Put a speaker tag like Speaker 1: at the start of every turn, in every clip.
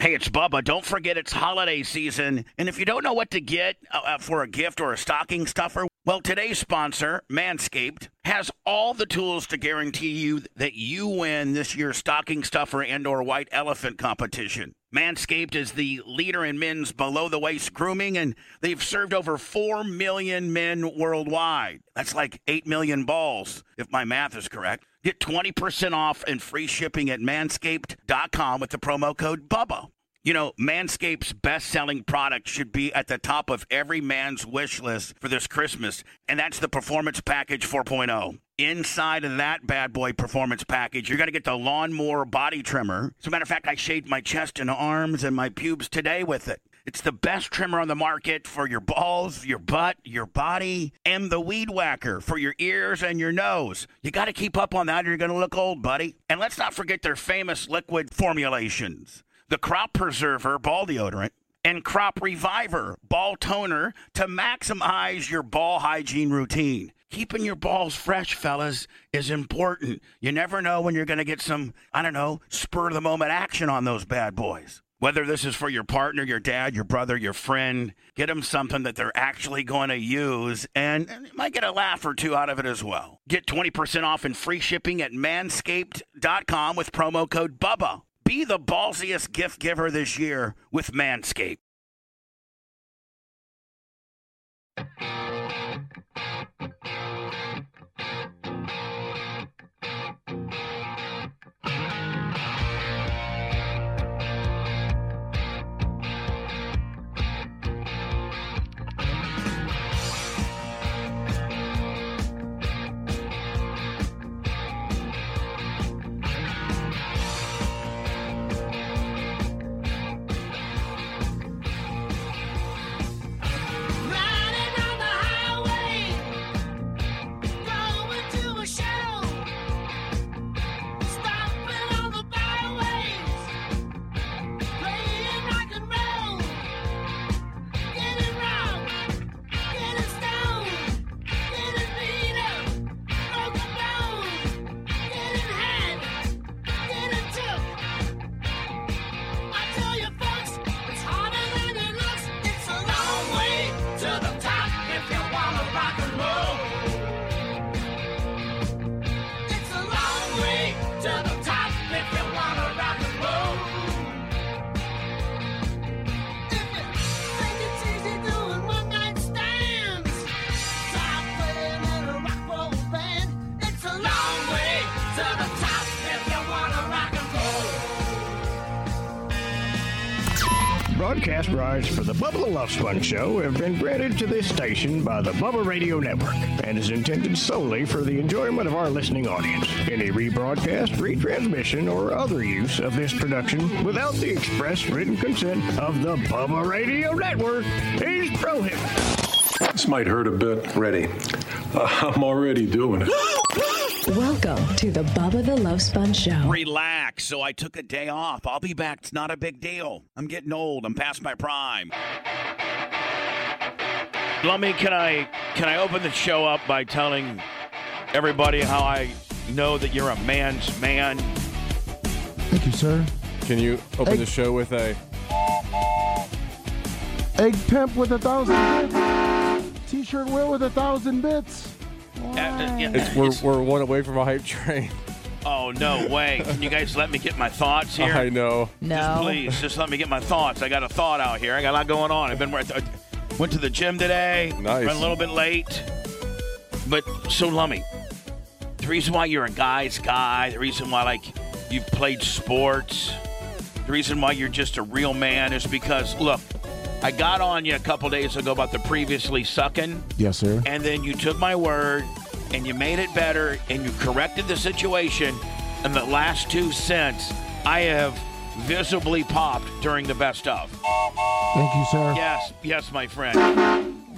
Speaker 1: Hey, it's Bubba. Don't forget it's holiday season. And if you don't know what to get uh, uh, for a gift or a stocking stuffer, well, today's sponsor, Manscaped, has all the tools to guarantee you that you win this year's stocking stuffer and or white elephant competition. Manscaped is the leader in men's below the waist grooming, and they've served over 4 million men worldwide. That's like 8 million balls, if my math is correct. Get 20% off and free shipping at manscaped.com with the promo code BUBBA. You know, Manscaped's best selling product should be at the top of every man's wish list for this Christmas, and that's the Performance Package 4.0. Inside of that bad boy performance package, you're going to get the lawnmower body trimmer. As a matter of fact, I shaved my chest and arms and my pubes today with it. It's the best trimmer on the market for your balls, your butt, your body, and the weed whacker for your ears and your nose. You got to keep up on that or you're going to look old, buddy. And let's not forget their famous liquid formulations the Crop Preserver ball deodorant, and Crop Reviver ball toner to maximize your ball hygiene routine. Keeping your balls fresh, fellas, is important. You never know when you're going to get some, I don't know, spur of the moment action on those bad boys. Whether this is for your partner, your dad, your brother, your friend, get them something that they're actually going to use and and you might get a laugh or two out of it as well. Get 20% off and free shipping at manscaped.com with promo code BUBBA. Be the ballsiest gift giver this year with Manscaped.
Speaker 2: Riding on the highway, going to a show, stopping on the byways, playing rock and roll, getting round, getting stoned, getting beat up, broken bones, getting had, getting took. I tell you, folks, it's harder than it looks. It's a long way to the top if you wanna rock and roll. It's a long way to the top if you wanna rock and roll. If you think it's easy doing one night stands, try playing in a rock roll band. It's a long way to the top if you wanna rock and roll.
Speaker 3: Broadcast rights for the Bubba Love Sponge Show have been granted to this station by the Bubba Radio Network and is intended solely for the enjoyment of our listening audience. Any rebroadcast, retransmission, or other use of this production without the express written consent of the Bubba Radio Network is prohibited.
Speaker 4: This might hurt a bit. Ready. I'm already doing it.
Speaker 5: Welcome to the Bubba the Love Sponge Show.
Speaker 1: Relax. So I took a day off. I'll be back. It's not a big deal. I'm getting old. I'm past my prime.
Speaker 6: Let me can I can I open the show up by telling everybody how I know that you're a man's man?
Speaker 7: Thank you, sir.
Speaker 8: Can you open the show with a?
Speaker 7: Egg pimp with a thousand bits. T-shirt will with a thousand bits.
Speaker 6: Uh, uh, yeah,
Speaker 8: It's we're, we're one away from a hype train.
Speaker 6: oh no way! Can you guys let me get my thoughts here?
Speaker 8: I know.
Speaker 6: Just
Speaker 9: No.
Speaker 6: please, just let me get my thoughts. I got a thought out here. I got a lot going on. I've been I went to the gym today.
Speaker 8: Nice.
Speaker 6: Been a little bit late, but so Lummy,
Speaker 1: the reason why you're a guy's guy, the reason why like you've played sports, the reason why you're just a real man is because look, I got on you a couple days ago about the previously sucking,
Speaker 7: Yes, sir.
Speaker 1: and then you took my word and you made it better and you corrected the situation. And the last two cents, I have visibly popped during the best of.
Speaker 7: Thank you, sir.
Speaker 1: Yes, yes, my friend.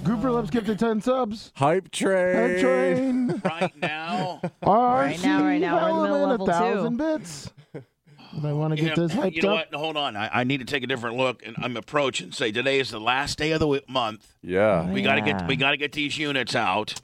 Speaker 7: Gooper Lips gifted 10 subs.
Speaker 8: Hype train.
Speaker 7: Head train.
Speaker 1: Right now.
Speaker 7: Right
Speaker 10: now, right now, we're in the middle
Speaker 7: a
Speaker 10: level two.
Speaker 7: thousand bits. They want to
Speaker 1: You
Speaker 7: get
Speaker 1: know,
Speaker 7: this hyped
Speaker 1: you know
Speaker 7: up.
Speaker 1: what? Hold on. I, I need to take a different look, and I'm approach and say today is the last day of the wi- month.
Speaker 8: Oh, Yeah.
Speaker 1: We gotta get
Speaker 10: Yeah.
Speaker 1: we gotta get these units out.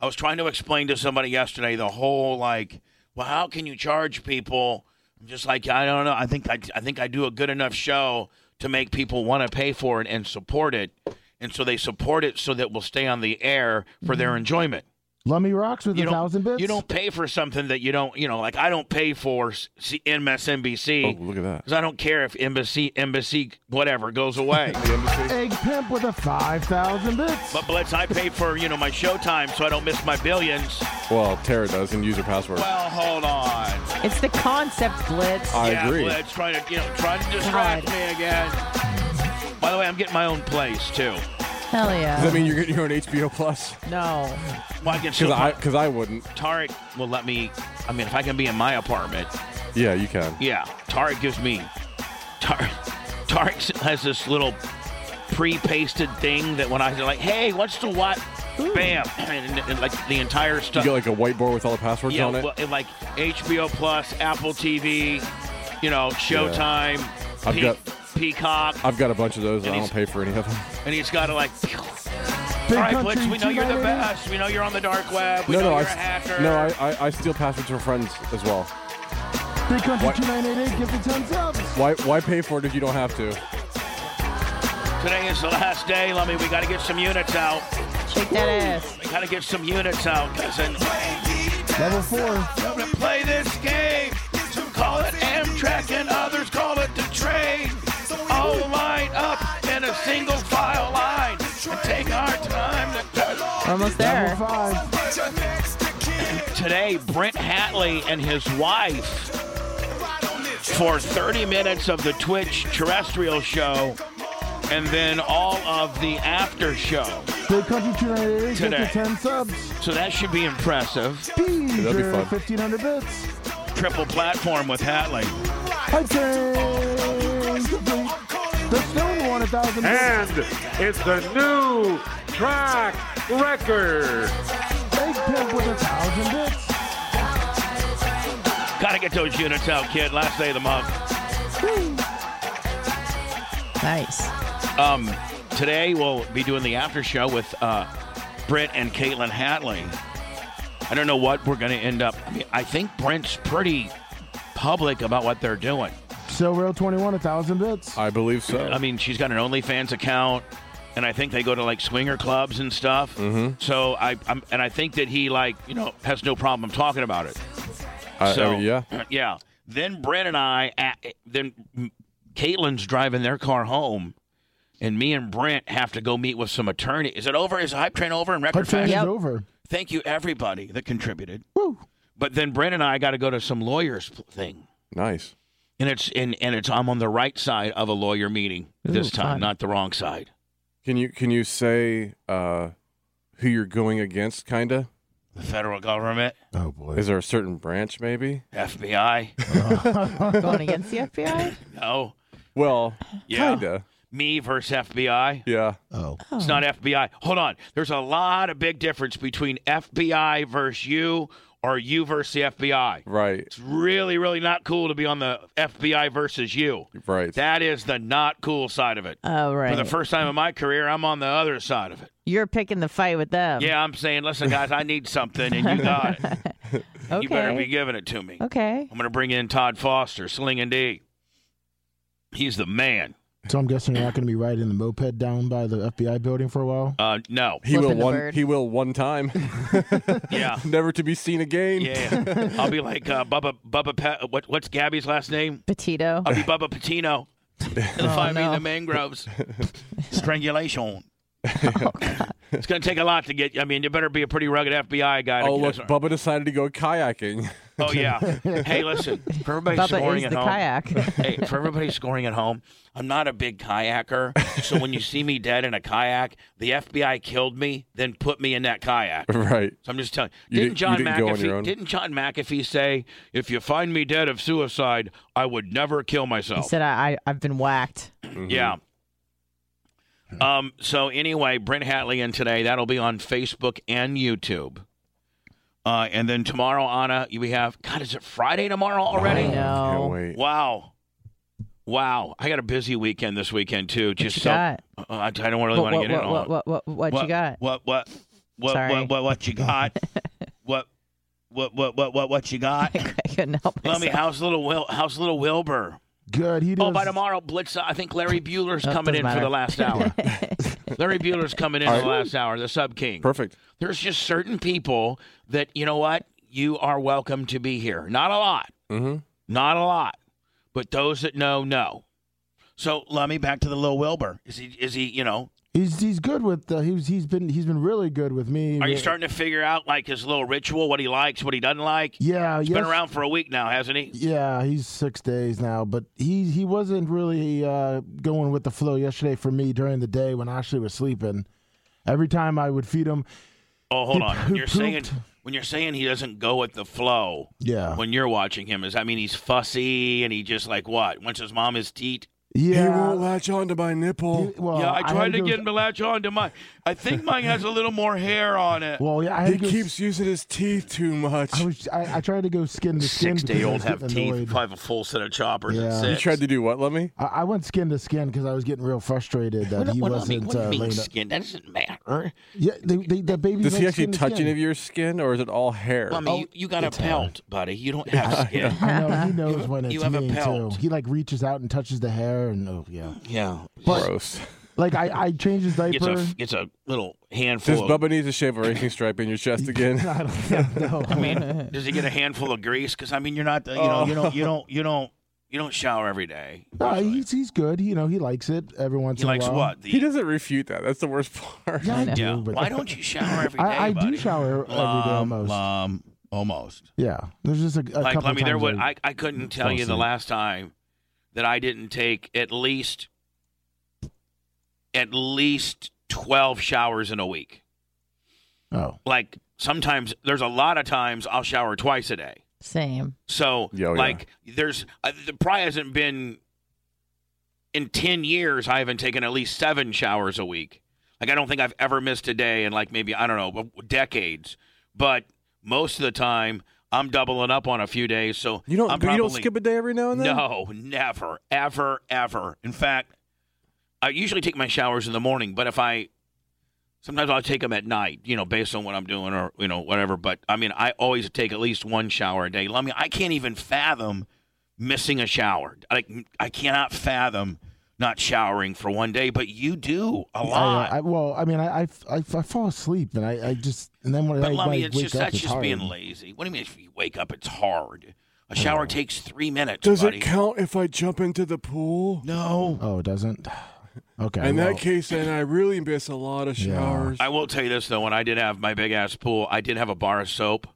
Speaker 1: I was trying to explain to somebody yesterday the whole like, well, how can you charge people? I'm just like, I don't know. I think I I think I do a good enough show to make people want to pay for it and support it, and so they support it so that we'll stay on the air for their
Speaker 8: Mm-hmm.
Speaker 1: enjoyment.
Speaker 7: Lummy rocks with
Speaker 1: You
Speaker 7: a
Speaker 1: don't,
Speaker 7: thousand bits.
Speaker 1: you don't pay for something that you don't, you know, like I don't pay for C-
Speaker 8: Oh,
Speaker 1: MSNBC.
Speaker 8: look at that.
Speaker 1: Because I don't care if embassy, embassy, whatever goes away.
Speaker 8: The embassy.
Speaker 7: Egg pimp with a five thousand bits.
Speaker 1: but Blitz, I pay for you know my showtime, so I don't miss my billions.
Speaker 8: Well, Tara does and use her password.
Speaker 1: Well, hold on.
Speaker 10: It's the concept blitz.
Speaker 8: I
Speaker 1: yeah,
Speaker 8: agree.
Speaker 1: Blitz, trying to you know trying to distract
Speaker 10: God.
Speaker 1: me again. By the way, I'm getting my own place too.
Speaker 10: Hell
Speaker 8: Does that
Speaker 10: yeah.
Speaker 8: mean you're getting your own HBO Plus?
Speaker 10: No.
Speaker 1: Well, I can still.
Speaker 8: Because I, because I wouldn't.
Speaker 1: Tarek will let me. I mean, if I can be in my apartment,
Speaker 8: Yeah, you can.
Speaker 1: yeah. Tarek gives me. Tarek, Tarek has this little pre-pasted thing that when I like, hey, what's the what? Bam, and, and like the entire
Speaker 8: You
Speaker 1: stuff.
Speaker 8: get like a whiteboard with all the passwords
Speaker 1: yeah,
Speaker 8: on it.
Speaker 1: well, and like HBO Plus, Apple TV, you know, Showtime,
Speaker 8: I've
Speaker 1: Pe-
Speaker 8: got-
Speaker 1: Peacock,
Speaker 8: I've got a bunch of those. And I
Speaker 1: And
Speaker 8: don't pay for any of them.
Speaker 1: and he's got to like.
Speaker 7: Big
Speaker 1: All right,
Speaker 7: country,
Speaker 1: Blitz, we know you're the
Speaker 7: 298.
Speaker 1: best. We know you're on the dark web. We
Speaker 8: no,
Speaker 1: know
Speaker 8: no,
Speaker 1: you're
Speaker 8: I,
Speaker 1: a hacker.
Speaker 8: no, I, I, I steal passwords from friends as well.
Speaker 7: Big country
Speaker 8: What?
Speaker 7: two nine eight eight gifted ten subs.
Speaker 8: Why, why pay for it if you don't have to?
Speaker 1: Today is the last day, Lummy. We got to get some units out.
Speaker 10: Shake that ass.
Speaker 1: We got to get some units out, cousin.
Speaker 7: Level four.
Speaker 1: Come to play this game. Some call it Amtrak and others call it the train. All lined up in a single file line and take our time to
Speaker 10: We're almost
Speaker 7: Level
Speaker 10: there.
Speaker 7: five.
Speaker 1: today Brent Hatley and his wife for 30 minutes of the Twitch terrestrial show and then all of the after show.
Speaker 7: Big country two nine eight eight
Speaker 1: Today.
Speaker 7: gifted ten subs.
Speaker 1: So that should be impressive.
Speaker 8: that'd be
Speaker 7: Beezer
Speaker 8: fun.
Speaker 7: fifteen hundred bits.
Speaker 1: Triple platform with Hatley.
Speaker 7: Hi train. The stone one a thousand bits.
Speaker 11: And it's the new track record.
Speaker 7: Egg pimp with a thousand bits.
Speaker 1: Got to get those units out, kid. Last day of the month.
Speaker 10: Nice.
Speaker 1: Um, today we'll be doing the after show with uh, Brent and Caitlin Hatley. I don't know what we're going to end up. I mean, I think Brent's pretty public about what they're doing.
Speaker 7: So real twenty one a thousand bits.
Speaker 8: I believe so.
Speaker 1: I mean, she's got an OnlyFans account, and I think they go to like swinger clubs and stuff. Mm-hmm. So I, I'm, and I think that he like you know has no problem talking about it.
Speaker 8: I- I
Speaker 1: So
Speaker 8: mean, yeah.
Speaker 1: yeah. Then Brent and I, uh, then Caitlin's driving their car home, and me and Brent have to go meet with some attorney. Is it over? Is the hype train over in
Speaker 7: Hype
Speaker 1: record
Speaker 7: train
Speaker 1: fashion?
Speaker 10: Yep.
Speaker 7: is over.
Speaker 1: Thank you everybody that contributed.
Speaker 7: Woo.
Speaker 1: But then Brent and I got to go to some lawyers pl- thing.
Speaker 8: Nice.
Speaker 1: And it's and, and it's I'm on the right side of a lawyer meeting this time,
Speaker 10: fun.
Speaker 1: not the wrong side.
Speaker 8: Can you can you say uh, who you're going against? Kinda.
Speaker 1: The federal government.
Speaker 7: Oh boy.
Speaker 8: Is there a certain branch? Maybe.
Speaker 1: FBI.
Speaker 10: Going against the FBI?
Speaker 1: No.
Speaker 8: Well,
Speaker 1: Yeah.
Speaker 8: kinda.
Speaker 1: Me versus FBI.
Speaker 8: Yeah.
Speaker 7: Oh.
Speaker 1: It's not FBI. Hold on. There's a lot of big difference between FBI versus you or you versus the FBI.
Speaker 8: Right.
Speaker 1: It's really, really not cool to be on the FBI versus you.
Speaker 8: Right.
Speaker 1: That is the not cool side of it.
Speaker 10: Oh,
Speaker 1: For the
Speaker 10: right.
Speaker 1: first time in my career, I'm on the other side of it.
Speaker 10: You're picking the fight with
Speaker 8: Um,
Speaker 10: them.
Speaker 1: Yeah, I'm saying, listen, guys, I need something, and you got it.
Speaker 10: Okay.
Speaker 1: You better be giving it to me.
Speaker 10: okay.
Speaker 1: I'm going to bring in Todd Foster, Sling and D. He's the man.
Speaker 7: So I'm guessing you're not going to be riding the moped down by the FBI building for a while.
Speaker 1: Uh, no.
Speaker 8: he will
Speaker 10: Flipping the
Speaker 8: one.
Speaker 10: bird.
Speaker 8: He will one time,
Speaker 1: Yeah.
Speaker 8: never to be seen again.
Speaker 1: Yeah, I'll be like uh, Bubba Bubba. Pa- what, what's Gabby's last name?
Speaker 10: Petito.
Speaker 1: I'll be Bubba Patino.
Speaker 8: Oh,
Speaker 1: Find me in the mangroves. Strangulation. It's going to take a lot to get. I mean, you better be a pretty rugged FBI guy. To
Speaker 8: Oh,
Speaker 1: get
Speaker 8: look,
Speaker 1: us-
Speaker 8: Bubba decided to go kayaking.
Speaker 1: Oh yeah. hey, listen. For everybody
Speaker 8: Bubba
Speaker 1: scoring
Speaker 8: is
Speaker 1: at
Speaker 8: the
Speaker 1: home.
Speaker 8: kayak.
Speaker 1: hey, for everybody scoring at home, I'm not a big kayaker. So when you see me dead in a kayak, the FBI killed me, then put me in that kayak.
Speaker 8: Right.
Speaker 1: So I'm just telling.
Speaker 8: You
Speaker 1: didn't
Speaker 8: didn't-
Speaker 1: John
Speaker 8: you didn't go on your
Speaker 1: McAfee?
Speaker 8: own?
Speaker 1: Didn't John McAfee say, "If you find me dead of suicide, I would never kill myself"?
Speaker 10: He said, I, I, I've been whacked.
Speaker 8: Mm-hmm.
Speaker 1: Yeah. Um. So anyway, Brent Hatley in today. That'll be on Facebook and YouTube. Uh, and then tomorrow, Anna, you- we have God. Is it Friday tomorrow already?
Speaker 10: No.
Speaker 8: Can't wait.
Speaker 1: Wow. Wow. I got a busy weekend this weekend too. Just
Speaker 10: you
Speaker 1: so
Speaker 10: got?
Speaker 1: Uh, I, I don't really
Speaker 10: What-
Speaker 1: want to get
Speaker 10: what,
Speaker 1: in
Speaker 10: what,
Speaker 1: on it.
Speaker 10: what, what, what, what, you got?
Speaker 6: What what what
Speaker 10: Sorry.
Speaker 6: what, what what you got? what what what what what what you got?
Speaker 10: I couldn't help myself.
Speaker 1: Let me. How's little Wil- How's little Wilbur?
Speaker 7: Good. He
Speaker 1: Oh,
Speaker 7: does.
Speaker 1: by tomorrow, Blitz. I think Larry Bueller's
Speaker 10: Oh,
Speaker 1: coming in
Speaker 10: doesn't
Speaker 1: for
Speaker 10: matter.
Speaker 1: the last hour. Larry Bueller's coming in for
Speaker 8: All
Speaker 1: the last hour. The sub king.
Speaker 8: Perfect.
Speaker 1: There's just certain people that you know what you are welcome to be here. Not a lot.
Speaker 8: Mm-hmm.
Speaker 1: Not a lot. But those that know know. So let me back to the little Wilbur. Is he? Is he? You know?
Speaker 7: He's he's good with uh, he's he's been he's been really good with me.
Speaker 1: Are you
Speaker 7: Yeah.
Speaker 1: starting to figure out like his little ritual, what he likes, what he doesn't like?
Speaker 7: Yeah,
Speaker 1: He's
Speaker 7: yes.
Speaker 1: been around for a week now, hasn't he?
Speaker 7: Yeah, he's six days now, but he he wasn't really uh, going with the flow yesterday for me during the day when Ashley was sleeping. Every time I would feed him,
Speaker 1: Oh,
Speaker 7: He
Speaker 1: hold on. When you're saying
Speaker 7: pooped.
Speaker 1: when you're saying he doesn't go with the flow.
Speaker 7: Yeah.
Speaker 1: When you're watching him, does that mean he's fussy and he just like what? Once his mom is teat.
Speaker 7: yeah,
Speaker 8: He won't latch onto my nipple.
Speaker 7: well,
Speaker 1: yeah, I
Speaker 7: Oh, had
Speaker 1: tried to
Speaker 7: go-
Speaker 1: get him to latch on to mine. I think mine has a little more hair on it.
Speaker 7: Well, yeah, I
Speaker 8: He,
Speaker 7: had to go,
Speaker 8: keeps using his teeth too much.
Speaker 7: I, was, I, I tried to go skin to skin.
Speaker 1: Six day
Speaker 7: because I
Speaker 1: old
Speaker 7: was
Speaker 1: have
Speaker 7: getting
Speaker 1: teeth.
Speaker 7: annoyed.
Speaker 1: Probably have a full set of choppers at
Speaker 7: Yeah.
Speaker 8: you
Speaker 1: six.
Speaker 8: tried to do what, let me?
Speaker 7: I, I went skin to skin because I was getting real frustrated that
Speaker 1: What,
Speaker 7: he
Speaker 1: what, I mean,
Speaker 7: wasn't
Speaker 1: what do you
Speaker 7: uh,
Speaker 1: mean
Speaker 7: laying up.
Speaker 1: skin? That doesn't matter.
Speaker 7: Yeah, they, they, that baby.
Speaker 8: Does he
Speaker 7: went
Speaker 8: actually
Speaker 7: skin to
Speaker 8: touch
Speaker 7: skin.
Speaker 8: any of your skin or is it all hair?
Speaker 1: I mean, you, you got a pelt, buddy. You don't have skin.
Speaker 7: I know he knows when it's
Speaker 1: you have a
Speaker 7: me too.
Speaker 1: pelt.
Speaker 7: He like reaches out and touches the hair, and oh yeah,
Speaker 1: Yeah.
Speaker 8: Gross.
Speaker 7: like I I changed his
Speaker 1: It's
Speaker 7: diaper.
Speaker 1: a, it's a little handful
Speaker 8: Does
Speaker 1: of
Speaker 8: Bubba need to shave a racing stripe in your chest again?
Speaker 7: I don't know.
Speaker 1: I mean, does he get a handful of grease? Because I mean, you're not, the- you know, you don't, you don't, you don't, you don't shower every day.
Speaker 7: No, he's he's good. You know, he likes it every once
Speaker 1: He
Speaker 7: in a while.
Speaker 1: likes what? The,
Speaker 8: He doesn't refute that. That's the worst part.
Speaker 7: Yeah, I do.
Speaker 1: yeah.
Speaker 7: But
Speaker 1: Why don't you shower every day,
Speaker 7: I, I
Speaker 1: buddy?
Speaker 7: do shower every day
Speaker 6: Um,
Speaker 7: almost.
Speaker 6: um, almost.
Speaker 7: Yeah, there's just a, a
Speaker 1: like,
Speaker 7: couple
Speaker 1: I mean, there
Speaker 7: times
Speaker 1: would,
Speaker 7: I-
Speaker 1: I, I couldn't tell you the
Speaker 7: asleep.
Speaker 1: last time that I didn't take at least, at least twelve showers in a week.
Speaker 7: oh,
Speaker 1: Like sometimes, there's a lot of times I'll shower twice a day.
Speaker 10: Same.
Speaker 1: So,
Speaker 8: Yeah, oh, yeah.
Speaker 1: like, there's uh, the probably hasn't been in ten years. I haven't taken at least seven showers a week. Like, I don't think I've ever missed a day in like maybe I don't know decades. But most of the time, I'm doubling up on a few days. So
Speaker 8: You don't
Speaker 1: I'm
Speaker 8: you don't
Speaker 1: probably-
Speaker 8: skip a day every now and then?
Speaker 1: No, never, ever, ever. In fact, I usually take my showers in the morning. But if I sometimes I'll take them at night, you know, based on what I'm doing or you know whatever. But I mean, I always take at least one shower a day. I mean, I can't even fathom missing a shower. Like I cannot fathom not showering for one day. But you do a lot.
Speaker 7: I, I, well, I mean, I, I, I, I fall asleep and I, I just and then when
Speaker 1: but
Speaker 7: I
Speaker 1: Lummy,
Speaker 7: like,
Speaker 1: it's
Speaker 7: wake
Speaker 1: just
Speaker 7: up,
Speaker 1: that's
Speaker 7: it's
Speaker 1: just
Speaker 7: hard.
Speaker 1: being lazy. What do you mean? If you wake up, it's hard. A shower takes three minutes.
Speaker 8: Does
Speaker 1: buddy.
Speaker 8: it count if I jump into the pool?
Speaker 1: No.
Speaker 7: Oh, it doesn't. Okay.
Speaker 8: In
Speaker 7: well,
Speaker 8: that case, then I really miss a lot of
Speaker 7: Yeah.
Speaker 8: showers.
Speaker 1: I will tell you this though, when I did have my big ass pool, I did have a bar of soap,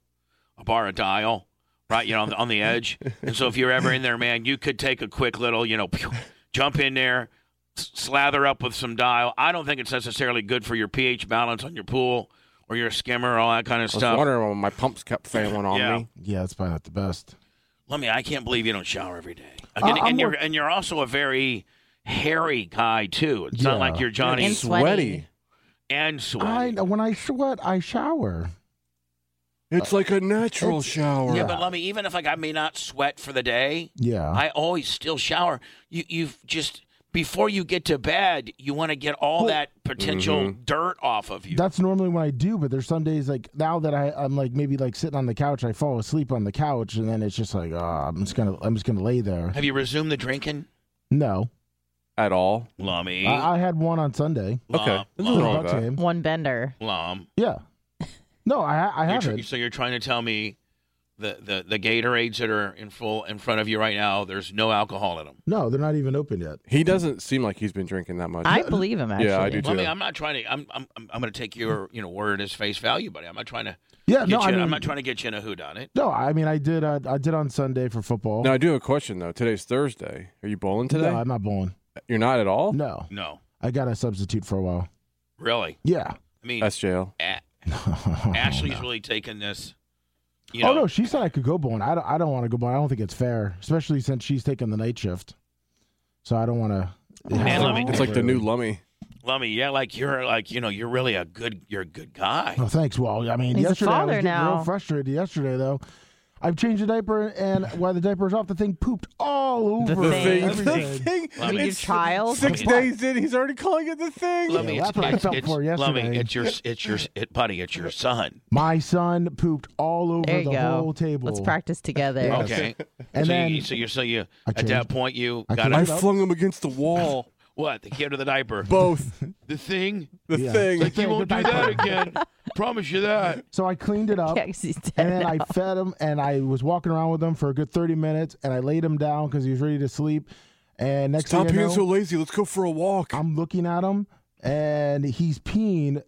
Speaker 1: a bar of dial, right? You know, on the, on the edge. And so if you're ever in there, man, you could take a quick little, you know, pew, jump in there, s- slather up with some dial. I don't think it's necessarily good for your pH balance on your pool or your skimmer, all that kind of
Speaker 8: I was
Speaker 1: stuff.
Speaker 8: wondering why my pumps kept failing on
Speaker 1: Yeah.
Speaker 8: me.
Speaker 7: yeah, it's probably not the best.
Speaker 1: Let me. I can't believe you don't shower every day.
Speaker 7: I-
Speaker 1: Again,
Speaker 7: I'm
Speaker 1: and you're
Speaker 7: more-
Speaker 1: and you're also a very hairy guy too. It's
Speaker 7: Yeah.
Speaker 1: not like you're Johnny
Speaker 10: And
Speaker 1: and,
Speaker 10: s- sweaty.
Speaker 7: I
Speaker 1: sweaty.
Speaker 7: when I sweat, I shower.
Speaker 8: It's like a natural
Speaker 7: It's-
Speaker 8: shower.
Speaker 1: Yeah, but let me. Even if like I may not sweat for the day,
Speaker 7: Yeah.
Speaker 1: I always still shower. You you've just before you get to bed, you want to get all that potential
Speaker 8: Mm-hmm.
Speaker 1: dirt off of you.
Speaker 7: That's normally when I do, but there's some days like now that I, I'm like maybe like sitting on the couch, I fall asleep on the couch, and then it's just like, oh, I'm just gonna I'm just gonna lay there.
Speaker 1: Have you resumed the drinking,
Speaker 7: No,
Speaker 8: At all.
Speaker 1: Lummy?
Speaker 7: I, I had one on Sunday.
Speaker 8: Okay.
Speaker 1: Lum,
Speaker 8: Nothing
Speaker 7: The
Speaker 8: wrong with
Speaker 7: Bucks
Speaker 8: that.
Speaker 7: game.
Speaker 10: One bender.
Speaker 1: Lum.
Speaker 7: Yeah. No, I I
Speaker 1: You're
Speaker 7: haven't.
Speaker 1: tr- so you're trying to tell me the, the the Gatorades that are in full in front of you right now. There's no alcohol in them.
Speaker 7: No, they're not even open yet.
Speaker 8: He doesn't seem like he's been drinking that much.
Speaker 10: I believe him,
Speaker 8: Yeah, I
Speaker 10: actually.
Speaker 8: do too.
Speaker 1: Well, I mean, I'm not trying to. I'm I'm I'm I'm going to take your you know word as face value, buddy. I'm not trying to.
Speaker 7: Yeah,
Speaker 1: get
Speaker 7: no,
Speaker 1: you,
Speaker 7: I mean-
Speaker 1: am not trying to get you in a hoot on it.
Speaker 7: No, I mean I did. Uh, I did on Sunday for football.
Speaker 8: now I do have a question though. Today's Thursday. Are you bowling today?
Speaker 7: No, I'm not bowling.
Speaker 8: You're not at all.
Speaker 7: No,
Speaker 1: No,
Speaker 7: I got a substitute for a while.
Speaker 1: really.
Speaker 7: Yeah.
Speaker 1: I mean,
Speaker 8: That's jail.
Speaker 1: A- Ashley's really taking this. You
Speaker 7: oh
Speaker 1: know,
Speaker 7: no, she said I could go bowling. I don't. I don't want to go bowling. I don't think it's fair, especially since she's taking the night shift. So I don't want to.
Speaker 1: Man, let me-
Speaker 8: It's like the new lummy.
Speaker 1: Lummy, yeah, like you're like you know you're really a good you're a good guy.
Speaker 7: Oh, thanks, Wall. I mean,
Speaker 10: He's a
Speaker 7: yesterday I was
Speaker 10: father
Speaker 7: getting
Speaker 10: now.
Speaker 7: real frustrated. Yesterday though, I've changed the diaper, and while the diaper was off, the thing pooped all
Speaker 10: The
Speaker 7: over
Speaker 10: thing.
Speaker 7: everything.
Speaker 1: Lummy,
Speaker 10: Your child.
Speaker 8: Six days in, he's already calling it the thing.
Speaker 1: Lummy,
Speaker 7: Yeah,
Speaker 1: it's,
Speaker 7: that's what I
Speaker 1: it's,
Speaker 7: felt
Speaker 1: it's,
Speaker 7: for yesterday.
Speaker 1: Lummy, it's your it's your it, buddy, it's your son.
Speaker 7: My son pooped all over
Speaker 10: There you
Speaker 7: the
Speaker 10: go.
Speaker 7: whole table.
Speaker 10: Let's practice together.
Speaker 7: Yeah. Yes.
Speaker 1: Okay,
Speaker 7: And
Speaker 1: so
Speaker 7: then
Speaker 1: you, so you so you
Speaker 7: I
Speaker 1: at that
Speaker 7: changed-
Speaker 1: point you
Speaker 7: I
Speaker 1: got
Speaker 8: I
Speaker 7: cleaned
Speaker 1: it.
Speaker 7: up.
Speaker 8: flung him against the wall.
Speaker 1: What the kid or the diaper?
Speaker 8: Both.
Speaker 1: The thing.
Speaker 8: The
Speaker 7: Yeah.
Speaker 8: thing.
Speaker 1: Like you won't do that again. Promise you that.
Speaker 7: so I cleaned it up.
Speaker 10: Yeah, 'cause he's dead
Speaker 7: And then I
Speaker 10: now.
Speaker 7: fed him, and I was walking around with him for a good thirty minutes, and I laid him down because he was ready to sleep. And next
Speaker 8: Stop
Speaker 7: thing I
Speaker 8: being
Speaker 7: know,
Speaker 8: so lazy. Let's go for a walk.
Speaker 7: I'm looking at him, and he's peeing,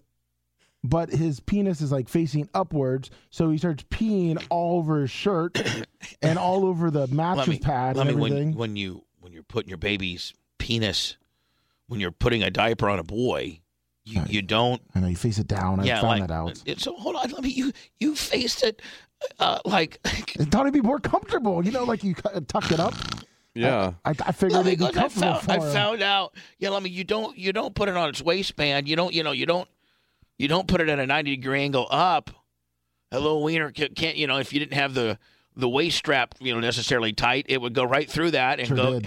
Speaker 7: but his penis is like facing upwards, so he starts peeing all over his shirt and all over the mattress
Speaker 1: Lummy,
Speaker 7: pad
Speaker 1: Lummy,
Speaker 7: and everything.
Speaker 1: when when you when you're putting your baby's penis, when you're putting a diaper on a boy, you, you don't
Speaker 7: I know you face it down. I found that out.
Speaker 1: it- So hold on, let me. You you faced it, uh, like
Speaker 7: I thought it'd be more comfortable, you know, like you cut- tuck it up.
Speaker 8: yeah.
Speaker 7: I, I figured
Speaker 1: Uh. let me
Speaker 7: it'd be
Speaker 1: go. I
Speaker 7: comfortable
Speaker 1: found
Speaker 7: for
Speaker 1: I
Speaker 7: him.
Speaker 1: found out. Yeah, let me. You don't you don't put it on its waistband. You don't you know you don't you don't put it at a ninety degree angle up. A little wiener ca- can't you know if you didn't have the the waist strap you know necessarily tight, it would go right through that and
Speaker 7: Sure
Speaker 1: go.
Speaker 7: did.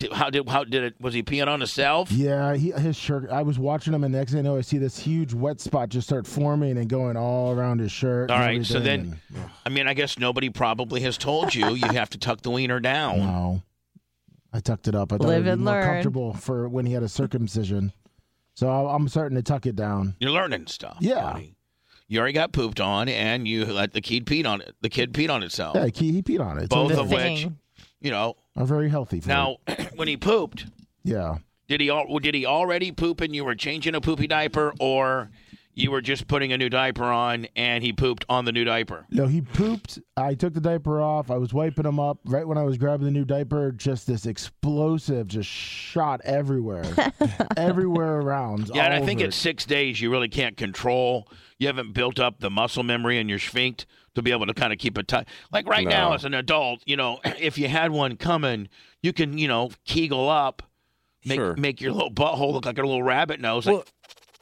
Speaker 1: Did- How did how did it? Was he peeing on himself?
Speaker 7: Yeah, he, his shirt. I was watching him, and the next thing I know, I see this huge wet spot just start forming and going all around his shirt.
Speaker 1: All
Speaker 7: and
Speaker 1: right, so
Speaker 7: everything,
Speaker 1: then, I mean, I guess nobody probably has told you you have to tuck the wiener
Speaker 7: and-
Speaker 1: down.
Speaker 7: no, I tucked it up. I thought
Speaker 10: Live
Speaker 7: it'd be
Speaker 10: and
Speaker 7: more
Speaker 10: learn.
Speaker 7: comfortable for when he had a circumcision. So I, I'm starting to tuck it down.
Speaker 1: You're learning stuff.
Speaker 7: Yeah.
Speaker 1: buddy. You already got pooped on, and you let the kid peed on it. The kid peed on itself.
Speaker 7: Yeah, he, he peed on it. So
Speaker 1: Both
Speaker 10: The
Speaker 1: of which,
Speaker 10: thing.
Speaker 1: you know.
Speaker 7: are very healthy. For
Speaker 1: Now, when he pooped,
Speaker 7: it. yeah,
Speaker 1: did he al- did he already poop, and you were changing a poopy diaper, or you were just putting a new diaper on, and he pooped on the new diaper?
Speaker 7: no, he pooped. I took the diaper off. I was wiping him up. Right when I was grabbing the new diaper, just this explosive just shot everywhere, everywhere around.
Speaker 1: Yeah, and
Speaker 7: all
Speaker 1: I think
Speaker 7: over
Speaker 1: at six days you really can't control. You haven't built up the muscle memory in your sphinct to be able to kind of keep it tight. Like right now,
Speaker 8: No.
Speaker 1: as an adult, you know, if you had one coming, you can, you know, kegel up, make
Speaker 8: Sure.
Speaker 1: make your little butthole look like a little rabbit nose. Like,
Speaker 8: Well,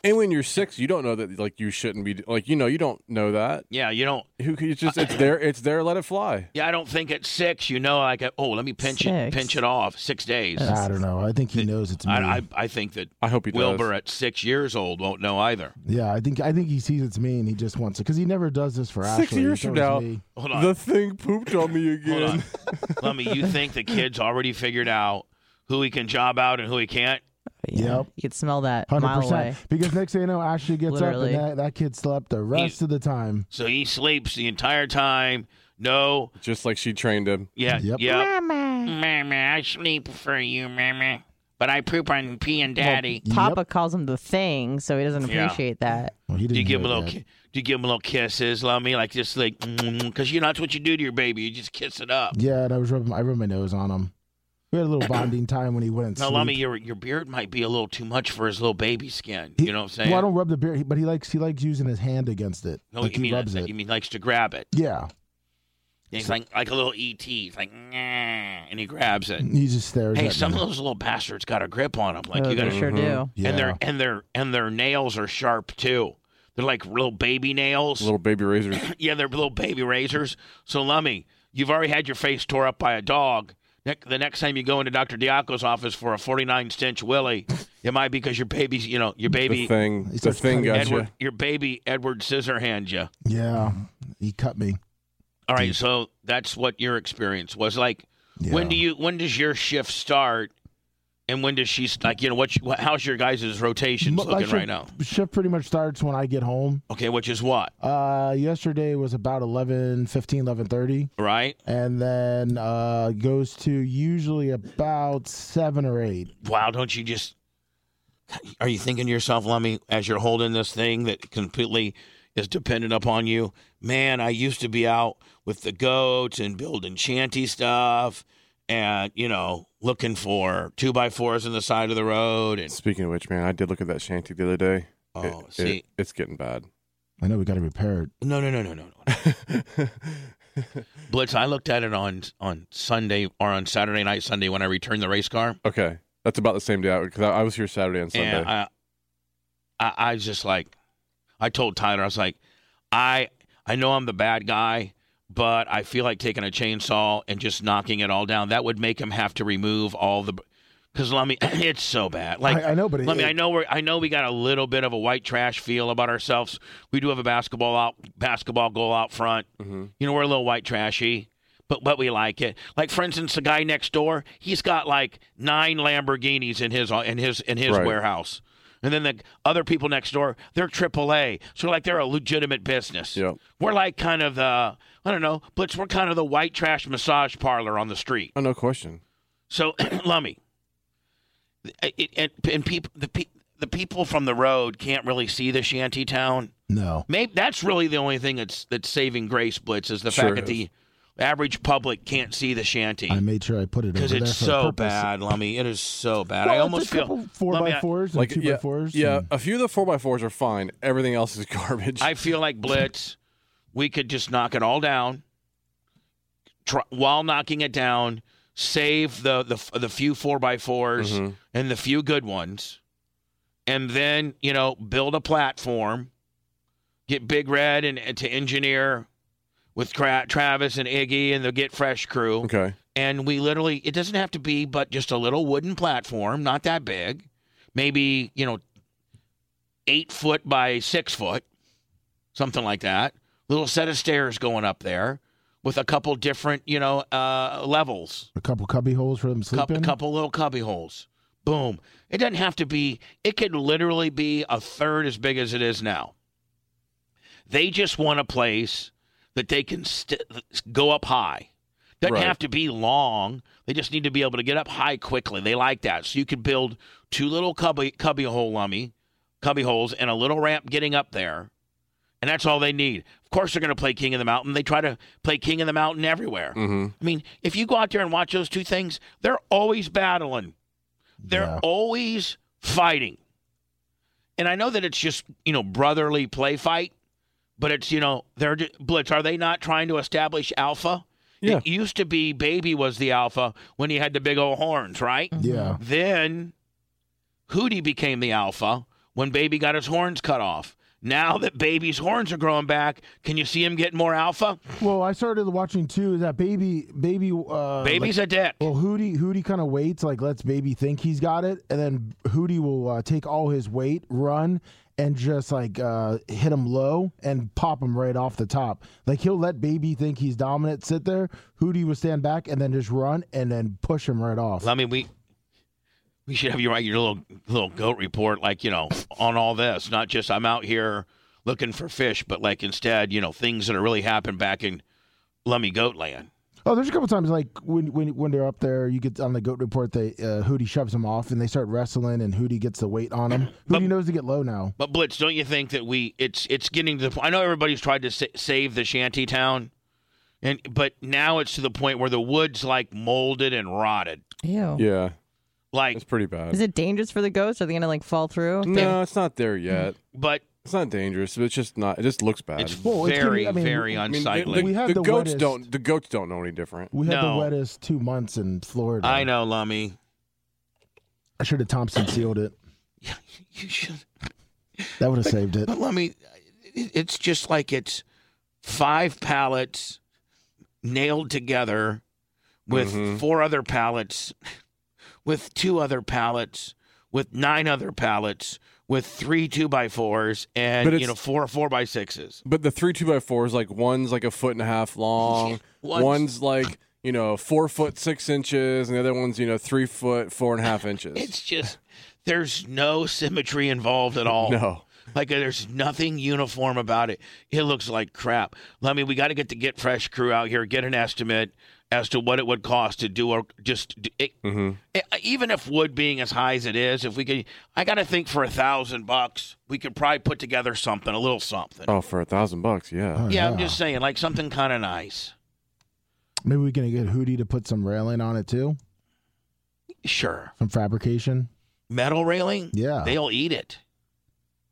Speaker 8: and when you're six, you don't know that like you shouldn't be like you know you don't know that.
Speaker 1: yeah, you don't.
Speaker 8: Who it's just it's there it's there. Let it fly.
Speaker 1: Yeah, I don't think at six, you know, like, oh, let me pinch it,
Speaker 10: Six.
Speaker 1: pinch it off. Six days.
Speaker 7: I don't know. I think he knows it's me.
Speaker 1: I, I, I think that
Speaker 8: I hope he does.
Speaker 1: Wilbur at six years old won't know either.
Speaker 7: Yeah, I think I think he sees it's me and he just wants it because he never does this for
Speaker 8: Six
Speaker 7: Ashley.
Speaker 8: years
Speaker 7: It's
Speaker 8: from
Speaker 7: always
Speaker 8: now,
Speaker 7: me.
Speaker 1: Hold on.
Speaker 8: the thing pooped on me
Speaker 1: Hold
Speaker 8: again.
Speaker 1: on. Let me, you think the kid's already figured out who he can job out and who he can't?
Speaker 10: Yeah.
Speaker 7: Yep.
Speaker 10: You could smell that a
Speaker 7: hundred
Speaker 10: mile away.
Speaker 7: percent. Because next thing you know, Ashley gets
Speaker 10: Literally.
Speaker 7: up and that, that kid slept the rest of the time.
Speaker 1: So he sleeps the entire time. No,
Speaker 8: Just like she trained him.
Speaker 1: yeah,
Speaker 7: Yep.
Speaker 1: yeah.
Speaker 10: Mama.
Speaker 1: Mama, I sleep for you, mama. But I poop on pee and daddy.
Speaker 10: Papa calls him the thing, so he doesn't
Speaker 1: Yeah.
Speaker 10: appreciate that.
Speaker 7: Well, he
Speaker 1: do
Speaker 7: didn't
Speaker 1: you give him a
Speaker 7: know
Speaker 1: little?
Speaker 7: that.
Speaker 1: Ki- do you give him a little kisses, Lummy? Like just like, because you know that's what you do to your baby. You just kiss it up.
Speaker 7: Yeah, and I was rubbing. I rubbed my nose on him. We had a little bonding time when he wouldn't.
Speaker 1: Now,
Speaker 7: sleep.
Speaker 1: Lummy, your your beard might be a little too much for his little baby skin.
Speaker 7: He-
Speaker 1: you know what I'm saying?
Speaker 7: Well, I don't rub the beard, but he likes he likes using his hand against it.
Speaker 1: no,
Speaker 7: like
Speaker 1: you
Speaker 7: he
Speaker 1: mean
Speaker 7: rubs
Speaker 1: that-
Speaker 7: it.
Speaker 1: you mean likes to grab it.
Speaker 7: yeah,
Speaker 1: He's like like a little ET. He's like, "Nyeh," and he grabs it.
Speaker 7: he just stares.
Speaker 1: Hey,
Speaker 7: at
Speaker 1: some
Speaker 7: me. Mm-hmm.
Speaker 1: of those little bastards got a grip on them. Like
Speaker 10: Oh,
Speaker 1: you got
Speaker 10: they
Speaker 1: to
Speaker 10: sure do.
Speaker 7: yeah.
Speaker 1: and their and their and their nails are sharp too. They're like little baby nails.
Speaker 8: Little baby razors.
Speaker 1: yeah, they're little baby razors. So Lummy, you've already had your face tore up by a dog. Ne- The next time you go into Doctor Diaco's office for a 49 stench willy, it might be because your baby's, you know, your
Speaker 8: The
Speaker 1: baby
Speaker 8: thing.
Speaker 7: He
Speaker 8: The
Speaker 7: starts
Speaker 8: thing
Speaker 7: cutting
Speaker 8: got
Speaker 1: Edward,
Speaker 8: you.
Speaker 1: your baby Edward Scissorhand you.
Speaker 7: yeah, he cut me.
Speaker 1: All right, so that's what your experience was like.
Speaker 7: Yeah.
Speaker 1: When do you? When does your shift start? And when does she like you know what? How's your guys' rotations
Speaker 7: But my
Speaker 1: looking
Speaker 7: shift-
Speaker 1: right now?
Speaker 7: Shift pretty much starts when I get home.
Speaker 1: Okay, which is what
Speaker 7: Uh, yesterday was about 11, 15, 11.30.
Speaker 1: right?
Speaker 7: And then uh, goes to usually about 7 or 8.
Speaker 1: Wow, don't you just? Are you thinking to yourself, Lemmy, as you're holding this thing that completely is dependent upon you? Man, I used to be out with the goats and building shanty stuff, and you know, looking for two by fours on the side of the road. And
Speaker 8: Speaking of which, man, I did look at that shanty the other day.
Speaker 1: Oh,
Speaker 8: It-
Speaker 1: see.
Speaker 8: it- it's getting bad.
Speaker 7: I know we got to repair it.
Speaker 1: no, no, no, no, no, no. Blitz, I looked at it on on Sunday or on Saturday night, Sunday when I returned the race car.
Speaker 8: Okay, that's about the same day because I, I was here Saturday and Sunday.
Speaker 1: And I, I, I was just like, I told Tyler, I was like, I, I know I'm the bad guy, but I feel like taking a chainsaw and just knocking it all down. That would make him have to remove all the, because let me, it's so bad. Like
Speaker 7: I know, but it-
Speaker 1: let me.
Speaker 7: it-
Speaker 1: I know we're. I know we got a little bit of a white trash feel about ourselves. We do have a basketball out, basketball goal out front.
Speaker 8: Mm-hmm.
Speaker 1: You know, we're a little white trashy, but but we like it. Like for instance, the guy next door, he's got like nine Lamborghinis in his in his in his
Speaker 8: Right.
Speaker 1: warehouse, and then the other people next door, they're AAA, so like they're a legitimate business.
Speaker 8: Yep.
Speaker 1: We're like kind of the I don't know, but we're kind of the white trash massage parlor on the street.
Speaker 8: oh, no question.
Speaker 1: So, Lummy, it, it, and, and people, the pe- the people from the road can't really see the shanty town.
Speaker 7: No.
Speaker 1: Maybe that's really the only thing that's that's saving Grace Blitz is the
Speaker 8: Sure
Speaker 1: fact that the average public can't see the shanty
Speaker 7: I made sure I put it over
Speaker 1: because
Speaker 7: there
Speaker 1: it's
Speaker 7: for a
Speaker 1: so
Speaker 7: purpose.
Speaker 1: bad, Lummy. It is so bad. I
Speaker 7: Well,
Speaker 1: almost
Speaker 7: it's a
Speaker 1: feel
Speaker 7: couple four
Speaker 1: Lummi,
Speaker 7: by fours and
Speaker 8: Like
Speaker 7: two
Speaker 8: yeah,
Speaker 7: by fours. Hmm.
Speaker 8: yeah.
Speaker 7: and-
Speaker 8: A few of the four by fours are fine. Everything else is garbage.
Speaker 1: I feel like Blitz, we could just knock it all down. Try, while knocking it down, save the the the few four by 4s
Speaker 8: Mhm.
Speaker 1: and the few good ones, and then you know build a platform. Get Big Red and, and to engineer with Tra- Travis and Iggy and the Get Fresh crew
Speaker 8: okay.
Speaker 1: and we literally it doesn't have to be but just a little wooden platform not that big maybe you know eight foot by six foot something like that little set of stairs going up there with a couple different you know uh, levels
Speaker 7: A couple cubby holes for them
Speaker 1: Cup,
Speaker 7: sleeping.
Speaker 1: couple little cubby holes boom it doesn't have to be it could literally be a third as big as it is now they just want a place that they can st- go up high. Doesn't
Speaker 8: Right.
Speaker 1: have to be long. They just need to be able to get up high quickly. They like that. So you could build two little cubby cubby hole lummy, cubby holes, and a little ramp getting up there, and that's all they need. Of course, they're going to play King of the Mountain. They try to play King of the Mountain everywhere.
Speaker 8: Mm-hmm.
Speaker 1: I mean, if you go out there and watch those two things, they're always battling. They're
Speaker 7: Yeah.
Speaker 1: always fighting. And I know that it's just, you know, brotherly play fight, but it's, you know, they're ju- blitz. Are they not trying to establish alpha?
Speaker 8: Yeah.
Speaker 1: It used to be baby was the alpha when he had the big old horns, right?
Speaker 8: Mm-hmm.
Speaker 7: Yeah.
Speaker 1: Then Hootie became the alpha when baby got his horns cut off. Now that baby's horns are growing back, can you see him getting more alpha?
Speaker 7: Well, I started watching too. Is that baby, baby, uh,
Speaker 1: Baby's
Speaker 7: like-
Speaker 1: a dick.
Speaker 7: well, Hootie, Hootie kind of waits, like lets baby think he's got it, and then Hootie will uh, take all his weight, run, and just like uh, hit him low and pop him right off the top. Like he'll let baby think he's dominant, sit there. Hootie will stand back and then just run and then push him right off.
Speaker 1: Well, I mean, we we should have you write your little little goat report, like you know, on all this. Not just I'm out here looking for fish, but like instead, you know, things that are really happened back in Lummy Goat Land.
Speaker 7: Oh, there's a couple times like when when when they're up there, you get on the goat report. They uh, Hootie shoves him off, and they start wrestling, and Hootie gets the weight on him. Hootie knows to get low now.
Speaker 1: But Blitz, don't you think that we it's it's getting to the point? I know everybody's tried to sa- save the shanty town, and but now it's to the point where the wood's like molded and rotted.
Speaker 7: Oh.
Speaker 10: Ew.
Speaker 8: Yeah,
Speaker 1: Like,
Speaker 8: it's pretty bad.
Speaker 10: Is it dangerous for the ghosts? Are they gonna like fall through?
Speaker 8: no, it's not
Speaker 7: Hmm.
Speaker 8: there yet.
Speaker 1: but
Speaker 8: It's not dangerous, but it's just not. It just looks bad.
Speaker 1: it's
Speaker 7: Well, it's gonna
Speaker 1: very
Speaker 7: be- I mean,
Speaker 1: very
Speaker 7: I
Speaker 8: I mean,
Speaker 1: unsightly.
Speaker 8: the,
Speaker 7: We had
Speaker 8: the
Speaker 7: the
Speaker 8: goats
Speaker 7: wettest-
Speaker 8: don't. The goats don't know any different.
Speaker 7: We had
Speaker 1: No.
Speaker 7: the wettest two months in Florida.
Speaker 1: I know, Lummy.
Speaker 7: I should have Thompson sealed it.
Speaker 1: You should.
Speaker 7: That would have saved it.
Speaker 1: But let me, it- it's just like it's five pallets nailed together with
Speaker 8: Mhm.
Speaker 1: four other pallets, with two other pallets, with nine other pallets, with three two by fours,
Speaker 8: But
Speaker 1: and you
Speaker 8: it's-
Speaker 1: know four four by sixes.
Speaker 8: But the three two by fours, like one's like a foot and a half long.
Speaker 1: One's-
Speaker 8: one's like you know, four foot six inches, and the other one's, you know, three foot four and a half inches.
Speaker 1: It's just there's no symmetry involved at all.
Speaker 8: No.
Speaker 1: Like there's nothing uniform about it. It looks like crap. Let me we got to get the Get Fresh crew out here, get an estimate as to what it would cost to do or just do it, e- even if wood being as high as it is, if we could, I got to think for a thousand bucks, we could probably put together something, a little something.
Speaker 8: Oh, for a thousand bucks, Oh, yeah.
Speaker 1: yeah, I'm just saying, like something kind of nice.
Speaker 7: Maybe we can get Hootie to put some railing on it too,
Speaker 1: Sure,
Speaker 7: some fabrication.
Speaker 1: metal railing.
Speaker 7: Yeah.
Speaker 1: they'll eat it.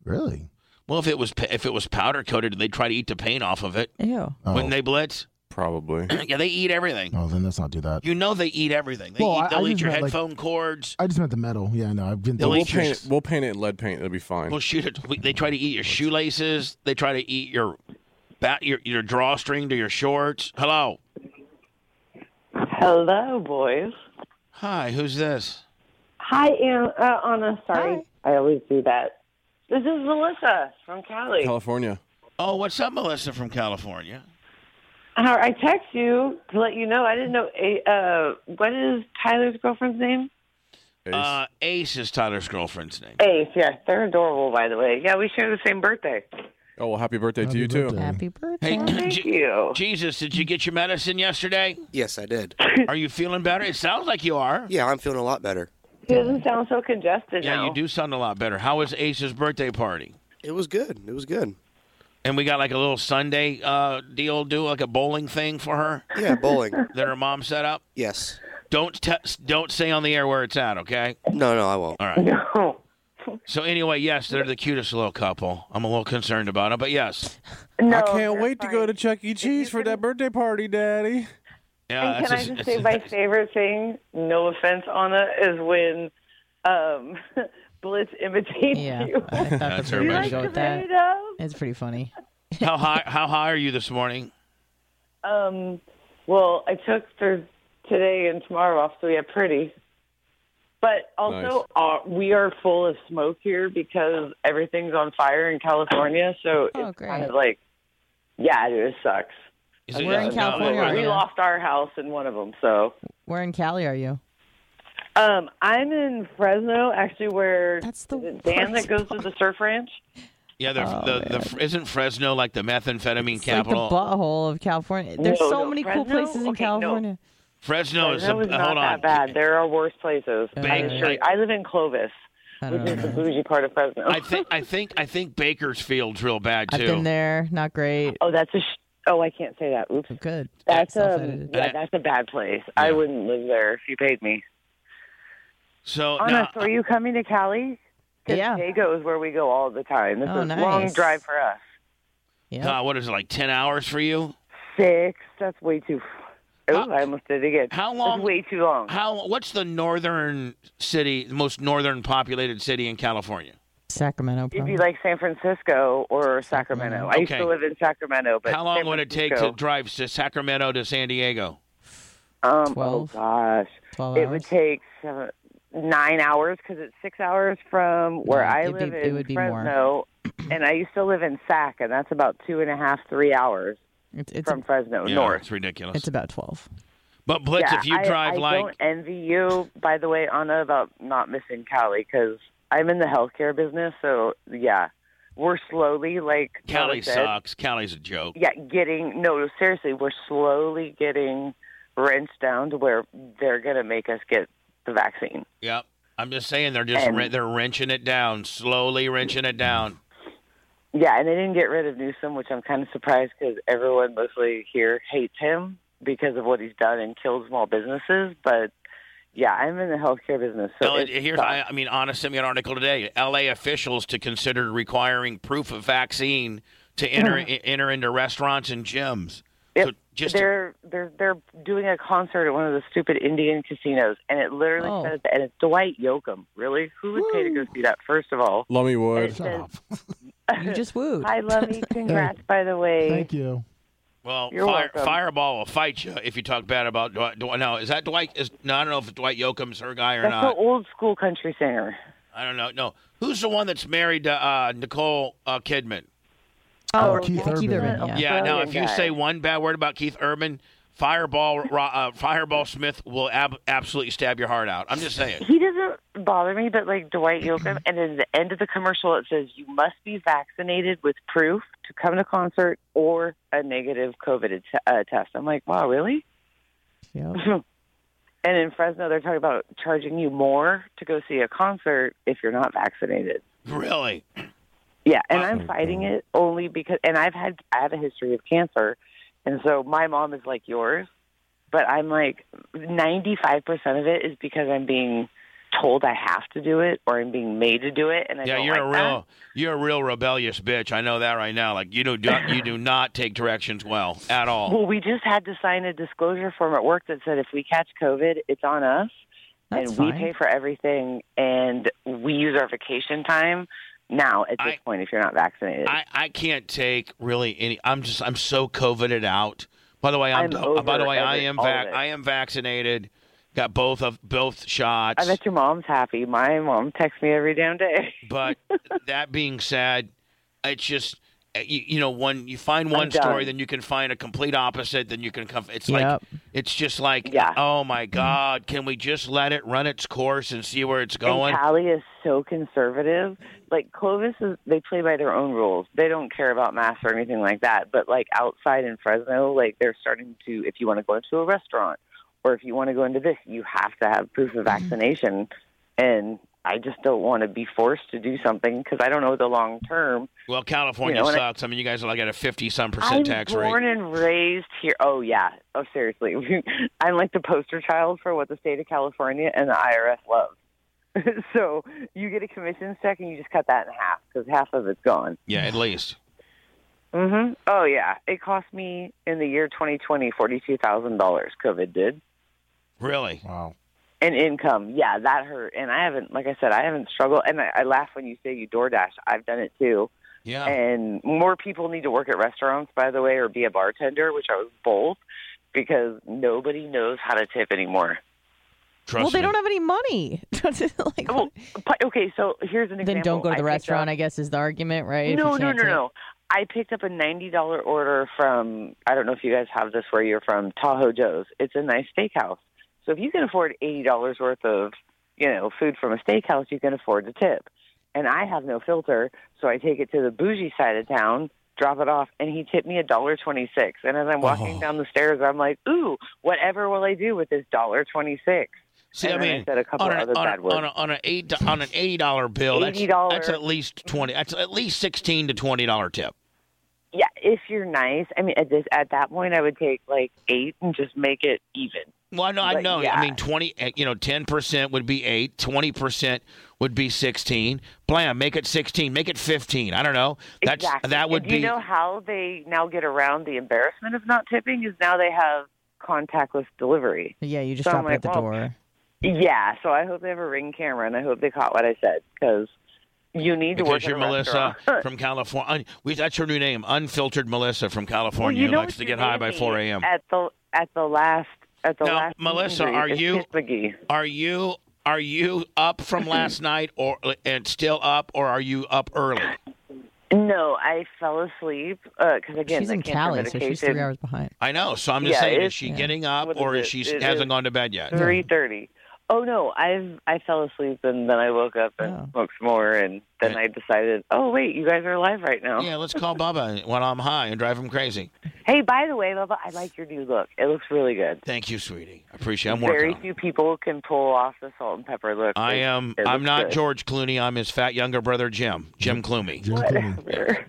Speaker 7: Really?
Speaker 1: Well, if it was pa- if it was powder coated, they try to eat the paint off of it.
Speaker 10: Ew.
Speaker 1: Wouldn't they blitz?
Speaker 8: Probably.
Speaker 1: yeah, they eat everything.
Speaker 7: Oh, then let's not do that.
Speaker 1: You know they eat everything. They
Speaker 7: Well, I-
Speaker 1: eat, they'll
Speaker 7: I
Speaker 1: eat
Speaker 7: just
Speaker 1: your
Speaker 7: meant, like-
Speaker 1: headphone cords.
Speaker 7: I just meant the metal. Yeah, no, I've been.
Speaker 1: They'll
Speaker 8: We'll
Speaker 1: eat your
Speaker 8: paint it. We'll paint it in lead paint. It'll be fine.
Speaker 1: Well, shoot it. We- They try to eat your shoelaces. They try to eat your bat, your your drawstring to your shorts. Hello.
Speaker 12: Hello, boys.
Speaker 1: Hi, who's this?
Speaker 12: Hi, Ann, uh, Anna. Sorry, I always do that. This is Melissa from Cali.
Speaker 8: California.
Speaker 1: Oh, what's up, Melissa from California?
Speaker 12: Uh, I text you to let you know. I didn't know. a- Uh, what is Tyler's girlfriend's name?
Speaker 1: Ace. Uh, Ace is Tyler's girlfriend's name.
Speaker 12: Ace. Yes, they're adorable, by the way. Yeah, we share the same birthday.
Speaker 8: Oh well, happy birthday to you too.
Speaker 10: Happy birthday.
Speaker 1: Hey, Je-
Speaker 12: you.
Speaker 1: Jesus, did you get your medicine yesterday?
Speaker 2: Yes, I did.
Speaker 1: Are you feeling better? It sounds like you are.
Speaker 2: Yeah, I'm feeling a lot better.
Speaker 12: He doesn't sound so congested
Speaker 1: Yeah,
Speaker 12: now.
Speaker 1: you do sound a lot better. How was Ace's birthday party?
Speaker 2: It was good. It was good.
Speaker 1: And we got like a little Sunday uh, deal, do like a bowling thing for her
Speaker 2: Yeah, bowling.
Speaker 1: that her mom set up.
Speaker 2: yes.
Speaker 1: Don't te- don't say on the air where it's at, okay?
Speaker 2: No, no, I won't.
Speaker 1: All right.
Speaker 12: No.
Speaker 1: So anyway, yes, they're the cutest little couple. I'm a little concerned about them, but yes,
Speaker 12: No,
Speaker 8: I can't
Speaker 12: that's
Speaker 8: wait to go to Chuck E. Cheese for that birthday party, Daddy.
Speaker 1: yeah.
Speaker 12: And can I
Speaker 1: it's uh, just- E.
Speaker 12: just
Speaker 1: it's-
Speaker 12: say my favorite thing? No offense, Anna, is when um, Blitz imitates
Speaker 10: Yeah,
Speaker 12: you.
Speaker 10: I thought
Speaker 1: That's
Speaker 10: that's
Speaker 1: her
Speaker 10: where you were
Speaker 1: best.
Speaker 10: gonna go with that.
Speaker 12: Tomatoes.
Speaker 10: It's pretty funny.
Speaker 1: how high how high are you this morning?
Speaker 12: Um, well, I took for today and tomorrow off, so yeah, pretty. But also, uh, we are full of smoke here because everything's on fire in California. So
Speaker 10: Oh,
Speaker 12: it's
Speaker 10: great.
Speaker 12: kind of like, yeah, dude, it sucks.
Speaker 1: Is it-
Speaker 10: We're in
Speaker 1: no,
Speaker 10: California
Speaker 1: no,
Speaker 10: right
Speaker 12: We
Speaker 10: now.
Speaker 12: lost our house in one of them. So
Speaker 10: Where in Cali are you?
Speaker 12: um, I'm in Fresno, actually, where
Speaker 10: That's the
Speaker 12: is it Dan that
Speaker 10: worst
Speaker 12: goes to the surf ranch.
Speaker 1: Yeah, the,
Speaker 10: Oh,
Speaker 1: the, the, isn't Fresno like the methamphetamine
Speaker 10: It's like the
Speaker 1: capital?
Speaker 10: butthole of California. There's
Speaker 12: No,
Speaker 10: so
Speaker 12: no,
Speaker 10: many cool
Speaker 12: Fresno?
Speaker 10: places in
Speaker 12: Okay, no.
Speaker 10: California.
Speaker 1: Oh, Fresno is
Speaker 12: Fresno
Speaker 1: the,
Speaker 12: is not
Speaker 1: hold
Speaker 12: that
Speaker 1: on.
Speaker 12: bad. There are worse places. I'm
Speaker 1: Bang.
Speaker 12: sure. I live in Clovis,
Speaker 10: I
Speaker 12: which
Speaker 10: don't
Speaker 12: is the
Speaker 10: know.
Speaker 12: bougie part of Fresno.
Speaker 1: I think I think I think Bakersfield's real bad too.
Speaker 10: I've been there. Not great.
Speaker 12: Oh, that's a. Sh- oh, I can't say that. Oops.
Speaker 10: Good.
Speaker 12: That's a.
Speaker 10: Self-edited.
Speaker 12: Yeah, that's a bad place. I wouldn't live there if you paid me.
Speaker 1: So
Speaker 12: Honest,
Speaker 1: now,
Speaker 12: are you coming to Cali? 'Cause
Speaker 10: Yeah.
Speaker 12: Dago is where we go all the time. This
Speaker 10: Oh,
Speaker 12: is a long
Speaker 10: nice.
Speaker 12: drive for us.
Speaker 10: Yeah.
Speaker 1: God, what is it like ten hours for you?
Speaker 12: Six. That's way too.
Speaker 1: How-
Speaker 12: Oh, I almost did it again.
Speaker 1: how
Speaker 12: That's
Speaker 1: long-
Speaker 12: way too long.
Speaker 1: Um, How what's the northern city, the most northern populated city in California?
Speaker 10: Sacramento.
Speaker 12: It'd
Speaker 10: probably.
Speaker 12: be like San Francisco or Sacramento. I used
Speaker 1: Okay.
Speaker 12: to live in Sacramento, but
Speaker 1: How long
Speaker 12: San
Speaker 1: would it take to
Speaker 12: Francisco-
Speaker 1: drive to Sacramento to San Diego?
Speaker 12: Um,
Speaker 10: Twelve?
Speaker 12: Oh gosh,
Speaker 10: 12
Speaker 12: it would
Speaker 10: hours?
Speaker 12: take seven, nine hours because it's six hours from where
Speaker 10: No,
Speaker 12: I
Speaker 10: it'd be-
Speaker 12: live
Speaker 10: it
Speaker 12: in
Speaker 10: would be more.
Speaker 12: Fresno, and I used to live in Sac, and that's about two and a half, three hours
Speaker 10: It's, it's,
Speaker 12: from Fresno
Speaker 1: Yeah,
Speaker 12: north.
Speaker 1: it's ridiculous.
Speaker 10: it's about 12.
Speaker 1: but Blitz,
Speaker 12: yeah,
Speaker 1: if you
Speaker 12: I-
Speaker 1: drive
Speaker 12: I,
Speaker 1: like
Speaker 12: don't envy you, by the way, Anna, about not missing Cali because I'm in the healthcare business, so yeah, we're slowly like Noah
Speaker 1: Cali
Speaker 12: said,
Speaker 1: sucks, Cali's a joke.
Speaker 12: yeah, getting no, seriously, we're slowly getting wrenched down to where they're going to make us get the vaccine.
Speaker 1: Yep. I'm just saying they're just
Speaker 12: And-
Speaker 1: wren- they're wrenching it down, slowly wrenching it down.
Speaker 12: Yeah, and they didn't get rid of Newsom, which I'm kind of surprised because everyone mostly here hates him because of what he's done and killed small businesses. But yeah, I'm in the healthcare business, so
Speaker 1: No,
Speaker 12: it
Speaker 1: here's
Speaker 12: sucks.
Speaker 1: I, I mean, Anna sent me an article today. L.A. officials to consider requiring proof of vaccine to enter
Speaker 12: Hmm.
Speaker 1: i- enter into restaurants and gyms.
Speaker 12: Yep.
Speaker 1: So just to,
Speaker 12: they're they're they're doing a concert at one of the stupid Indian casinos, and it literally
Speaker 10: Oh.
Speaker 12: says, and it's Dwight Yoakam. Really, who would pay to go see that? First of all,
Speaker 8: Lummy
Speaker 12: And it
Speaker 8: Wood.
Speaker 12: says,
Speaker 10: You just wooed.
Speaker 12: "Hi, Lovey, congrats, by the way."
Speaker 7: Thank you.
Speaker 1: well,
Speaker 12: You're
Speaker 1: fire,
Speaker 12: welcome.
Speaker 1: Fireball will fight you if you talk bad about Dwight. Dwight no, is that Dwight? Is no, I don't know if Dwight Yoakam's her guy or
Speaker 12: That's the
Speaker 1: not.
Speaker 12: old school country singer.
Speaker 1: I don't know. No, who's the one that's married to uh, Nicole uh, Kidman?
Speaker 10: Oh,
Speaker 7: Keith Urban.
Speaker 10: Keith Urban, yeah.
Speaker 1: Yeah. Now,
Speaker 12: Australian
Speaker 1: if you
Speaker 12: guy.
Speaker 1: say one bad word about Keith Urban, Fireball Ro- uh, Fireball Smith will ab- absolutely stab your heart out. I'm just saying.
Speaker 12: He doesn't bother me, but like Dwight Yoakam, and in the end of the commercial, it says you must be vaccinated with proof to come to concert or a negative COVID t- uh, test. I'm like, wow, really? and in Fresno, they're talking about charging you more to go see a concert if you're not vaccinated.
Speaker 1: Really?
Speaker 12: Yeah, and I'm fighting it only because, and I've had I have a history of cancer, and so my mom is like yours, but I'm like 95 percent of it is because I'm being told I have to do it or I'm being made to do it, and I
Speaker 1: Yeah,
Speaker 12: don't
Speaker 1: you're a
Speaker 12: like
Speaker 1: real you're a real rebellious bitch. I know that right now. Like you do, do you do not take directions well at
Speaker 12: that.
Speaker 1: all.
Speaker 12: Well, we just had to sign a disclosure form at work that said if we catch COVID, it's on us,
Speaker 10: That's
Speaker 12: and we
Speaker 10: fine.
Speaker 12: pay for everything, and we use our vacation time now at this point if you're not vaccinated.
Speaker 1: I, I can't take really any. I'm just I'm so coveted out. By the way, I'm,
Speaker 12: I'm over
Speaker 1: by the way I
Speaker 12: every-
Speaker 1: am
Speaker 12: all of
Speaker 1: vac-
Speaker 12: it.
Speaker 1: I am vaccinated. Got both of both shots.
Speaker 12: I bet your mom's happy. My mom texts me every damn day.
Speaker 1: But that being said, it's just uh, you, you know when you find
Speaker 12: I'm
Speaker 1: one
Speaker 12: done.
Speaker 1: story, then you can find a complete opposite. Then you can come. It's like
Speaker 10: Yep.
Speaker 1: it's just like oh my god, can we just let it run its course and see where it's going?
Speaker 12: And Callie is so conservative. Like Clovis is, they play by their own rules. They don't care about masks or anything like that. But like outside in Fresno, like they're starting to. If you want to go into a restaurant, or if you want to go into this, you have to have proof
Speaker 1: Mm-hmm.
Speaker 12: of vaccination. And I just don't want to be forced to do something because I don't know the long term.
Speaker 1: Well, California
Speaker 12: You know, and I-
Speaker 1: sucks. I mean, you guys are like at a fifty some
Speaker 12: I'm
Speaker 1: percent tax rate.
Speaker 12: born and raised here. Oh yeah. Oh seriously, I'm like the poster child for what the state of California and the IRS loves. so you get a commissions check and you just cut that in half because half of it's gone.
Speaker 1: Yeah, at least.
Speaker 12: hmm Oh yeah, it cost me in the year 2020 forty-two thousand dollars. COVID did.
Speaker 1: Really?
Speaker 7: Wow.
Speaker 12: And income, yeah, that hurt. And I haven't, like I said, I haven't struggled. And I, I laugh when you say you DoorDash. I've done it too.
Speaker 1: Yeah.
Speaker 12: And more people need to work at restaurants, by the way, or be a bartender, which I was both, because nobody knows how to tip anymore.
Speaker 10: well, they don't have any money. like,
Speaker 12: But, okay, so here's an example.
Speaker 10: then don't go to
Speaker 12: I
Speaker 10: the
Speaker 12: picked
Speaker 10: restaurant.
Speaker 12: up-
Speaker 10: I guess is the argument, right? If
Speaker 12: No,
Speaker 10: you
Speaker 12: no,
Speaker 10: can't
Speaker 12: no,
Speaker 10: take-
Speaker 12: no. I picked up a ninety dollar order from I don't know if you guys have this where you're from Tahoe Joe's. It's a nice steakhouse. So if you can afford eighty dollars worth of you know food from a steakhouse, you can afford to tip. And I have no filter, so I take it to the bougie side of town, drop it off, and he tipped me a dollar twenty six. And as I'm
Speaker 1: Oh.
Speaker 12: walking down the stairs, I'm like, "Ooh, whatever will I do with this dollar twenty six?
Speaker 1: See,
Speaker 12: and
Speaker 1: I
Speaker 12: then
Speaker 1: mean,
Speaker 12: said a couple
Speaker 1: on, an,
Speaker 12: other
Speaker 1: on,
Speaker 12: bad
Speaker 1: a,
Speaker 12: words.
Speaker 1: on, a, on an eight on an eighty dollar bill, that's,
Speaker 12: $80
Speaker 1: that's at least twenty. That's at least sixteen to twenty dollar tip.
Speaker 12: Yeah, if you're nice, I mean, at this at that point, I would take like eight and just make it even.
Speaker 1: Well, I know, I
Speaker 12: But
Speaker 1: know.
Speaker 12: yeah.
Speaker 1: I mean, twenty. uh, You know, ten percent would be eight. Twenty percent would be sixteen. Blam, make it sixteen. Make it fifteen. I don't know. That's
Speaker 12: exactly.
Speaker 1: that would
Speaker 12: and do
Speaker 1: be.
Speaker 12: You know how they now get around the embarrassment of not tipping is now they have contactless delivery.
Speaker 10: Yeah, you just
Speaker 12: So I'm
Speaker 10: drop it at the
Speaker 12: like, well,
Speaker 10: door.
Speaker 12: Yeah, so I hope they have a ring camera and I hope they caught what I said because you need to
Speaker 1: because
Speaker 12: work
Speaker 1: you're
Speaker 12: at a
Speaker 1: Melissa
Speaker 12: restaurant.
Speaker 1: from California. We, that's her new name, Unfiltered Melissa from California,
Speaker 12: you know
Speaker 1: who
Speaker 12: what
Speaker 1: likes to
Speaker 12: you
Speaker 1: get high
Speaker 12: made
Speaker 1: by
Speaker 12: me
Speaker 1: 4 a.m.
Speaker 12: at the at the last at the
Speaker 1: Now,
Speaker 12: last
Speaker 1: Melissa,
Speaker 12: meeting,
Speaker 1: are
Speaker 12: it's
Speaker 1: you
Speaker 12: Kiss McGee.
Speaker 1: are you are you up from last night, or and still up, or are you up early?
Speaker 12: No, I fell asleep because again,
Speaker 10: she's
Speaker 12: the
Speaker 10: in
Speaker 12: cancer
Speaker 10: Cali, so she's
Speaker 12: medication-
Speaker 10: three hours behind.
Speaker 1: I know, so I'm just
Speaker 12: Yeah,
Speaker 1: saying, is
Speaker 12: it's-
Speaker 1: she
Speaker 12: yeah.
Speaker 1: getting up,
Speaker 12: What
Speaker 1: or
Speaker 12: is
Speaker 1: is
Speaker 12: it?
Speaker 1: she
Speaker 12: It
Speaker 1: hasn't
Speaker 12: is
Speaker 1: gone to bed yet?
Speaker 12: Three thirty. Oh no, I've I fell asleep and then I woke up and
Speaker 1: Oh.
Speaker 12: smoked some more and then I decided, oh wait, you guys are live right now.
Speaker 1: Yeah, let's call Bubba when I'm high and drive him crazy.
Speaker 12: Hey, by the way, Bubba, I like your new look. It looks really good.
Speaker 1: Thank you, sweetie. I appreciate. it. I'm working.
Speaker 12: Very
Speaker 1: on it.
Speaker 12: few people can pull off the salt and pepper look.
Speaker 1: I
Speaker 12: It-
Speaker 1: am.
Speaker 12: it
Speaker 1: I'm
Speaker 12: looks
Speaker 1: not
Speaker 12: good.
Speaker 1: George Clooney. I'm his fat younger brother, Jim. Jim Clooney.
Speaker 12: Whatever.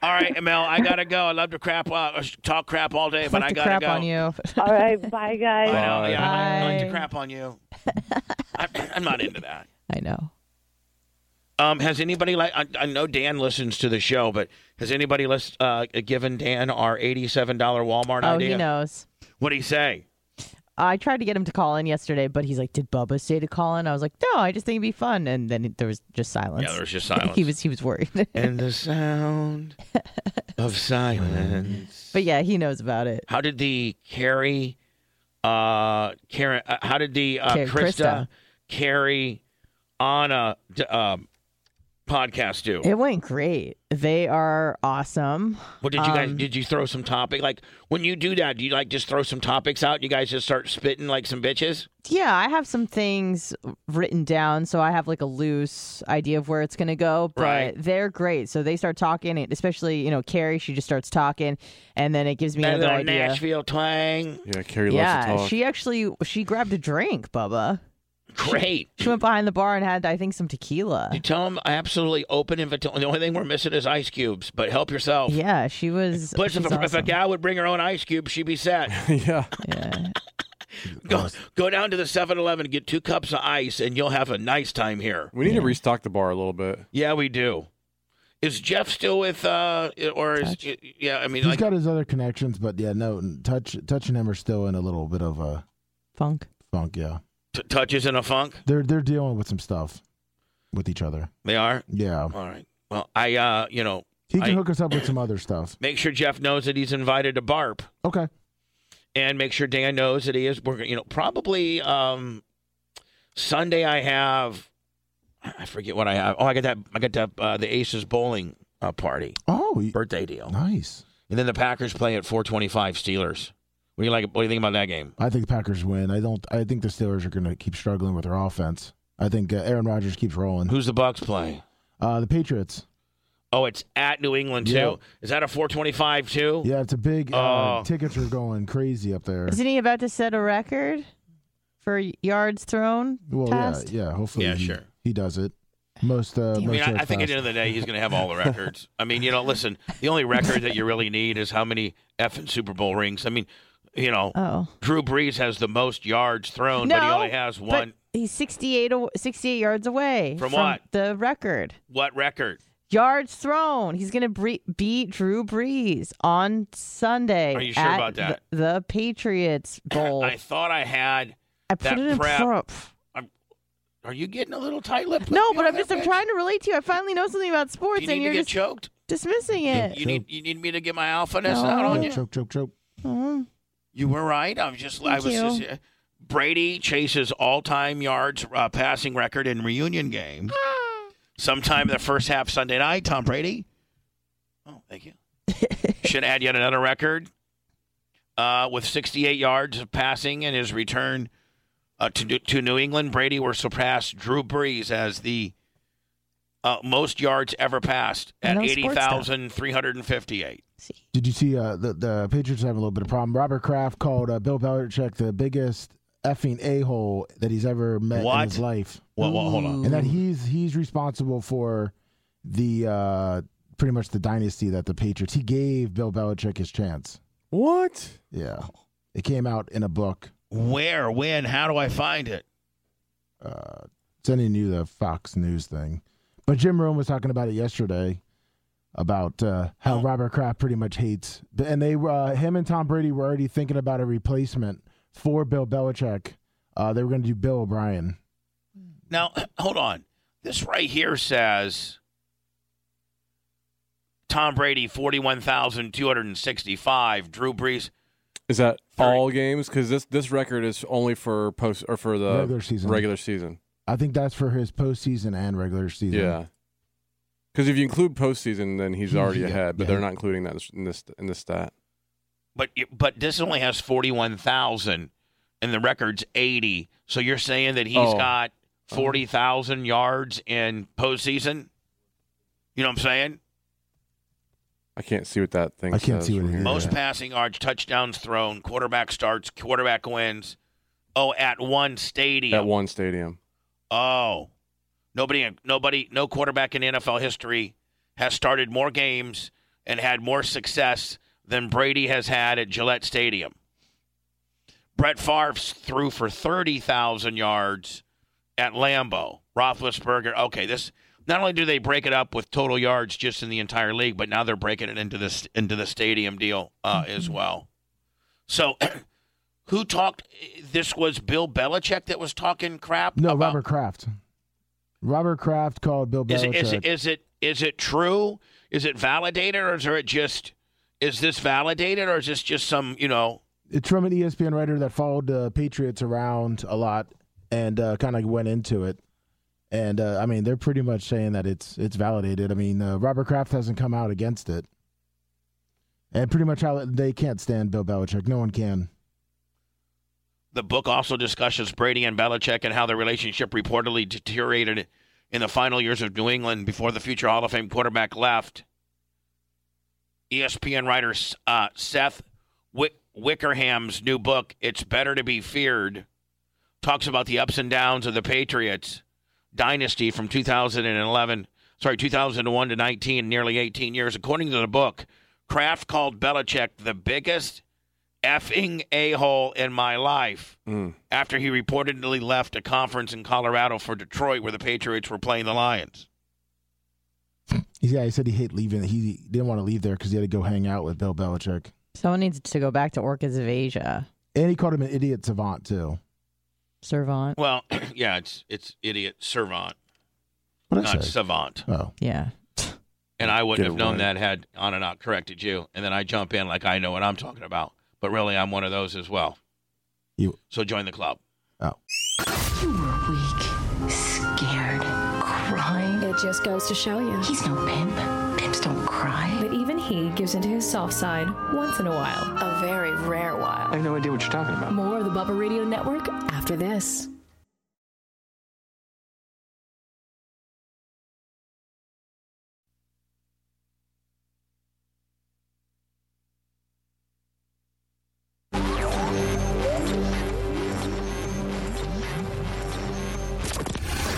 Speaker 1: All right, Mel. I gotta go. I love to crap, uh, talk crap all day, but I
Speaker 10: Like to
Speaker 1: gotta
Speaker 10: crap
Speaker 1: go.
Speaker 10: on you.
Speaker 12: All right, bye guys.
Speaker 1: I know. Yeah, I like to
Speaker 10: Bye.
Speaker 1: crap on you. I, I'm not into that.
Speaker 10: I know.
Speaker 1: Um, has anybody like I, I know Dan listens to the show, but has anybody list, uh, given Dan our eighty-seven dollar Walmart
Speaker 10: Oh,
Speaker 1: idea?
Speaker 10: he knows.
Speaker 1: What do he say?
Speaker 10: I tried to get him to call in yesterday, but he's like, "Did Bubba say to call in?" I was like, "No, I just think it'd be fun." And then there was just silence.
Speaker 1: Yeah, there was just silence.
Speaker 10: he was he was worried.
Speaker 1: and the sound of silence.
Speaker 10: but yeah, he knows about it.
Speaker 1: How did the Carrie, uh, Karen? Uh, how did the uh,
Speaker 10: Carrie-
Speaker 1: Krista,
Speaker 10: Krista.
Speaker 1: Carrie, Anna, d- um, podcast do?
Speaker 10: It went great. They are awesome.
Speaker 1: What did you guys?
Speaker 10: Um,
Speaker 1: Did you throw some topic? Like when you do that, do you like just throw some topics out? You guys just start spitting like some bitches.
Speaker 10: yeah, I have some things written down, so I have like a loose idea of where it's going to go. But
Speaker 1: Right.
Speaker 10: they're great, so they start talking, and especially you know Carrie, she just starts talking, and then it gives me
Speaker 1: That
Speaker 10: another
Speaker 1: little
Speaker 10: idea.
Speaker 1: Nashville twang.
Speaker 8: Yeah, Carrie
Speaker 10: yeah, she actually she grabbed a drink, Bubba.
Speaker 1: Great.
Speaker 10: She went behind the bar and had, I think, some tequila.
Speaker 1: You tell them Um, absolutely open invitation. The only thing we're missing is ice cubes, but help yourself.
Speaker 10: Yeah, she was.
Speaker 1: Plus, if
Speaker 10: she's
Speaker 1: a, if a
Speaker 10: awesome.
Speaker 1: gal would bring her own ice cube, she'd be set.
Speaker 8: yeah.
Speaker 1: Go, go down to the 7 Eleven, get two cups of ice, and you'll have a nice time here.
Speaker 8: We need to restock the bar a little bit.
Speaker 1: Yeah, we do. Is Jeff still with, uh, or is, yeah, I mean,
Speaker 7: He's
Speaker 1: like,
Speaker 7: got his other connections, but yeah, no, touch touch and him are still in a little bit of a
Speaker 10: funk.
Speaker 7: Funk, yeah.
Speaker 1: t- touches in a funk?
Speaker 7: They're they're dealing with some stuff with each other.
Speaker 1: They are?
Speaker 7: Yeah.
Speaker 1: All right. Well, I, uh, you know,
Speaker 7: He can
Speaker 1: I-
Speaker 7: hook us up with some other stuff.
Speaker 1: make sure Jeff knows that he's invited to Barp.
Speaker 7: Okay.
Speaker 1: And make sure Dan knows that he is. We're you know probably um, Sunday. I have I forget what I have. Oh, I got that. I got that uh, the Aces bowling uh, party.
Speaker 7: Oh,
Speaker 1: birthday deal.
Speaker 7: Nice.
Speaker 1: And then the Packers play at 425 Steelers. What do you like? What do you think about that game?
Speaker 7: I think the Packers win. I don't. I think the Steelers are going to keep struggling with their offense. I think uh, Aaron Rodgers keeps rolling.
Speaker 1: Who's the Bucks play?
Speaker 7: Uh, the Patriots.
Speaker 1: Oh, it's at New England too.
Speaker 7: Yeah.
Speaker 1: Is that a 425 too?
Speaker 7: Yeah, it's a big. Uh,
Speaker 1: Oh.
Speaker 7: Tickets are going crazy up there.
Speaker 10: Isn't he about to set a record for yards thrown?
Speaker 7: Well,
Speaker 10: passed?
Speaker 7: yeah, yeah. Hopefully,
Speaker 1: Yeah,
Speaker 7: he,
Speaker 1: sure.
Speaker 7: he does it. Most. Uh,
Speaker 1: I
Speaker 7: most
Speaker 1: mean, I,
Speaker 7: yards
Speaker 1: I think at the
Speaker 7: passed.
Speaker 1: end of the day, he's going to have all the records. I mean, you know, listen, the only record that you really need is how many effing Super Bowl rings. I mean, you know,
Speaker 10: Oh.
Speaker 1: Drew Brees has the most yards thrown, but he
Speaker 10: No,
Speaker 1: only has
Speaker 10: but
Speaker 1: one.
Speaker 10: He's 68, aw- 68 yards away
Speaker 1: From what?
Speaker 10: The record.
Speaker 1: What record?
Speaker 10: Yards thrown. He's going to bre- beat Drew Brees on Sunday.
Speaker 1: Are you sure
Speaker 10: at
Speaker 1: about that?
Speaker 10: The, the Patriots Bowl.
Speaker 1: I thought I had
Speaker 10: Oh. I put
Speaker 1: that
Speaker 10: it in
Speaker 1: prep.
Speaker 10: prep.
Speaker 1: I'm, are you getting a little tight-lipped?
Speaker 10: No, but I'm just I'm trying to relate to you. I finally know something about sports,
Speaker 1: Do you
Speaker 10: and
Speaker 1: need
Speaker 10: you're
Speaker 1: to get
Speaker 10: just
Speaker 1: choked?
Speaker 10: dismissing it.
Speaker 1: You need you need me to get my alphaness out on you.
Speaker 7: Oh, Choke, choke, choke.
Speaker 10: Mm.
Speaker 1: You were right. I'm just I
Speaker 10: Thank
Speaker 1: was
Speaker 10: you.
Speaker 1: just. uh, Brady chases all-time yards uh, passing record in reunion game.
Speaker 10: Ah.
Speaker 1: Sometime in the first half Sunday night, Tom Brady. Oh, thank you. Should add yet another record uh, with 68 yards of passing in his return uh, to to New England. Brady will surpass Drew Brees as the uh, most yards ever passed
Speaker 7: I
Speaker 1: at
Speaker 7: know sports stuff.
Speaker 1: 80,358.
Speaker 7: Did you see uh, the the Patriots having a little bit of problem? Robert Kraft called uh, Bill Belichick the biggest effing a hole that he's ever met in
Speaker 1: What?
Speaker 7: his life.
Speaker 1: Well, well, hold on.
Speaker 7: and that he's he's responsible for the uh, pretty much the dynasty that the Patriots. He gave Bill Belichick his chance.
Speaker 8: What?
Speaker 7: Yeah, it came out in a book.
Speaker 1: Where, when, how do I find it?
Speaker 7: Uh, sending you the Fox News thing, but Jim Rome was talking about it yesterday about uh,
Speaker 1: Oh.
Speaker 7: how Robert Kraft pretty much hates, and they uh, him and Tom Brady were already thinking about a replacement for Bill Belichick. Uh, they were going to do Bill O'Brien.
Speaker 1: Now, hold on. This right here says Tom Brady 41,265, Drew Brees
Speaker 8: Is that all games? Because this this record is only for post or for the
Speaker 7: Regular season.
Speaker 8: Regular season.
Speaker 7: I think that's for his postseason and regular season.
Speaker 8: Yeah. Because if you include postseason, then he's
Speaker 7: He-
Speaker 8: already
Speaker 7: yeah,
Speaker 8: ahead. But
Speaker 7: yeah.
Speaker 8: they're not including that in this in this stat.
Speaker 1: but but this only has 41,000 and the record's 80. So you're saying that he's
Speaker 8: Oh.
Speaker 1: got 40,000 yards in postseason? You know what I'm saying?
Speaker 8: I can't see what that thing.
Speaker 7: I can't
Speaker 8: says
Speaker 7: see what it
Speaker 8: from
Speaker 7: is.
Speaker 8: here.
Speaker 1: Most passing yards, touchdowns thrown, quarterback starts, quarterback wins. Oh, at one stadium.
Speaker 8: at one stadium.
Speaker 1: Oh, nobody, nobody, no quarterback in NFL history has started more games and had more success than Brady has had at Gillette Stadium. Brett Favre threw for thirty thousand yards at Lambeau. Roethlisberger. Okay, this not only do they break it up with total yards just in the entire league, but now they're breaking it into this into the stadium deal uh, as well. So. Who talked? This was Bill Belichick that was talking crap.
Speaker 7: No, Robert Kraft. Robert Kraft called Bill
Speaker 1: Is
Speaker 7: Belichick.
Speaker 1: it, is it is it is it true? Is it validated, or is it just is this validated, or is this just some you know?
Speaker 7: it's from an E ESPN writer that followed the Patriots around a lot and uh, kind of went into it. And uh, I mean, they're pretty much saying that it's it's validated. I mean, uh, Robert Kraft hasn't come out against it, and pretty much how they can't stand Bill Belichick. No one can.
Speaker 1: The book also discusses Brady and Belichick and how their relationship reportedly deteriorated in the final years of New England before the future Hall of Fame quarterback left. ESPN writer uh, Seth Wick- Wickerham's new book, It's Better to Be Feared, talks about the ups and downs of the Patriots dynasty from 2011, sorry, 2001 to 19, nearly 18 years. According to the book, Kraft called Belichick the biggest effing a hole in my life
Speaker 8: Mm.
Speaker 1: after he reportedly left a conference in Colorado for Detroit where the Patriots were playing the Lions.
Speaker 7: Yeah, he said he hate leaving. He didn't want to leave there because he had to go hang out with Bill Belichick,
Speaker 10: Someone needs to go back to Orchids of Asia.
Speaker 7: and he called him an idiot savant too.
Speaker 10: Servant.
Speaker 1: Well, yeah, it's it's idiot servant,
Speaker 7: What'd I
Speaker 1: not
Speaker 7: say?
Speaker 1: savant.
Speaker 7: Oh,
Speaker 10: yeah.
Speaker 1: And I wouldn't
Speaker 10: Get
Speaker 1: have
Speaker 10: it
Speaker 1: known
Speaker 10: right.
Speaker 1: that had Anna not corrected you. And then I jump in like I know what I'm talking about. But really, I'm one of those as well.
Speaker 7: You- Oh.
Speaker 1: So join the club.
Speaker 5: You were weak, scared, crying. It just goes to show you. He's no pimp. Pimps don't cry. But even he gives into his soft side once in a while. A very rare while.
Speaker 13: I have no idea what you're talking about.
Speaker 5: More of the Bubba Radio Network after this.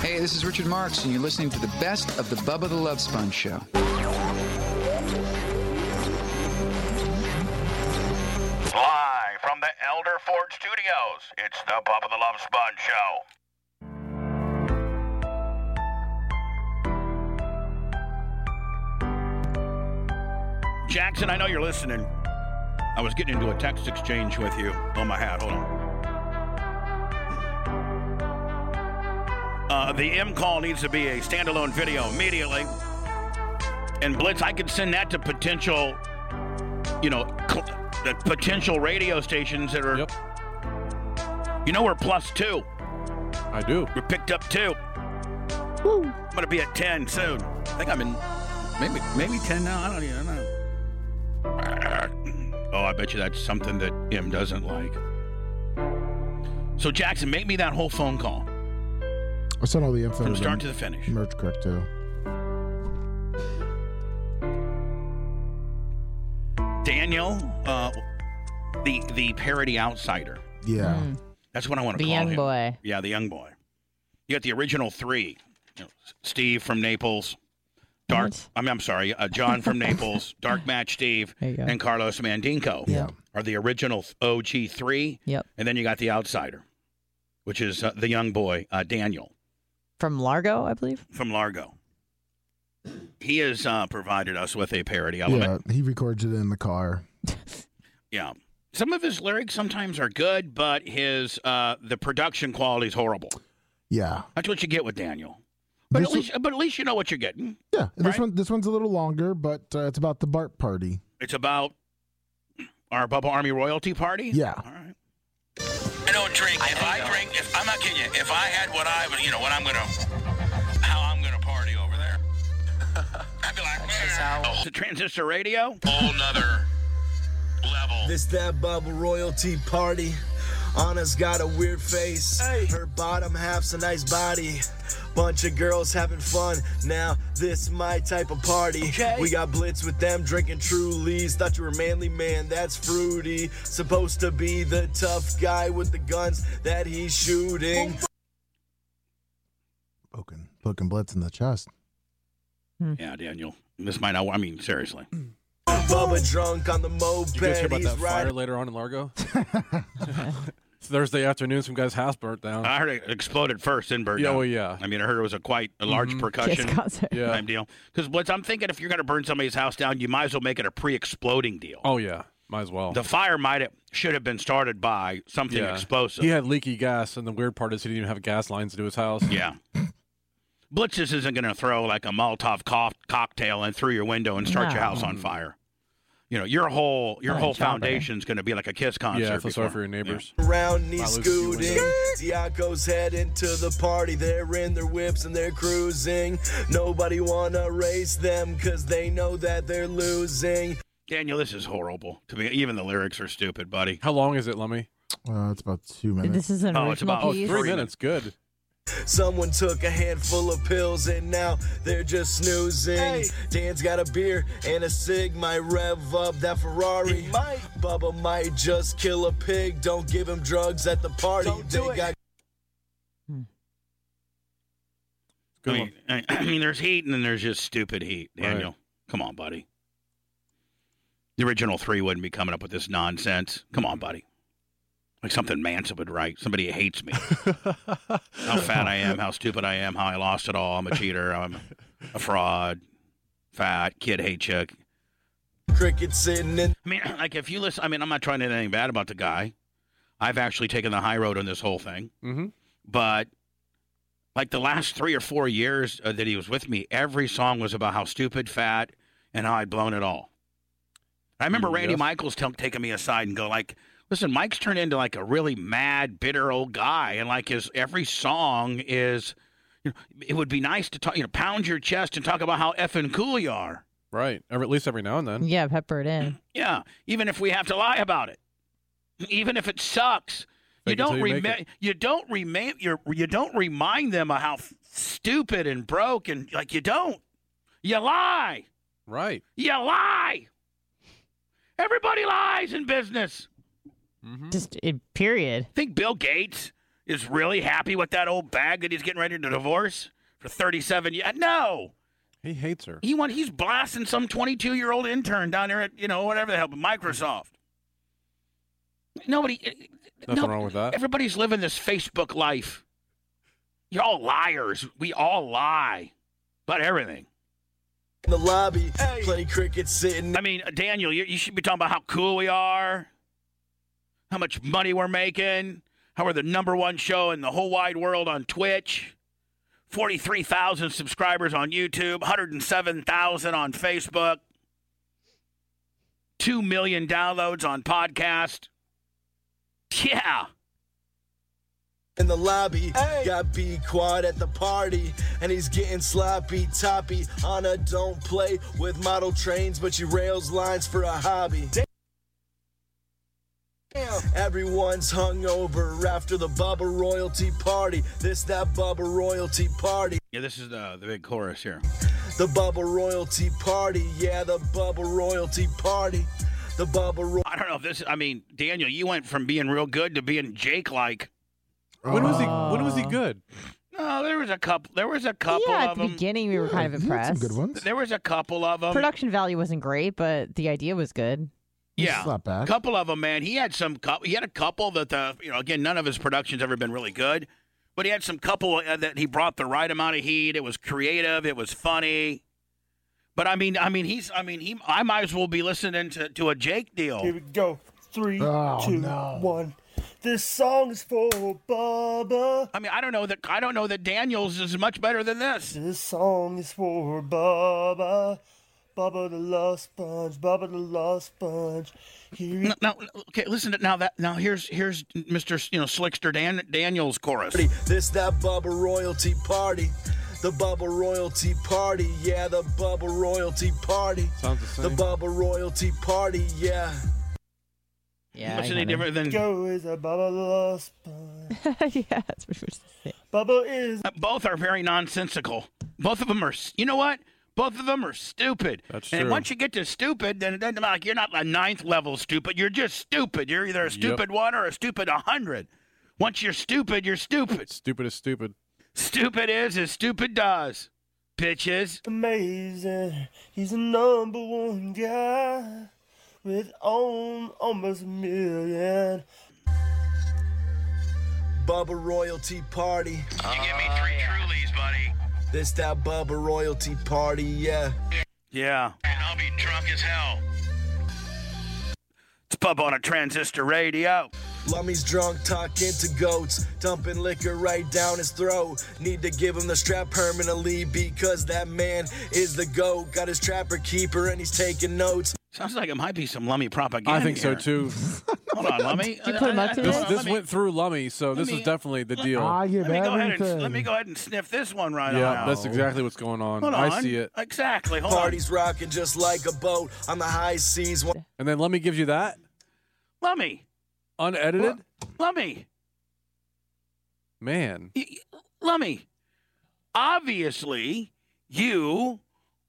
Speaker 14: Hey, this is Richard Marks, and you're listening to the best of the Bubba the Love Sponge Show.
Speaker 1: Live from the Elder Ford Studios, it's the Bubba the Love Sponge Show. Jackson, I know you're listening. I was getting into a text exchange with you on my hat. Hold on. Uh, the M call needs to be a standalone video immediately. And Blitz, I could send that to potential, you know, cl- the potential radio stations that are. You know, we're plus two.
Speaker 8: I do.
Speaker 1: We're picked up two. Woo. I'm gonna be at ten soon. I think I'm in, maybe maybe ten now. I don't even know. Oh, I bet you that's something that M doesn't like. So Jackson, make me that whole phone call.
Speaker 7: I sent all the info
Speaker 1: From
Speaker 7: them.
Speaker 1: start to the finish.
Speaker 7: Merch correct too.
Speaker 1: Daniel, uh, the the parody outsider.
Speaker 7: Yeah.
Speaker 1: That's what I want to
Speaker 10: Mm. The
Speaker 1: call
Speaker 10: young
Speaker 1: him.
Speaker 10: boy.
Speaker 1: Yeah, the young boy. You got the original three. You know, S- Steve from Naples. Dark. I mean, I'm sorry. Uh, John from Naples. Dark Match Steve and Carlos Mandinko.
Speaker 10: Yeah.
Speaker 1: Are the original th- OG three.
Speaker 10: Yep.
Speaker 1: And then you got the outsider, which is uh, the young boy uh, Daniel
Speaker 10: From Largo, I believe.
Speaker 1: from Largo. He has uh, provided us with a parody element.
Speaker 7: Yeah, he records it in the car.
Speaker 1: Yeah. Some of his lyrics sometimes are good, but his uh, the production quality is horrible.
Speaker 7: Yeah,
Speaker 1: That's what you get with Daniel. But at least, but at least you know what you're getting.
Speaker 7: yeah. This one, this one's a little longer, but uh, it's about the Bart party.
Speaker 1: It's about our Bubba Army royalty party.
Speaker 7: Yeah.
Speaker 1: I don't drink. If I, drink, if I'm not kidding you, if I had what I would, you know, what I'm gonna, how I'm gonna party over there, I'd be like, how the transistor radio, whole Oh. nother level.
Speaker 15: This that bubble royalty party. Anna's got a weird face. Her bottom half's a nice body. Bunch of girls having fun. Now this my type of party. We got blitz with them drinking Trulies. Thought you were manly man, that's fruity. Supposed to be the tough guy with the guns that he's shooting.
Speaker 7: Poking Blitz in the chest.
Speaker 1: Yeah, Daniel, this might not. I mean, seriously.
Speaker 15: Bubba drunk on the
Speaker 1: Oh,
Speaker 15: moped.
Speaker 8: Did you guys hear about
Speaker 15: he's
Speaker 8: that fire
Speaker 15: riding-
Speaker 8: later on in Largo? Thursday afternoon, some guy's house burnt down.
Speaker 1: I heard it exploded first in burnt
Speaker 8: Yeah,
Speaker 1: down.
Speaker 8: well, yeah.
Speaker 1: I mean, I heard it was a quite a large
Speaker 8: Mhm.
Speaker 1: percussion
Speaker 8: Kiss concert. Yeah.
Speaker 1: time deal. Because Blitz, I'm thinking if you're going to burn somebody's house down, you might as well make it a pre-exploding deal.
Speaker 8: Oh yeah, might as well.
Speaker 1: The fire might have should have been started by something explosive.
Speaker 8: He had leaky gas, and the weird part is he didn't even have gas lines to his house.
Speaker 1: Yeah. Blitz just isn't going to throw like a Molotov co- cocktail and through your window and start your
Speaker 8: No.
Speaker 1: house on fire. you know, your whole your
Speaker 8: Oh,
Speaker 1: whole
Speaker 8: John Mayer.
Speaker 1: foundation's going to be like a Kiss concert.
Speaker 8: Yeah, I feel sorry
Speaker 1: before.
Speaker 8: for your neighbors.
Speaker 15: Around knee
Speaker 1: Wow, Lucy, you win.
Speaker 15: scooting. Diaco's heading to the party. They're in their whips and they're cruising. Nobody wanna race them because they know that they're losing.
Speaker 1: Daniel, this is horrible. To me, even the lyrics are stupid, buddy.
Speaker 8: How long is it, Lummy?
Speaker 7: Uh, it's about two minutes.
Speaker 8: oh, it's about oh, three minutes. Good.
Speaker 15: Someone took a handful of pills and now they're just snoozing. Dan's got a beer and a cig, might rev up that Ferrari. Bubba might just kill a pig. Don't give him drugs at the party. they got
Speaker 1: I mean, I, I mean, there's heat and then there's just stupid heat. Daniel, come on, buddy. The original three wouldn't be coming up with this nonsense. Come on, buddy. Like something Manson would write. Somebody who hates me. how fat I am, how stupid I am, how I lost it all. I'm a cheater. I'm a fraud. Fat kid hate chick.
Speaker 15: crickets sitting in.
Speaker 1: I mean, like if you listen, I mean, I'm not trying to do anything bad about the guy. I've actually taken the high road on this whole thing.
Speaker 8: Mm-hmm.
Speaker 1: But like the last three or four years uh, that he was with me, every song was about how stupid, fat, and how I'd blown it all. I remember Randy
Speaker 8: Mm, Yes.
Speaker 1: Michaels tell taking me aside and go like, "Listen, Mike's turned into like a really mad, bitter old guy, and like his every song is, you know, it would be nice to talk, you know, pound your chest and talk about how effing cool you are."
Speaker 8: Right. Or at least every now and then.
Speaker 10: Yeah, pepper it in.
Speaker 1: Yeah, even if we have to lie about it, even if it sucks,
Speaker 8: Fake
Speaker 1: you
Speaker 8: it till
Speaker 1: don't
Speaker 8: you make
Speaker 1: remi-
Speaker 8: it.
Speaker 1: you don't remind you you don't remind them of how f- stupid and broke and like you don't. You lie.
Speaker 8: Right.
Speaker 1: You lie. Everybody lies in business.
Speaker 10: Mm-hmm. Just in period.
Speaker 1: Think Bill Gates is really happy with that old bag that he's getting ready to divorce for 37 years? No.
Speaker 8: He hates her.
Speaker 1: He want he's blasting some 22 year old intern down there at you know whatever the hell Microsoft. Nobody.
Speaker 8: Nothing wrong with that.
Speaker 1: Everybody's living this Facebook life. You're all liars. We all lie about everything.
Speaker 15: the lobby, play cricket sitting.
Speaker 1: I mean, Daniel, you, you should be talking about how cool we are, how much money we're making, how we're the number one show in the whole wide world on Twitch, 43,000 subscribers on YouTube, 107,000 on Facebook, 2 million downloads on podcast. Yeah.
Speaker 15: in the lobby. Got B Quad at the party, and he's getting sloppy toppy on a don't play with model trains, but she rails lines for a hobby. Everyone's hungover after the Bubba Royalty Party. This, that Bubba Royalty Party.
Speaker 1: Yeah, this is the, the big chorus here.
Speaker 15: The Bubba Royalty Party. Yeah, the Bubba Royalty Party. The Bubba Royalty
Speaker 1: I don't know if this, I mean, Daniel, you went from being real good to being Jake like.
Speaker 8: When was he? When was he good?
Speaker 1: No, there was a couple. There was a couple
Speaker 10: yeah, at
Speaker 1: of
Speaker 10: the
Speaker 1: them.
Speaker 10: beginning we were kind of impressed.
Speaker 1: There was a couple of them.
Speaker 10: Production value wasn't great, but the idea was good.
Speaker 1: yeah,
Speaker 10: It's not bad.
Speaker 1: couple of them, man. He had some. cou- He had a couple that the you know again none of his productions ever been really good, but he had some couple uh, that he brought the right amount of heat. It was creative. It was funny. But I mean, I mean, he's. I mean, he. I might as well be listening to, to a Jake deal.
Speaker 13: Here we go. Three, two,
Speaker 1: Oh,
Speaker 13: one. This song's for Bubba.
Speaker 1: I mean, I don't know that. I don't know that Daniels is much better than this.
Speaker 13: This song is for Bubba. Bubba the Love Sponge. Bubba the Love Sponge. Here
Speaker 1: No, no, okay. Listen to now that now here's here's Mr. You know Slickster Dan Daniels chorus.
Speaker 15: This that Bubba Royalty Party. The Bubba Royalty Party, yeah, the Bubba Royalty Party.
Speaker 8: Sounds the
Speaker 15: The Bubba Royalty Party, yeah.
Speaker 10: Yeah.
Speaker 1: What's any different than
Speaker 13: Go is a Bubba the Love Sponge.
Speaker 10: yeah, that's what we
Speaker 13: Bubba is.
Speaker 1: Uh, Both are very nonsensical. Both of them are. s- You know what? Both of them are stupid. That's And
Speaker 8: true.
Speaker 1: once you get to stupid, then it doesn't matter. Like, you're not a ninth level stupid. You're just stupid. You're either a stupid one or a stupid a hundred. Once you're stupid, you're stupid.
Speaker 8: Stupid is stupid.
Speaker 1: Stupid is as stupid does. Bitches.
Speaker 13: amazing. He's a number one guy with own almost a million.
Speaker 15: Bubba Royalty Party.
Speaker 1: You give me three trulies, buddy.
Speaker 15: This that Bubba Royalty Party, yeah.
Speaker 1: Yeah.
Speaker 15: And I'll be drunk as hell.
Speaker 1: It's Bubba on a transistor radio.
Speaker 15: Lummy's drunk, talking to goats, dumping liquor right down his throat. Need to give him the strap permanently because that man is the goat. Got his trapper keeper and he's taking notes.
Speaker 1: Sounds like it might be some Lummy propaganda.
Speaker 8: I think so
Speaker 1: here.
Speaker 8: too.
Speaker 1: Hold on, Lummy.
Speaker 8: Did you put him up to
Speaker 1: I- I-
Speaker 8: Uh, this?
Speaker 1: hold on,
Speaker 8: This
Speaker 1: let me-
Speaker 8: went through Lummy, so this is definitely the deal.
Speaker 1: let me go ahead and let me go ahead and sniff this one right on
Speaker 8: yeah,
Speaker 1: out.
Speaker 8: that's exactly what's going on.
Speaker 1: Hold
Speaker 8: I
Speaker 1: on.
Speaker 8: see it.
Speaker 1: Exactly. Hold on.
Speaker 15: Party's rocking just like a boat on the high seas.
Speaker 8: And then Lummy gives you that
Speaker 1: Lummy.
Speaker 8: unedited.
Speaker 1: Lummy.
Speaker 8: Man,
Speaker 1: Lummy. Obviously, you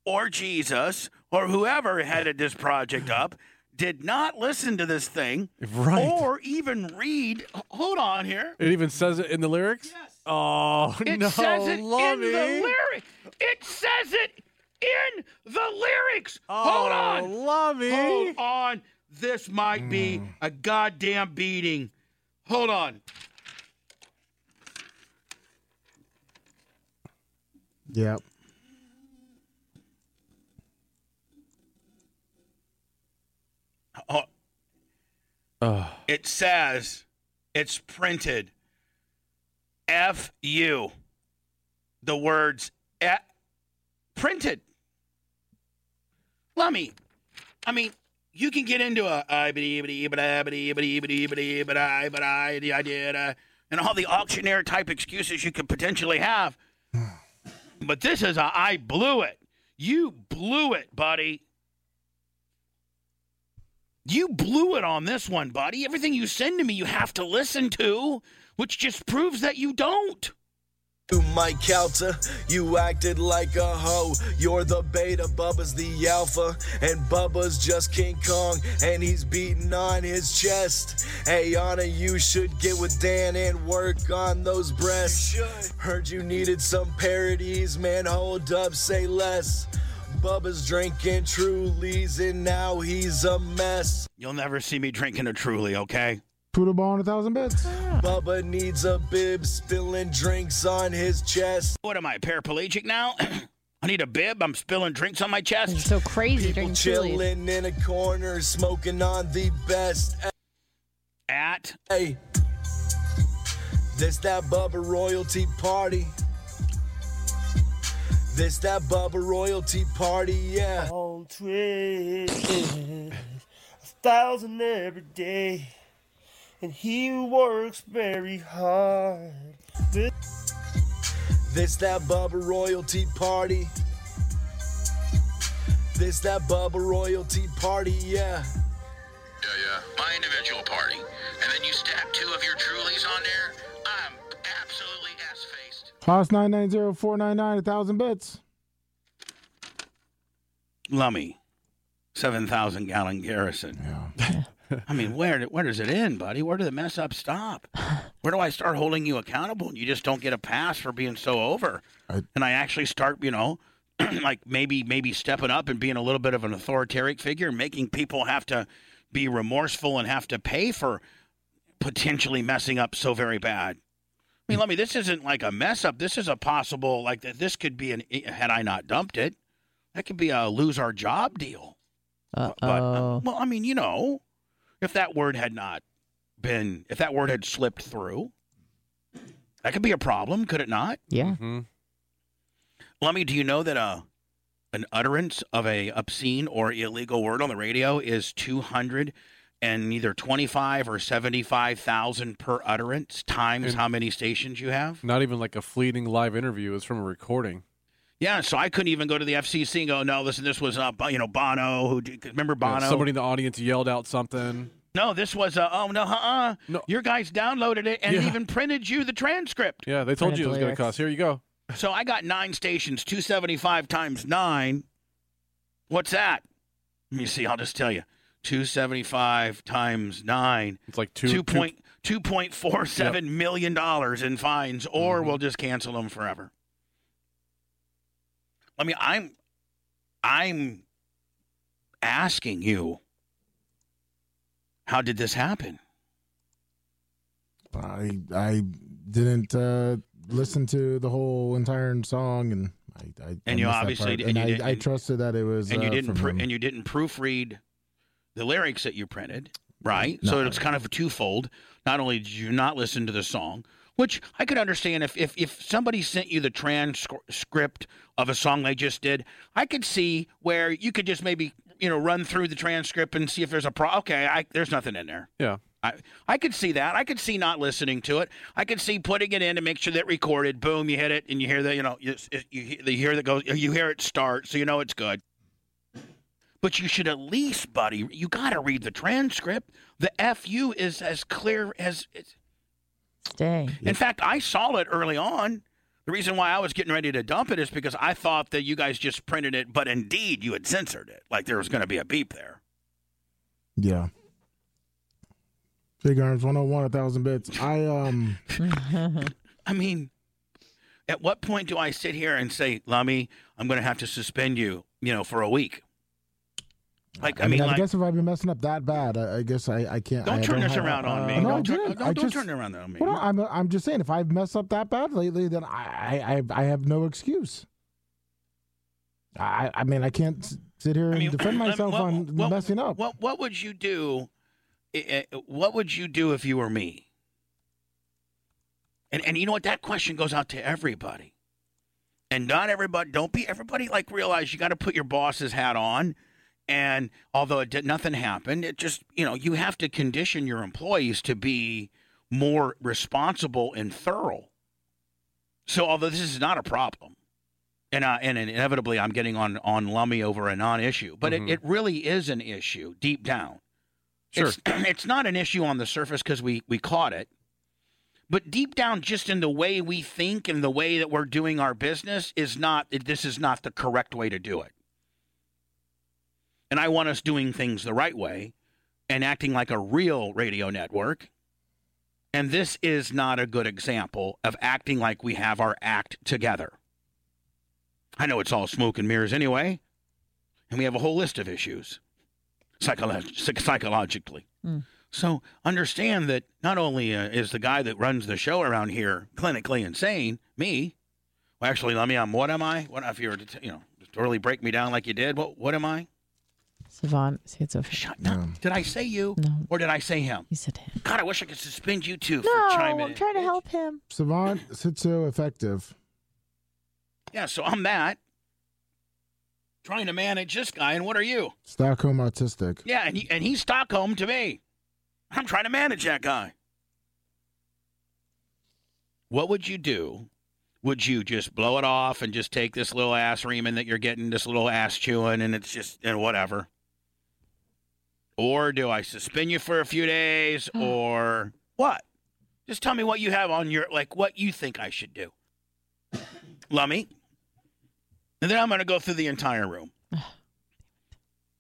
Speaker 1: or Jesus or whoever headed this project up did not listen to this thing
Speaker 8: Right.
Speaker 1: or even read. Hold on here.
Speaker 8: it even says it in the lyrics. Oh
Speaker 1: It
Speaker 8: no,
Speaker 1: says it
Speaker 8: Lummy.
Speaker 1: in the lyrics. It says it in the lyrics. Hold
Speaker 8: Oh,
Speaker 1: on.
Speaker 8: Lummy.
Speaker 1: Hold on. This might be a goddamn beating. Hold on.
Speaker 7: Yep.
Speaker 1: Oh,
Speaker 8: Ugh.
Speaker 1: it says it's printed F U. The words eh, printed. Lummy, I mean, you can get into a I bidi bidi bidi bidi bidi bidi bidi but I but I the idea da," and all the auctioneer type excuses you could potentially have. But this is a I blew it. You blew it, buddy. You blew it on this one, buddy. Everything you send to me, you have to listen to, which just proves that you don't.
Speaker 15: You Mike Calta, you acted like a hoe. You're the beta, Bubba's the alpha, and Bubba's just King Kong, and he's beating on his chest. Hey, Anna, you should get with Dan and work on those breasts. Heard you needed some parodies, man. Hold up, say less. Bubba's drinking Trulies, and now he's a mess.
Speaker 1: You'll never see me drinking a truly, okay?
Speaker 7: Put a ball in a thousand bits.
Speaker 15: Bubba needs a bib, spilling drinks on his chest.
Speaker 1: What am I, paraplegic now? I need a bib. I'm spilling drinks on my chest.
Speaker 15: so crazy
Speaker 1: drinking Trulies.
Speaker 15: chilling in a corner smoking on the best
Speaker 1: at
Speaker 15: hey this that bubba royalty party this that bubba royalty party yeah
Speaker 13: On Twitter, a thousand every day, and he works very hard. This
Speaker 15: this that bubba royalty party this that bubba royalty party yeah
Speaker 16: Yeah, yeah. My individual party. And then you stack two of your Trulies on there. I'm absolutely ass faced.
Speaker 7: Haas nine nine zero four nine nine a thousand bits.
Speaker 1: Lummy, 7,000 gallon garrison. I mean, where where does it end, buddy? Where do the mess up stop? Where do I start holding you accountable and you just don't get a pass for being so over? and I actually start, you know, like maybe maybe stepping up and being a little bit of an authoritarian figure, making people have to be remorseful and have to pay for potentially messing up so very bad. I mean, let me. This isn't like a mess up. This is a possible like that. This could be an had I not dumped it, that could be a lose our job deal.
Speaker 10: Uh
Speaker 1: Uh,
Speaker 10: oh.
Speaker 1: Well, I mean, you know, if that word had not been, if that word had slipped through, that could be a problem, could it not?
Speaker 10: Yeah.
Speaker 1: Lummy, do you know that uh, an utterance of a obscene or illegal word on the radio is two hundred and either twenty five or seventy five thousand per utterance times how many stations you have?
Speaker 8: Not even like a fleeting live interview. It's from a recording.
Speaker 1: Yeah, so I couldn't even go to the FCC and go, no, listen, this was uh, you know Bono who did- remember
Speaker 8: Yeah,
Speaker 1: Bono.
Speaker 8: somebody in the audience yelled out something.
Speaker 1: No, this was uh, oh no, uh, uh your guys downloaded it and
Speaker 8: Yeah.
Speaker 1: even printed you the transcript.
Speaker 8: Yeah, they told you it was going to cost. Here you go.
Speaker 1: So I got nine stations, two seventy five times nine. What's that? Let me see. I'll just tell you, two seventy five times nine.
Speaker 8: It's like two-
Speaker 1: two
Speaker 8: two-
Speaker 1: point two point four seven million dollars in fines, or we'll just cancel them forever. I mean, I'm, I'm asking you, how did this happen?
Speaker 7: I I didn't uh, listen to the whole entire song, and I, I I
Speaker 1: And you
Speaker 7: missed that
Speaker 1: obviously
Speaker 7: part.
Speaker 1: d-
Speaker 7: and,
Speaker 1: and you
Speaker 7: I,
Speaker 1: did-
Speaker 7: I
Speaker 1: and-
Speaker 7: trusted that it was
Speaker 1: and you
Speaker 7: uh, from
Speaker 1: didn't pr-
Speaker 7: him.
Speaker 1: and you didn't proofread the lyrics that you printed, right? So it's kind of twofold. Not only did you not listen to the song, which I could understand if if, if somebody sent you the transcript of a song they just did, I could see where you could just maybe you know run through the transcript and see if there's a pro. Okay, I, there's nothing in there.
Speaker 8: Yeah.
Speaker 1: I, I could see that. I could see not listening to it. I could see putting it in to make sure that recorded. Boom, you hit it, and you hear the you know you, you, hear- you hear that goes. You hear it start, so you know it's good. But you should at least, buddy, you got to read the transcript. The FU is as clear as it's.
Speaker 10: Dang.
Speaker 1: In fact, I saw it early on. The reason why I was getting ready to dump it is because I thought that you guys just printed it, but indeed you had censored it. Like there was going to be a beep there.
Speaker 7: Yeah. Big Arms 101, 1,000 bits. I, um,
Speaker 1: I mean, at what point do I sit here and say, Lummy, I'm going to have to suspend you, you know, for a week? Like, I,
Speaker 7: I mean,
Speaker 1: mean,
Speaker 7: I
Speaker 1: like,
Speaker 7: guess if I've been messing up that bad, I, I guess I, I can't.
Speaker 1: don't
Speaker 7: I
Speaker 1: turn this
Speaker 7: have- uh,
Speaker 1: around on me.
Speaker 7: No, I
Speaker 1: don't turn,
Speaker 7: didn't.
Speaker 1: don't,
Speaker 7: I
Speaker 1: don't
Speaker 7: just-
Speaker 1: turn it around on me.
Speaker 7: Well, no, I'm, I'm just saying, if I've messed up that bad lately, then I, I, I have no excuse. I, I mean, I can't s- sit here and defend
Speaker 1: let me-
Speaker 7: myself
Speaker 1: what-
Speaker 7: on
Speaker 1: what-
Speaker 7: messing up.
Speaker 1: What What would you do? eh, eh, What would you do if you were me? And and you know what? That question goes out to everybody. And not everybody. Don't be everybody. Like realize you got to put your boss's hat on. And although it did, nothing happened, it just you know you have to condition your employees to be more responsible and thorough. So although this is not a problem, and uh, and inevitably I'm getting on on Lummy over a non-issue, but
Speaker 17: Mhm.
Speaker 1: it, it really is an issue deep down.
Speaker 17: Sure.
Speaker 1: It's, it's not an issue on the surface because we we caught it, but deep down, just in the way we think and the way that we're doing our business is not. This is not the correct way to do it. And I want us doing things the right way, and acting like a real radio network. And this is not a good example of acting like we have our act together. I know it's all smoke and mirrors anyway, and we have a whole list of issues psycholo- psych- psychologically. So understand that not only uh, is the guy that runs the show around here clinically insane, me. Well, actually, let me. I'm. What am I? What if you were to, t- you know, to really break me down like you did? What? What am I?
Speaker 10: Savant schizophrenic.
Speaker 1: Shut up. Did I say you? Or did I say him? You said him. God, I wish I could suspend you
Speaker 10: No,
Speaker 1: too for chiming
Speaker 10: I'm
Speaker 1: in.
Speaker 10: trying to help him.
Speaker 7: Savant Sitso effective.
Speaker 1: Yeah, so I'm that. Trying to manage this guy, and what are you?
Speaker 7: Stockholm autistic.
Speaker 1: Yeah, and, he, and he's Stockholm to me. I'm trying to manage that guy. What would you do? Would you just blow it off and just take this little ass reaming that you're getting, this little ass chewing, and it's just, and whatever? Or do I suspend you for a few days or what? Just tell me what you have on your, like, what you think I should do. Lummy. And then I'm going to go through the entire room.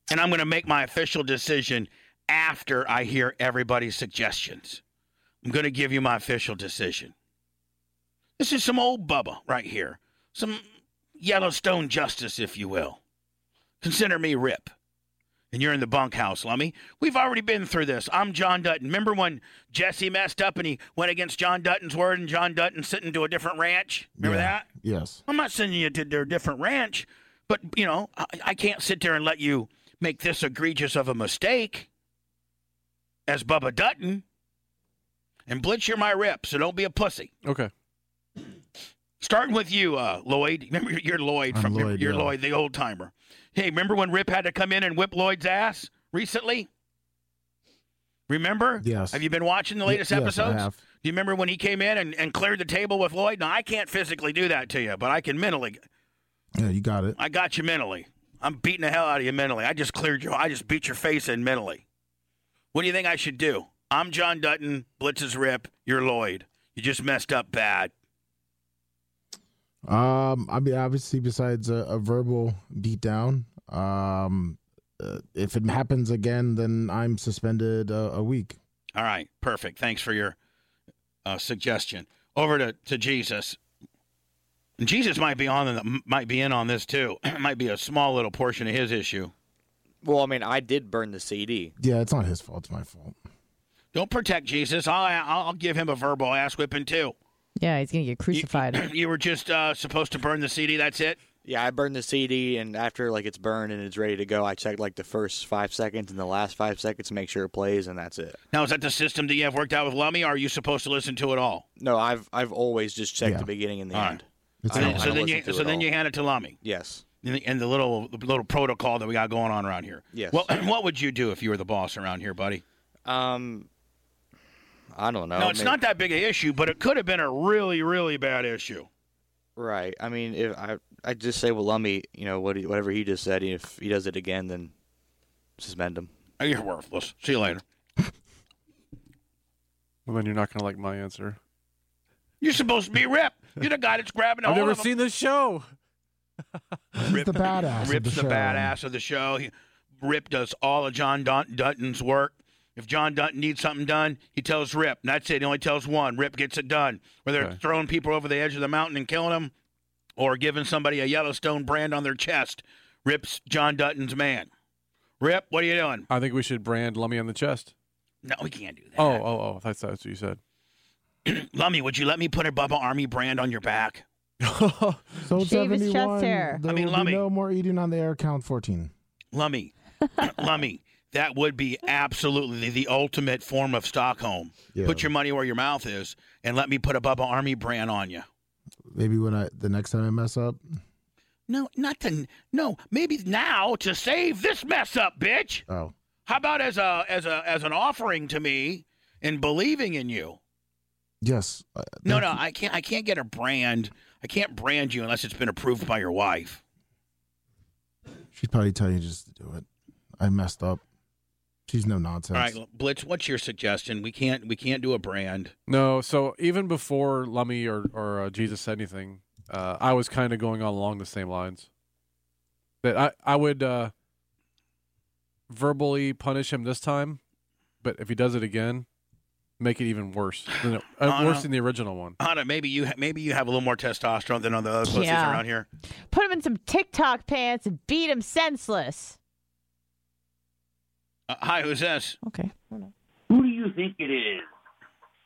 Speaker 1: And I'm going to make my official decision after I hear everybody's suggestions. I'm going to give you my official decision. This is some old Bubba right here, some Yellowstone justice, if you will. Consider me Rip. And you're in the bunkhouse, Lummy. We've already been through this. I'm John Dutton. Remember when Jesse messed up and he went against John Dutton's word and John Dutton sent him to a different ranch? Remember
Speaker 7: Yeah.
Speaker 1: that?
Speaker 7: Yes.
Speaker 1: I'm not sending you to their different ranch, but you know, I, I can't sit there and let you make this egregious of a mistake as Bubba Dutton. And Blitz, you're my rep, so don't be a pussy.
Speaker 8: Okay.
Speaker 1: Starting with you, uh, Lloyd. Remember, you're Lloyd
Speaker 8: I'm
Speaker 1: from you're-
Speaker 8: Lloyd,
Speaker 1: you're
Speaker 8: yeah.
Speaker 1: Lloyd, the old timer. Hey, remember when Rip had to come in and whip Lloyd's ass recently? Remember?
Speaker 7: Yes.
Speaker 1: Have you been watching the
Speaker 7: Ye-
Speaker 1: latest
Speaker 7: yes, I
Speaker 1: episodes?
Speaker 7: have.
Speaker 1: Do you remember when he came in and, and cleared the table with Lloyd? Now I can't physically do that to you, but I can mentally.
Speaker 7: Yeah, you got it.
Speaker 1: I got you mentally. I'm beating the hell out of you mentally. I just cleared you. I just beat your face in mentally. What do you think I should do? I'm John Dutton. Blitz is Rip. You're Lloyd. You just messed up bad.
Speaker 7: Um, I mean, obviously, besides a, a verbal beatdown, um, uh, if it happens again, then I'm suspended a, a week.
Speaker 1: All right. Perfect. Thanks for your uh, suggestion. Over to, to Jesus. Jesus might be on the, might be in on this too. it might be a small little portion of his issue.
Speaker 18: Well, I mean, I did burn the CD.
Speaker 7: Yeah, it's not his fault. It's my fault.
Speaker 1: Don't protect Jesus. I'll I'll give him a verbal ass whipping too.
Speaker 10: Yeah, he's gonna get crucified.
Speaker 1: you were just uh, supposed to burn the CD. That's it.
Speaker 18: Yeah, I burned the CD, and after like it's burned and it's ready to go, I check like the first five seconds and the last five seconds to make sure it plays, and that's it.
Speaker 1: Now, is that the system that you have worked out with Lummy, or are you supposed to listen to it all?
Speaker 18: No, I've I've always just checked
Speaker 1: Yeah.
Speaker 18: the beginning and the
Speaker 1: All right.
Speaker 18: end.
Speaker 1: So
Speaker 18: I don't-
Speaker 1: then,
Speaker 18: I
Speaker 1: so
Speaker 18: don't
Speaker 1: then
Speaker 18: listen
Speaker 1: you
Speaker 18: to
Speaker 1: so
Speaker 18: it
Speaker 1: then
Speaker 18: all.
Speaker 1: you hand it to Lummy.
Speaker 18: Yes.
Speaker 1: and the, and the little the little protocol that we got going on around here.
Speaker 18: Yes.
Speaker 1: Well, what would you do if you were the boss around here, buddy?
Speaker 18: Um, I don't know.
Speaker 1: no, it's
Speaker 18: May-
Speaker 1: not that big an issue, but it could have been a really, really bad issue.
Speaker 18: Right. I mean, if I I just say well, Lummy, you know, what he, whatever he just said. If he does it again, then suspend him.
Speaker 1: Oh, you're worthless. See you later.
Speaker 8: Well, then you're not gonna like my answer.
Speaker 1: You're supposed to be Rip. You're the guy that's grabbing.
Speaker 8: I've
Speaker 1: hold
Speaker 8: never
Speaker 1: of him.
Speaker 8: seen this show.
Speaker 7: He's the badass.
Speaker 1: Rip's
Speaker 7: of the,
Speaker 1: the,
Speaker 7: show.
Speaker 1: badass of the show. He, Rip does all of John Dun- Dutton's work. If John Dutton needs something done, he tells Rip. And that's it. He only tells one. Rip gets it done. Whether it's throwing people over the edge of the mountain and killing them, or giving somebody a Yellowstone brand on their chest, Rip's John Dutton's man. Rip, what are you doing?
Speaker 8: I think we should brand Lummy on the chest.
Speaker 1: No, we can't do
Speaker 8: Oh, oh, oh! That's that's what you said.
Speaker 1: that. Lummy, would you let me put a Bubba Army brand on your back?
Speaker 7: So
Speaker 1: Shave his chest
Speaker 7: 71,
Speaker 1: hair.
Speaker 7: There
Speaker 1: I mean,
Speaker 7: will be
Speaker 1: Lummy.
Speaker 7: no more eating on the air. Count fourteen.
Speaker 1: Lummy, Lummy, that would be absolutely the ultimate form of Stockholm. Put your money where your mouth is, and let me put a Bubba Army brand on you.
Speaker 7: Maybe when I the next time I mess up,
Speaker 1: No, not to no. Maybe now to save this mess up, bitch.
Speaker 7: Oh.
Speaker 1: How about as a as a as an offering to me and believing in you?
Speaker 7: yes, uh,
Speaker 1: No, no, I can't. I can't get a brand. I can't brand you unless it's been approved by your wife.
Speaker 7: she'd probably tell you just to do it. I messed up. She's no nonsense.
Speaker 1: All right, Blitz. What's your suggestion? We can't. We can't do a brand.
Speaker 8: No, so even before Lummy or or uh, Jesus said anything, uh, I was kind of going on along the same lines. That I I would uh, verbally punish him this time, but if he does it again, make it even worse than it, uh,
Speaker 1: No, no.
Speaker 8: worse than the original one.
Speaker 1: Anna, maybe you ha- maybe you have a little more testosterone than other other pussies
Speaker 10: Yeah.
Speaker 1: around here.
Speaker 10: Put him in some TikTok pants and beat him senseless.
Speaker 1: Uh, hi, who's this?
Speaker 10: Okay.
Speaker 1: Who do you think it is?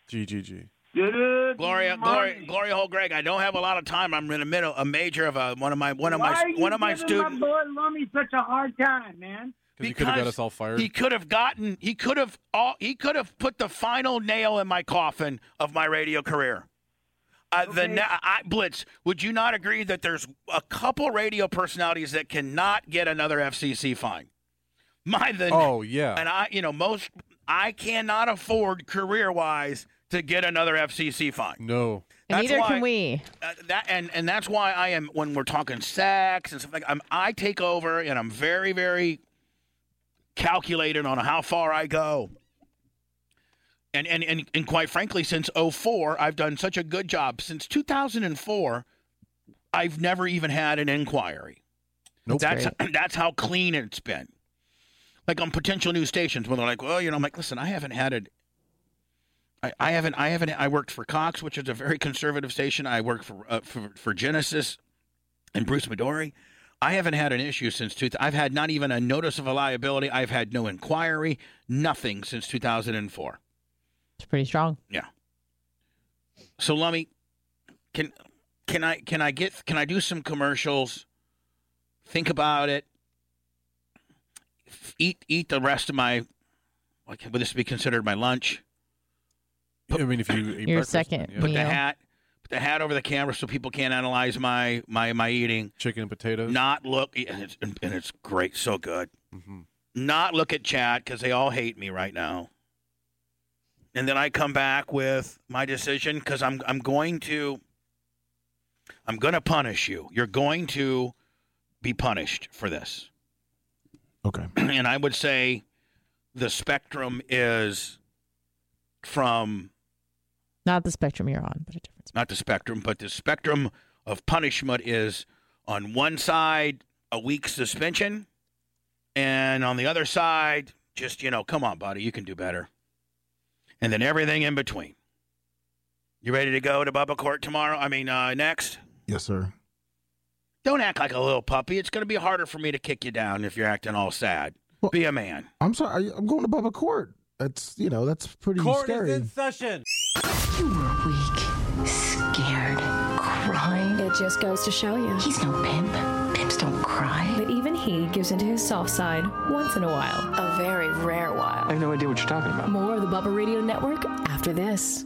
Speaker 8: GGG.
Speaker 1: Good Gloria, Gloria, Gloria, Hole, Greg. I don't have a lot of time. I'm in the middle, a major of a, one of my one of
Speaker 17: Why
Speaker 1: my
Speaker 17: are you
Speaker 1: one of my
Speaker 17: giving
Speaker 1: students.
Speaker 17: My boy Lummy such a hard time, man.
Speaker 8: Because he could have got
Speaker 1: Because
Speaker 8: us all fired.
Speaker 1: He could have gotten. He could have. All, he could have put the final nail in my coffin of my radio career. Uh, The na- I, Blitz, would you not agree that there's a couple radio personalities that cannot get another FCC fine? My the
Speaker 8: Oh, yeah.
Speaker 1: and I you know most I cannot afford career wise to get another FCC fine.
Speaker 8: No.
Speaker 10: And neither
Speaker 1: why-
Speaker 10: can we.
Speaker 1: uh, that and and that's why I am when we're talking sex and stuff like I'm I take over and I'm very very calculated on how far I go. And and and, and quite frankly since 04 I've done such a good job since 2004 I've never even had an inquiry.
Speaker 8: Nope.
Speaker 1: That's that's how clean it's been. Like on potential new stations when they're like, "Well, you know," I'm like, "Listen, I haven't had it I, I haven't I haven't I worked for Cox, which is a very conservative station. I worked for uh, for, for Genesis and Bruce Midori. I haven't had an issue since two. I've had not even a notice of a liability. I've had no inquiry, nothing since 2004.
Speaker 10: It's pretty strong.
Speaker 1: Yeah. So Lummy, can can I can I get can I do some commercials? Think about it. F- Eat eat the rest of my. Like, would this be considered my lunch?
Speaker 8: I mean, if you eat
Speaker 10: Your
Speaker 8: breakfast,
Speaker 10: second
Speaker 8: then, yeah.
Speaker 1: Put the hat, put the hat over the camera so people can't analyze my my my eating.
Speaker 8: Chicken and potatoes.
Speaker 1: Not look, and it's, and it's great, so good.
Speaker 7: Mm-hmm.
Speaker 1: Not look at chat because they all hate me right now. And then I come back with my decision because I'm I'm going to I'm going to punish you. You're going to be punished for this.
Speaker 7: Okay.
Speaker 1: And I would say the spectrum is from
Speaker 10: Not the spectrum you're on, but a different.
Speaker 1: not the spectrum, but the spectrum of punishment is on one side a week suspension, and on the other side, just you know, come on, buddy, you can do better, and then everything in between. You ready to go to Bubba Court tomorrow? I mean, uh, next.
Speaker 7: Yes, sir.
Speaker 1: Don't act like a little puppy. It's going to be harder for me to kick you down if you're acting all sad. be a man.
Speaker 7: I'm sorry. I- I'm going to Bubba Court. That's you know that's pretty scary.
Speaker 11: session.
Speaker 5: You were weak, scared, crying. It just goes to show you. He's no pimp. Pimps don't cry. But even he gives into his soft side once in a while. A very rare while.
Speaker 19: I have no idea what you're talking about.
Speaker 5: More of the Bubba Radio Network after this.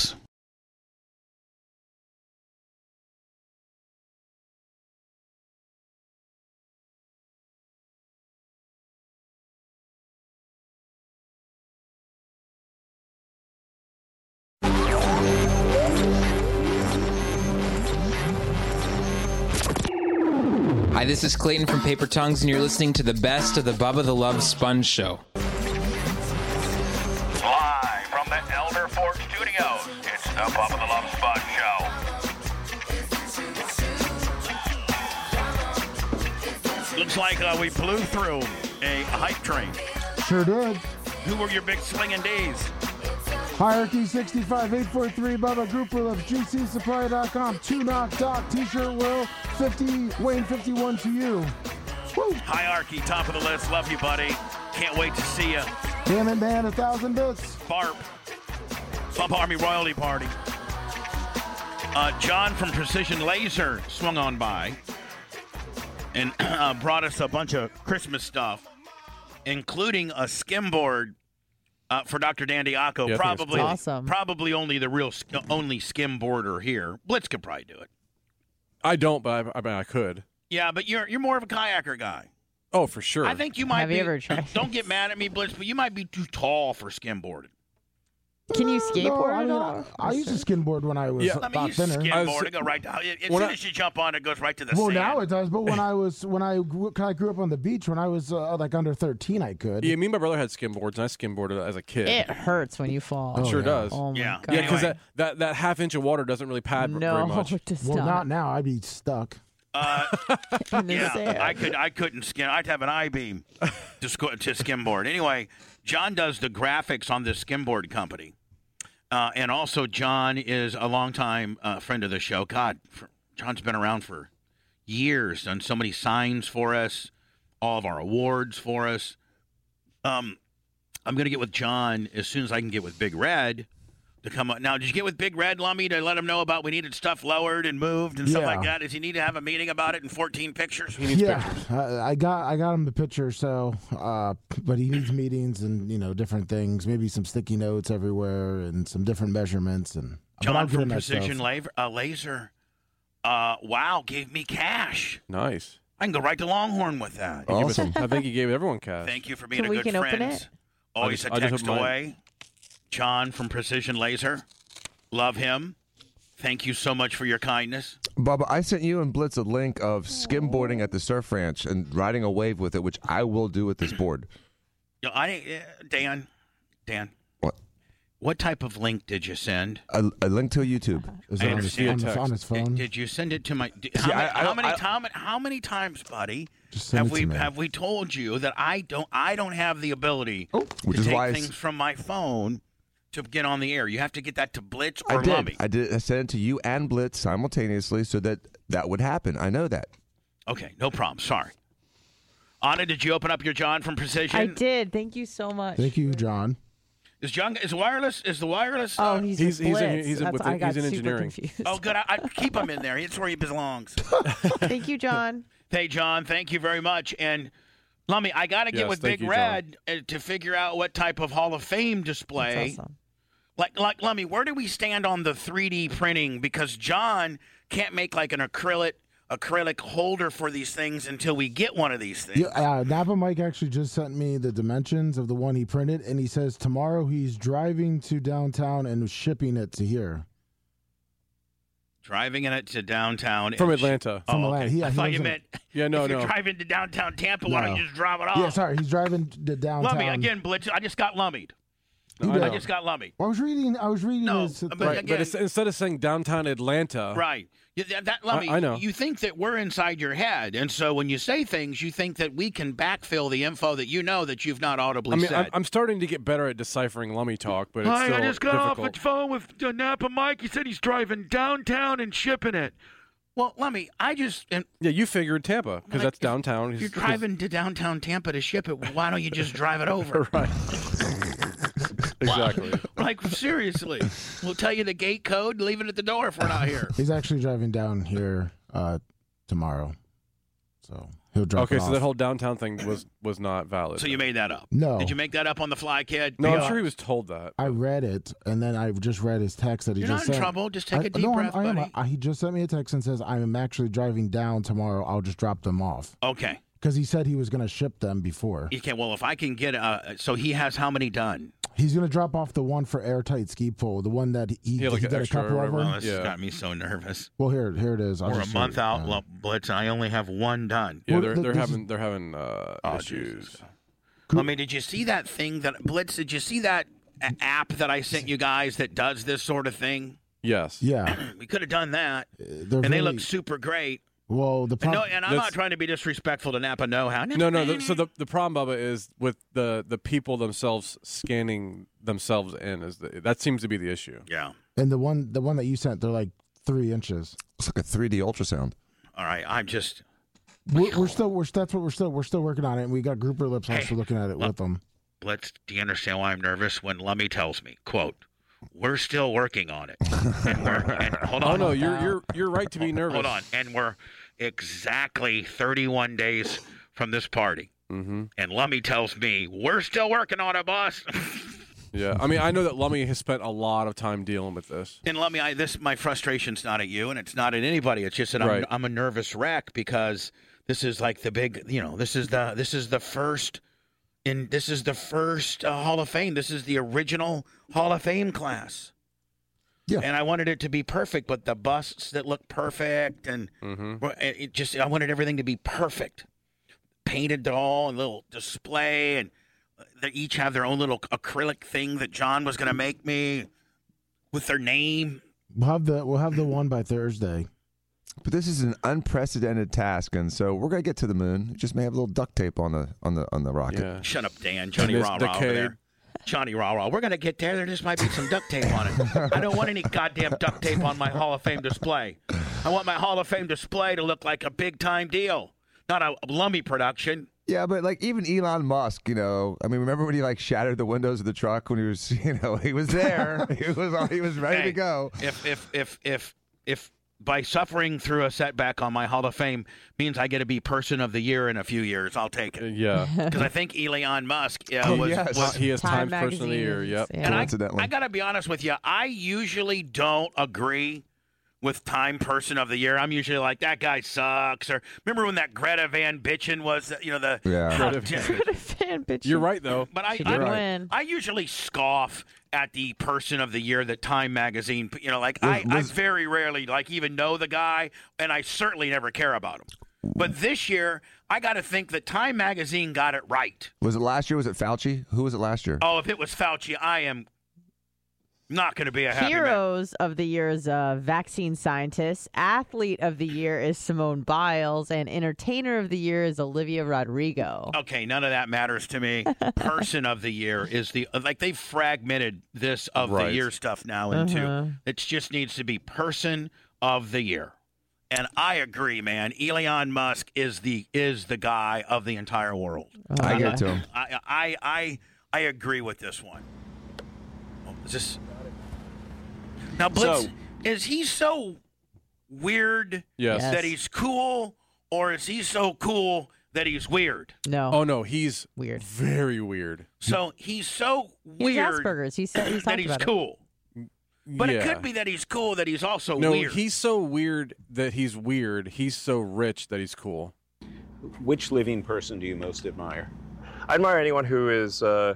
Speaker 19: Hi, this is Clayton from Paper Tongues, and you're listening to the best of the Bubba the Love Sponge Show.
Speaker 16: Live from the Elder Fort Studios, it's the Bubba the Love Sponge Show.
Speaker 1: Looks like uh, we blew through a hype train.
Speaker 7: Sure did.
Speaker 1: Who were your big swinging days?
Speaker 7: Hierarchy 65 843 Bubba Group Will of GCSupply.com. Two knock doc t shirt will 50 Wayne 51 to you.
Speaker 1: Hierarchy, top of the list. Love you, buddy. Can't wait to see you.
Speaker 7: Damn it, man, a thousand bits.
Speaker 1: Barp. Bump Army Royalty Party. Uh, John from Precision Laser swung on by and uh, brought us a bunch of Christmas stuff, including a skimboard uh, for Dr. Dandiaco.
Speaker 6: Yeah, I think it's
Speaker 1: probably,
Speaker 6: cool. Awesome.
Speaker 1: probably only the real sk- only skimboarder here. Blitz could probably do it.
Speaker 8: I don't, but I, I mean, I could.
Speaker 1: Yeah, but you're you're more of a kayaker guy.
Speaker 8: Oh, for sure.
Speaker 1: I think you might be. don't get mad at me, Blitz, but you might be too tall for skimboarding.
Speaker 10: Can you
Speaker 7: No,
Speaker 10: skateboard
Speaker 7: I,
Speaker 10: at
Speaker 7: mean,
Speaker 10: all?
Speaker 7: I, I used to skimboard when I was
Speaker 1: Yeah, I
Speaker 7: about
Speaker 1: mean, you
Speaker 7: thinner.
Speaker 1: skimboard. It go right down. As
Speaker 7: When
Speaker 1: soon
Speaker 7: I-
Speaker 1: as you jump on, it goes right to the
Speaker 7: well,
Speaker 1: sand.
Speaker 7: now it does, but when I was when I grew, I grew up on the beach when I was uh, like under thirteen, I could.
Speaker 8: Yeah, me and my brother had skimboards, and I skimboarded as a kid.
Speaker 10: It hurts when you fall.
Speaker 8: It sure does.
Speaker 10: Oh my god.
Speaker 8: Yeah, because that, that, that half inch of water doesn't really pad very much.
Speaker 7: well, not now. I'd be stuck.
Speaker 1: Uh, yeah, I could. I couldn't skim. I'd have an I beam to, squ- to skimboard. Anyway, John does the graphics on this skimboard company, uh, and also John is a longtime uh, friend of the show. God, for, John's been around for years, done so many signs for us, all of our awards for us. Um, I'm gonna get with John as soon as I can get with Big Red to come up. Now, did you get with Big Red Lummy to let him know about we needed stuff lowered and moved and stuff
Speaker 7: Yeah.
Speaker 1: like that? Does he need to have a meeting about it in 14 pictures?
Speaker 7: yeah, I, I got I got him the picture. So, uh, but he needs meetings and you know different things. Maybe some sticky notes everywhere and some different measurements and. but I'll
Speaker 1: John
Speaker 7: get him
Speaker 1: from
Speaker 7: that stuff.
Speaker 1: Precision Laser. Uh, laser. Uh, wow, gave me cash.
Speaker 8: Nice.
Speaker 1: I can go right to Longhorn with that.
Speaker 8: He gave us- I think he gave everyone cash.
Speaker 1: Thank you for being
Speaker 8: Maybe
Speaker 1: a good friend. Always
Speaker 8: I just-
Speaker 1: a
Speaker 8: I just
Speaker 1: text
Speaker 8: hope mine-
Speaker 1: away. John from Precision Laser. Love him. Thank you so much for your kindness.
Speaker 20: Bubba, I sent you and Blitz a link of skimboarding at the surf ranch and riding a wave with it, which I will do with this board.
Speaker 1: Yo, I uh, Dan, Dan.
Speaker 20: What?
Speaker 1: What type of link did you send?
Speaker 20: A, a link to YouTube.
Speaker 1: I understand.
Speaker 7: phone?
Speaker 1: Did, did you send it to my? d- How,
Speaker 20: I-
Speaker 1: many,
Speaker 20: I
Speaker 1: how
Speaker 20: don't-
Speaker 1: many
Speaker 20: I-
Speaker 1: time- how many times, buddy?
Speaker 20: send
Speaker 1: have
Speaker 20: it to
Speaker 1: we
Speaker 20: me.
Speaker 1: have we told you that I don't I don't have the ability
Speaker 20: Oh. Which
Speaker 1: to
Speaker 20: is
Speaker 1: take
Speaker 20: why I s-
Speaker 1: things from my phone to get on the air? You have to get that to Blitz
Speaker 20: I
Speaker 1: or
Speaker 20: did.
Speaker 1: Lummy.
Speaker 20: I did. I sent it to you and Blitz simultaneously so that that would happen. I know that.
Speaker 1: Okay, no problem. Sorry. Anna, did you open up your John from Precision?
Speaker 10: I did. Thank you so much.
Speaker 7: Thank you, John.
Speaker 1: Is John is wireless? Is the wireless?
Speaker 10: Oh,
Speaker 1: uh,
Speaker 10: he's He's- with he's in- Blitz. he's in- That's- with- I got he's in super engineering. confused.
Speaker 1: Oh, good. I, I keep him in there. It's where he belongs.
Speaker 10: Thank you, John.
Speaker 1: hey, John. Thank you very much. And Lummy, I got to get
Speaker 6: Yes,
Speaker 1: with
Speaker 6: thank
Speaker 1: Big
Speaker 6: you, John.
Speaker 1: Red uh, to figure out what type of Hall of Fame display.
Speaker 6: That's awesome.
Speaker 1: Like, like Lummy, where do we stand on the 3D printing? Because John can't make like an acrylic acrylic holder for these things until we get one of these things.
Speaker 7: Yeah, uh, Napa Mike actually just sent me the dimensions of the one he printed, and he says tomorrow he's driving to downtown and shipping it to here.
Speaker 1: Driving in it to downtown
Speaker 8: From
Speaker 1: and sh-
Speaker 8: Atlanta.
Speaker 1: Oh,
Speaker 7: From
Speaker 1: okay.
Speaker 7: Atlanta. Yeah,
Speaker 1: I
Speaker 7: he
Speaker 1: thought
Speaker 7: lives
Speaker 1: you
Speaker 7: in-
Speaker 1: meant
Speaker 8: Yeah, no,
Speaker 1: if you're
Speaker 8: no.
Speaker 1: driving to downtown Tampa, why don't
Speaker 7: No.
Speaker 1: you just drive it off?
Speaker 7: Yeah, sorry, he's driving to downtown.
Speaker 1: Lummy again, Blitz. I just got lummied.
Speaker 7: You
Speaker 1: I
Speaker 7: did.
Speaker 1: just got lummied.
Speaker 7: I was reading. I was reading. No, his,
Speaker 8: Right, but it's, instead of saying downtown Atlanta,
Speaker 1: Right. You- That, that Lummy,
Speaker 8: Uh-huh. I know.
Speaker 1: you think that we're inside your head, and so when you say things, you think that we can backfill the info that you know that you've not audibly
Speaker 8: I mean,
Speaker 1: said.
Speaker 8: I'm, I'm starting to get better at deciphering lummy talk, but it's
Speaker 1: Hi,
Speaker 8: still
Speaker 1: I just got
Speaker 8: difficult.
Speaker 1: off the phone with uh, Napa Mike. He said he's driving downtown and shipping it. Well, Lummy, I just and
Speaker 8: yeah, you figured Tampa because that's downtown.
Speaker 1: you're driving to downtown Tampa to ship it. Why don't you just drive it over?
Speaker 8: right. exactly.
Speaker 1: Like seriously, we'll tell you the gate code. Leave it at the door if we're not here.
Speaker 7: He's actually driving down here uh, tomorrow, so he'll drop.
Speaker 8: Okay,
Speaker 7: it
Speaker 8: so
Speaker 7: off.
Speaker 8: that whole downtown thing was was not valid.
Speaker 1: So you made that up?
Speaker 7: No.
Speaker 1: Did you make that up on the fly, kid?
Speaker 8: no,
Speaker 1: Yeah.
Speaker 8: I'm sure he was told that.
Speaker 7: I read it, and then I just read his text that he
Speaker 1: You're
Speaker 7: just
Speaker 1: not in
Speaker 7: sent.
Speaker 1: trouble. Just take
Speaker 7: I-
Speaker 1: a deep
Speaker 7: no, I'm-
Speaker 1: breath,
Speaker 7: I am.
Speaker 1: buddy.
Speaker 7: I- he just sent me a text and says, "I'm actually driving down tomorrow. I'll just drop them off."
Speaker 1: Okay.
Speaker 7: Because he said he was going to ship them before.
Speaker 1: Okay. Well, if I can get uh, so he has how many done?
Speaker 7: He's going to drop off the one for airtight ski pole, the one that he, he, did a couple of
Speaker 1: Oh,
Speaker 7: them.
Speaker 1: this has got me so nervous.
Speaker 7: Well, here, here it is. I'll
Speaker 1: We're a
Speaker 7: just-
Speaker 1: month out, Lo- Blitz. and I only have one done. Oh,
Speaker 8: Yeah, they're they're having they're having uh, issues.
Speaker 1: I mean, did you see that thing that Blitz? Did you see that a- app that I sent you guys that does this sort of thing?
Speaker 8: Yes.
Speaker 7: Yeah.
Speaker 1: We could have done that, and
Speaker 7: Uh, they're
Speaker 1: they
Speaker 7: really-
Speaker 1: look super great.
Speaker 7: Well, the
Speaker 1: And,
Speaker 7: problem.
Speaker 1: no, and I'm not trying to be disrespectful to Napa Know How.
Speaker 8: No, no. The, so the the problem, Bubba, is with the the people themselves scanning themselves in. Is the, that seems to be the issue?
Speaker 1: Yeah.
Speaker 7: and the one, the one that you sent, they're like three inches.
Speaker 20: It's like a 3D ultrasound.
Speaker 1: All right, I'm just
Speaker 7: We're, we're still, we're that's what we're still, we're still working on it. And we got grouper lips also looking at it with
Speaker 10: Uh,
Speaker 7: them.
Speaker 1: Blitz. Do you understand why I'm nervous when Lummy tells me, "quote We're still working on it." And we're, and, hold on.
Speaker 8: Oh no, you're you're you're right to be nervous.
Speaker 1: Hold on, and we're exactly 31 days from this party.
Speaker 8: Mm-hmm.
Speaker 1: And Lummy tells me we're still working on it, boss.
Speaker 8: Yeah, I mean, I know that Lummy has spent a lot of time dealing with this.
Speaker 1: and Lummy, I, this my frustration's not at you, and it's not at anybody. It's just that
Speaker 8: Right.
Speaker 1: I'm, I'm a nervous wreck because this is like the big, you know, this is the this is the first, in this is the first uh, Hall of Fame. This is the original Hall of Fame class.
Speaker 7: Yeah.
Speaker 1: And I wanted it to be perfect, but the busts that look perfect and well, it it just I wanted everything to be perfect. Painted doll and little display and uh, they each have their own little acrylic thing that John was going to make me with their name.
Speaker 7: We'll have the, we'll have the one by Thursday.
Speaker 20: But this is an unprecedented task, and so we're gonna get to the moon. It just may have a little duct tape on the on the on the rocket.
Speaker 1: Shut up, Dan. Johnny
Speaker 20: Miss
Speaker 1: Rah Rah over
Speaker 20: Decade.
Speaker 1: there. Johnny Rah Rah. We're going to get there. There just might be some duct tape on it. I don't want any goddamn duct tape on my Hall of Fame display. I want my Hall of Fame display to look like a big time deal, not a lummy production.
Speaker 20: Yeah, but like even Elon Musk, you know, I mean, remember when he like shattered the windows of the truck when he was, you know, he was there, he was on, he was ready
Speaker 1: Hey,
Speaker 20: to go.
Speaker 1: If if if if if by suffering through a setback on my Hall of Fame means I get to be Person of the Year in a few years, I'll take it.
Speaker 8: Yeah.
Speaker 1: because I think Elon Musk uh,
Speaker 8: Oh,
Speaker 1: was,
Speaker 8: yes.
Speaker 1: was-
Speaker 8: He is Time Time's Person of the Year, magazine's, yep. yeah.
Speaker 1: And I,
Speaker 8: Coincidentally.
Speaker 1: I got to be honest with you, I usually don't agree with Time Person of the Year. I'm usually like that guy sucks. Or remember when that Greta Van Bitchen was, you know the
Speaker 8: Yeah.
Speaker 1: How
Speaker 8: Greta Van-
Speaker 1: dare-
Speaker 8: You're right though.
Speaker 1: but I, I, I usually scoff at the person of the year that Time Magazine. You know, like I, I very rarely like even know the guy, and I certainly never care about him. But this year, I got to think that Time Magazine got it right.
Speaker 20: Was it last year? Was it Fauci? Who was it last year?
Speaker 1: Oh, if it was Fauci, I am not going to be a happy man.
Speaker 10: Heroes of the Year is a vaccine scientist. Athlete of the Year is Simone Biles. And Entertainer of the Year is Olivia Rodrigo.
Speaker 1: Okay, none of that matters to me. Person of the year is the like they've fragmented this of the
Speaker 8: Right.
Speaker 1: year stuff now into
Speaker 8: Uh-huh.
Speaker 1: it just needs to be person of the year. And I agree, man. Elon Musk is the is the guy of the entire world.
Speaker 20: I give it to him.
Speaker 1: I I I, I agree with this one. Oh, Is this now Blitz?
Speaker 6: So-
Speaker 1: is he so weird
Speaker 8: Yes. Yes.
Speaker 1: that he's cool, or is he so cool that he's weird?
Speaker 10: No.
Speaker 8: Oh no, he's
Speaker 10: weird.
Speaker 8: Very weird.
Speaker 1: So he's so
Speaker 10: He has
Speaker 1: weird
Speaker 10: Asperger's. He said- he
Speaker 1: that
Speaker 10: talked
Speaker 1: he's
Speaker 10: about it.
Speaker 1: cool. But it
Speaker 8: Yeah.
Speaker 1: could be that he's cool that he's also
Speaker 8: no,
Speaker 1: weird.
Speaker 8: he's so weird that he's weird. He's so rich that he's cool.
Speaker 21: Which living person do you most admire?
Speaker 22: I admire anyone who is. Uh,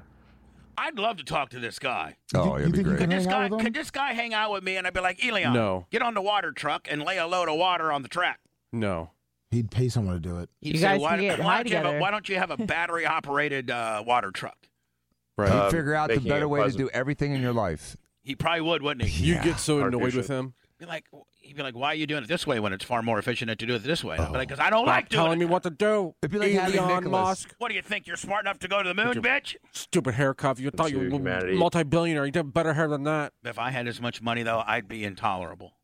Speaker 1: I'd love to talk to this guy.
Speaker 21: oh, it'd be
Speaker 1: Could this guy could this guy hang out with me and I'd be like, Elion,
Speaker 8: No.
Speaker 1: get on the water truck and lay a load of water on the track.
Speaker 8: No.
Speaker 7: He'd pay someone to do it.
Speaker 1: He'd say, why, why don't you have a, why don't you have a battery operated uh, water truck?
Speaker 8: Right.
Speaker 20: You
Speaker 8: Um,
Speaker 20: figure out the
Speaker 8: making
Speaker 20: better
Speaker 8: it
Speaker 20: way to
Speaker 8: pleasant.
Speaker 20: do everything in your life.
Speaker 1: He probably would, wouldn't he?
Speaker 8: You get so annoyed with him.
Speaker 1: Be like, he'd be like, why are you doing it this way when it's far more efficient to do it this way? Because like, 'Cause I don't
Speaker 8: Stop
Speaker 1: like doing
Speaker 8: telling me
Speaker 1: it.
Speaker 8: what to do. It'd
Speaker 1: be like having Nicholas. What do you think? You're smart enough to go to the moon, bitch?
Speaker 8: Stupid haircut. You thought you were
Speaker 1: humanity.
Speaker 8: multi-billionaire. You did better hair than that.
Speaker 1: If I had as much money though, I'd be intolerable.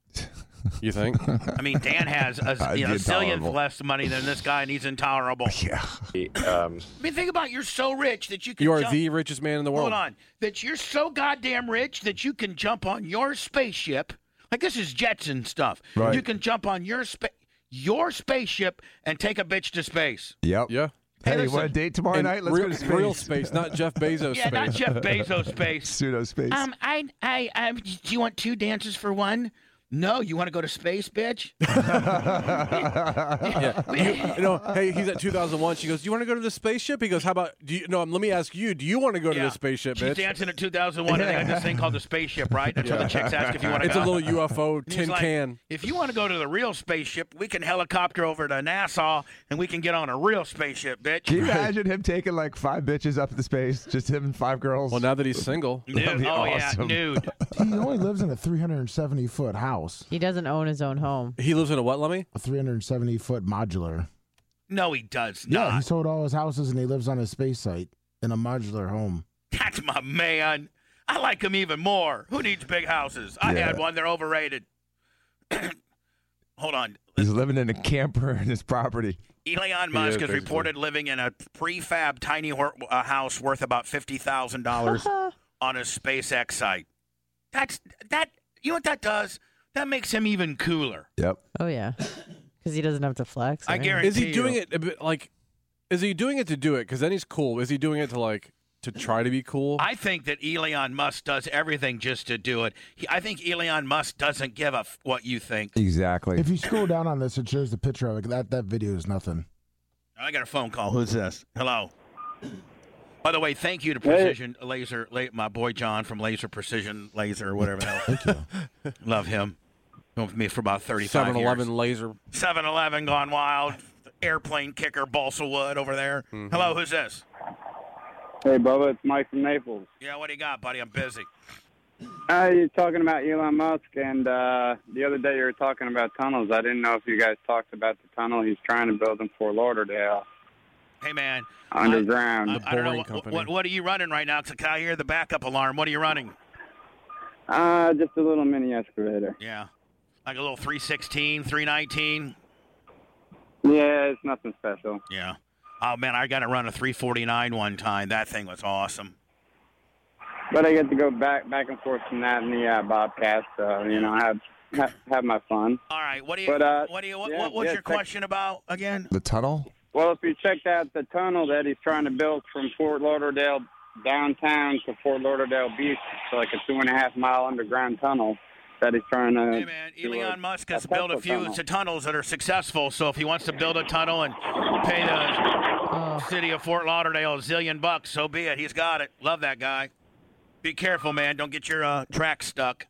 Speaker 8: You think?
Speaker 1: I mean, Dan has a,
Speaker 8: I'd
Speaker 1: you
Speaker 8: be
Speaker 1: know, zillion
Speaker 8: intolerable.
Speaker 1: less money than this guy, and he's intolerable. Yeah.
Speaker 22: um,
Speaker 1: I mean, think about it. you're so rich that you can.
Speaker 8: You are
Speaker 1: jump-
Speaker 8: the richest man in the world.
Speaker 1: Hold on, that you're so goddamn rich that you can jump on your spaceship. Like this is Jetson stuff.
Speaker 20: Right.
Speaker 1: You can jump on your spa- your spaceship and take a bitch to space.
Speaker 20: Yep.
Speaker 8: Yeah.
Speaker 20: Hey,
Speaker 1: Hey,
Speaker 20: want a
Speaker 1: listen.
Speaker 20: date tomorrow
Speaker 1: And
Speaker 20: night? Let's
Speaker 1: real-
Speaker 20: go to space.
Speaker 1: real
Speaker 8: space, not Jeff Bezos
Speaker 1: Yeah, not space. Jeff Bezos space.
Speaker 20: Pseudo space.
Speaker 1: Um, I, I, I, do you want two dances for one? No, you want to go to space, bitch?
Speaker 8: yeah. You, you know, hey, he's at 2001. She goes, "Do you want to go to the spaceship?" He goes, "How about do you no, um, let me ask you. Do you want to go to
Speaker 1: Yeah.
Speaker 8: the spaceship,
Speaker 1: She's
Speaker 8: bitch?"
Speaker 1: dancing in 2001, and they had this thing called the spaceship, right? That's what the chicks ask if you want to
Speaker 8: It's
Speaker 1: go.
Speaker 8: a little UFO
Speaker 1: And he's
Speaker 8: tin
Speaker 1: like,
Speaker 8: can.
Speaker 1: If you want to go to the real spaceship, we can helicopter over to Nassau, and we can get on a real spaceship, bitch.
Speaker 20: Can you imagine him taking like five bitches up into space? Just him and five girls. Well,
Speaker 8: now that he's single,
Speaker 20: that'd be
Speaker 1: Oh,
Speaker 20: awesome.
Speaker 1: dude.
Speaker 7: he only lives in a 370 foot house.
Speaker 10: He doesn't own his own home.
Speaker 8: He lives in a what, Lummy?
Speaker 7: A 370 foot modular.
Speaker 1: No, he does
Speaker 7: Yeah, he
Speaker 1: not.
Speaker 7: sold all his houses and he lives on a space site in a modular home.
Speaker 1: That's my man. I like him even more. Who needs big houses? I
Speaker 20: Yeah.
Speaker 1: had one. They're overrated. Hold on.
Speaker 20: He's living in a camper in his property.
Speaker 1: Elon
Speaker 20: He
Speaker 1: Musk
Speaker 20: is,
Speaker 1: is, reported living in a prefab tiny hor- uh, house worth about fifty thousand dollars on a SpaceX site. That's that. You know what that does? That makes him even cooler.
Speaker 20: Yep.
Speaker 10: Oh yeah, because he doesn't have to flex.
Speaker 1: I
Speaker 10: right?
Speaker 1: guarantee
Speaker 8: Is he doing it a bit like? Is he doing it to do it? Because then he's cool. Is he doing it to like to try to be cool?
Speaker 1: I think that Elon Musk does everything just to do it. He, I think Elon Musk doesn't give a f- what you think.
Speaker 20: Exactly.
Speaker 7: If you scroll down on this, it shows the picture of it. That that video is nothing.
Speaker 1: I got a phone call. Who's this? Hello. By the way, thank you to Precision Laser, la- my boy John from Laser Precision Laser, or whatever the hell. Love him. Been with me for about 35 years.
Speaker 8: 7-Eleven laser.
Speaker 1: 7 Eleven gone wild. Airplane kicker, balsa wood over there. Hello, who's this?
Speaker 23: Hey, Bubba, it's Mike from Naples.
Speaker 1: Yeah, what do you got, buddy? I'm busy.
Speaker 23: Uh, you're talking about Elon Musk, and uh, the other day you were talking about tunnels. I didn't know if you guys talked about the tunnel he's trying to build in Fort Lauderdale
Speaker 1: Hey, man.
Speaker 23: underground.
Speaker 1: I, I don't know. What, what, what are you running right now? 'Cause I hear the backup alarm. What are you running?
Speaker 23: Uh, just a little mini excavator.
Speaker 1: Yeah. Like a little 316, 319?
Speaker 23: Yeah, it's nothing special.
Speaker 1: Yeah. Oh, man, I got to run a 349 one time. That thing was awesome.
Speaker 23: But I get to go back back and forth from that in the uh, Bobcat, so you know, have have, have my fun.
Speaker 1: All right, what do you?
Speaker 23: But, uh,
Speaker 1: what do you? What,
Speaker 23: yeah,
Speaker 1: what was
Speaker 23: yeah,
Speaker 1: your
Speaker 23: thank-
Speaker 1: question about again?
Speaker 20: The tunnel?
Speaker 23: Well, if you checked out the tunnel that he's trying to build from Fort Lauderdale downtown to Fort Lauderdale Beach, it's like a two and a half mile underground tunnel that he's trying to. Hey man,
Speaker 1: Elon Musk has built a few t- tunnels that are successful, so if he wants to build a tunnel and pay the
Speaker 20: Oh.
Speaker 1: city of Fort Lauderdale a zillion bucks, so be it. He's got it. Love that guy. Be careful, man. Don't get your uh, track stuck.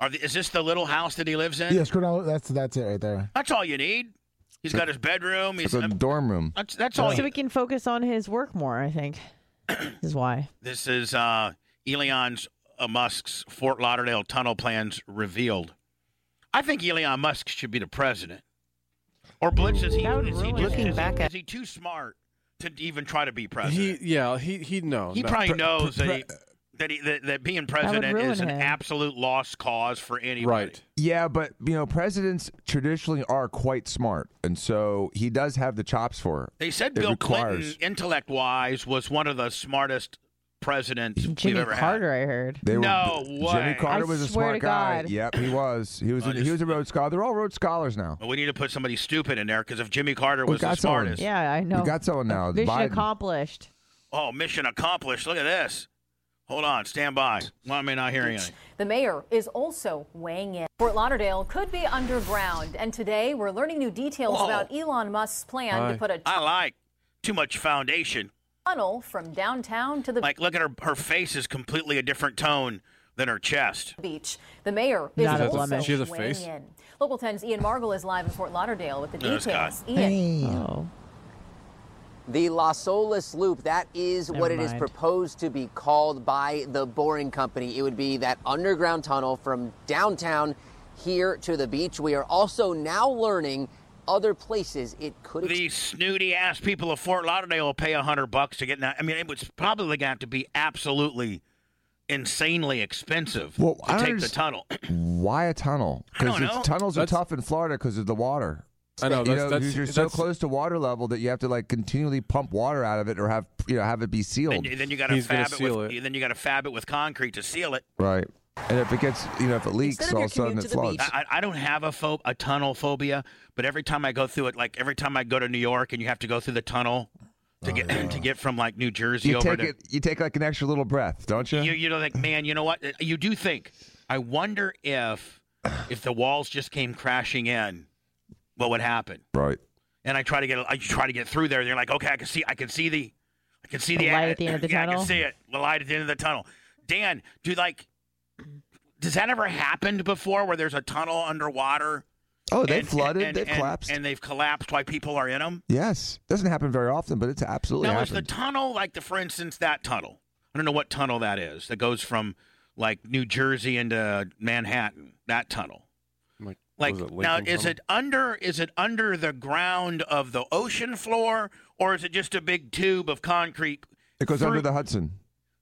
Speaker 1: Are the, is this the little house that he lives in?
Speaker 7: Yeah, scroll down. That's that's it right there.
Speaker 1: That's all you need. He's got his bedroom. He's
Speaker 20: It's a dorm room.
Speaker 1: that's, that's all.
Speaker 10: So
Speaker 1: You,
Speaker 10: we can focus on his work more. I think is why.
Speaker 1: this is uh, Elon's uh, Musk's Fort Lauderdale tunnel plans revealed. I think Elon Musk should be the president. Or Blitz is he? Is he, just, is, he is he too smart to even try to be president?
Speaker 8: He yeah he he no
Speaker 1: He
Speaker 8: no.
Speaker 1: probably
Speaker 8: Pre-
Speaker 1: knows
Speaker 8: pre-
Speaker 1: that, he, that he that that being president
Speaker 20: ruin
Speaker 1: is an
Speaker 20: him.
Speaker 1: absolute lost cause for anybody.
Speaker 8: Right.
Speaker 20: Yeah, but you know, presidents traditionally are quite smart, and so he does have the chops for. it.
Speaker 1: They said
Speaker 20: It
Speaker 1: Bill
Speaker 20: requires-
Speaker 1: Clinton, intellect wise, was one of the smartest president
Speaker 10: Jimmy
Speaker 1: we've ever
Speaker 10: Carter, I heard.
Speaker 20: They were,
Speaker 1: No
Speaker 20: Jimmy
Speaker 1: way.
Speaker 20: Carter
Speaker 1: I
Speaker 20: was a
Speaker 1: swear
Speaker 20: smart
Speaker 1: to
Speaker 20: guy.
Speaker 1: God.
Speaker 20: Yep, he was. He was. A, he was a Rhodes Scholar. They're all Rhodes Scholars now.
Speaker 1: had. But we need to put somebody stupid in there because if Jimmy Carter
Speaker 20: We
Speaker 1: was the
Speaker 20: got someone.
Speaker 1: smartest,
Speaker 10: Yeah, I know.
Speaker 20: We got someone now. It's
Speaker 10: Mission
Speaker 1: Mm.
Speaker 20: Biden.
Speaker 10: accomplished.
Speaker 1: Oh, mission accomplished. Look at this. Hold on, stand by. Why am I not hearing anything?
Speaker 24: The mayor is also weighing in. Fort Lauderdale could be underground, and today we're learning new details
Speaker 1: Whoa.
Speaker 24: about Elon Musk's plan to put a
Speaker 1: I like too much foundation.
Speaker 24: tunnel from downtown to the
Speaker 1: Like, look at her. Her face is completely a different tone than her chest.
Speaker 24: beach. The mayor
Speaker 1: She
Speaker 24: is
Speaker 1: has a-
Speaker 24: also
Speaker 1: she has a
Speaker 24: weighing
Speaker 1: face.
Speaker 24: in. Local 10's Ian Margle is live in Fort Lauderdale with the
Speaker 1: No, it's
Speaker 24: details.
Speaker 1: not.
Speaker 24: Ian.
Speaker 25: The Las Olas Loop, that is what it is
Speaker 24: mind.
Speaker 25: proposed to be called by the Boring Company. It would be that underground tunnel from downtown here to the beach. We are also now learning other places it could
Speaker 1: These snooty ass people of Fort Lauderdale will pay a hundred bucks to get in that. I mean, it was probably going to have to be absolutely insanely expensive
Speaker 20: Well,
Speaker 1: to
Speaker 20: I don't
Speaker 1: take the
Speaker 20: underst-
Speaker 1: tunnel.
Speaker 20: Why a tunnel? Because
Speaker 1: don't know.
Speaker 20: tunnels
Speaker 1: That's-
Speaker 20: are tough in Florida because of the water.
Speaker 8: I know,
Speaker 20: you
Speaker 8: that's- that's-
Speaker 20: you're so
Speaker 8: that's-
Speaker 20: close to water level that you have to like continually pump water out of it or have you know have it be sealed.
Speaker 1: And then you got to fab it with then you got to fab it with concrete to seal it.
Speaker 20: right. And if it gets you know if it leaks, all of a sudden it floods.
Speaker 1: I, I don't have a pho- a tunnel phobia, but every time I go through it, like every time I go to New York and you have to go through the tunnel to get to get from like New
Speaker 20: Oh,
Speaker 1: Jersey
Speaker 20: You
Speaker 1: over
Speaker 20: take
Speaker 1: to
Speaker 20: it. You take like an extra little breath, don't you?
Speaker 1: you you know like man, you know what? You do think. I wonder if if the walls just came crashing in, what would happen?
Speaker 20: right.
Speaker 1: And I try to get I try to get through there. They're like, okay, I can see I can see the I can see
Speaker 10: The
Speaker 1: the,
Speaker 10: light at the end of the
Speaker 1: yeah, I
Speaker 10: tunnel?
Speaker 1: can see it. The light at the end of the tunnel. Dan, do like does that ever happened before where there's a tunnel underwater?
Speaker 20: Oh, they
Speaker 1: and-
Speaker 20: flooded.
Speaker 1: and-
Speaker 20: they
Speaker 1: and-
Speaker 20: collapsed.
Speaker 1: and they've collapsed. Why people are in them?
Speaker 20: yes, doesn't happen very often, but it's absolutely
Speaker 1: Now, is
Speaker 20: happened.
Speaker 1: the tunnel like the, for instance, that tunnel? I don't know what tunnel that is that goes from like New Jersey into Manhattan. That tunnel.
Speaker 8: Like,
Speaker 1: Like
Speaker 8: was it
Speaker 1: now,
Speaker 8: Lincoln
Speaker 1: is
Speaker 8: Tunnel?
Speaker 1: it under? Is it under the ground of the ocean floor, or is it just a big tube of concrete?
Speaker 20: it goes under the Hudson,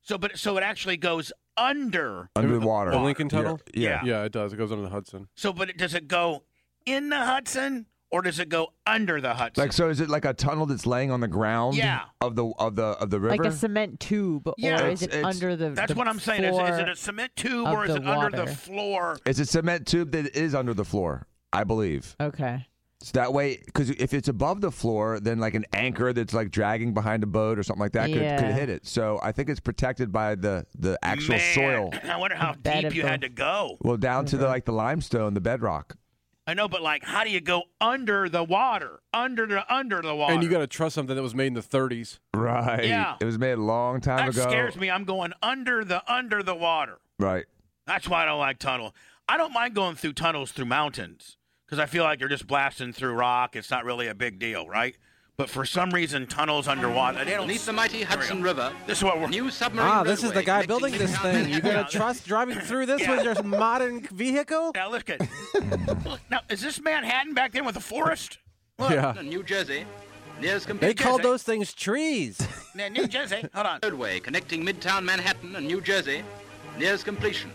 Speaker 1: So, but so it actually goes under.
Speaker 20: under the water.
Speaker 8: The Lincoln Tunnel?
Speaker 20: Yeah.
Speaker 8: Yeah, it does. It goes under the Hudson.
Speaker 1: So, but it, does it go in the Hudson, or does it go under the Hudson?
Speaker 20: Like so, is it like a tunnel that's laying on the ground?
Speaker 1: Yeah.
Speaker 20: Of the of the of the river.
Speaker 10: Like a cement tube, or is it under the?
Speaker 1: That's
Speaker 10: the
Speaker 1: what I'm saying. Is, is
Speaker 10: floor
Speaker 1: it a cement tube,
Speaker 10: of
Speaker 1: or is
Speaker 10: the
Speaker 1: it under
Speaker 10: water?
Speaker 1: the floor?
Speaker 20: It's a cement tube that is under the floor, I believe.
Speaker 10: Okay.
Speaker 20: So that way, because if it's above the floor, then like an anchor that's like dragging behind a boat or something like that could,
Speaker 1: Yeah.
Speaker 20: could hit it. So I think it's protected by the the actual
Speaker 1: Man,
Speaker 20: soil.
Speaker 1: I wonder how deep you had to go.
Speaker 20: Well, down to the like the limestone, the bedrock.
Speaker 1: I know, but like, how do you go under the water? Under the under the water.
Speaker 8: And you got to trust something that was made in the 30s.
Speaker 20: Right.
Speaker 1: Yeah.
Speaker 20: It was made a long time
Speaker 1: that
Speaker 20: ago.
Speaker 1: scares me. I'm going under the under the water.
Speaker 20: Right.
Speaker 1: That's why I don't like tunnel. I don't mind going through tunnels through mountains because I feel like you're just blasting through rock. It's not really a big deal, right? But for some reason, tunnels underwater. They don't
Speaker 26: Beneath the mighty
Speaker 1: Here we go.
Speaker 26: Hudson River,
Speaker 1: This is what we're
Speaker 26: new submarine.
Speaker 27: Ah, this is the
Speaker 26: railway
Speaker 27: guy
Speaker 26: connecting
Speaker 27: building this
Speaker 26: Manhattan
Speaker 27: thing.
Speaker 26: and
Speaker 27: You're gonna
Speaker 1: Yeah.
Speaker 27: trust driving through this
Speaker 1: Yeah.
Speaker 27: with your modern vehicle?
Speaker 1: Now look at. now is this Manhattan back then with a forest?
Speaker 27: Yeah.
Speaker 26: New Jersey. Nears
Speaker 27: They
Speaker 26: complete
Speaker 27: called
Speaker 1: eh?
Speaker 26: Jersey.
Speaker 27: those things trees.
Speaker 1: Now, New Jersey. Hold on.
Speaker 26: Roadway connecting Midtown Manhattan and New Jersey nears completion.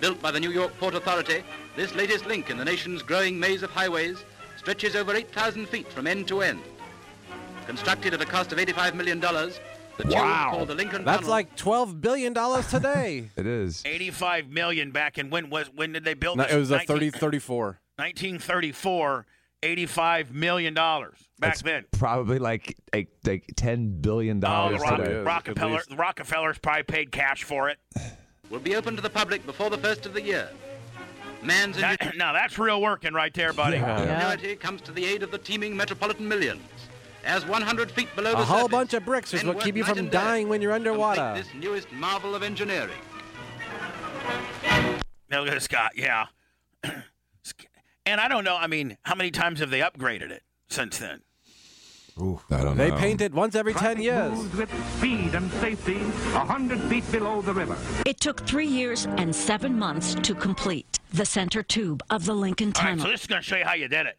Speaker 26: Built by the New York Port Authority, this latest link in the nation's growing maze of highways stretches over 8,000 feet from end to end. Constructed at a cost of $85 million, the tube called the Lincoln
Speaker 27: That's
Speaker 26: Tunnel-
Speaker 27: like twelve billion dollars today.
Speaker 20: it is.
Speaker 1: 85 million back in when was when did they build
Speaker 8: No,
Speaker 1: this?
Speaker 8: it was a
Speaker 1: 19
Speaker 8: 30, 34.
Speaker 1: 1934, 85 million dollars back then.
Speaker 20: Probably like like, like ten billion
Speaker 1: Oh, the
Speaker 20: dollars
Speaker 1: Rock,
Speaker 20: today.
Speaker 1: Rockefeller, the Rockefellers probably paid cash for it.
Speaker 26: will be open to the public before the first of the year. Man's
Speaker 1: That- now that's real working right there, buddy.
Speaker 26: ingenuity comes to the aid of the teeming metropolitan millions. As 100 feet below
Speaker 27: A
Speaker 26: the
Speaker 27: whole
Speaker 26: surface,
Speaker 27: bunch of bricks is
Speaker 26: men
Speaker 27: what
Speaker 26: work
Speaker 27: keep you
Speaker 26: night
Speaker 27: from
Speaker 26: and day
Speaker 27: dying when you're
Speaker 26: to complete
Speaker 27: underwater.
Speaker 26: This newest marvel of engineering.
Speaker 1: Now look at Scott, yeah. and I don't know. I mean, how many times have they upgraded it since then?
Speaker 20: I don't
Speaker 27: they paint it once every ten
Speaker 1: Traffic
Speaker 27: years.
Speaker 1: moves
Speaker 27: with
Speaker 28: speed and safety, a hundred feet below the river.
Speaker 29: It took three years and seven months to complete the center tube of the Lincoln
Speaker 1: All right, so
Speaker 29: Tunnel,
Speaker 1: this is going to show you how you did it.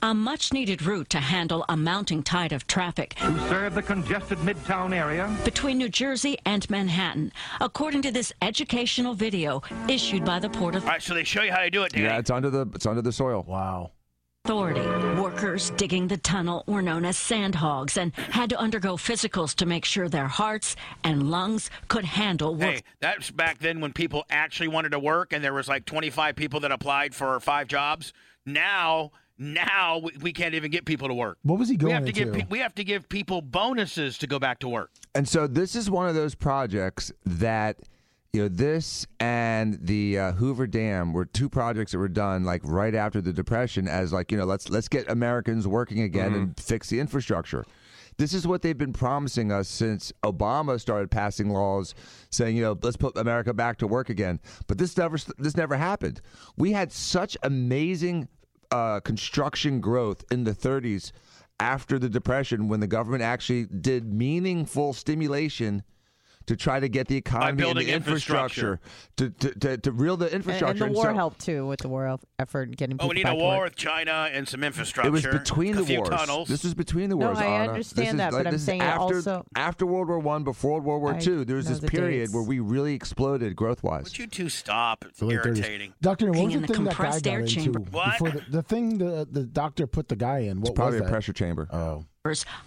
Speaker 29: a much needed route to handle a mounting tide of traffic
Speaker 28: To serve the congested midtown area,
Speaker 29: between New Jersey and Manhattan, according to this educational video issued by the Port of.
Speaker 1: All right, so they show you how to do it, Danny.
Speaker 20: Yeah, it's under the it's under the soil. Wow.
Speaker 29: authority. Workers digging the tunnel were known as sandhogs and had to undergo physicals to make sure their hearts and lungs could handle work.
Speaker 1: Hey, that's back then when people actually wanted to work, and there was like 25 people that applied for five jobs. Now, now we, we can't even get people to work.
Speaker 7: What was he
Speaker 1: we
Speaker 7: going
Speaker 1: have to give
Speaker 7: into?
Speaker 1: pe- we have to give people bonuses to go back to work.
Speaker 20: And so this is one of those projects that you know this and the uh, Hoover Dam were two projects that were done like right after the depression as like you know let's let's get Americans working again and fix the infrastructure. This is what they've been promising us since Obama started passing laws saying, you know, let's put America back to work again. But this never this never happened. We had such amazing uh, construction growth in the 30s after the depression when the government actually did meaningful stimulation to try to get the economy and
Speaker 1: building
Speaker 20: the infrastructure, To, to, to, to reel the
Speaker 10: And, and
Speaker 20: infrastructure
Speaker 10: the war
Speaker 20: so-
Speaker 10: helped too with the war elf- effort and getting people
Speaker 1: Oh, we need
Speaker 10: back
Speaker 1: a
Speaker 10: to
Speaker 1: war
Speaker 10: work.
Speaker 1: with China and some infrastructure.
Speaker 20: it was between
Speaker 1: a
Speaker 20: the
Speaker 1: few
Speaker 20: wars
Speaker 1: Tunnels.
Speaker 20: this was between the
Speaker 10: No,
Speaker 20: wars
Speaker 10: I
Speaker 20: Anna.
Speaker 10: understand
Speaker 20: this is
Speaker 10: that, but
Speaker 20: like-
Speaker 10: I'm
Speaker 20: this is
Speaker 10: saying it
Speaker 20: after,
Speaker 10: also-
Speaker 20: after world war one before world war
Speaker 10: I
Speaker 20: two there was
Speaker 10: know
Speaker 20: this
Speaker 10: the
Speaker 20: period
Speaker 10: dates.
Speaker 20: where we really exploded growth wise
Speaker 1: Would you two stop? It's
Speaker 20: The late 30s.
Speaker 1: irritating.
Speaker 7: Doctor, what was
Speaker 20: In
Speaker 7: the
Speaker 20: the
Speaker 7: thing that guy
Speaker 20: compressed
Speaker 7: got
Speaker 20: air
Speaker 7: into
Speaker 20: chamber.
Speaker 1: What?
Speaker 7: before the, the thing the the doctor put the guy in? What
Speaker 20: probably a
Speaker 7: was that?
Speaker 20: pressure chamber
Speaker 7: oh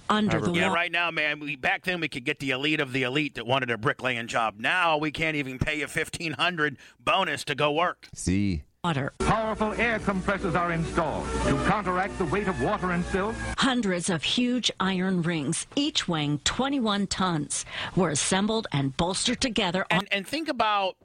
Speaker 29: Under the
Speaker 1: yeah,
Speaker 29: wall.
Speaker 1: right now, man. We back then we could get the elite of the elite that wanted a bricklaying job. Now we can't even pay a fifteen hundred bonus to go work.
Speaker 20: see
Speaker 29: Water.
Speaker 28: Powerful air compressors are installed to counteract the weight of water and silt.
Speaker 29: Hundreds of huge iron rings, each weighing 21 tons, were assembled and bolstered together on
Speaker 1: And and think about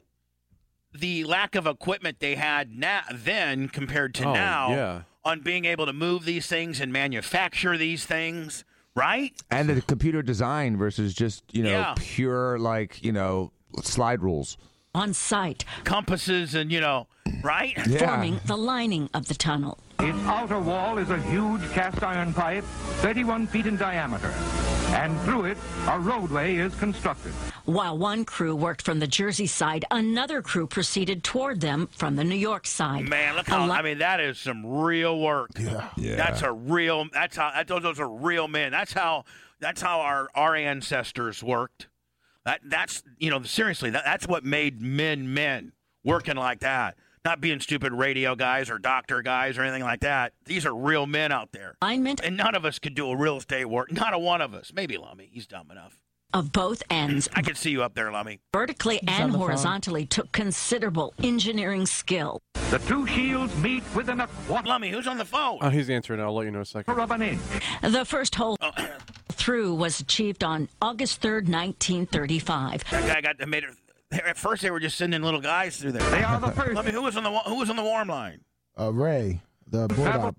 Speaker 1: the lack of equipment they had now then compared to
Speaker 8: Oh,
Speaker 1: now
Speaker 8: yeah.
Speaker 1: on being able to move these things and manufacture these things, right?
Speaker 20: and the computer design versus just you know
Speaker 1: Yeah.
Speaker 20: pure like you know slide rules
Speaker 29: on site,
Speaker 1: Compasses and you know, right?
Speaker 29: forming the lining of the tunnel.
Speaker 28: Its outer wall is a huge cast iron pipe, 31 feet in diameter, and through it, a roadway is constructed.
Speaker 29: While one crew worked from the Jersey side, another crew proceeded toward them from the New York side.
Speaker 1: Man, look how I mean that is some real work. Yeah. That's a real that's how that, those, those are real men. That's how that's how our our ancestors worked. That that's you know seriously that, that's what made men men working like that. Not being stupid radio guys or doctor guys or anything like that. These are real men out there.
Speaker 29: Alignment
Speaker 1: And none of us could do a real estate work. Not a one of us. Maybe Lummy. He's dumb enough.
Speaker 29: of both ends,
Speaker 1: I can see you up there, Lummy.
Speaker 29: vertically
Speaker 1: on
Speaker 29: and
Speaker 1: the phone.
Speaker 29: horizontally, took considerable engineering skill.
Speaker 28: The two shields meet within a quarter
Speaker 1: Lummy, who's on the phone?
Speaker 8: Oh, he's answering. I'll let you know in a second.
Speaker 28: of an inch.
Speaker 29: The first hole through was achieved on August 3rd, 1935.
Speaker 1: That guy got made it. At first, they were just sending little guys through there. They
Speaker 28: are the first.
Speaker 1: Let me. Who was on the wa- Who was on the warm line?
Speaker 7: Uh, Ray, the board op,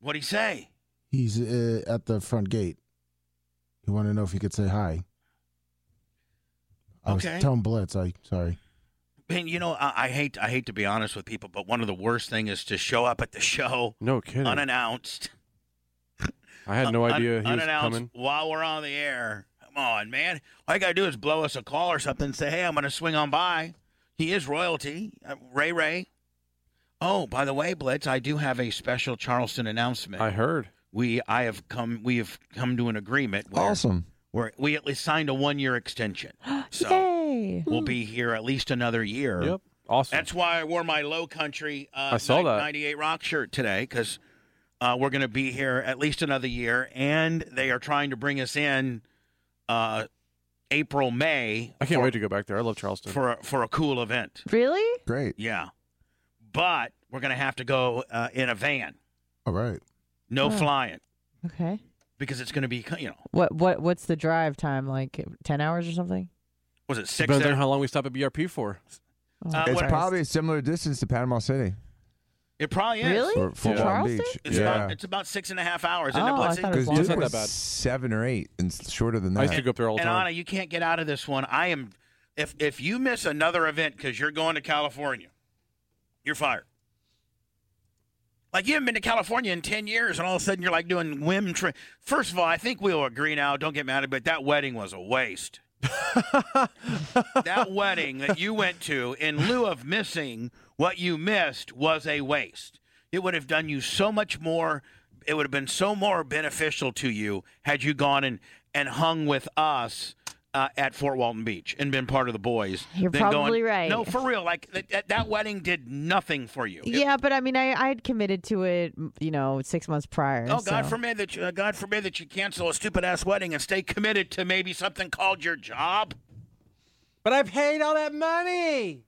Speaker 1: What'd he say?
Speaker 7: he's uh, at the front gate. You want to know if you could say hi? I was
Speaker 1: Okay.
Speaker 7: telling Blitz. I sorry.
Speaker 1: Man, you know, I, I hate I hate to be honest with people, but one of the worst thing is to show up at the show
Speaker 8: No kidding.
Speaker 1: unannounced.
Speaker 8: I had no
Speaker 1: Un-
Speaker 8: idea he was
Speaker 1: unannounced
Speaker 8: coming.
Speaker 1: while we're on the air. Come on, man. All you gotta do is blow us a call or something. and Say, hey, I'm gonna swing on by. He is royalty, uh, Ray Ray. Oh, by the way, Blitz, I do have a special Charleston announcement.
Speaker 8: I heard.
Speaker 1: we I have come we have come to an agreement. Where,
Speaker 20: awesome
Speaker 1: Where we at least signed a one year extension. So
Speaker 10: Yay!
Speaker 1: we'll be here at least another year.
Speaker 8: Yep. Awesome.
Speaker 1: That's why I wore my low country uh,
Speaker 8: I saw
Speaker 1: nin-
Speaker 8: that.
Speaker 1: 98 Rock shirt today because uh, we're going to be here at least another year. And they are trying to bring us in uh, April, May
Speaker 8: I can't wait to go back there. I love Charleston.
Speaker 1: for a, for a cool event.
Speaker 10: Really?
Speaker 20: great
Speaker 1: Yeah. But we're going to have to go uh, in a van,
Speaker 7: All right.
Speaker 1: no
Speaker 10: Oh.
Speaker 1: flying,
Speaker 10: Okay.
Speaker 1: because it's going to be, you know,
Speaker 10: What what what's the drive time? Like ten hours or something?
Speaker 1: was it six?
Speaker 8: Depends on
Speaker 1: there?
Speaker 8: how long we stop at BRP for.
Speaker 10: Oh,
Speaker 1: Uh,
Speaker 20: it's
Speaker 1: what-
Speaker 20: probably a similar distance to panama city
Speaker 1: It probably is.
Speaker 10: Really?
Speaker 20: or fort
Speaker 8: Yeah.
Speaker 20: Walton
Speaker 10: Charleston?
Speaker 20: beach
Speaker 1: It's,
Speaker 20: yeah
Speaker 1: about, it's about six and a half hours. isn't it,
Speaker 10: Oh, I thought
Speaker 1: Blitzy?
Speaker 10: it
Speaker 20: because
Speaker 10: was longer.
Speaker 20: Duke
Speaker 8: not that
Speaker 20: was
Speaker 8: bad.
Speaker 20: seven or eight and shorter than that
Speaker 8: I used to go up there all the
Speaker 1: and Anna,
Speaker 8: time.
Speaker 1: you can't get out of this one. I am. If if you miss another event because you're going to California, you're fired. Like you haven't been to California in ten years, and all of a sudden you're like doing whim tri First of all, I think we'll agree now. Don't get mad at me, but that wedding was a waste. that wedding that you went to, in lieu of missing what you missed, was a waste. It would have done you so much more. It would have been so more beneficial to you had you gone and, and hung with us uh, at Fort Walton Beach and been part of the boys.
Speaker 10: You're
Speaker 1: than going,
Speaker 10: probably right.
Speaker 1: No, for real. Like that, that, that wedding did nothing for you.
Speaker 10: Yeah, but I mean, I I had committed to it, m- you know, six months prior.
Speaker 1: Oh God
Speaker 10: so.
Speaker 1: forbid that you, uh, God forbid that you cancel a stupid ass wedding and stay committed to maybe something called your job.
Speaker 27: But I paid all that money.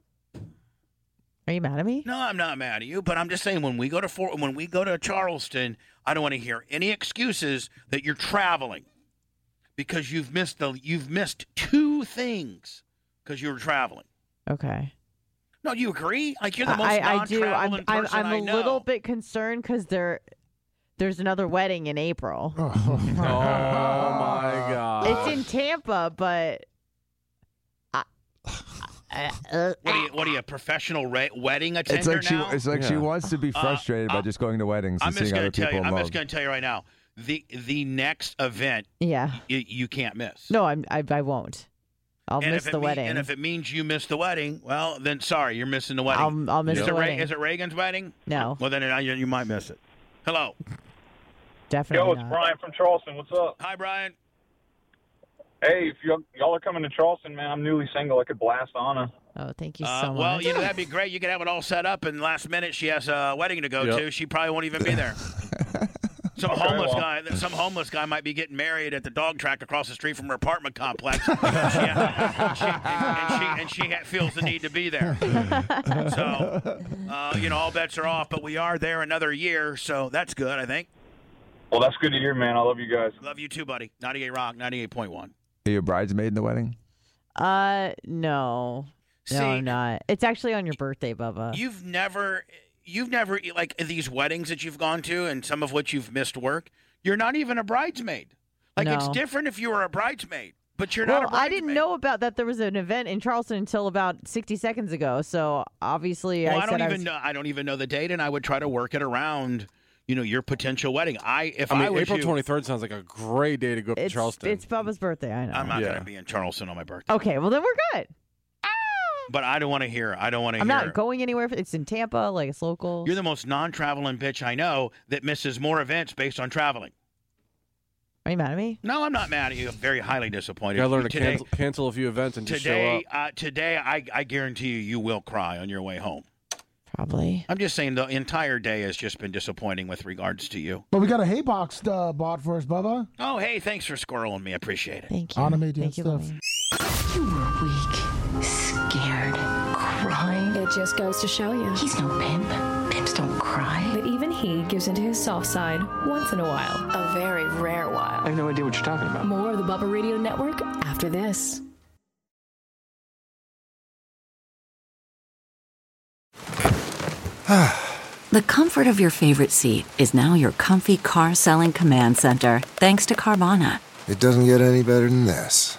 Speaker 10: Are you mad at me?
Speaker 1: No, I'm not mad at you, but I'm just saying when we go to Fort, when we go to Charleston, I don't want to hear any excuses that you're traveling because you've missed the you've missed two things because you were traveling.
Speaker 10: Okay.
Speaker 1: No, do you agree? Like you're the most
Speaker 10: I, I I do. I'm
Speaker 1: non-traveling
Speaker 10: I'm,
Speaker 1: person
Speaker 10: I'm
Speaker 1: I
Speaker 10: a
Speaker 1: know.
Speaker 10: little bit concerned because there there's another wedding in April.
Speaker 27: Oh
Speaker 1: Oh,
Speaker 27: my god.
Speaker 10: It's in Tampa, but
Speaker 1: What are you? What are you? A professional re- wedding attender
Speaker 20: It's like she
Speaker 1: now?
Speaker 20: it's like she wants to be
Speaker 1: Uh,
Speaker 20: frustrated by just going to weddings
Speaker 1: I'm
Speaker 20: and
Speaker 1: just
Speaker 20: seeing
Speaker 1: gonna
Speaker 20: other
Speaker 1: tell
Speaker 20: people
Speaker 1: you.
Speaker 20: in
Speaker 1: I'm
Speaker 20: love.
Speaker 1: just gonna tell you right now. The the next event,
Speaker 10: yeah.
Speaker 1: you, you can't miss.
Speaker 10: No, I'm I, I won't. I'll
Speaker 1: and
Speaker 10: miss
Speaker 1: if it
Speaker 10: the
Speaker 1: mean-
Speaker 10: wedding.
Speaker 1: and if it means you miss the wedding, well, then sorry, you're missing the wedding.
Speaker 10: I'll- I'll miss
Speaker 1: is
Speaker 10: the
Speaker 1: it Re-
Speaker 10: wedding.
Speaker 1: is it Reagan's wedding?
Speaker 10: No.
Speaker 1: Well, then it, you, you might miss it. Hello.
Speaker 10: Definitely not.
Speaker 12: Brian from Charleston. What's up?
Speaker 1: Hi, Brian.
Speaker 12: Hey, if y'all, y'all are coming to Charleston, man, I'm newly single. I could blast Anna.
Speaker 10: Oh, thank you so
Speaker 1: Uh,
Speaker 10: much.
Speaker 1: well, you know that'd be great. You could have it all set up, and last minute she has a wedding to go
Speaker 12: Yep.
Speaker 1: to. She probably won't even be there. Some
Speaker 12: Okay,
Speaker 1: homeless
Speaker 12: well.
Speaker 1: guy, some homeless guy might be getting married at the dog track across the street from her apartment complex. Yeah. She- and, and she and she ha- feels the need to be there. So, uh, you know, all bets are off. But we are there another year, so that's good. I think.
Speaker 12: Well, that's good to hear, man. I love you guys.
Speaker 1: Love you too, buddy. 98 Rock, 98.1.
Speaker 20: Are you a bridesmaid in the wedding?
Speaker 10: Uh, no.
Speaker 1: See-
Speaker 10: no, I'm not. It's actually on your birthday, Bubba.
Speaker 1: You've never, you've never, like these weddings that you've gone to and some of which you've missed work, you're not even a bridesmaid. Like it's
Speaker 10: No.
Speaker 1: different if you were a bridesmaid, but you're
Speaker 10: well,
Speaker 1: not a
Speaker 10: I
Speaker 1: bridesmaid.
Speaker 10: didn't know about that there was an event in Charleston until about 60 seconds ago. So obviously,
Speaker 1: Well,
Speaker 10: I,
Speaker 1: I, don't
Speaker 10: said
Speaker 1: even
Speaker 10: I was,
Speaker 1: know. I don't even know the date, and I would try to work it around, you know, your potential wedding. I if I,
Speaker 8: I mean,
Speaker 1: was
Speaker 8: April
Speaker 1: you,
Speaker 8: 23rd sounds like a great day to go up to
Speaker 10: It's,
Speaker 8: Charleston.
Speaker 10: it's Bubba's birthday. I know.
Speaker 1: I'm not going to be in Charleston on my birthday.
Speaker 10: Okay, well then we're good.
Speaker 1: But I don't want to hear. I don't want to
Speaker 10: I'm
Speaker 1: hear.
Speaker 10: not going anywhere. It's in Tampa, like it's local.
Speaker 1: You're the most non-traveling bitch I know that misses more events based on traveling.
Speaker 10: Are you mad at me?
Speaker 1: No, I'm not mad at you. I'm very highly disappointed.
Speaker 8: You gotta learn to
Speaker 1: Today-
Speaker 8: cancel, cancel a few events and just show up.
Speaker 1: Today, uh, today, I, I guarantee you, you will cry on your way home.
Speaker 10: Probably.
Speaker 1: I'm just saying the entire day has just been disappointing with regards to you.
Speaker 7: But we got a hay box uh, bought for us, Bubba.
Speaker 1: Oh, hey, thanks for squirreling me. I appreciate it.
Speaker 10: Thank
Speaker 7: you. Anna made you and stuff.
Speaker 5: You were weak, scared, crying. It just goes to show you. He's no pimp. Pimps don't cry. But even he gives into his soft side once in a while. A very rare while.
Speaker 2: I have no idea what you're talking about.
Speaker 5: More of the Bubba Radio Network after this.
Speaker 2: The comfort of your favorite seat is now your comfy car selling command center, thanks to Carvana.
Speaker 13: It doesn't get any better than this.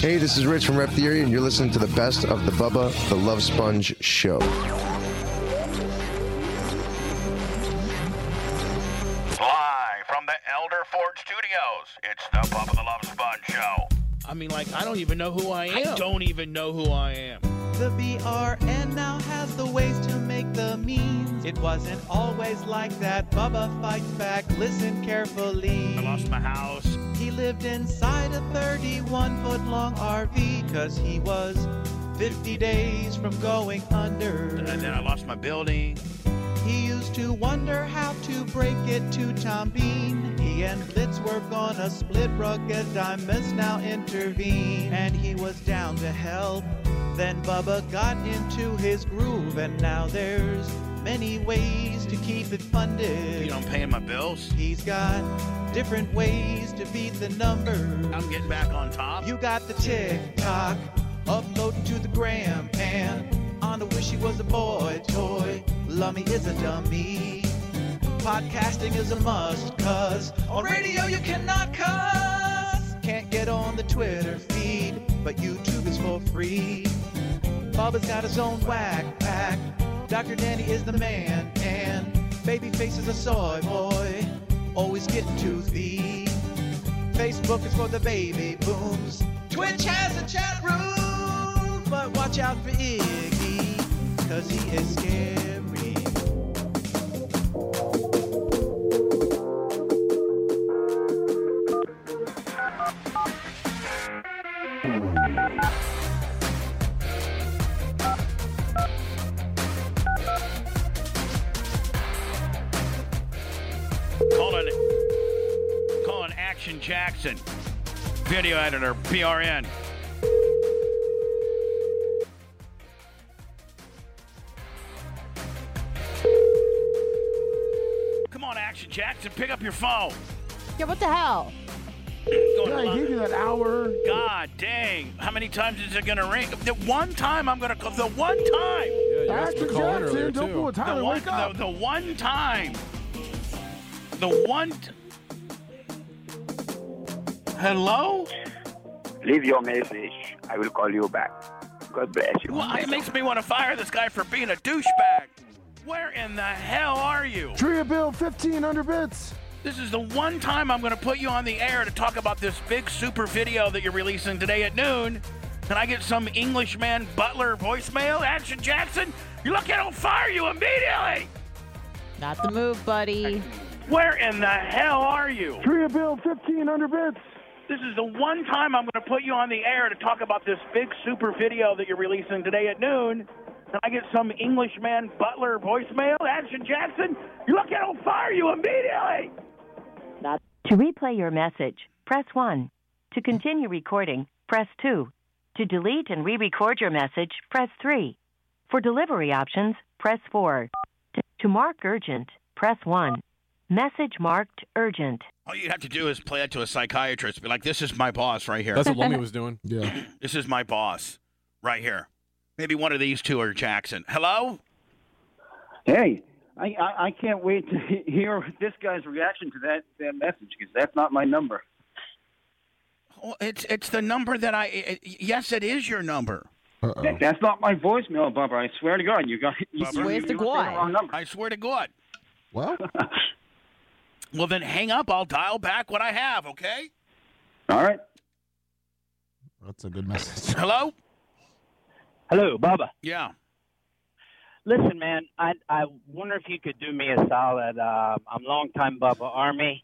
Speaker 13: Hey, this is Rich from Rep Theory, and you're listening to the best of the Bubba the Love Sponge show.
Speaker 26: Live from the Elder Ford Studios, it's the Bubba the Love Sponge Show.
Speaker 1: I mean, like, I don't even know who I am. I don't even know who I am.
Speaker 14: The BRN now has the ways to make the means. It wasn't always like that. Bubba fights back. Listen carefully. I lost my house. He lived inside a 31 foot long RV because he was 50 days from going under.
Speaker 1: And then I lost my building.
Speaker 14: He used to wonder how to break it to Tom Bean. He and Blitz were gonna split rugged diamonds, now intervene. And he was down to help. Then Bubba got into his groove, and now there's many ways to keep it funded.
Speaker 1: You know, I'm paying my bills.
Speaker 14: He's got different ways to beat the numbers. I'm getting back on top. You got the TikTok, uploading to the gram, and on the wish he was a boy toy. Lummy is a dummy. Podcasting is a must, cuz on radio you cannot cuss. can't get on the Twitter feed, but YouTube is for free. Bubba's got his own whack pack. Dr. Danny is the man, and Babyface is a soy boy, always getting to thee. Facebook is for the baby booms. Twitch has a chat room, but watch out for Iggy, cause he is scary.
Speaker 6: Colin, Colin Action Jackson, video editor, PRN. Come on, Action Jackson, pick up your phone.
Speaker 10: Yeah, what the hell?
Speaker 6: Going
Speaker 7: I
Speaker 6: live.
Speaker 7: gave you that hour.
Speaker 6: God dang! How many times is it gonna ring? The one time I'm gonna call. The one time.
Speaker 7: you asked Action me to call in Jackson, earlier, don't too. fool with Tyler,
Speaker 6: The one,
Speaker 7: wake up.
Speaker 6: The, the one time. The one. T- Hello.
Speaker 11: Leave your message. I will call you back. God bless you.
Speaker 6: Well, it makes me want to fire this guy for being a douchebag. Where in the hell are you?
Speaker 7: Tria Bill, 1500 bits.
Speaker 6: This is the one time I'm going to put you on the air to talk about this big super video that you're releasing today at noon. Can I get some Englishman butler voicemail? Action Jackson, you're lucky I don't fire you immediately.
Speaker 10: Not the move, buddy.
Speaker 6: Where in the hell are you?
Speaker 7: Tria Bill, 1500 bits.
Speaker 6: This is the one time I'm going to put you on the air to talk about this big super video that you're releasing today at noon. Can I get some Englishman butler voicemail? Action Jackson, you're lucky I don't fire you immediately.
Speaker 15: To replay your message, press 1. To continue recording, press 2. To delete and re record your message, press 3. For delivery options, press 4. To, to mark urgent, press 1. Message marked urgent.
Speaker 1: All you'd have to do is play that to a psychiatrist. Be like, this is my boss right here.
Speaker 8: That's what Lummy was doing.
Speaker 7: Yeah.
Speaker 1: this is my boss right here. Maybe one of these two are Jackson. Hello?
Speaker 16: Hey, I, I, I can't wait to he- hear this guy's reaction to that, that message because that's not my number.
Speaker 1: Well, Oh, it's it's the number that I. yes, it is your number.
Speaker 16: That, that's not my voicemail, Bubba. I swear to God, you got you, you, you were saying the wrong number.
Speaker 1: I swear to God.
Speaker 7: Well,
Speaker 1: well then hang up. I'll dial back what I have. Okay.
Speaker 16: All right.
Speaker 7: That's a good message.
Speaker 1: Hello.
Speaker 17: Hello, Bubba.
Speaker 1: Yeah.
Speaker 17: Listen, man, I I wonder if you could do me a solid. Um, I'm longtime Bubba Army.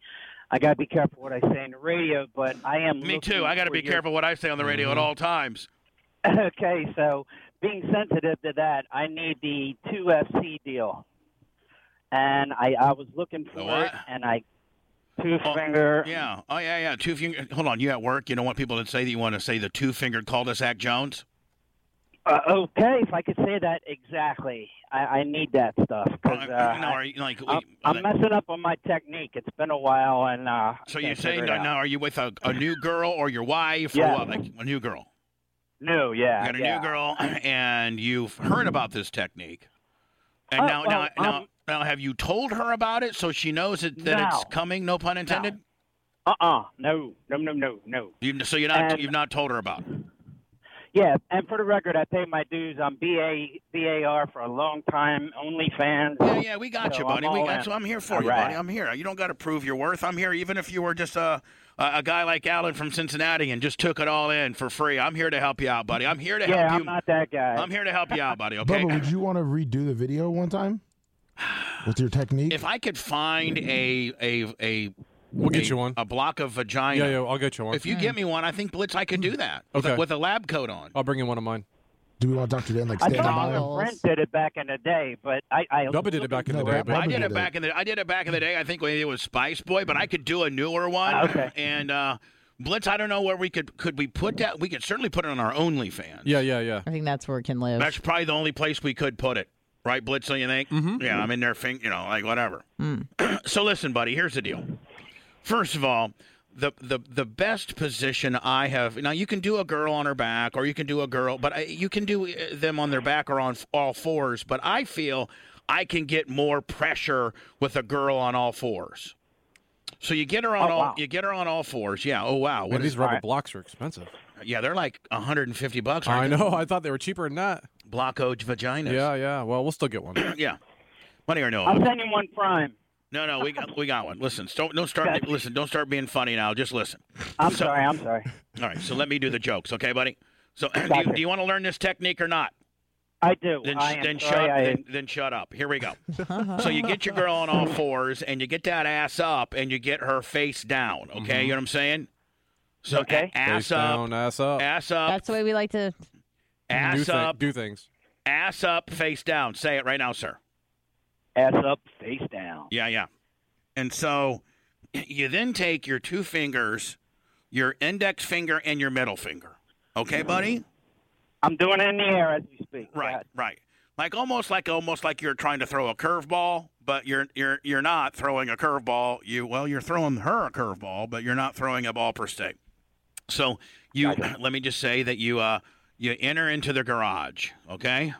Speaker 17: I gotta be careful what I say on the radio, but I am.
Speaker 1: Me
Speaker 17: looking
Speaker 1: too. I got to
Speaker 17: for
Speaker 1: be
Speaker 17: your-
Speaker 1: careful what I say on the radio
Speaker 17: Mm-hmm.
Speaker 1: at all times.
Speaker 17: okay, so being sensitive to that, I need the two FC deal, and I I was looking for it, and I two finger.
Speaker 1: Yeah. Oh yeah, yeah. Two finger. Hold on. You at work? You don't want people to say that you want to say the two fingered cul-de-sac Jones.
Speaker 17: Uh, okay, if I could say that exactly, I, I need that stuff. 'cause, uh,
Speaker 1: no, are you like?
Speaker 17: I'm, I'm messing up on my technique. It's been a while, and uh,
Speaker 1: so
Speaker 17: I
Speaker 1: you're
Speaker 17: can't figure
Speaker 1: saying
Speaker 17: it
Speaker 1: that
Speaker 17: out.
Speaker 1: now? Are you with a, a new girl or your wife
Speaker 17: Yeah.
Speaker 1: or what? Like a new girl?
Speaker 17: No, yeah,
Speaker 1: You got a
Speaker 17: yeah.
Speaker 1: new girl, and you've heard about this technique, and
Speaker 17: Oh,
Speaker 1: now now
Speaker 17: well,
Speaker 1: now
Speaker 17: um,
Speaker 1: now have you told her about it so she knows it, that it's
Speaker 17: No.
Speaker 1: coming? No pun intended.
Speaker 17: Uh uh no, no, no, no, no.
Speaker 1: You, so you're not
Speaker 17: And-
Speaker 1: you've not told her about it.
Speaker 17: Yeah, and for the record, I pay my dues on BA, BAR for a long time, OnlyFans.
Speaker 1: Yeah, yeah, we got
Speaker 17: So
Speaker 1: you, buddy.
Speaker 17: I'm
Speaker 1: we
Speaker 17: all
Speaker 1: got
Speaker 17: in.
Speaker 1: you. I'm here for
Speaker 17: All
Speaker 1: you,
Speaker 17: right.
Speaker 1: buddy. I'm here. You don't got to prove your worth. I'm here, even if you were just uh, a a a guy like Alan from Cincinnati and just took it all in for free. I'm here to help you out, buddy. I'm here to
Speaker 17: yeah,
Speaker 1: help
Speaker 17: I'm
Speaker 1: you.
Speaker 17: not that guy.
Speaker 1: I'm here to help you out, buddy. Okay.
Speaker 7: Bubba, would you want to redo the video one time with your technique?
Speaker 1: If I could find a a a
Speaker 8: We'll get
Speaker 1: a-
Speaker 8: you one.
Speaker 1: a block of vagina.
Speaker 8: Yeah, yeah, I'll get you one. Hmm.
Speaker 1: If you get me one, I think Blitz, I could do that with,
Speaker 8: Okay.
Speaker 1: a, with a lab coat on.
Speaker 8: I'll bring you one of mine.
Speaker 7: Do we want Dr. Dan like
Speaker 17: I
Speaker 7: standing
Speaker 17: thought
Speaker 7: by?
Speaker 17: Oliver Brent did it back in the day, but I. I
Speaker 8: Bubba did it back in the
Speaker 7: No,
Speaker 8: day.
Speaker 7: Bubba-
Speaker 8: but-
Speaker 1: I did it back in the I did it back in the day. I think when it was Spice Boy, but I could do a newer one.
Speaker 17: okay.
Speaker 1: And uh, Blitz, I don't know where we could could we put that. We could certainly put it on our OnlyFans.
Speaker 8: Yeah, yeah, yeah.
Speaker 10: I think that's where it can live.
Speaker 1: That's probably the only place we could put it, right, Blitz? Don't you think? Mm-hmm. Yeah, I'm in their fing, you know, like whatever.
Speaker 10: Hmm.
Speaker 1: so listen, buddy. Here's the deal. First of all, the the the best position I have now. You can do a girl on her back, or you can do a girl, but I, you can do uh, them on their back or on f- all fours. But I feel I can get more pressure with a girl on all fours. So you get her on
Speaker 30: Oh,
Speaker 1: all
Speaker 30: wow.
Speaker 1: you get her on all fours. Yeah. Oh wow.
Speaker 8: Man,
Speaker 1: What is
Speaker 8: these rubber blocks are expensive.
Speaker 1: Yeah, they're like 150 bucks.
Speaker 8: I
Speaker 1: Aren't
Speaker 8: know.
Speaker 1: They?
Speaker 8: I thought they were cheaper than that.
Speaker 1: Blockage vaginas.
Speaker 8: Yeah, yeah. Well, we'll still get one.
Speaker 1: yeah. Money or no?
Speaker 17: I'll send you one prime.
Speaker 1: No, no, we got we got one. Listen, don't don't start listen, don't start being funny now. Just listen.
Speaker 17: I'm sorry. I'm sorry.
Speaker 1: All right, so let me do the jokes, okay, buddy? So do you,
Speaker 17: Gotcha.
Speaker 1: do you want to learn this technique or not?
Speaker 17: I do.
Speaker 1: Then,
Speaker 17: I am
Speaker 1: then
Speaker 17: sorry,
Speaker 1: shut
Speaker 17: I-
Speaker 1: then, then shut up. Here we go. so you get your girl on all fours and you get that ass up and you get her face down, okay? You know what I'm saying? So okay. ass
Speaker 8: Mm-hmm. Face
Speaker 1: up,
Speaker 8: down, ass up.
Speaker 1: ass up,
Speaker 10: That's the way we like to.
Speaker 8: do,
Speaker 1: ass
Speaker 8: thi-
Speaker 1: up,
Speaker 8: do things.
Speaker 1: ass up, face down. Say it right now, sir.
Speaker 17: Ass up, face down.
Speaker 1: Yeah, yeah. And so you then take your two fingers, your index finger and your middle finger. Okay, buddy?
Speaker 17: Mm-hmm. I'm doing it in the air as we speak.
Speaker 1: Right, right. Like almost like almost like you're trying to throw a curveball, but you're you're you're not throwing a curveball. You well, you're throwing her a curveball, but you're not throwing a ball per se. So you let me just say that you uh you enter into the garage, okay?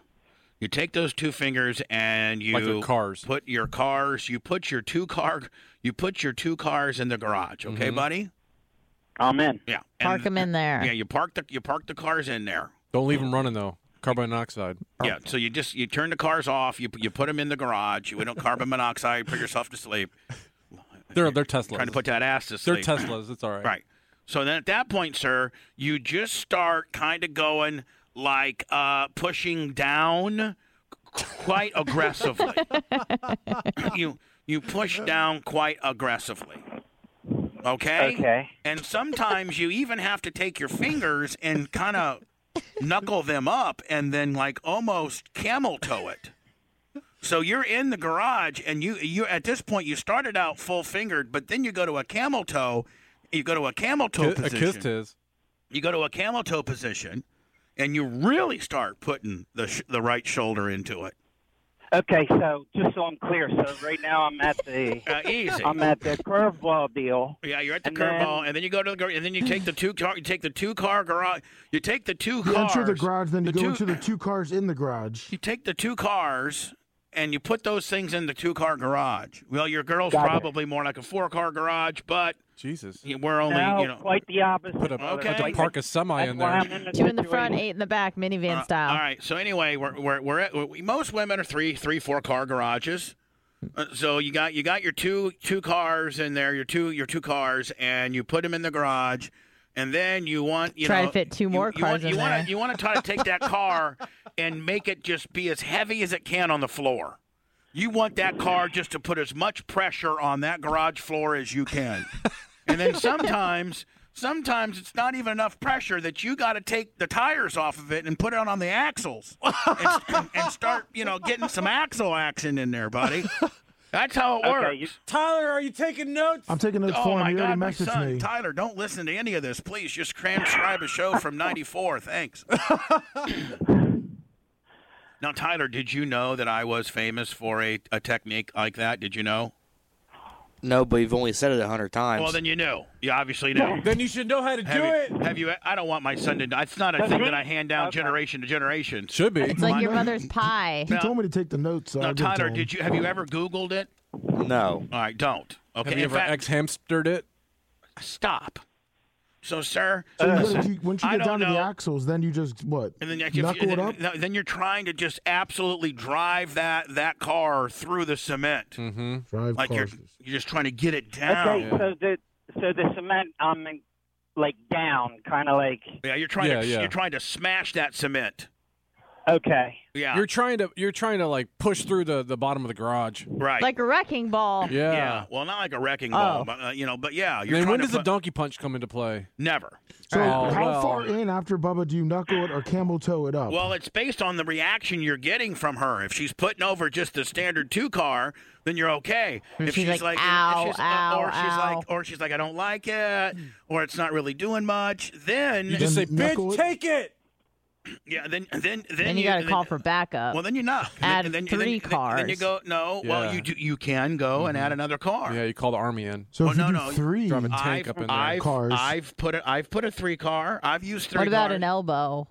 Speaker 1: You take those two fingers and you
Speaker 8: Like they're
Speaker 1: cars. put your cars, you put your two car you put your two cars in the garage, okay,
Speaker 8: Mm-hmm.
Speaker 1: buddy?
Speaker 17: I'm in.
Speaker 1: Yeah.
Speaker 10: Park 'em in there.
Speaker 1: Yeah, you park the you park the cars in there.
Speaker 8: Don't leave them running though. Carbon monoxide.
Speaker 1: Yeah, so you just you turn the cars off, you you put them in the garage, you don't carbon monoxide, put yourself to sleep.
Speaker 8: They're they're Teslas.
Speaker 1: Trying to put that ass to
Speaker 8: They're
Speaker 1: sleep.
Speaker 8: Teslas. It's all right.
Speaker 1: Right. So then at that point, sir, you just start kind of going like uh, pushing down quite aggressively. you you push down quite aggressively. Okay?
Speaker 17: Okay.
Speaker 1: And sometimes you even have to take your fingers and kind of knuckle them up and then like almost camel toe it. So you're in the garage, and you you at this point you started out full fingered, but then you go to a camel toe, you go to a camel toe
Speaker 8: Ki- a
Speaker 1: position.
Speaker 8: kiss tis.
Speaker 1: You go to a camel toe position, and you really start putting the sh- the right shoulder into it.
Speaker 17: Okay, so just so I'm clear, so right now I'm at the
Speaker 1: Uh, easy.
Speaker 17: I'm at the curveball deal.
Speaker 1: Yeah, you're at the
Speaker 17: And then-
Speaker 1: curveball, and then you go to the gar- and then you take the two car, you take the two car garage, you take the two
Speaker 7: You
Speaker 1: cars,
Speaker 7: enter the garage, then you
Speaker 1: the
Speaker 7: go
Speaker 1: two-
Speaker 7: into the two cars in the garage.
Speaker 1: you take the two cars. And you put those things in the two car garage. Well, your girl's
Speaker 7: Got it.
Speaker 1: probably more like a four car garage, but
Speaker 8: Jesus,
Speaker 1: we're only
Speaker 17: no,
Speaker 1: you know
Speaker 17: quite the opposite.
Speaker 8: Put a,
Speaker 1: Okay.
Speaker 8: put a park a semi in there.
Speaker 10: Two in the front, eight in the back, minivan
Speaker 1: Uh,
Speaker 10: style.
Speaker 1: All right. So anyway, we're we're, we're at we, most women are three three four car garages. Uh, so you got you got your two two cars in there, your two your two cars, and you put them in the garage, and then you want you
Speaker 10: Try to
Speaker 1: know,
Speaker 10: fit two
Speaker 1: you-
Speaker 10: more
Speaker 1: you
Speaker 10: cars
Speaker 1: want,
Speaker 10: in
Speaker 1: you
Speaker 10: there.
Speaker 1: Want to, you want to try to take that car and make it just be as heavy as it can on the floor. You want that car just to put as much pressure on that garage floor as you can. And then sometimes, sometimes it's not even enough pressure that you got to take the tires off of it and put it on the axles and, and start, you know, getting some axle action in there, buddy. That's how it works.
Speaker 31: Tyler, are you taking notes?
Speaker 7: I'm taking notes
Speaker 1: Oh
Speaker 7: for him.
Speaker 1: my
Speaker 7: He already
Speaker 1: God, my
Speaker 7: messaged
Speaker 1: son,
Speaker 7: me.
Speaker 1: Tyler! Don't listen to any of this, please. Just transcribe a show from '94. Thanks. now, Tyler, did you know that I was famous for a, a technique like that? Did you know?
Speaker 18: No, but you've only said it a hundred times.
Speaker 1: Well, then you knew. You obviously knew.
Speaker 8: Then you should know how to
Speaker 1: Have you, have you? I don't want my son to. It's not a thing that I hand down generation to generation.
Speaker 8: Should be.
Speaker 10: It's like your mother's pie.
Speaker 7: He told me to take the notes. So
Speaker 1: No,
Speaker 7: I'll give it to
Speaker 1: Tyler,
Speaker 7: him.
Speaker 1: did you? Have you ever Googled it?
Speaker 18: No.
Speaker 1: All right, don't. Okay.
Speaker 8: Have you
Speaker 1: in
Speaker 8: ever
Speaker 1: fact,
Speaker 8: ex hamstered it?
Speaker 1: stop. So, sir,
Speaker 7: So you
Speaker 1: listen,
Speaker 7: gotta- you- Uh, once you get
Speaker 1: I don't
Speaker 7: down to the
Speaker 1: know-
Speaker 7: axles, then you just what?
Speaker 1: And then, if you-
Speaker 7: knuckle it
Speaker 1: then,
Speaker 7: up.
Speaker 1: no, then you're trying to just absolutely drive that that car through the cement.
Speaker 8: Mm-hmm.
Speaker 7: Drive
Speaker 1: like you're
Speaker 7: cars.
Speaker 1: you're just trying to get it down.
Speaker 17: Okay, so the so the cement I'm in, like down, kind of like
Speaker 1: yeah, you're trying
Speaker 8: Yeah,
Speaker 1: to
Speaker 8: yeah.
Speaker 1: you're trying to smash that cement.
Speaker 17: okay.
Speaker 1: Yeah.
Speaker 8: You're trying to you're trying to like push through the the bottom of the garage.
Speaker 1: Right.
Speaker 10: Like a wrecking ball.
Speaker 8: yeah.
Speaker 1: Uh, Well, not like a wrecking
Speaker 8: Oh.
Speaker 1: ball, but uh, you know, but yeah,
Speaker 8: And
Speaker 1: you're
Speaker 8: then
Speaker 1: trying
Speaker 8: when
Speaker 1: to
Speaker 8: does the
Speaker 1: put-
Speaker 8: donkey punch come into play?
Speaker 1: never.
Speaker 7: So
Speaker 8: Oh,
Speaker 7: how
Speaker 8: well.
Speaker 7: far in after Bubba do you knuckle it or camel toe it up?
Speaker 1: Well, it's based on the reaction you're getting from her. If she's putting over just the standard two car, then you're okay.
Speaker 10: If
Speaker 1: If
Speaker 10: she's
Speaker 1: she's,
Speaker 10: like,
Speaker 1: like,
Speaker 10: "Ow,
Speaker 1: if she's, uh,
Speaker 10: ow,
Speaker 1: or she's
Speaker 10: ow."
Speaker 1: like, or she's like, I don't like it, or it's not really doing much, then
Speaker 8: You just say, bitch, take it.
Speaker 1: yeah, then then then,
Speaker 10: Then you got to call for backup.
Speaker 1: Well, then you knock.
Speaker 10: Add
Speaker 1: and then,
Speaker 10: three
Speaker 1: then,
Speaker 10: cars.
Speaker 1: Then you go. No.
Speaker 8: Yeah. Mm-hmm.
Speaker 1: Well, you do, you can go and add another car.
Speaker 8: Yeah, you call the army in.
Speaker 7: so
Speaker 1: well,
Speaker 7: if you
Speaker 1: no,
Speaker 7: do
Speaker 1: no,
Speaker 7: three,
Speaker 8: Drive a tank
Speaker 1: I've,
Speaker 8: up in there.
Speaker 1: I've,
Speaker 7: Cars.
Speaker 1: I've put a, I've put a three car. I've used three.
Speaker 10: what about
Speaker 1: cars.
Speaker 10: an elbow?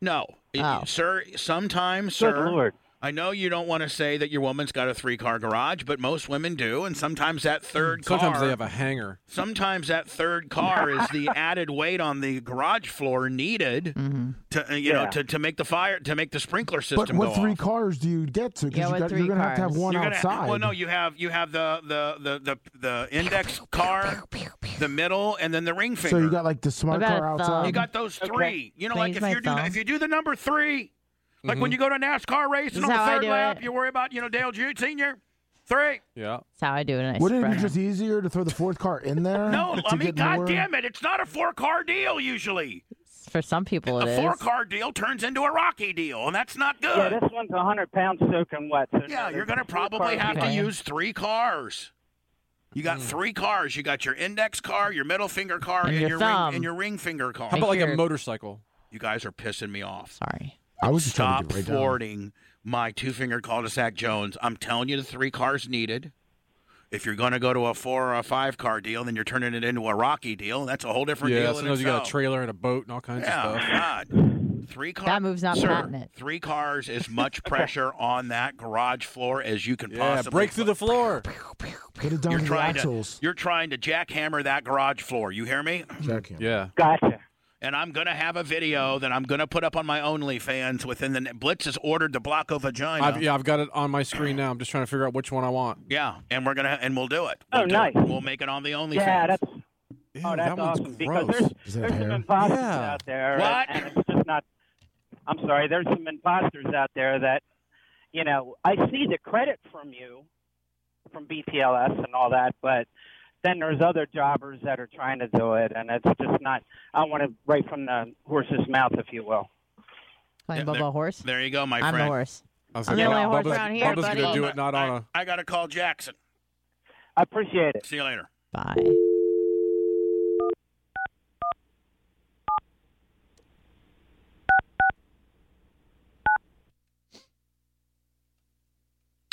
Speaker 1: No,
Speaker 10: Oh.
Speaker 1: sir. Sometimes, sir.
Speaker 17: Lord.
Speaker 1: I know you don't want to say that your woman's got a three car garage, but most women do, and sometimes that third car
Speaker 8: Sometimes they have a hanger.
Speaker 1: sometimes that third car is the added weight on the garage floor needed to uh, you know
Speaker 7: Yeah.
Speaker 1: to, to make the fire to make the sprinkler
Speaker 7: But
Speaker 1: system
Speaker 7: what
Speaker 1: go
Speaker 7: three
Speaker 1: off.
Speaker 7: cars do you get to? Because
Speaker 1: Yeah, what
Speaker 7: you got-
Speaker 1: three
Speaker 7: you're gonna have to have
Speaker 1: cars?
Speaker 7: one
Speaker 1: You're gonna-
Speaker 7: outside.
Speaker 1: Well, no, you have you have the the the the the, the index car, the middle, and then the ring finger.
Speaker 7: so you got like the smart
Speaker 1: What about
Speaker 7: car
Speaker 1: a thumb?
Speaker 7: outside.
Speaker 1: You got those three. You know,
Speaker 7: Can I
Speaker 1: like
Speaker 7: use
Speaker 1: if
Speaker 7: my
Speaker 1: you do
Speaker 7: thumb?
Speaker 1: if you do the number three, like when
Speaker 7: Mhm.
Speaker 1: you go to a NASCAR race
Speaker 10: This is
Speaker 1: and on the
Speaker 10: how I
Speaker 1: third
Speaker 10: do
Speaker 1: lap,
Speaker 10: it.
Speaker 1: you worry about you know Dale Jr. Senior, three.
Speaker 8: Yeah.
Speaker 10: That's how I do it. And I
Speaker 7: Wouldn't it
Speaker 10: spread
Speaker 7: be
Speaker 10: 'em.
Speaker 7: just easier to throw the fourth car in there?
Speaker 1: No,
Speaker 7: to
Speaker 1: I mean,
Speaker 7: get
Speaker 1: God
Speaker 7: more?
Speaker 1: damn it, it's not a four car deal usually.
Speaker 10: For some people, it
Speaker 1: a
Speaker 10: is.
Speaker 1: four car deal turns into a Rocky deal, and that's not good.
Speaker 17: Yeah, this one's 100 pounds soaking wet. So
Speaker 1: Yeah, you're going to probably have to use three cars. You got three cars. You got your index car, your middle finger car, and,
Speaker 8: Hmm. And your
Speaker 1: your, ring,
Speaker 8: thumb.
Speaker 1: and your ring finger car.
Speaker 8: How about like a motorcycle?
Speaker 1: You guys are pissing me off.
Speaker 10: Sorry.
Speaker 7: I was just trying to
Speaker 1: Stop
Speaker 7: get right down.
Speaker 1: thwarting my two finger cul-de-sac Jones. I'm telling you, the three cars needed. If you're going to go to a four or a five car deal, then you're turning it into a Rocky deal. That's a whole different
Speaker 8: yeah,
Speaker 1: deal. in
Speaker 8: sometimes you got a
Speaker 1: itself.
Speaker 8: trailer and a boat and all kinds of stuff.
Speaker 1: Yeah, God. Three cars.
Speaker 10: That move's not patented.
Speaker 1: Three cars is much pressure on that garage floor as you can
Speaker 8: Yeah,
Speaker 1: possibly.
Speaker 8: break through the floor.
Speaker 7: Get it down
Speaker 1: You're
Speaker 7: to the
Speaker 1: trying to,
Speaker 7: axles.
Speaker 1: you're trying to jackhammer that garage floor. You hear me?
Speaker 8: Yeah.
Speaker 17: Gotcha.
Speaker 1: And I'm gonna have a video that I'm gonna put up on my OnlyFans within the Blitz has ordered the Blocko vagina.
Speaker 8: I've, yeah, I've got it on my screen now. I'm just trying to figure out which one I want.
Speaker 1: Yeah, and we're gonna and we'll do it.
Speaker 8: Oh,
Speaker 1: We'll do
Speaker 8: nice.
Speaker 1: It. We'll make it on the OnlyFans.
Speaker 17: Yeah, that's. oh,
Speaker 8: that
Speaker 17: that's
Speaker 8: one's
Speaker 17: awesome because
Speaker 8: gross.
Speaker 17: there's,
Speaker 8: Is that
Speaker 17: there's some
Speaker 8: hair?
Speaker 17: imposters
Speaker 8: Yeah.
Speaker 17: out there,
Speaker 1: What?
Speaker 17: and it's just not. I'm sorry, there's some imposters out there that, you know, I see the credit from you, from BTLS and all that, but then there's other jobbers that are trying to do it, and it's just not. I want it right from the horse's mouth, if you will.
Speaker 10: Playing Bubba horse.
Speaker 1: There you go, my
Speaker 10: I'm
Speaker 1: friend.
Speaker 10: the horse.
Speaker 8: I
Speaker 10: I'm the only horse around here, buddy.
Speaker 1: a. I gotta call Jackson.
Speaker 17: I appreciate it.
Speaker 1: See you later.
Speaker 10: Bye.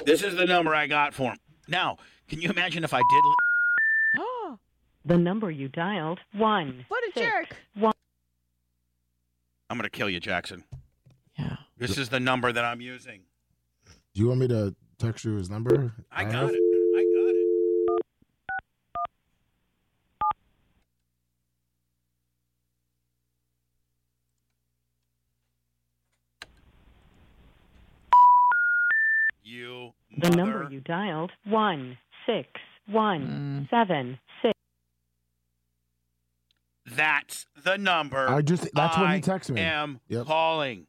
Speaker 1: This is the number I got for him. Now, can you imagine if I did?
Speaker 25: the number you dialed, one.
Speaker 10: What a jerk.
Speaker 25: One.
Speaker 1: I'm gonna kill you, Jackson. Yeah. This is the number that I'm using.
Speaker 7: Do you want me to text you his number?
Speaker 1: I
Speaker 7: have-
Speaker 1: got it. I got it. You
Speaker 25: The number you dialed, one six one
Speaker 8: Mm.
Speaker 25: seven six.
Speaker 1: That's the number.
Speaker 7: I just- that's what he
Speaker 1: I
Speaker 7: texted me.
Speaker 1: Am
Speaker 7: Yep.
Speaker 1: calling.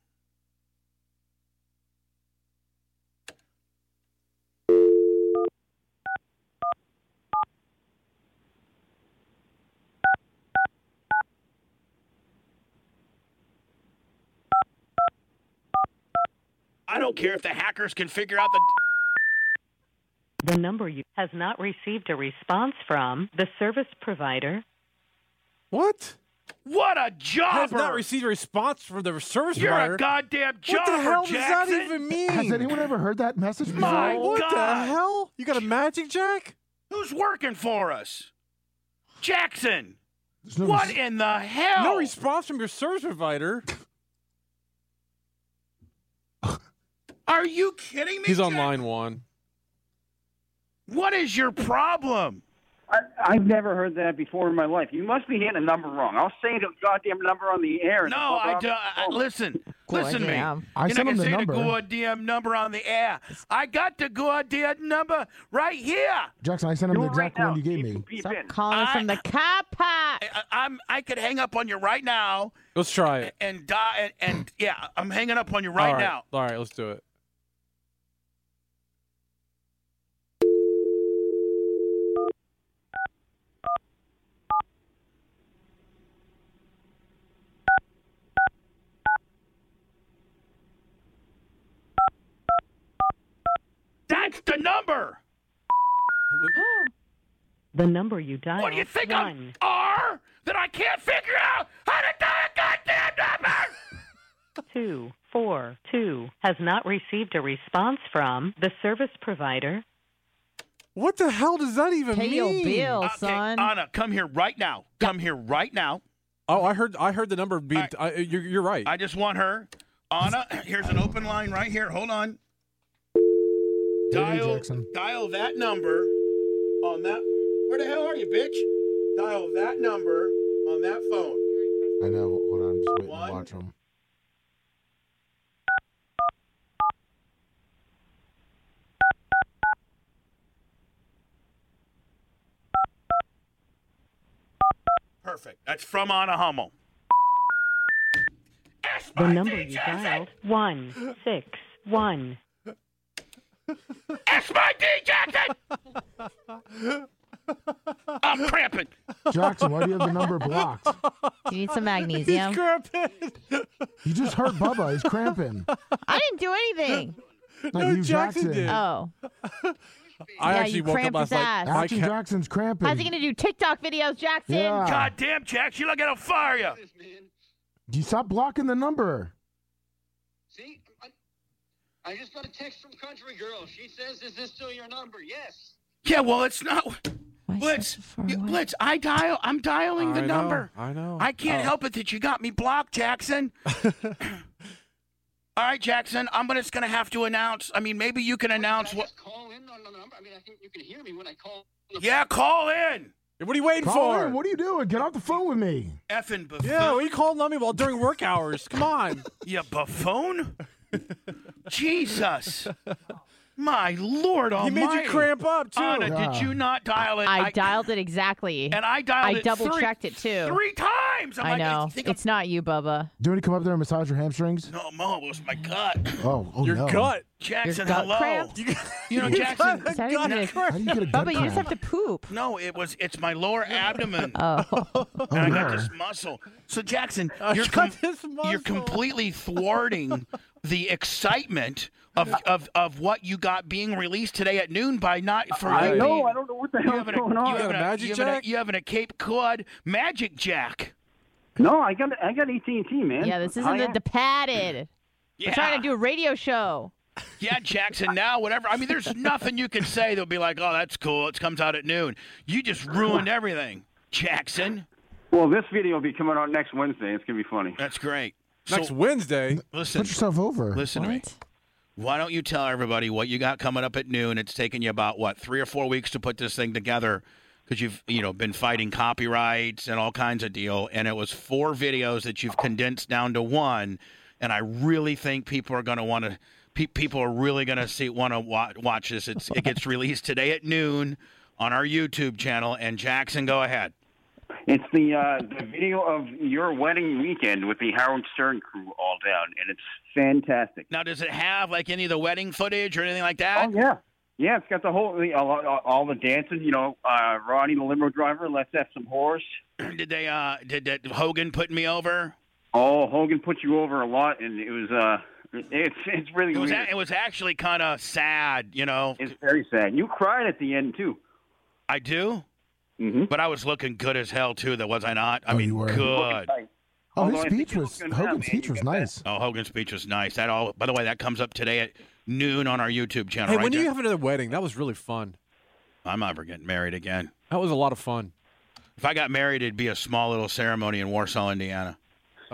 Speaker 1: I don't care if the hackers can figure out the.
Speaker 25: The number you has not received a response from the service provider.
Speaker 8: What?
Speaker 1: What a jobber!
Speaker 8: Has not received a response from the service
Speaker 1: You're
Speaker 8: provider.
Speaker 1: a goddamn jobber,
Speaker 8: What the hell does
Speaker 1: Jackson!
Speaker 8: that even mean?
Speaker 7: Has anyone ever heard that message before?
Speaker 1: My
Speaker 8: What
Speaker 1: God.
Speaker 8: the hell? You got a magic jack?
Speaker 1: Who's working for us? Jackson!
Speaker 7: no
Speaker 1: what in the hell?
Speaker 8: No response from your service provider.
Speaker 1: Are you kidding me?
Speaker 8: He's on line one.
Speaker 1: What is your problem?
Speaker 16: I, I've never heard that before in my life. You must be hitting a number wrong. I'll say the goddamn number on the air. and
Speaker 1: No,
Speaker 16: it'll
Speaker 1: I
Speaker 16: pop
Speaker 1: do.
Speaker 16: up.
Speaker 1: I, I- listen,
Speaker 16: Good
Speaker 1: listen to me.
Speaker 16: idea.
Speaker 7: I
Speaker 1: You're
Speaker 7: sent
Speaker 1: not
Speaker 7: him
Speaker 1: gonna
Speaker 7: the
Speaker 1: say
Speaker 7: number.
Speaker 1: the goddamn number on the air. I got the goddamn number right here.
Speaker 7: Jackson, I sent him the exact one you gave me.
Speaker 10: Stop calling us from the car park.
Speaker 1: I, I'm. I could hang up on you right now
Speaker 8: Let's try it.
Speaker 1: and die. And, and yeah, I'm hanging up on you right,
Speaker 8: All
Speaker 1: now.
Speaker 8: All right, let's do it.
Speaker 1: That's the number.
Speaker 25: The number you dialed.
Speaker 1: What do you think
Speaker 25: one.
Speaker 1: I'm R that I can't figure out how to dial a goddamn number?
Speaker 25: two four two has not received a response from the service provider.
Speaker 8: What the hell does that even
Speaker 10: Pay your
Speaker 8: mean?
Speaker 10: bill,
Speaker 1: Okay, Anna, come here right now. Come here right now.
Speaker 8: Oh, I heard. I heard the number being. I, you're, you're right.
Speaker 1: I just want her. Anna, here's an open line right here. Hold on. Dial, dial that number on that. Where the hell are you, bitch? Dial that number on that phone.
Speaker 7: I know. Hold on, I'm just waiting to watch them.
Speaker 1: Perfect. That's from Anna Hummel.
Speaker 25: The number you dialed one six one.
Speaker 1: That's my D, Jackson. I'm cramping.
Speaker 7: Jackson, why do you have the number blocked?
Speaker 10: Do you need some magnesium?
Speaker 7: You just hurt Bubba. He's cramping.
Speaker 10: I didn't do anything.
Speaker 7: No, you, Jackson Jackson. did.
Speaker 10: Oh.
Speaker 8: I
Speaker 10: Yeah,
Speaker 8: actually
Speaker 10: you
Speaker 8: woke up
Speaker 10: cramped
Speaker 8: last
Speaker 10: his
Speaker 8: night.
Speaker 10: ass.
Speaker 8: my
Speaker 10: Action
Speaker 8: cat-
Speaker 7: Jackson's cramping.
Speaker 10: How's he going to do TikTok videos, Jackson?
Speaker 7: Yeah.
Speaker 1: God damn, Jack, she look at to fire you.
Speaker 7: Do you stop blocking the number?
Speaker 26: I just got a text from Country Girl. She says, "Is this still your number?" Yes.
Speaker 1: Yeah, well, it's not. Blitz, you- Blitz, I dial. I'm dialing the
Speaker 8: I know,
Speaker 1: number.
Speaker 8: I know.
Speaker 1: I can't
Speaker 8: Oh.
Speaker 1: help it that you got me blocked, Jackson. All right, Jackson, I'm gonna- just gonna have to announce. I mean, maybe you can announce what. Yeah, call in.
Speaker 8: What are you waiting
Speaker 7: Call
Speaker 8: for?
Speaker 7: in. What are you doing? Get off the phone with me.
Speaker 1: Effing buffoon.
Speaker 8: Yeah, what are you calling on me while during work hours? Come on.
Speaker 1: You buffoon. Jesus. My Lord
Speaker 8: He
Speaker 1: Almighty.
Speaker 8: made you cramp up, too.
Speaker 1: Anna, did you not dial it?
Speaker 10: I, dialed it exactly.
Speaker 1: And I dialed
Speaker 10: I
Speaker 1: it
Speaker 10: double
Speaker 1: three-
Speaker 10: checked it too.
Speaker 1: three times. I'm
Speaker 10: I
Speaker 1: like, I
Speaker 10: know.
Speaker 1: think
Speaker 10: it's not you, Bubba.
Speaker 7: Do you want to come up there and massage your hamstrings?
Speaker 1: No, Mo, it was my gut.
Speaker 7: Oh, oh no. Your
Speaker 1: Jackson,
Speaker 7: gut
Speaker 1: hello.
Speaker 7: cramp?
Speaker 1: You, know,
Speaker 7: You
Speaker 1: Jackson.
Speaker 7: got a Is that gut even a- cramp. how do you get a gut Bubba, you just cramp?
Speaker 10: to poop.
Speaker 1: No, it was. It's my lower abdomen.
Speaker 10: oh.
Speaker 1: And I got this muscle. So Jackson, you're com- you're completely thwarting the excitement of, of of what you got being released today at noon by not for
Speaker 16: I
Speaker 1: you
Speaker 16: know,
Speaker 1: being-
Speaker 16: I don't know what the
Speaker 1: you
Speaker 16: hell's
Speaker 1: having
Speaker 16: going on.
Speaker 1: You having
Speaker 16: You got a magic
Speaker 1: you having
Speaker 16: jack?
Speaker 1: you having a Cape Cod magic jack.
Speaker 16: No, I got I got AT and T, man. Oh,
Speaker 10: Yeah, this isn't the, the padded. We're trying to do a radio show.
Speaker 1: Yeah, Jackson. Now, whatever. I mean, there's nothing you can say that'll be like, "Oh, that's cool. It comes out at noon." You just ruined everything, Jackson.
Speaker 16: Well, this video will be coming out next Wednesday. It's gonna be funny.
Speaker 1: That's great.
Speaker 8: Next
Speaker 1: So-
Speaker 8: Wednesday.
Speaker 1: Listen,
Speaker 7: Put yourself over.
Speaker 1: Listen to me. Why don't you tell everybody what you got coming up at noon? It's taken you about what three or four weeks to put this thing together because you've you know been fighting copyrights and all kinds of deal. And it was four videos that you've condensed down to one. And I really think people are going to want to. Pe- people are really going to see want to wa- watch this. It's, it gets released today at noon on our YouTube channel. And Jackson, go ahead.
Speaker 16: It's the uh, the video of your wedding weekend with the Howard Stern crew all down, and it's fantastic.
Speaker 1: Now, does it have like any of the wedding footage or anything like that?
Speaker 16: Oh yeah, yeah. It's got the whole the, all, all, all the dancing. You know, uh, Ronnie the limo driver. Let's have some horse.
Speaker 1: Did they? Uh, did, did Hogan put me over?
Speaker 16: Oh, Hogan put you over a lot, and it was uh, it's it's really
Speaker 1: It was,
Speaker 16: weird.
Speaker 1: a- it was actually kind of sad, you know.
Speaker 16: It's very sad. You cried at the end too.
Speaker 1: I do,
Speaker 16: Mm-hmm.
Speaker 1: but I was looking good as hell too. Though was I not? I mean, good.
Speaker 7: Oh,
Speaker 1: Although I
Speaker 7: his
Speaker 1: think
Speaker 7: speech was Hogan's speech was nice.
Speaker 1: Oh, Hogan's speech was nice. That all. By the way, that comes up today at noon on our YouTube channel.
Speaker 8: Hey,
Speaker 1: right
Speaker 8: when do
Speaker 1: Jack?
Speaker 8: you have another wedding? That was really fun.
Speaker 1: I'm never getting married again.
Speaker 8: That was a lot of fun.
Speaker 1: If I got married, it'd be a small little ceremony in Warsaw, Indiana. Oh.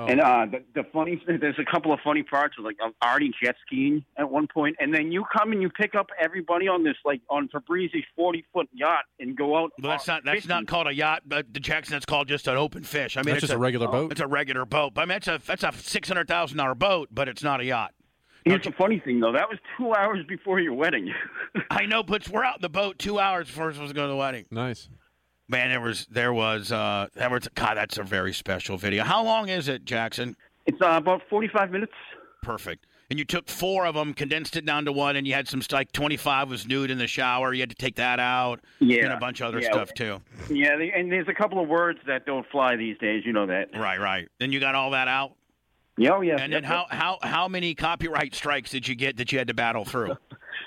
Speaker 8: Oh.
Speaker 16: And uh, the, the funny, there's a couple of funny parts. Like I'm already jet skiing at one point, and then you come and you pick up everybody on this like on Fabrizi's 40 foot yacht and go out.
Speaker 1: Well, that's not that's not called a yacht, but the Jackson. That's called just an open fish. I mean,
Speaker 8: That's
Speaker 1: it's
Speaker 8: just a regular boat?
Speaker 1: It's a regular boat. I mean, it's a that's a six hundred thousand dollar boat, but it's not a yacht.
Speaker 16: Here's the funny thing though. That was two hours before your wedding.
Speaker 1: I know, but we're out in the boat two hours before we're supposed to go to the wedding.
Speaker 8: Nice.
Speaker 1: Man, there was there was uh there was God, that's a very special video. How long is it, Jackson?
Speaker 16: It's uh, about forty five minutes.
Speaker 1: Perfect. And you took four of them, condensed it down to one, and you had some like twenty five was nude in the shower. You had to take that out.
Speaker 16: Yeah.
Speaker 1: and a bunch of other
Speaker 16: Yeah.
Speaker 1: stuff too.
Speaker 16: yeah, they, and there's a couple of words that don't fly these days. You know that.
Speaker 1: Right, right. Then you got all that out.
Speaker 16: Yeah, oh, yeah.
Speaker 1: And then
Speaker 16: Yep,
Speaker 1: how
Speaker 16: yep.
Speaker 1: how how many copyright strikes did you get that you had to battle through?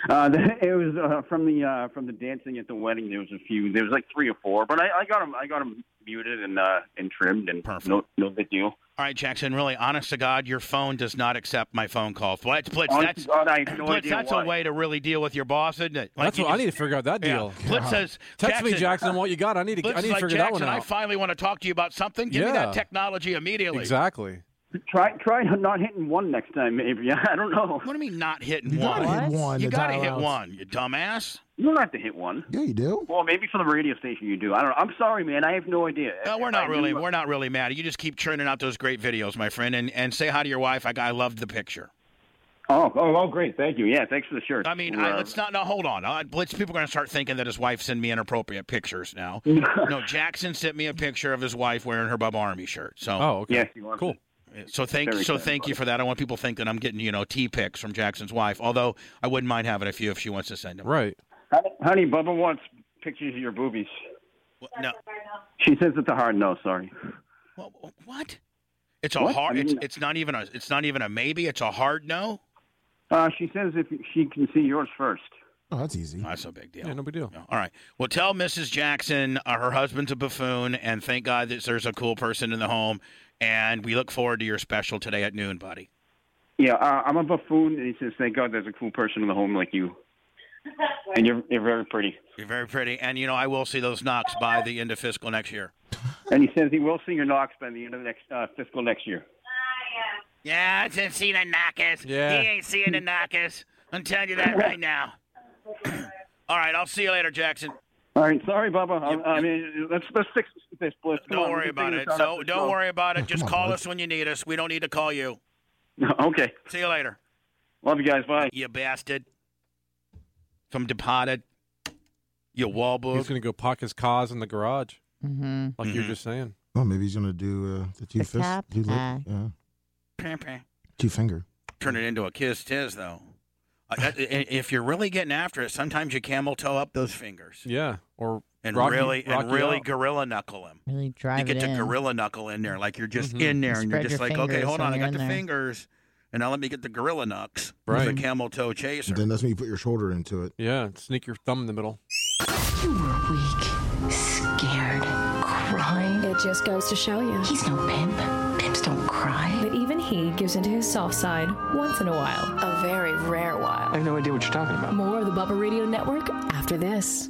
Speaker 16: Uh, it was uh, from the uh, from the dancing at the wedding. There was a few. There was like three or four, but I, I got them. I got 'em muted and uh, and trimmed and no no big deal.
Speaker 1: All right, Jackson. Really, honest to God, your phone does not accept my phone call. Blitz, Blitz,
Speaker 16: Honest
Speaker 1: that's
Speaker 16: to God, I have no
Speaker 1: Blitz,
Speaker 16: idea
Speaker 1: that's
Speaker 16: why.
Speaker 1: a way to really deal with your boss, isn't it? Like,
Speaker 8: That's
Speaker 1: you
Speaker 8: what I
Speaker 1: just-
Speaker 8: need to figure out that
Speaker 1: Yeah.
Speaker 8: deal.
Speaker 1: Blitz says,
Speaker 8: Text me,
Speaker 1: Jackson-
Speaker 8: Jackson, what you got. I need to,
Speaker 1: Blitz
Speaker 8: I need
Speaker 1: is
Speaker 8: to
Speaker 1: like
Speaker 8: figure that
Speaker 1: Jackson,
Speaker 8: one
Speaker 1: I
Speaker 8: out.
Speaker 1: finally want to talk to you about something. Give me
Speaker 8: Yeah.
Speaker 1: that technology immediately.
Speaker 8: Exactly.
Speaker 16: Try try not hitting one next time, maybe. I don't know. What
Speaker 1: do you mean not hitting
Speaker 16: You
Speaker 1: one?
Speaker 16: gotta hit What? one
Speaker 1: You
Speaker 16: to
Speaker 1: gotta
Speaker 16: dial
Speaker 1: hit
Speaker 16: out.
Speaker 1: one, you dumbass.
Speaker 16: You don't have to hit one.
Speaker 7: Yeah, you do.
Speaker 16: Well, maybe for the radio station you do. I don't know. I'm sorry, man. I have no idea.
Speaker 1: No, we're not
Speaker 16: I
Speaker 1: really.
Speaker 16: knew-
Speaker 1: We're not really mad. You just keep churning out those great videos, my friend, and, and say hi to your wife. I, I loved the picture.
Speaker 16: Oh, oh, oh, great. Thank you. Yeah, thanks for the shirt.
Speaker 1: I mean,
Speaker 16: We're,
Speaker 1: I,
Speaker 16: uh,
Speaker 1: let's not. No, hold on. Uh, let's, people are going to start thinking that his wife sent me inappropriate pictures now. no, Jackson sent me a picture of his wife wearing her Bubba Army shirt. So,
Speaker 8: Oh, okay. Yes,
Speaker 16: he wants
Speaker 8: Cool.
Speaker 1: So thank
Speaker 8: Very
Speaker 1: so
Speaker 8: excited
Speaker 1: thank you for that. I want people to think that I'm getting you know T pics from Jackson's wife. Although I wouldn't mind having a few if she wants to send them.
Speaker 8: Right.
Speaker 16: honey, Bubba wants pictures of your boobies.
Speaker 1: No.
Speaker 16: She says it's a hard no. Sorry.
Speaker 1: What? It's a
Speaker 16: What?
Speaker 1: hard.
Speaker 16: I
Speaker 1: It's,
Speaker 16: mean-
Speaker 1: it's not even a. It's not even a maybe. It's a hard no.
Speaker 16: Uh, she says if she can see yours first.
Speaker 7: Oh, that's easy.
Speaker 1: That's no big deal.
Speaker 8: Yeah, no big deal.
Speaker 1: All right. Well, tell Mrs. Jackson uh, her husband's a buffoon, and thank God that there's a cool person in the home. And we look forward to your special today at noon, buddy.
Speaker 16: Yeah, uh, I'm a buffoon, and he says, "Thank God there's a cool person in the home like you, and you're you're very pretty."
Speaker 1: You're very pretty, and you know I will see those knocks by the end of fiscal next year.
Speaker 16: And he says he will sing your knocks by the end of next uh, fiscal next year.
Speaker 1: Yeah, I didn't see the knockers.
Speaker 16: Yeah.
Speaker 1: He ain't seeing the knockers. I'm telling you that right now. All right, I'll see you later, Jackson.
Speaker 16: All right, sorry, Bubba. I, I mean, let's let's fix this. Bliss. Come
Speaker 1: Don't
Speaker 16: on, we
Speaker 1: worry
Speaker 16: can
Speaker 1: about
Speaker 16: figure
Speaker 1: it.
Speaker 16: this out
Speaker 1: So
Speaker 16: after the
Speaker 1: don't
Speaker 16: show.
Speaker 1: worry about it. Just call us when you need us. We don't need to call you.
Speaker 16: okay.
Speaker 1: See you later.
Speaker 16: Love you guys. Bye.
Speaker 1: You bastard. From Departed. You Wahlberg.
Speaker 8: He's gonna go park his cars in the garage,
Speaker 10: Mm-hmm.
Speaker 8: like you were just saying.
Speaker 7: Oh, maybe he's gonna do uh, the two
Speaker 10: The
Speaker 7: fist,
Speaker 10: tap,
Speaker 7: two, lip,
Speaker 10: uh,
Speaker 7: yeah,
Speaker 1: Turn
Speaker 7: two finger.
Speaker 1: it into a kiss tiz, though. Uh, that- i- if you're really getting after it, sometimes you camel toe up those fingers
Speaker 8: Yeah, or
Speaker 1: and
Speaker 8: Rocky-
Speaker 1: really and
Speaker 8: Rocky
Speaker 1: really
Speaker 8: out.
Speaker 1: gorilla knuckle them.
Speaker 10: Really drive
Speaker 1: you get
Speaker 10: it
Speaker 1: to
Speaker 10: in.
Speaker 1: gorilla knuckle in there, like you're just
Speaker 8: Mhm.
Speaker 1: in there, and you're
Speaker 10: Spread
Speaker 1: just
Speaker 10: your
Speaker 1: like, okay,
Speaker 10: fingers
Speaker 1: hold on, I
Speaker 10: when
Speaker 1: got
Speaker 10: you're
Speaker 1: the
Speaker 10: in there.
Speaker 1: fingers, and now let me get the gorilla knucks, with the
Speaker 8: Right.
Speaker 1: camel toe chaser.
Speaker 7: Then that's when you put your shoulder into it.
Speaker 8: Yeah, sneak your thumb in the middle.
Speaker 5: You were weak, scared, crying. It just goes to show you. He's no pimp. Pimps don't cry. But even he gives into his soft side once in a while. A very rare while.
Speaker 18: I have no idea what you're talking about.
Speaker 5: More of the Bubba Radio Network after this.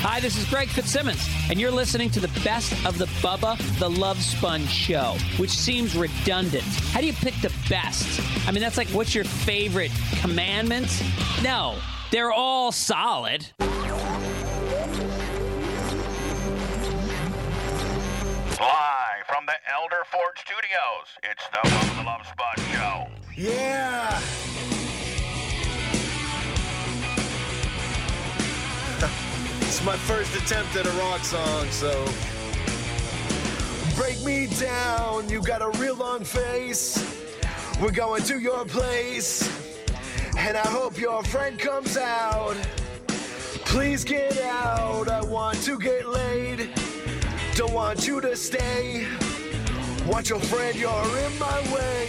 Speaker 21: Hi, this is Greg Fitzsimmons, and you're listening to the best of the Bubba the Love Sponge show, which seems redundant. How do you pick the best? I mean, that's like, what's your favorite commandment? No, they're all solid.
Speaker 1: Live from the Elder Ford Studios, it's the Love the Love Spot Show.
Speaker 22: Yeah. it's my first attempt at a rock song, so. Break me down, you got a real long face. We're going to your place, and I hope your friend comes out. Please get out, I want to get laid. Don't want you to stay. Want your friend, you're in my way.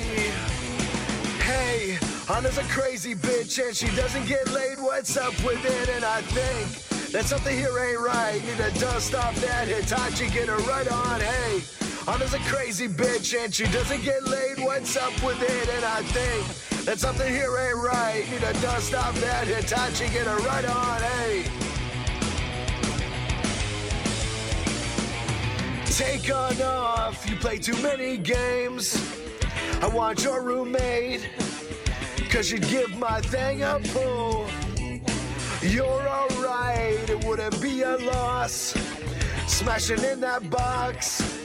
Speaker 22: Hey, Anna's a crazy bitch and she doesn't get laid. What's up with it? And I think that something here ain't right. Need to dust off that Hitachi, get her right on. Hey, Anna's a crazy bitch and she doesn't get laid. What's up with it? And I think that something here ain't right. Need to dust off that Hitachi, get her right on. Hey. Take on off, you play too many games. I want your roommate, cause you'd give my thing a pull. You're alright, it wouldn't be a loss. Smashing in that box,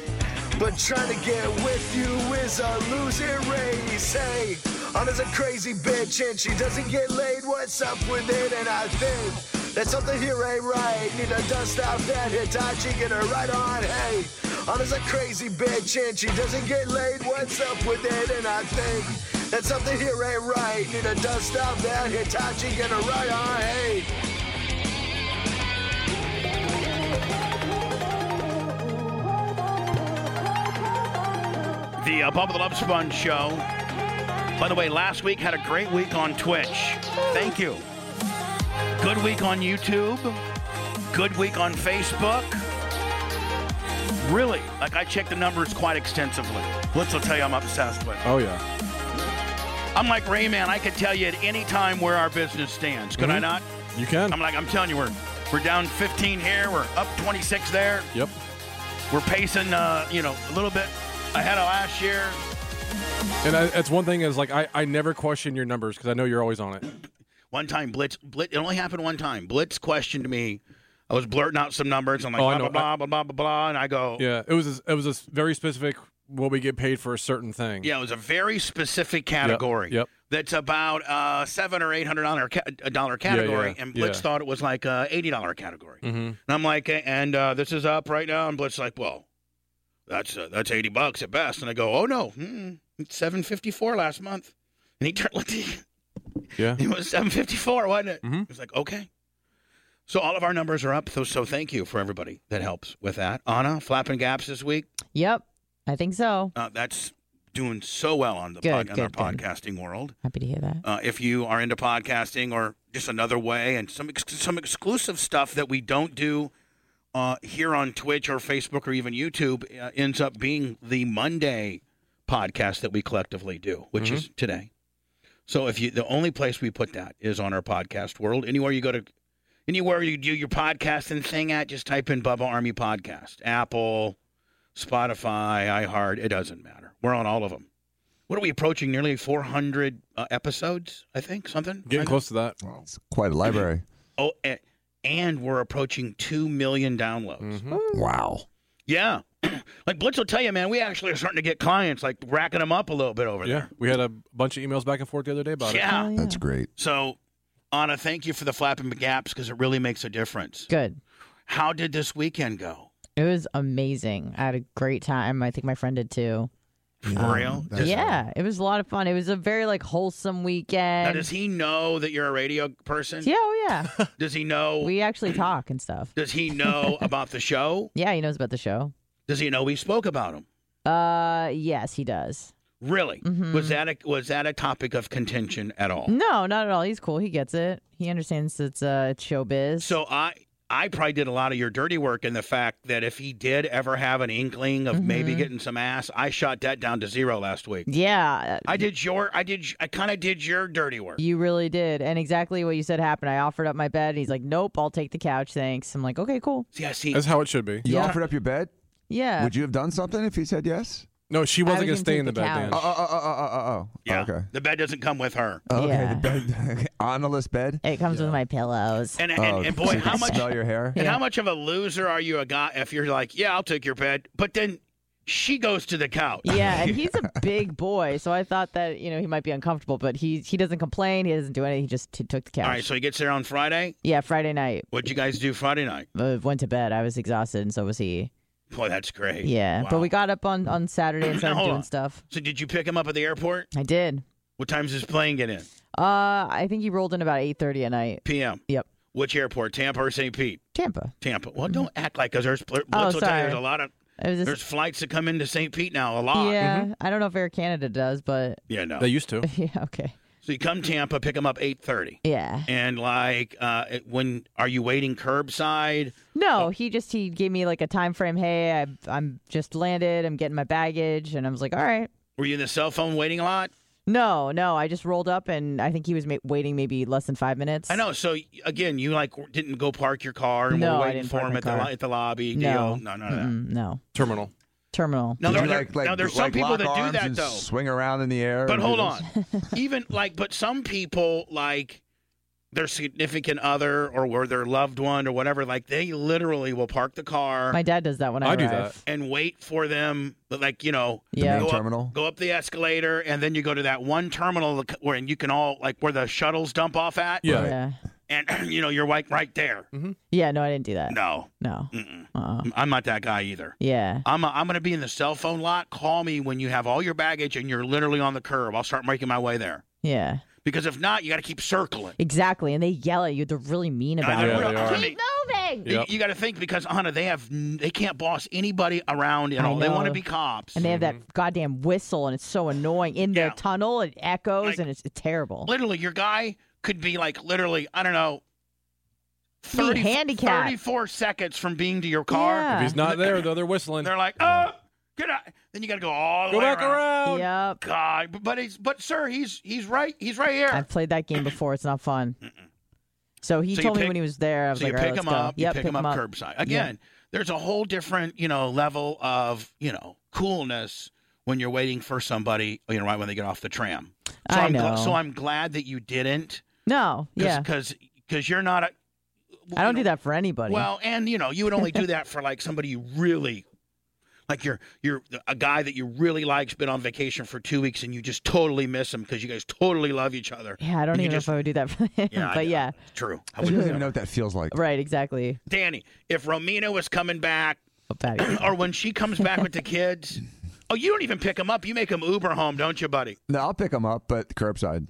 Speaker 22: But trying to get with you is a losing race. Hey, Anna's a crazy bitch and she doesn't get laid. What's up with it? And I think that something here ain't right. Need to dust off that Hitachi, get her right on. Hey, Anna's a crazy bitch and she doesn't get laid. What's up with it? And I think that something here ain't right. Need to dust off that Hitachi, get her right on. Hey.
Speaker 1: The uh, Bubba the Love Sponge show. By the way, last week had a great week on Twitch. Thank you. Good week on YouTube. Good week on Facebook. Really, like I checked the numbers quite extensively. Let's will tell you I'm obsessed with. it.
Speaker 8: Oh yeah.
Speaker 1: I'm like Rayman. I could tell you at any time where our business stands. Could I
Speaker 8: Mhm.
Speaker 1: not?
Speaker 8: You can.
Speaker 1: I'm like I'm telling you, we're we're down 15 here. We're up 26 there.
Speaker 8: Yep.
Speaker 1: We're pacing, uh, you know, a little bit ahead of last year.
Speaker 8: And I, that's one thing is like I, I never question your numbers because I know you're always on it.
Speaker 1: One time, Blitz, Blitz, it only happened one time. Blitz questioned me. I was blurting out some numbers. I'm like,
Speaker 8: Oh, I
Speaker 1: blah, blah,
Speaker 8: know.
Speaker 1: blah, blah, blah, blah, blah. And I go,
Speaker 8: Yeah. It was a, it was a s- very specific what we get paid for a certain thing.
Speaker 1: Yeah, it was a very specific category.
Speaker 8: Yep.
Speaker 1: That's about uh, seven or eight hundred dollar ca- a dollar
Speaker 8: Yeah, yeah,
Speaker 1: category, and Blitz
Speaker 8: yeah.
Speaker 1: thought it was like a eighty dollar category.
Speaker 8: Mm-hmm.
Speaker 1: And I'm like, "Eh, and uh, this is up right now. And Blitz is like, well, that's uh, that's eighty bucks at best. And I go, oh no, mm, it's seven fifty four last month. And he turned,
Speaker 8: yeah,
Speaker 1: it was seven fifty four, wasn't it? It was like, okay. So all of our numbers are up. So, so thank you for everybody that helps with that. Anna, flapping gaps this week.
Speaker 10: Yep, I think so.
Speaker 1: Uh, that's doing so well on the
Speaker 10: Good,
Speaker 1: pod, on our
Speaker 10: good, good.
Speaker 1: podcasting world.
Speaker 10: Happy to hear that.
Speaker 1: Uh, if you are into podcasting or just another way, and some ex- some exclusive stuff that we don't do uh, here on Twitch or Facebook or even YouTube uh, ends up being the Monday podcast that we collectively do, which
Speaker 8: Mm-hmm.
Speaker 1: is today. So if you the only place we put that is on our podcast world. Anywhere you go to anywhere you do your podcasting thing at, just type in Bubba Army Podcast. Apple, Spotify, iHeart, it doesn't matter. We're on all of them. What are we approaching? Nearly 400 uh, episodes, I think, something.
Speaker 8: Getting
Speaker 1: Kinda?
Speaker 8: close to that.
Speaker 12: Quite a library.
Speaker 1: Oh, and, and we're approaching 2 million downloads.
Speaker 8: Mm-hmm.
Speaker 12: Wow.
Speaker 1: Yeah. like Blitz will tell you, man, we actually are starting to get clients, like racking them up a little bit over
Speaker 8: Yeah.
Speaker 1: there.
Speaker 8: We had a bunch of emails back and forth the other day about
Speaker 1: Yeah.
Speaker 10: Oh,
Speaker 8: it.
Speaker 12: That's great.
Speaker 1: So, Anna, thank you for the flapping gaps because it really makes a difference.
Speaker 10: Good.
Speaker 1: How did this weekend go?
Speaker 10: It was amazing. I had a great time. I think my friend did too.
Speaker 1: For real? Does-
Speaker 10: yeah, it was a lot of fun. It was a very like wholesome weekend.
Speaker 1: Now, does he know that you're a radio person?
Speaker 10: Yeah, oh yeah.
Speaker 1: Does he know?
Speaker 10: we actually talk and stuff.
Speaker 1: Does he know about the show?
Speaker 10: Yeah, he knows about the show.
Speaker 1: Does he know we spoke about him?
Speaker 10: Uh, yes, he does.
Speaker 1: Really?
Speaker 10: Mm-hmm.
Speaker 1: Was that a, was that a topic of contention at all?
Speaker 10: No, not at all. He's cool. He gets it. He understands it's uh it's showbiz.
Speaker 1: So I I probably did a lot of your dirty work in the fact that if he did ever have an inkling of
Speaker 10: Mm-hmm.
Speaker 1: maybe getting some ass, I shot that down to zero last week.
Speaker 10: yeah,
Speaker 1: I did your I did I kind of did your dirty work.
Speaker 10: you really did. And exactly what you said happened. I offered up my bed, and he's like, "Nope, I'll take the couch, thanks." I'm like, "Okay, cool."
Speaker 1: Yeah, see,
Speaker 8: That's how it should be.
Speaker 12: You offered up your bed?
Speaker 10: Yeah.
Speaker 12: Would you have done something if he said yes?
Speaker 8: No, she
Speaker 10: wasn't I was gonna gonna stay in take the the bed, Dan. couch.
Speaker 12: Oh, oh, oh, oh, oh, oh, oh.
Speaker 1: Yeah.
Speaker 12: Okay.
Speaker 1: The bed doesn't come with her.
Speaker 12: Oh, Okay, the bed, Annalist bed.
Speaker 10: It comes with my pillows.
Speaker 1: And, and,
Speaker 12: Oh,
Speaker 1: and
Speaker 12: so
Speaker 1: boy,
Speaker 12: you
Speaker 1: how
Speaker 12: can
Speaker 1: much
Speaker 12: smell your hair?
Speaker 1: And how much of a loser are you a guy if you're like, yeah, I'll take your bed, but then she goes to the couch.
Speaker 10: Yeah, and he's a big boy, so I thought that you know he might be uncomfortable, but he he doesn't complain. He doesn't do anything. He just t- took the couch.
Speaker 1: All right, so he gets there on Friday.
Speaker 10: yeah, Friday night
Speaker 1: What'd you guys do Friday night?
Speaker 10: uh, went to bed. I was exhausted, and so was he.
Speaker 1: Boy, that's great.
Speaker 10: Yeah,
Speaker 1: Wow.
Speaker 10: but we got up on on Saturday and
Speaker 1: Now,
Speaker 10: started
Speaker 1: hold
Speaker 10: doing
Speaker 1: on.
Speaker 10: stuff.
Speaker 1: So did you pick him up at the airport?
Speaker 10: I did.
Speaker 1: What time's his plane get in?
Speaker 10: Uh, I think he rolled in about eight thirty at night.
Speaker 1: P.M.
Speaker 10: Yep.
Speaker 1: Which airport? Tampa or St. Pete?
Speaker 10: Tampa. Mm-hmm.
Speaker 1: Tampa. Well, don't act like because there's pl-
Speaker 10: Oh,
Speaker 1: Blitz will tell you
Speaker 10: sorry.
Speaker 1: there's a lot of
Speaker 10: It was just-
Speaker 1: there's flights that come into St. Pete now a lot. Mm-hmm.
Speaker 10: Yeah, I don't know if Air Canada does, but
Speaker 1: Yeah, no.
Speaker 8: Mm-hmm. They used to.
Speaker 10: yeah, okay,
Speaker 1: So you come Tampa, pick him up eight thirty,
Speaker 10: yeah.
Speaker 1: and like uh, it- when are you waiting curbside?
Speaker 10: No, he just he gave me like a time frame. Hey, I, I'm just landed. I'm getting my baggage, and I was like, all right.
Speaker 1: Were you in the cell phone waiting a lot?
Speaker 10: No, no, I just rolled up, and I think he was ma- waiting maybe less than five minutes.
Speaker 1: I know. So again, you like didn't go park your car and
Speaker 10: No, I
Speaker 1: we're waiting
Speaker 10: didn't
Speaker 1: for
Speaker 10: park
Speaker 1: him
Speaker 10: my
Speaker 1: at the
Speaker 10: car.
Speaker 1: lo- at the lobby.
Speaker 10: No,
Speaker 1: Deal. No, none of that.
Speaker 10: Mm-mm, Mm, no.
Speaker 8: Terminal.
Speaker 10: Terminal.
Speaker 1: No,
Speaker 12: Did
Speaker 1: there-
Speaker 12: you, like,
Speaker 1: there-
Speaker 12: like,
Speaker 1: now, there's
Speaker 12: like
Speaker 1: some people
Speaker 12: lock
Speaker 1: that do
Speaker 12: arms
Speaker 1: that,
Speaker 12: and
Speaker 1: though.
Speaker 12: Swing around in the air.
Speaker 1: But
Speaker 12: and
Speaker 1: hold
Speaker 12: do
Speaker 1: on.
Speaker 12: this?
Speaker 1: Even like, but some people like their significant other or were their loved one or whatever, like they literally will park the car.
Speaker 10: My dad does that when I, arrive.
Speaker 1: And wait for them, but, like you know,
Speaker 10: The main
Speaker 1: go up-
Speaker 10: terminal?
Speaker 1: go up the escalator, and then you go to that one terminal where and you can all like where the shuttles dump off at.
Speaker 10: Yeah. Mm-hmm. Yeah.
Speaker 1: and you know you're like right there.
Speaker 10: Yeah, no, I didn't do that.
Speaker 1: No,
Speaker 10: No.
Speaker 1: Mm-mm.
Speaker 10: Uh-uh.
Speaker 1: I'm not that guy either.
Speaker 10: Yeah.
Speaker 1: I'm, I'm going to be in the cell phone lot. Call me when you have all your baggage and you're literally on the curb. I'll start making my way there.
Speaker 10: Yeah.
Speaker 1: Because if not, you got to keep circling.
Speaker 10: Exactly. And they yell at you. They're really mean
Speaker 1: No,
Speaker 10: about
Speaker 1: they're
Speaker 10: it.
Speaker 1: real- I mean,
Speaker 10: moving.
Speaker 1: You, got to think because Anna, they have n- they can't boss anybody around at
Speaker 10: I
Speaker 1: all. They want to
Speaker 10: know.
Speaker 1: be cops.
Speaker 10: And they have that goddamn whistle, and it's so annoying in the tunnel. It echoes, and it's terrible.
Speaker 1: Literally, your guy could be like literally I don't know.
Speaker 10: Be
Speaker 1: 30,
Speaker 10: handicapped.
Speaker 1: 34 seconds from being to your car.
Speaker 8: If he's not there, though, they're whistling.
Speaker 1: They're like, oh, get out. Then you got to go all the
Speaker 8: Go
Speaker 1: way
Speaker 8: back
Speaker 1: around.
Speaker 8: around.
Speaker 10: Yep.
Speaker 1: God, but, but he's but sir, he's he's right. He's right here.
Speaker 10: I've played that game before. It's not fun. So he
Speaker 1: So you
Speaker 10: told me
Speaker 1: pick-
Speaker 10: when he was there. I was
Speaker 1: so
Speaker 10: like,
Speaker 1: you
Speaker 10: "All right,
Speaker 1: pick him
Speaker 10: let's go."
Speaker 1: up,
Speaker 10: Yep,
Speaker 1: you pick, him up, curbside.
Speaker 10: Yeah.
Speaker 1: Again, there's a whole different, you know, level of, you know, coolness when you're waiting for somebody, you know, right when they get off the tram. So
Speaker 10: I
Speaker 1: am
Speaker 10: know.
Speaker 1: so I'm glad that you didn't.
Speaker 10: No, yeah.
Speaker 1: Because because you're not a
Speaker 10: I don't do that for anybody.
Speaker 1: well, and you know, you would only do that for like somebody you really like you're you're a guy that you really like's been on vacation for 2 weeks and you just totally miss him because you guys totally love each other.
Speaker 10: yeah, I don't
Speaker 1: And you
Speaker 10: even know
Speaker 1: just-
Speaker 10: if I would do that for him.
Speaker 1: Yeah, I
Speaker 10: but
Speaker 1: know.
Speaker 10: yeah,
Speaker 1: True. I
Speaker 12: You don't
Speaker 1: wouldn't do
Speaker 12: even
Speaker 1: that.
Speaker 12: know what that feels like.
Speaker 10: right, exactly.
Speaker 1: Danny, if Romina was coming back, or when she comes back with the kids, oh, you don't even pick them up. You make them Uber home, don't you, buddy?
Speaker 12: No, I'll pick them up, but curbside.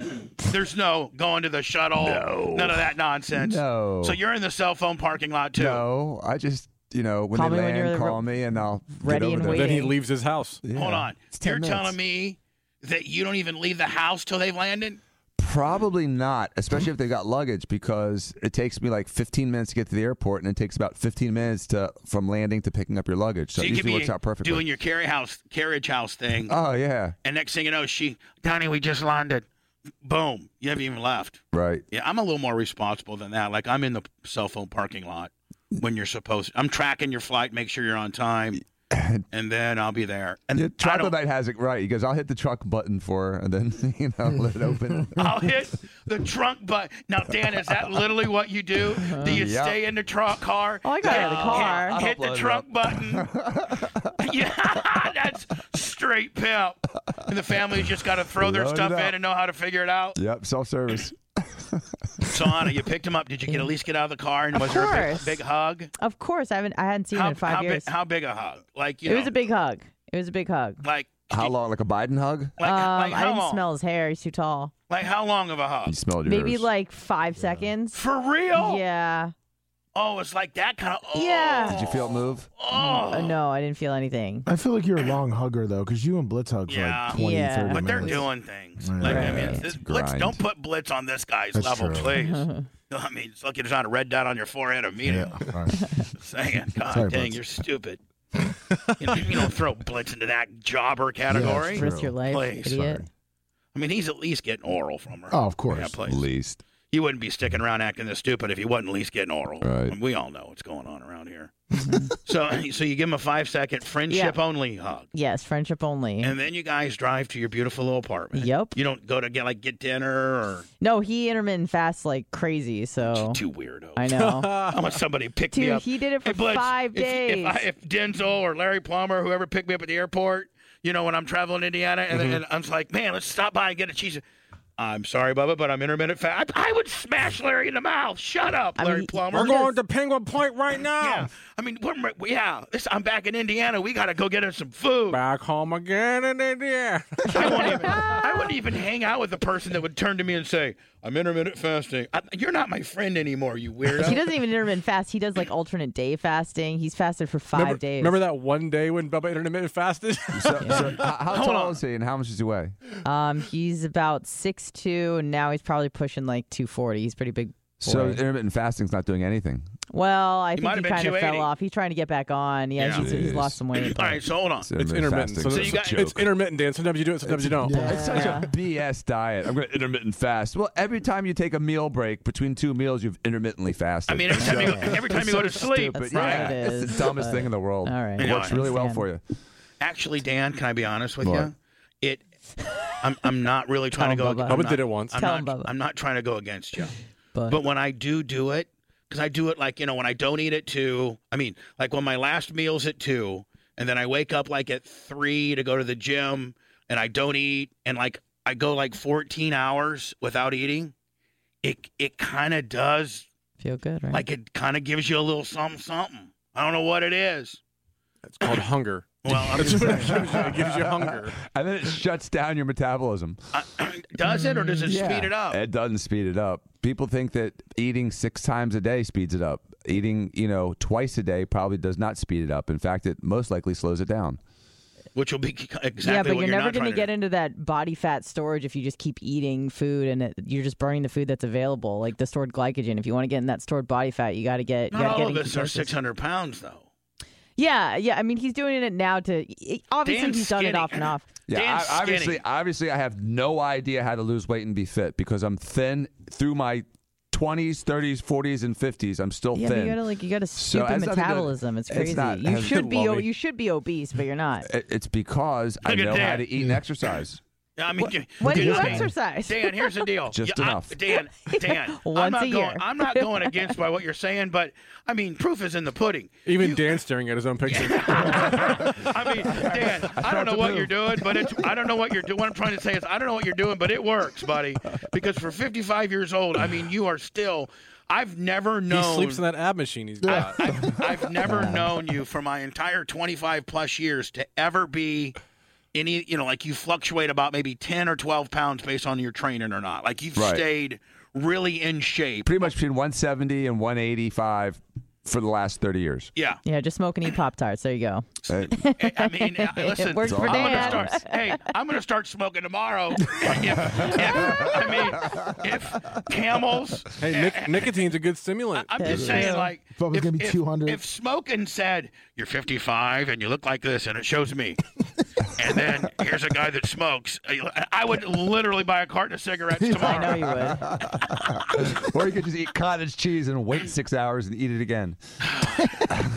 Speaker 1: There's no going to the shuttle.
Speaker 12: No.
Speaker 1: None of that nonsense.
Speaker 12: No.
Speaker 1: So you're in the cell phone parking lot, too.
Speaker 12: No, I just you know when
Speaker 1: Call
Speaker 12: they
Speaker 1: me when
Speaker 12: land,
Speaker 1: you're re-
Speaker 12: call me, and I'll
Speaker 1: ready
Speaker 12: get over
Speaker 1: and
Speaker 12: there.
Speaker 1: waiting. Then he
Speaker 8: leaves his house.
Speaker 1: Hold on.
Speaker 12: It's 10
Speaker 1: You're
Speaker 12: minutes.
Speaker 1: telling me that you don't even leave the house till they've landed?
Speaker 12: Probably not, especially if they got luggage, because it takes me like 15 minutes to get to the airport, and it takes about 15 minutes to from landing to picking up your luggage. So, it
Speaker 1: you could
Speaker 12: usually
Speaker 1: be
Speaker 12: works out perfectly.
Speaker 1: doing your carry house, carriage house thing.
Speaker 12: oh yeah,
Speaker 1: and next thing you know, she, Donnie, we just landed. Boom. You haven't even left.
Speaker 12: right.
Speaker 1: Yeah, I'm a little more responsible than that. Like I'm in the cell phone parking lot when you're supposed. I'm tracking your flight, make sure you're on time, and then I'll be there. And
Speaker 12: the
Speaker 1: I don't-
Speaker 12: chocolate night has it right. He goes, "I'll hit the truck button for her, and then you know let it open."
Speaker 1: I'll hit the trunk button. Now, Dan, is that literally what you do? Do you
Speaker 12: Yeah.
Speaker 1: stay in the truck car?
Speaker 10: Oh, I got out of the
Speaker 1: hit-
Speaker 10: car.
Speaker 1: Hit,
Speaker 10: I'll
Speaker 1: hit the
Speaker 10: upload it
Speaker 1: trunk button. yeah, that's straight pimp. And the family's just got to throw their
Speaker 12: Load it
Speaker 1: stuff in
Speaker 12: up.
Speaker 1: and know how to figure it out.
Speaker 12: Yep, self service.
Speaker 1: So, Anna, you picked him up. Did you get at least get out of the car? And
Speaker 10: Of
Speaker 1: was there a
Speaker 10: course.
Speaker 1: big, big hug?
Speaker 10: Of course, I haven't. I hadn't seen him in five
Speaker 1: how
Speaker 10: years.
Speaker 1: Big, how big a hug? Like you
Speaker 10: it
Speaker 1: know,
Speaker 10: was a big hug. It was a big hug.
Speaker 1: like
Speaker 12: How long? Like a Biden hug?
Speaker 10: um,
Speaker 1: like
Speaker 10: I
Speaker 1: how
Speaker 10: didn't
Speaker 1: long?
Speaker 10: smell his hair. He's too tall.
Speaker 1: like how long of a hug?
Speaker 12: You smelled yours.
Speaker 10: Maybe like five seconds.
Speaker 1: For real?
Speaker 10: Yeah.
Speaker 1: Oh, it's like that kind of. Oh,
Speaker 10: Yeah.
Speaker 12: Did you feel it move?
Speaker 10: Uh, no, I didn't feel anything.
Speaker 7: I feel like you're a long hugger though, because you and Blitz hug for
Speaker 1: Yeah.
Speaker 7: like 20,
Speaker 10: Yeah.
Speaker 7: 30
Speaker 1: But they're
Speaker 7: minutes.
Speaker 1: doing things.
Speaker 7: Right.
Speaker 1: Like I mean,
Speaker 7: Right.
Speaker 1: it's-
Speaker 7: It's a
Speaker 1: blitz.
Speaker 7: grind.
Speaker 1: Don't put blitz on this guy's
Speaker 7: That's
Speaker 1: level,
Speaker 7: true.
Speaker 1: please. No, I mean, it's like there's not a red dot on your forehead immediately. Saying, God
Speaker 7: Sorry,
Speaker 1: dang,
Speaker 7: Blitz.
Speaker 1: you're stupid. you, know, you don't throw blitz into that jobber category.
Speaker 10: Risk your life,
Speaker 1: please.
Speaker 10: idiot.
Speaker 1: I mean, he's at least getting oral from her.
Speaker 7: Oh, of course.
Speaker 1: Yeah, please.
Speaker 12: Least.
Speaker 1: He wouldn't be sticking around acting this stupid if he wasn't at least getting oral.
Speaker 12: Right.
Speaker 1: I mean, we all know what's going on around here.
Speaker 10: Mm-hmm.
Speaker 1: so, so you give him a five second friendship only hug.
Speaker 10: Yes, friendship only.
Speaker 1: And then you guys drive to your beautiful little apartment.
Speaker 10: Yep.
Speaker 1: You don't go to get like get dinner or
Speaker 10: no, he intermittent fasts like crazy. So
Speaker 1: two weirdo.
Speaker 10: I know.
Speaker 8: Ah.
Speaker 1: I want somebody to pick me
Speaker 10: Dude,
Speaker 1: up.
Speaker 10: he did it
Speaker 1: Hey,
Speaker 10: for
Speaker 1: Blitz,
Speaker 10: five
Speaker 1: if-
Speaker 10: days.
Speaker 1: If, I, if Denzel or Larry Plumber, whoever picked me up at the airport, you know, when I'm traveling to Indiana, and,
Speaker 10: Mm-hmm.
Speaker 1: and I'm just like, man, let's stop by and get a cheese. I'm sorry, Bubba, but I'm intermittent fast. I, I would smash Larry in the mouth. Shut up, Larry Plumber.
Speaker 8: We're going to Penguin Point right now.
Speaker 1: Yeah. I mean, we're, we- yeah, this, I'm back in Indiana. We got to go get us some food.
Speaker 8: Back home again in Indiana.
Speaker 1: I won't even. I wouldn't even hang out with the person that would turn to me and say, "I'm intermittent fasting." I, you're not my friend anymore, you weirdo.
Speaker 10: He doesn't even intermittent fast. He does like alternate day fasting. He's fasted for five
Speaker 8: remember,
Speaker 10: days.
Speaker 8: Remember that one day when Bubba intermittent fasted?
Speaker 12: So, so how, how tall is he, and how much does he weigh?
Speaker 10: Um, he's about six two, and now he's probably pushing like two forty. He's a pretty big.
Speaker 12: So
Speaker 10: boy.
Speaker 12: intermittent fasting's not doing anything.
Speaker 10: well, I
Speaker 1: He might
Speaker 10: think he
Speaker 1: have been
Speaker 10: kind of
Speaker 1: 280.
Speaker 10: fell off. He's trying to get back on. Yeah, He's, he's
Speaker 12: Jeez.
Speaker 10: lost some weight.
Speaker 1: All right, so hold on.
Speaker 12: It's
Speaker 8: It's intermittent. So,
Speaker 12: fasting.
Speaker 8: it's, it's intermittent, Dan. Sometimes you do it, sometimes you don't.
Speaker 12: It's such a BS diet. I'm going to intermittent fast. Well, every time you take a meal break between two meals, you've intermittently fasted.
Speaker 1: I mean, every time you go, every time you go to
Speaker 12: It's
Speaker 1: sleep,
Speaker 12: stupid.
Speaker 1: right?
Speaker 12: yeah, it's the dumbest thing in the world.
Speaker 10: uh, All right.
Speaker 12: It
Speaker 1: Yeah,
Speaker 12: works
Speaker 1: I
Speaker 12: really well
Speaker 1: understand.
Speaker 12: for you.
Speaker 1: Actually, Dan, can I be honest with
Speaker 12: What?
Speaker 1: you? It. I'm I'm not really trying to
Speaker 8: Tell
Speaker 1: go.
Speaker 8: him, Bubba.
Speaker 1: I'm
Speaker 8: Bubba
Speaker 1: not-
Speaker 8: did it once.
Speaker 1: I'm
Speaker 8: Tell
Speaker 1: not,
Speaker 8: him,
Speaker 1: I'm not trying to go against you, But, when I do do it, because I do it like, you know, when I don't eat at two, I mean, like when my last meal's at two, and then I wake up like at three to go to the gym, and I don't eat, and like I go like 14 hours without eating, it, it kind of does,
Speaker 10: Feel good, right?
Speaker 1: like, it kind of gives you a little something, something. I don't know what it is.
Speaker 8: It's called hunger.
Speaker 1: Well, I'm
Speaker 8: That's what it gives you. It gives you hunger.
Speaker 20: And then it shuts down your metabolism.
Speaker 1: Does it, or does it
Speaker 8: Mm,
Speaker 20: Yeah.
Speaker 1: speed it up?
Speaker 20: It doesn't speed it up. People think that eating six times a day speeds it up. Eating, you know, twice a day probably does not speed it up. In fact, it most likely slows it down.
Speaker 1: Which will be exactly
Speaker 10: yeah, but
Speaker 1: what
Speaker 10: you're, never going
Speaker 1: not
Speaker 10: to
Speaker 1: trying to
Speaker 10: get into that body fat storage if you just keep eating food and it, you're just burning the food that's available, like the stored glycogen. If you want to get in that stored body fat, you got to get. you
Speaker 1: Not
Speaker 10: gotta
Speaker 1: all
Speaker 10: get
Speaker 1: of us are
Speaker 10: ketosis.
Speaker 1: 600 pounds, though.
Speaker 10: Yeah, yeah. I mean, he's doing it now to. he- Obviously,
Speaker 1: Dan's
Speaker 10: he's done it
Speaker 1: skinny.
Speaker 10: off and off.
Speaker 20: Yeah,
Speaker 1: Dan's
Speaker 20: I,
Speaker 1: skinny.
Speaker 20: obviously, obviously, I have no idea how to lose weight and be fit because I'm thin through my 20s, 30s, 40s, and 50s. I'm still
Speaker 10: Yeah, but
Speaker 20: thin.
Speaker 10: you gotta like you gotta
Speaker 20: So
Speaker 10: stoop
Speaker 20: it
Speaker 10: in
Speaker 20: has nothing to-
Speaker 10: metabolism. It's
Speaker 20: it's
Speaker 10: crazy.
Speaker 20: not-
Speaker 10: you
Speaker 20: has-
Speaker 10: should be
Speaker 20: well,
Speaker 10: o-
Speaker 20: we-
Speaker 10: you should be obese, but you're not.
Speaker 20: It- It's because I
Speaker 1: Look at
Speaker 20: know how
Speaker 1: Dan.
Speaker 20: to eat and exercise.
Speaker 1: I mean, you-
Speaker 10: When do
Speaker 1: you
Speaker 10: you
Speaker 1: know, Dan-
Speaker 10: exercise?
Speaker 1: Dan, here's the deal.
Speaker 20: Just
Speaker 1: Yeah, I-
Speaker 20: enough.
Speaker 1: Dan, Dan, I'm
Speaker 8: Once
Speaker 1: not
Speaker 8: a
Speaker 1: going.
Speaker 8: year.
Speaker 1: I'm not going against by what you're saying, but I mean, proof is in the pudding.
Speaker 8: Even Dan staring at his own picture.
Speaker 1: Dan, I, don't know what you're doing, but it's. I don't know what you're doing. What I'm trying to say is, I don't know what you're doing, but it works, buddy. Because for 55 years old, I mean, you are still. I've never known.
Speaker 8: He sleeps in that ab machine he's got.
Speaker 1: I've never known you for my entire 25 plus years to ever be any, you know, like you fluctuate about maybe 10 or 12 pounds based on your training or not. Like you've
Speaker 20: Right.
Speaker 1: stayed really in shape.
Speaker 20: Pretty much between 170 and 185 for the last 30 years.
Speaker 1: Yeah.
Speaker 10: Yeah, just smoke and eat Pop Tarts. There you go.
Speaker 1: I mean, uh, listen,
Speaker 10: it worked for
Speaker 1: I'm
Speaker 10: Dan.
Speaker 1: Gonna start, hey, I'm going to start smoking tomorrow. If, if- I mean, if camels,
Speaker 8: Hey, nic- nicotine's a good stimulant.
Speaker 1: I'm just saying, like,
Speaker 7: Bubba's gonna be two hundred.
Speaker 1: if smoking said you're 55 and you look like this and it shows me and then here's a guy that smokes I- i would literally buy a carton of cigarettes tomorrow
Speaker 20: or you could just eat cottage cheese and wait six hours and eat it again.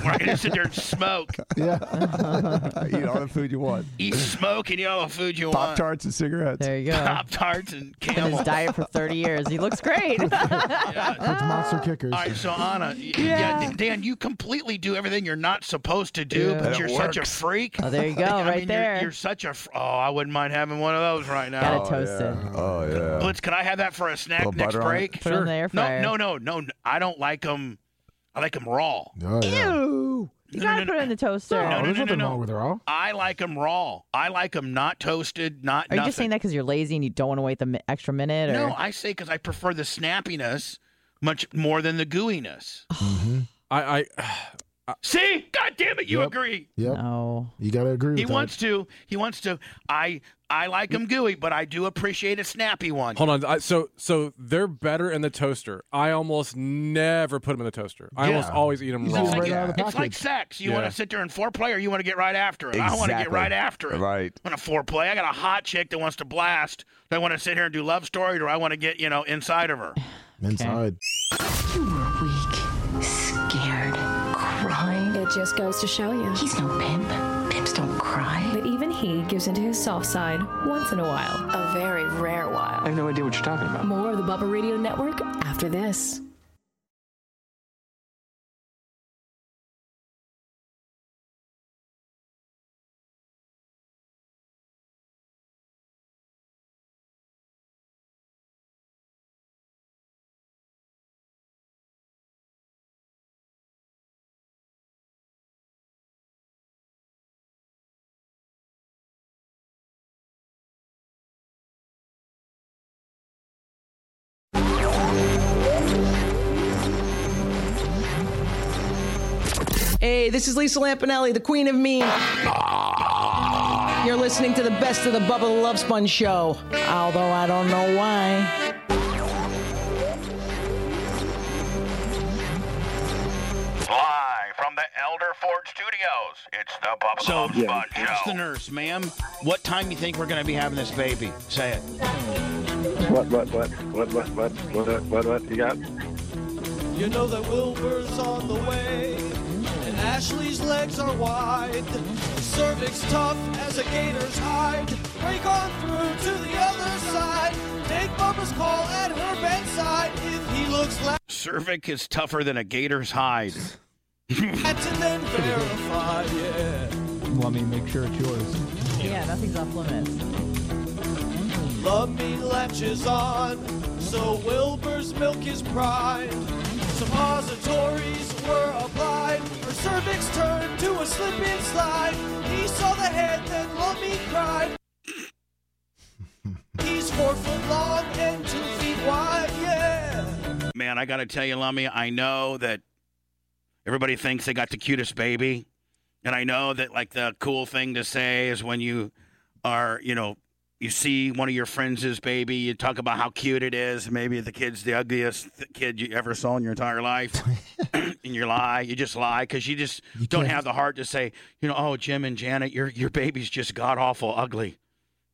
Speaker 1: where i can just sit there and smoke
Speaker 20: Yeah. eat all the food you want.
Speaker 1: eat smoke and eat all the food you
Speaker 20: Pop
Speaker 1: want
Speaker 20: tarts and cigarettes.
Speaker 10: There you go.
Speaker 1: pop tarts and
Speaker 10: Been on
Speaker 1: camels
Speaker 10: his diet for 30 years. He looks great.
Speaker 7: That's monster kickers.
Speaker 1: all right, so uh, Anna, y- yeah. Dan, you completely do everything you're not supposed to do,
Speaker 10: Yeah.
Speaker 1: but
Speaker 10: And
Speaker 1: you're
Speaker 10: it
Speaker 1: such a
Speaker 10: works.
Speaker 1: freak.
Speaker 10: Oh, there you go,
Speaker 1: I
Speaker 10: right
Speaker 1: mean,
Speaker 10: there.
Speaker 1: You're, you're such a. Fr- oh, I wouldn't mind having one of those right now.
Speaker 10: Got it toasted.
Speaker 20: Oh yeah.
Speaker 1: Blitz, can I have that for a snack
Speaker 20: Little
Speaker 1: next
Speaker 20: butter on it?
Speaker 1: break?
Speaker 20: Put it in Sure. the air fryer.
Speaker 1: No, no, no, no. I don't like them. I like them raw.
Speaker 7: Oh,
Speaker 10: Ew. You gotta put it in the toaster.
Speaker 1: No, no, no, no, no.
Speaker 7: raw.
Speaker 1: I like them raw. I like them not toasted, not
Speaker 10: Are you
Speaker 1: nothing.
Speaker 10: just saying that because you're lazy and you don't want to wait the mi- extra minute? Or...
Speaker 1: no, I say because I prefer the snappiness much more than the gooiness.
Speaker 7: Mm-hmm.
Speaker 8: I,
Speaker 1: See, God damn it, you agree.
Speaker 7: Yep.
Speaker 10: No.
Speaker 7: You gotta agree with
Speaker 1: He
Speaker 7: that.
Speaker 1: wants to. He wants to. I I like them gooey, but I do appreciate a snappy
Speaker 8: I
Speaker 1: one.
Speaker 8: hold on. I, so so they're better in the toaster. I almost never put them in the toaster. I
Speaker 1: Yeah.
Speaker 8: almost always eat them
Speaker 7: You
Speaker 8: raw.
Speaker 7: just right out of the
Speaker 1: It's like
Speaker 7: package.
Speaker 1: sex. You
Speaker 8: Yeah.
Speaker 1: want to sit there and foreplay, or you want to get right after it. I want to get
Speaker 20: Exactly.
Speaker 1: right after it.
Speaker 20: Right.
Speaker 1: I want to foreplay. I got a hot chick that wants to blast. Do I want to sit here and do love story? Do I want to get you know inside of her?
Speaker 7: Inside.
Speaker 5: You were weak, scared, crying. It just goes to show you. He's no pimp. Pimps don't cry. But even he gives into his soft side once in a while. A very rare while.
Speaker 32: I have no idea what you're talking about.
Speaker 5: More of the Bubba Radio Network after this.
Speaker 2: Hey, this is Lisa Lampanelli, the queen of mean. You're listening to the best of the Bubba the Love Sponge show, although I don't know why.
Speaker 1: Live from the Elder Ford Studios, it's the Bubba
Speaker 6: So,
Speaker 1: Love
Speaker 6: yeah.
Speaker 1: Sponge
Speaker 6: ask
Speaker 1: Show.
Speaker 6: the nurse, ma'am, what time you think we're going to be having this baby? Say it.
Speaker 33: What, what, what, what, what, what, what, what, what, what you got?
Speaker 22: You know that Wilbur's on the way, and
Speaker 2: Ashley's legs are wide, cervix tough as a gator's hide. Break on through to the other side. Take Bubba's call at her bedside. If he looks like
Speaker 6: Cervic is tougher than a gator's hide.
Speaker 2: and then verify, yeah.
Speaker 13: Let me make sure it's yours.
Speaker 10: Yeah, nothing's off limits.
Speaker 2: Love me latches on, so Wilbur's milk is pride. Suppositories were applied, her cervix turned to a slip and slide. He saw the head, then Love me cried. He's four foot long and two feet wide, yeah.
Speaker 1: Man, I got to tell you, Lummy, I know that everybody thinks they got the cutest baby. And I know that, like, the cool thing to say is when you are, you know, you see one of your friends' baby, you talk about how cute it is. Maybe the kid's the ugliest th- kid you ever saw in your entire life. and you lie. You just lie because you just don't have the heart to say, you know, oh, Jim and Janet, your, your baby's just god awful ugly.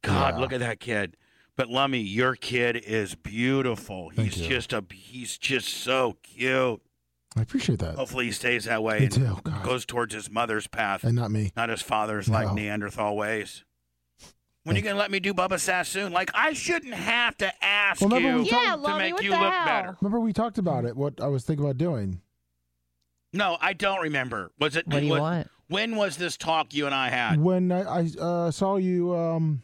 Speaker 1: God, look at that kid. But Lummy, your kid is beautiful. He's
Speaker 7: you.
Speaker 1: just a he's just so cute.
Speaker 7: I appreciate that.
Speaker 1: Hopefully, he stays that way
Speaker 7: Me
Speaker 1: and
Speaker 7: too,
Speaker 1: goes towards his mother's path
Speaker 7: And not me.
Speaker 1: not his father's like Neanderthal ways. When you gonna let me do Bubba Sassoon? Like I shouldn't have to ask
Speaker 7: Well, remember
Speaker 1: you
Speaker 7: we talked- Yeah,
Speaker 1: to
Speaker 7: Lummi,
Speaker 1: make
Speaker 7: what
Speaker 1: you
Speaker 7: the
Speaker 1: look better.
Speaker 7: Remember we talked about it. What I was thinking about doing.
Speaker 1: No, I don't remember. Was it?
Speaker 7: What do you
Speaker 1: was-
Speaker 7: want?
Speaker 1: When was this talk you and I had?
Speaker 7: When I, I uh, saw you. Um,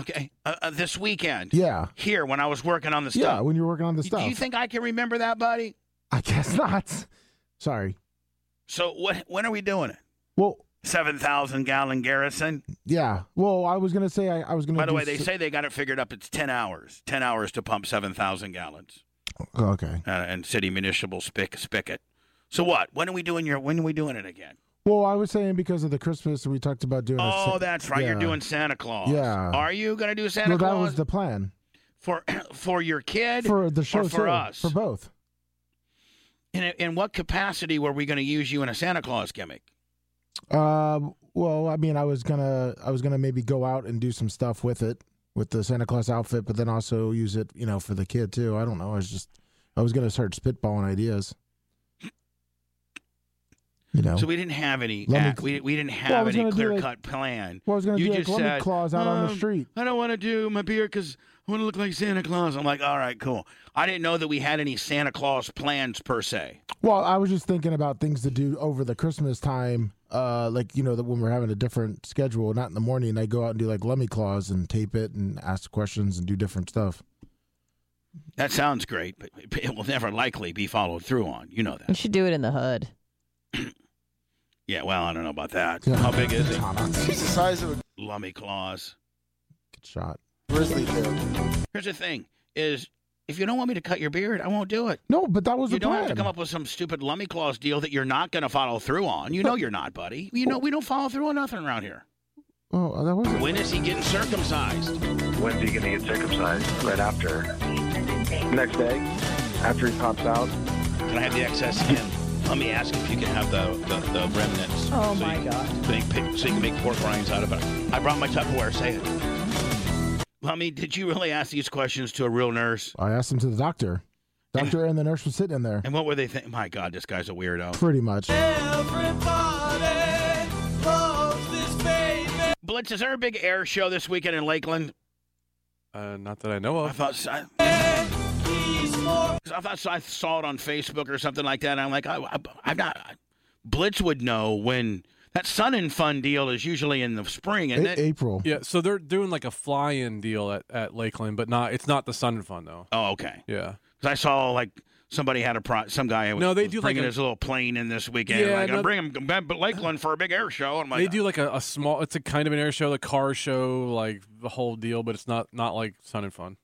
Speaker 1: Okay, uh, uh, this weekend.
Speaker 7: Yeah.
Speaker 1: Here, when I was working on the
Speaker 7: yeah,
Speaker 1: stuff.
Speaker 7: when you were working on the
Speaker 1: Do
Speaker 7: stuff.
Speaker 1: you think I can remember that, buddy?
Speaker 7: I guess not. Sorry.
Speaker 1: So what? When are we doing it?
Speaker 7: Well,
Speaker 1: seven thousand gallon garrison.
Speaker 7: Yeah. Well, I was gonna say I, I was gonna.
Speaker 1: By the
Speaker 7: do
Speaker 1: way, they
Speaker 7: s-
Speaker 1: say they got it figured up. It's ten hours. Ten hours to pump seven thousand gallons
Speaker 7: Oh, okay.
Speaker 1: uh, and city municipal spic- spigot. So what? When are we doing your? When are we doing it again?
Speaker 7: Well, I was saying because of the Christmas we talked about doing. a
Speaker 1: Oh,
Speaker 7: sa-
Speaker 1: that's right. You're
Speaker 7: yeah.
Speaker 1: doing Santa Claus.
Speaker 7: Yeah.
Speaker 1: Are you going to do Santa
Speaker 7: no, that
Speaker 1: Claus
Speaker 7: was the plan
Speaker 1: for for your kid
Speaker 7: for the show
Speaker 1: or for
Speaker 7: too,
Speaker 1: us?
Speaker 7: for both.
Speaker 1: in, in what capacity were we going to use you in a Santa Claus gimmick?
Speaker 7: Um, well, I mean, I was gonna, I was gonna maybe go out and do some stuff with it, with the Santa Claus outfit, but then also use it, you know, for the kid too. I don't know. I was just, I was gonna start spitballing ideas. You know.
Speaker 1: So we didn't have any.
Speaker 7: Let me-
Speaker 1: act- we, we didn't
Speaker 7: Well, I
Speaker 1: have
Speaker 7: was
Speaker 1: any
Speaker 7: gonna do,
Speaker 1: clear
Speaker 7: like-
Speaker 1: cut plan.
Speaker 7: Well, I was gonna
Speaker 1: you
Speaker 7: do, like,
Speaker 1: just
Speaker 7: Lummi
Speaker 1: said,
Speaker 7: Claus out on the
Speaker 1: "Um,
Speaker 7: street."
Speaker 1: I don't want to do my beard because I want to look like Santa Claus. I'm like, all right, cool. I didn't know that we had any Santa Claus plans per se.
Speaker 7: Well, I was just thinking about things to do over the Christmas time, uh, like you know that when we're having a different schedule, not in the morning. I go out and do like Lemmy Claus and tape it and ask questions and do different stuff.
Speaker 1: That sounds great, but it will never likely be followed through on. You know that.
Speaker 10: You should do it in the hood.
Speaker 1: Yeah, well, I don't know about that. How big is it?
Speaker 13: It's the size of
Speaker 1: a lummy claws.
Speaker 7: Good shot.
Speaker 13: grizzly bear.
Speaker 1: Here's the thing: is if you don't want me to cut your beard, I won't do it.
Speaker 7: No, but that was
Speaker 1: you
Speaker 7: the
Speaker 1: don't
Speaker 7: plan.
Speaker 1: have to come up with some stupid lummy claws deal that you're not going to follow through on. You know you're not, buddy. You know we don't follow through on nothing around here.
Speaker 7: Oh, that was
Speaker 1: When is he getting circumcised?
Speaker 11: When's he going to get circumcised? Right after. Next day, after he pops out.
Speaker 1: Can I have the excess skin? Let me ask if you can have the, the, the remnants.
Speaker 10: Oh, my
Speaker 1: God. Make, pick- so you can make pork rinds out of it. I brought my Tupperware. Say it. Lummy, did you really ask these questions to a real nurse?
Speaker 7: I asked him to the doctor. Doctor and the nurse was sitting in there,
Speaker 1: And what were they thinking? My God, this guy's a weirdo.
Speaker 7: pretty much.
Speaker 2: Everybody loves this baby.
Speaker 1: Blitz, is there a big air show this weekend in Lakeland?
Speaker 8: Uh, not that I know of.
Speaker 1: I thought I, I thought I saw it on Facebook or something like that. And I'm like, "Oh, I, I, I'm not. Blitz would know when that Sun and Fun deal is usually in the spring, isn't it?
Speaker 7: April.
Speaker 8: Yeah, so they're doing like a fly-in deal at, at Lakeland, but not it's not the Sun and Fun though.
Speaker 1: Oh, okay.
Speaker 8: Yeah.
Speaker 1: 'Cause I saw like somebody had a pro, some guy. Was,
Speaker 8: No, they
Speaker 1: was
Speaker 8: do, like,
Speaker 1: bringing
Speaker 8: a-
Speaker 1: his little plane in this weekend.
Speaker 8: Yeah,
Speaker 1: like,
Speaker 8: no-
Speaker 1: I'm bringing him back to Lakeland for a big air show. And I'm like,
Speaker 8: they do like a, a small. It's a kind of an air show, the car show, like the whole deal, but it's not not like Sun and Fun.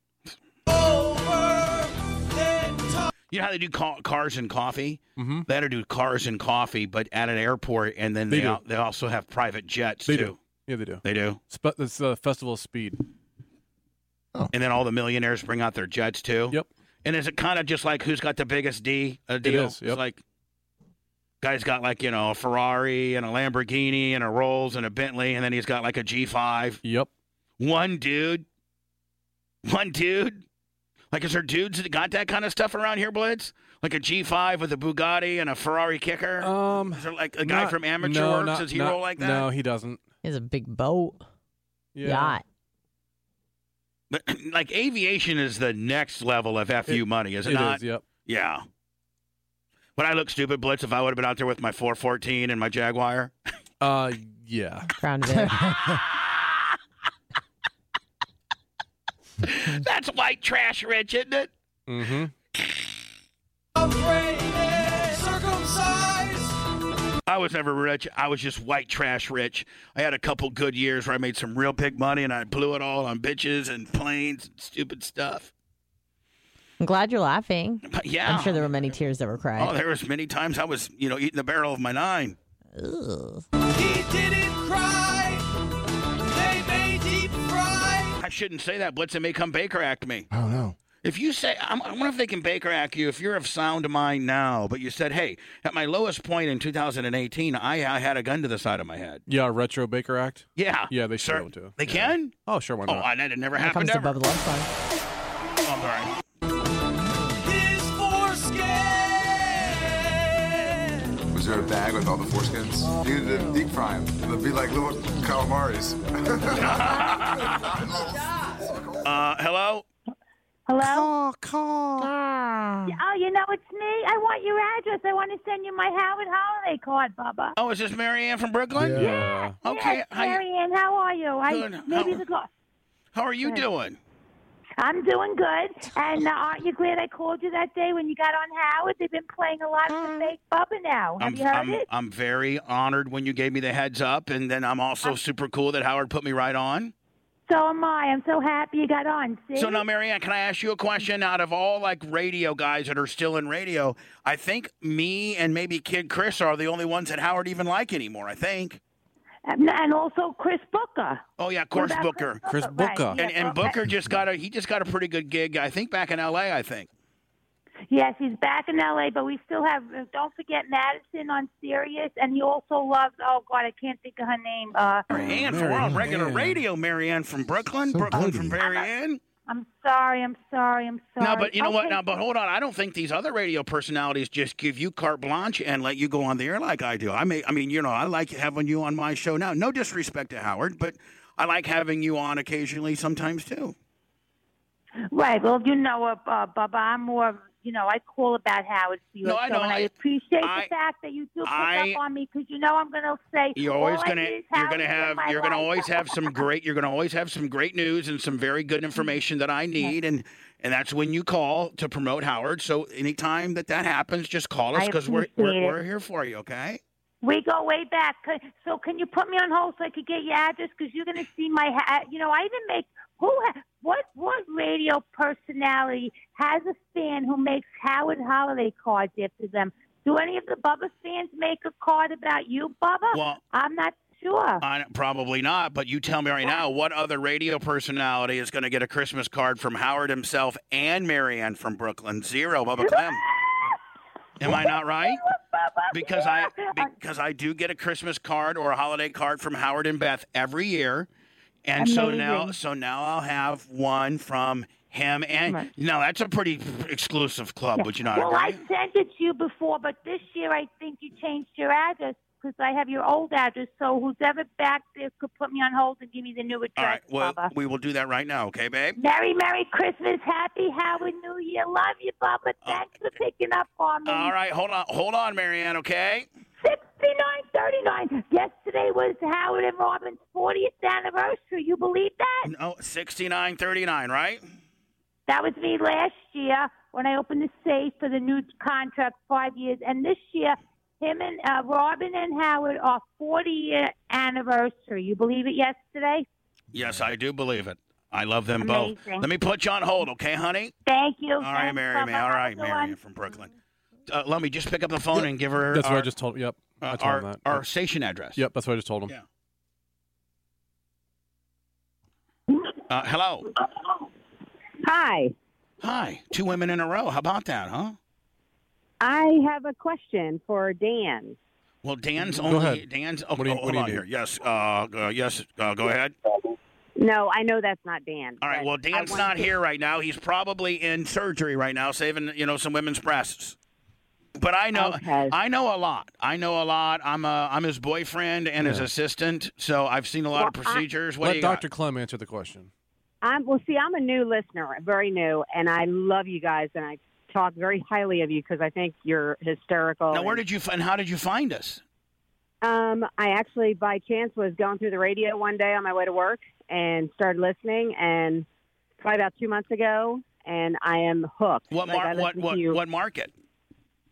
Speaker 1: You know how they do ca- cars and coffee? Mm-hmm. They had to do cars and coffee, but at an airport, and then
Speaker 8: They
Speaker 1: they
Speaker 8: do.
Speaker 1: al- they also have private jets
Speaker 8: They
Speaker 1: too.
Speaker 8: do. Yeah, they do.
Speaker 1: They do.
Speaker 8: Spe- it's the Festival of Speed.
Speaker 1: And then all the millionaires bring out their jets too.
Speaker 8: Yep.
Speaker 1: And is it kind of just like who's got the biggest D? A deal?
Speaker 8: is, yep.
Speaker 1: It's like guy's got like you know a Ferrari and a Lamborghini and a Rolls and a Bentley, and then he's got like a G five.
Speaker 8: Yep.
Speaker 1: One dude. One dude. Like, is there dudes that got that kind of stuff around here, Blitz? Like a G5 with a Bugatti and a Ferrari kicker?
Speaker 8: Um,
Speaker 1: is there like a guy
Speaker 8: Not-
Speaker 1: from Amateur
Speaker 8: no,
Speaker 1: Works?
Speaker 8: not-
Speaker 1: does he
Speaker 8: not-
Speaker 1: roll like that?
Speaker 8: No, he doesn't.
Speaker 10: He has a big boat.
Speaker 8: Yeah.
Speaker 10: Yacht.
Speaker 1: like aviation is the next level of fu money, is it,
Speaker 8: it is,
Speaker 1: not?
Speaker 8: yep.
Speaker 1: Yeah. Would I look stupid, Blitz, if I would have been out there with my 414 and my Jaguar?
Speaker 8: Uh, yeah.
Speaker 10: Crown Vic.
Speaker 1: That's white trash, Rich, isn't it?
Speaker 8: Mm-hmm.
Speaker 2: Upbraided, circumcised.
Speaker 1: I was never rich. I was just white trash rich. I had a couple good years where I made some real big money and I blew it all on bitches and planes and stupid stuff.
Speaker 10: I'm glad you're laughing.
Speaker 1: yeah.
Speaker 10: I'm sure there were many tears that were cried.
Speaker 1: Oh, there was many times I was, you know, eating the barrel of my nine.
Speaker 2: He didn't cry. They may deep fry.
Speaker 1: I shouldn't say that, Blitz. It may come Baker act me.
Speaker 34: Oh no.
Speaker 1: If you say, I'm, I wonder if they can Baker act you if you're of sound mind now, but you said, hey, at my lowest point in 2018, I, I had a gun to the side of my head.
Speaker 8: Yeah, retro Baker Act.
Speaker 1: Yeah.
Speaker 8: Yeah, they should
Speaker 1: Sir,
Speaker 8: be able to.
Speaker 1: They can?
Speaker 8: Oh, sure, why
Speaker 1: Oh,
Speaker 8: not?
Speaker 1: I, that had never
Speaker 10: Here
Speaker 1: happened
Speaker 10: comes the
Speaker 1: ever.
Speaker 10: Bubba Love Sponge.
Speaker 1: Oh, I'm sorry.
Speaker 2: His foreskin.
Speaker 20: Was there a bag with all the foreskins? You needed to deep fry them. They'd be like little calamaris.
Speaker 1: Uh, hello?
Speaker 35: Hello? Call, call.
Speaker 1: Ah.
Speaker 35: Oh, you know, it's me. I want your address. I want to send you my Howard Holiday card, Bubba.
Speaker 1: Oh, is this Mary Ann from Brooklyn?
Speaker 35: Yeah. Yeah.
Speaker 1: Okay.
Speaker 35: Yes,
Speaker 1: how you-
Speaker 35: Marianne, how are you?
Speaker 1: Good.
Speaker 35: I maybe
Speaker 1: How-
Speaker 35: the call.
Speaker 1: How are you
Speaker 35: Good.
Speaker 1: doing?
Speaker 35: I'm doing good. And uh, aren't you glad I called you that day when you got on Howard? They've been playing a lot of the fake Bubba now. Have
Speaker 1: I'm,
Speaker 35: you heard
Speaker 1: I'm,
Speaker 35: it?
Speaker 1: I'm very honored when you gave me the heads up, and then I'm
Speaker 35: Uh,
Speaker 1: also super cool that Howard put me right on.
Speaker 35: So am I. I'm so happy you got on. See?
Speaker 1: So now, Marianne, can I ask you a question? Out of all like radio guys that are still in radio, I think me and maybe Kid Chris are the only ones that Howard even like anymore. I think.
Speaker 35: And, and also Chris Booker.
Speaker 1: Oh yeah, of course,
Speaker 35: What about
Speaker 1: Booker.
Speaker 35: Chris Booker? Right, yeah,
Speaker 1: and, and
Speaker 35: well,
Speaker 1: Booker just got a he just got a pretty good gig. I think back in L.A. I think.
Speaker 35: Yes, he's back in LA, but we still have. uh, Don't forget Madison on Sirius, and he also loves. Oh God, I can't think of her name. Uh,
Speaker 1: And for we're on regular radio, Marianne from Brooklyn, Brooklyn from Marianne.
Speaker 35: I'm sorry, I'm sorry, I'm sorry.
Speaker 1: No, but you know what?
Speaker 35: Okay.
Speaker 1: Now, but hold on. I don't think these other radio personalities just give you carte blanche and let you go on the air like I do. I may, I mean, you know, I like having you on my show now. No disrespect to Howard, but I like having you on occasionally, sometimes too.
Speaker 35: Right. Well, you know, uh, uh, Bubba, I'm more. You know, I call about Howard for your
Speaker 1: No, I
Speaker 35: show,
Speaker 1: know.
Speaker 35: and I
Speaker 1: I-
Speaker 35: appreciate
Speaker 1: I-
Speaker 35: the fact that you do pick
Speaker 1: I-
Speaker 35: up on me because you know I'm going to say.
Speaker 1: You're always
Speaker 35: all I
Speaker 1: gonna,
Speaker 35: need is
Speaker 1: you're
Speaker 35: Howard
Speaker 1: gonna
Speaker 35: in
Speaker 1: have,
Speaker 35: my
Speaker 1: you're gonna
Speaker 35: life.
Speaker 1: always have some great, you're gonna always have some great news and some very
Speaker 35: Mm-hmm.
Speaker 1: good information that I need, and and that's when you call to promote Howard. So anytime that that happens, just call us
Speaker 35: I
Speaker 1: because we're we're,
Speaker 35: appreciate it.
Speaker 1: we're here for you. Okay.
Speaker 35: We go way back. C- So can you put me on hold so I could get your address? Because you're going to see my. Ha- you know, I even make who? Ha- what? What radio personality has a fan who makes Howard Holiday cards after them? Do any of the Bubba fans make a card about you, Bubba?
Speaker 1: Well-
Speaker 35: I'm not sure.
Speaker 1: I, probably not, but you tell me right now what other radio personality is going to get a Christmas card from Howard himself and Marianne from Brooklyn? Zero, Bubba Clem. Am I not right? Because I because I do get a Christmas card or a holiday card from Howard and Beth every year, and so now
Speaker 14: Amazing.
Speaker 1: so now I'll have one from him and now that's a pretty exclusive club, would you uh, not
Speaker 35: well,
Speaker 1: agree?
Speaker 35: I sent it to you before, but this year I think you changed your address because I have your old address. So who's ever back there could put me on hold and give me the new address,
Speaker 1: All right, well
Speaker 35: Bubba.
Speaker 1: we will do that right now, okay, babe?
Speaker 35: Merry, Merry Christmas. Happy Howard New Year. Love you, Bubba. Thanks for picking up on me.
Speaker 1: Uh, All right, hold on, hold on, Marianne, okay?
Speaker 35: 6939. Yesterday was Howard and Robin's 40th anniversary. You believe that?
Speaker 1: No, sixty nine thirty nine, right?
Speaker 35: That was me last year when I opened the safe for the new contract, five years. And this year, him and uh, Robin and Howard are 40 year anniversary. You believe it yesterday?
Speaker 1: Yes, I do believe it. I love them both.
Speaker 35: Amazing.
Speaker 1: Let me put you on hold, okay, honey?
Speaker 35: Thank you.
Speaker 1: All right, Mary, May. All right, Mary from Brooklyn. Uh, let me just pick up the phone and give her
Speaker 8: That's
Speaker 1: our,
Speaker 8: what I just told. Yep. I
Speaker 1: uh,
Speaker 8: told
Speaker 1: our,
Speaker 8: him that.
Speaker 1: our
Speaker 8: Yep.
Speaker 1: station address.
Speaker 8: Yep, that's what I just told him.
Speaker 1: Yeah. Uh, hello.
Speaker 23: Hi.
Speaker 1: Hi. Two women in a row. How about that, huh?
Speaker 23: I have a question for Dan.
Speaker 1: Well, Dan's
Speaker 23: Go
Speaker 1: only
Speaker 23: ahead.
Speaker 1: Dan's. Oh,
Speaker 23: What do you-
Speaker 1: oh,
Speaker 23: what
Speaker 1: hold
Speaker 23: do you
Speaker 1: on
Speaker 23: need?
Speaker 1: here. Yes. Uh, uh, yes. Uh, go ahead.
Speaker 23: No, I know that's not Dan.
Speaker 1: All right. Well, Dan's not here right now. He's probably in surgery right now, saving you know some women's breasts. But I know, I know a lot. I know a lot. I'm a, I'm his boyfriend and his
Speaker 8: Yeah.
Speaker 1: assistant, so I've seen a lot of
Speaker 23: Well, I-
Speaker 1: procedures. what
Speaker 8: Let
Speaker 1: do you got?
Speaker 8: Dr. Clem answer the question.
Speaker 23: I'm well. See, I'm a new listener, very new, and I love you guys, and I talk very highly of you because I think you're hysterical.
Speaker 1: Now, where did you find? How did you find us?
Speaker 23: Um, I actually, by chance, was going through the radio one day on my way to work and started listening, and probably about two months ago, and I am hooked.
Speaker 1: What
Speaker 23: Like, I
Speaker 1: mar-
Speaker 23: listen
Speaker 1: what
Speaker 23: to
Speaker 1: what
Speaker 23: you.
Speaker 1: what market?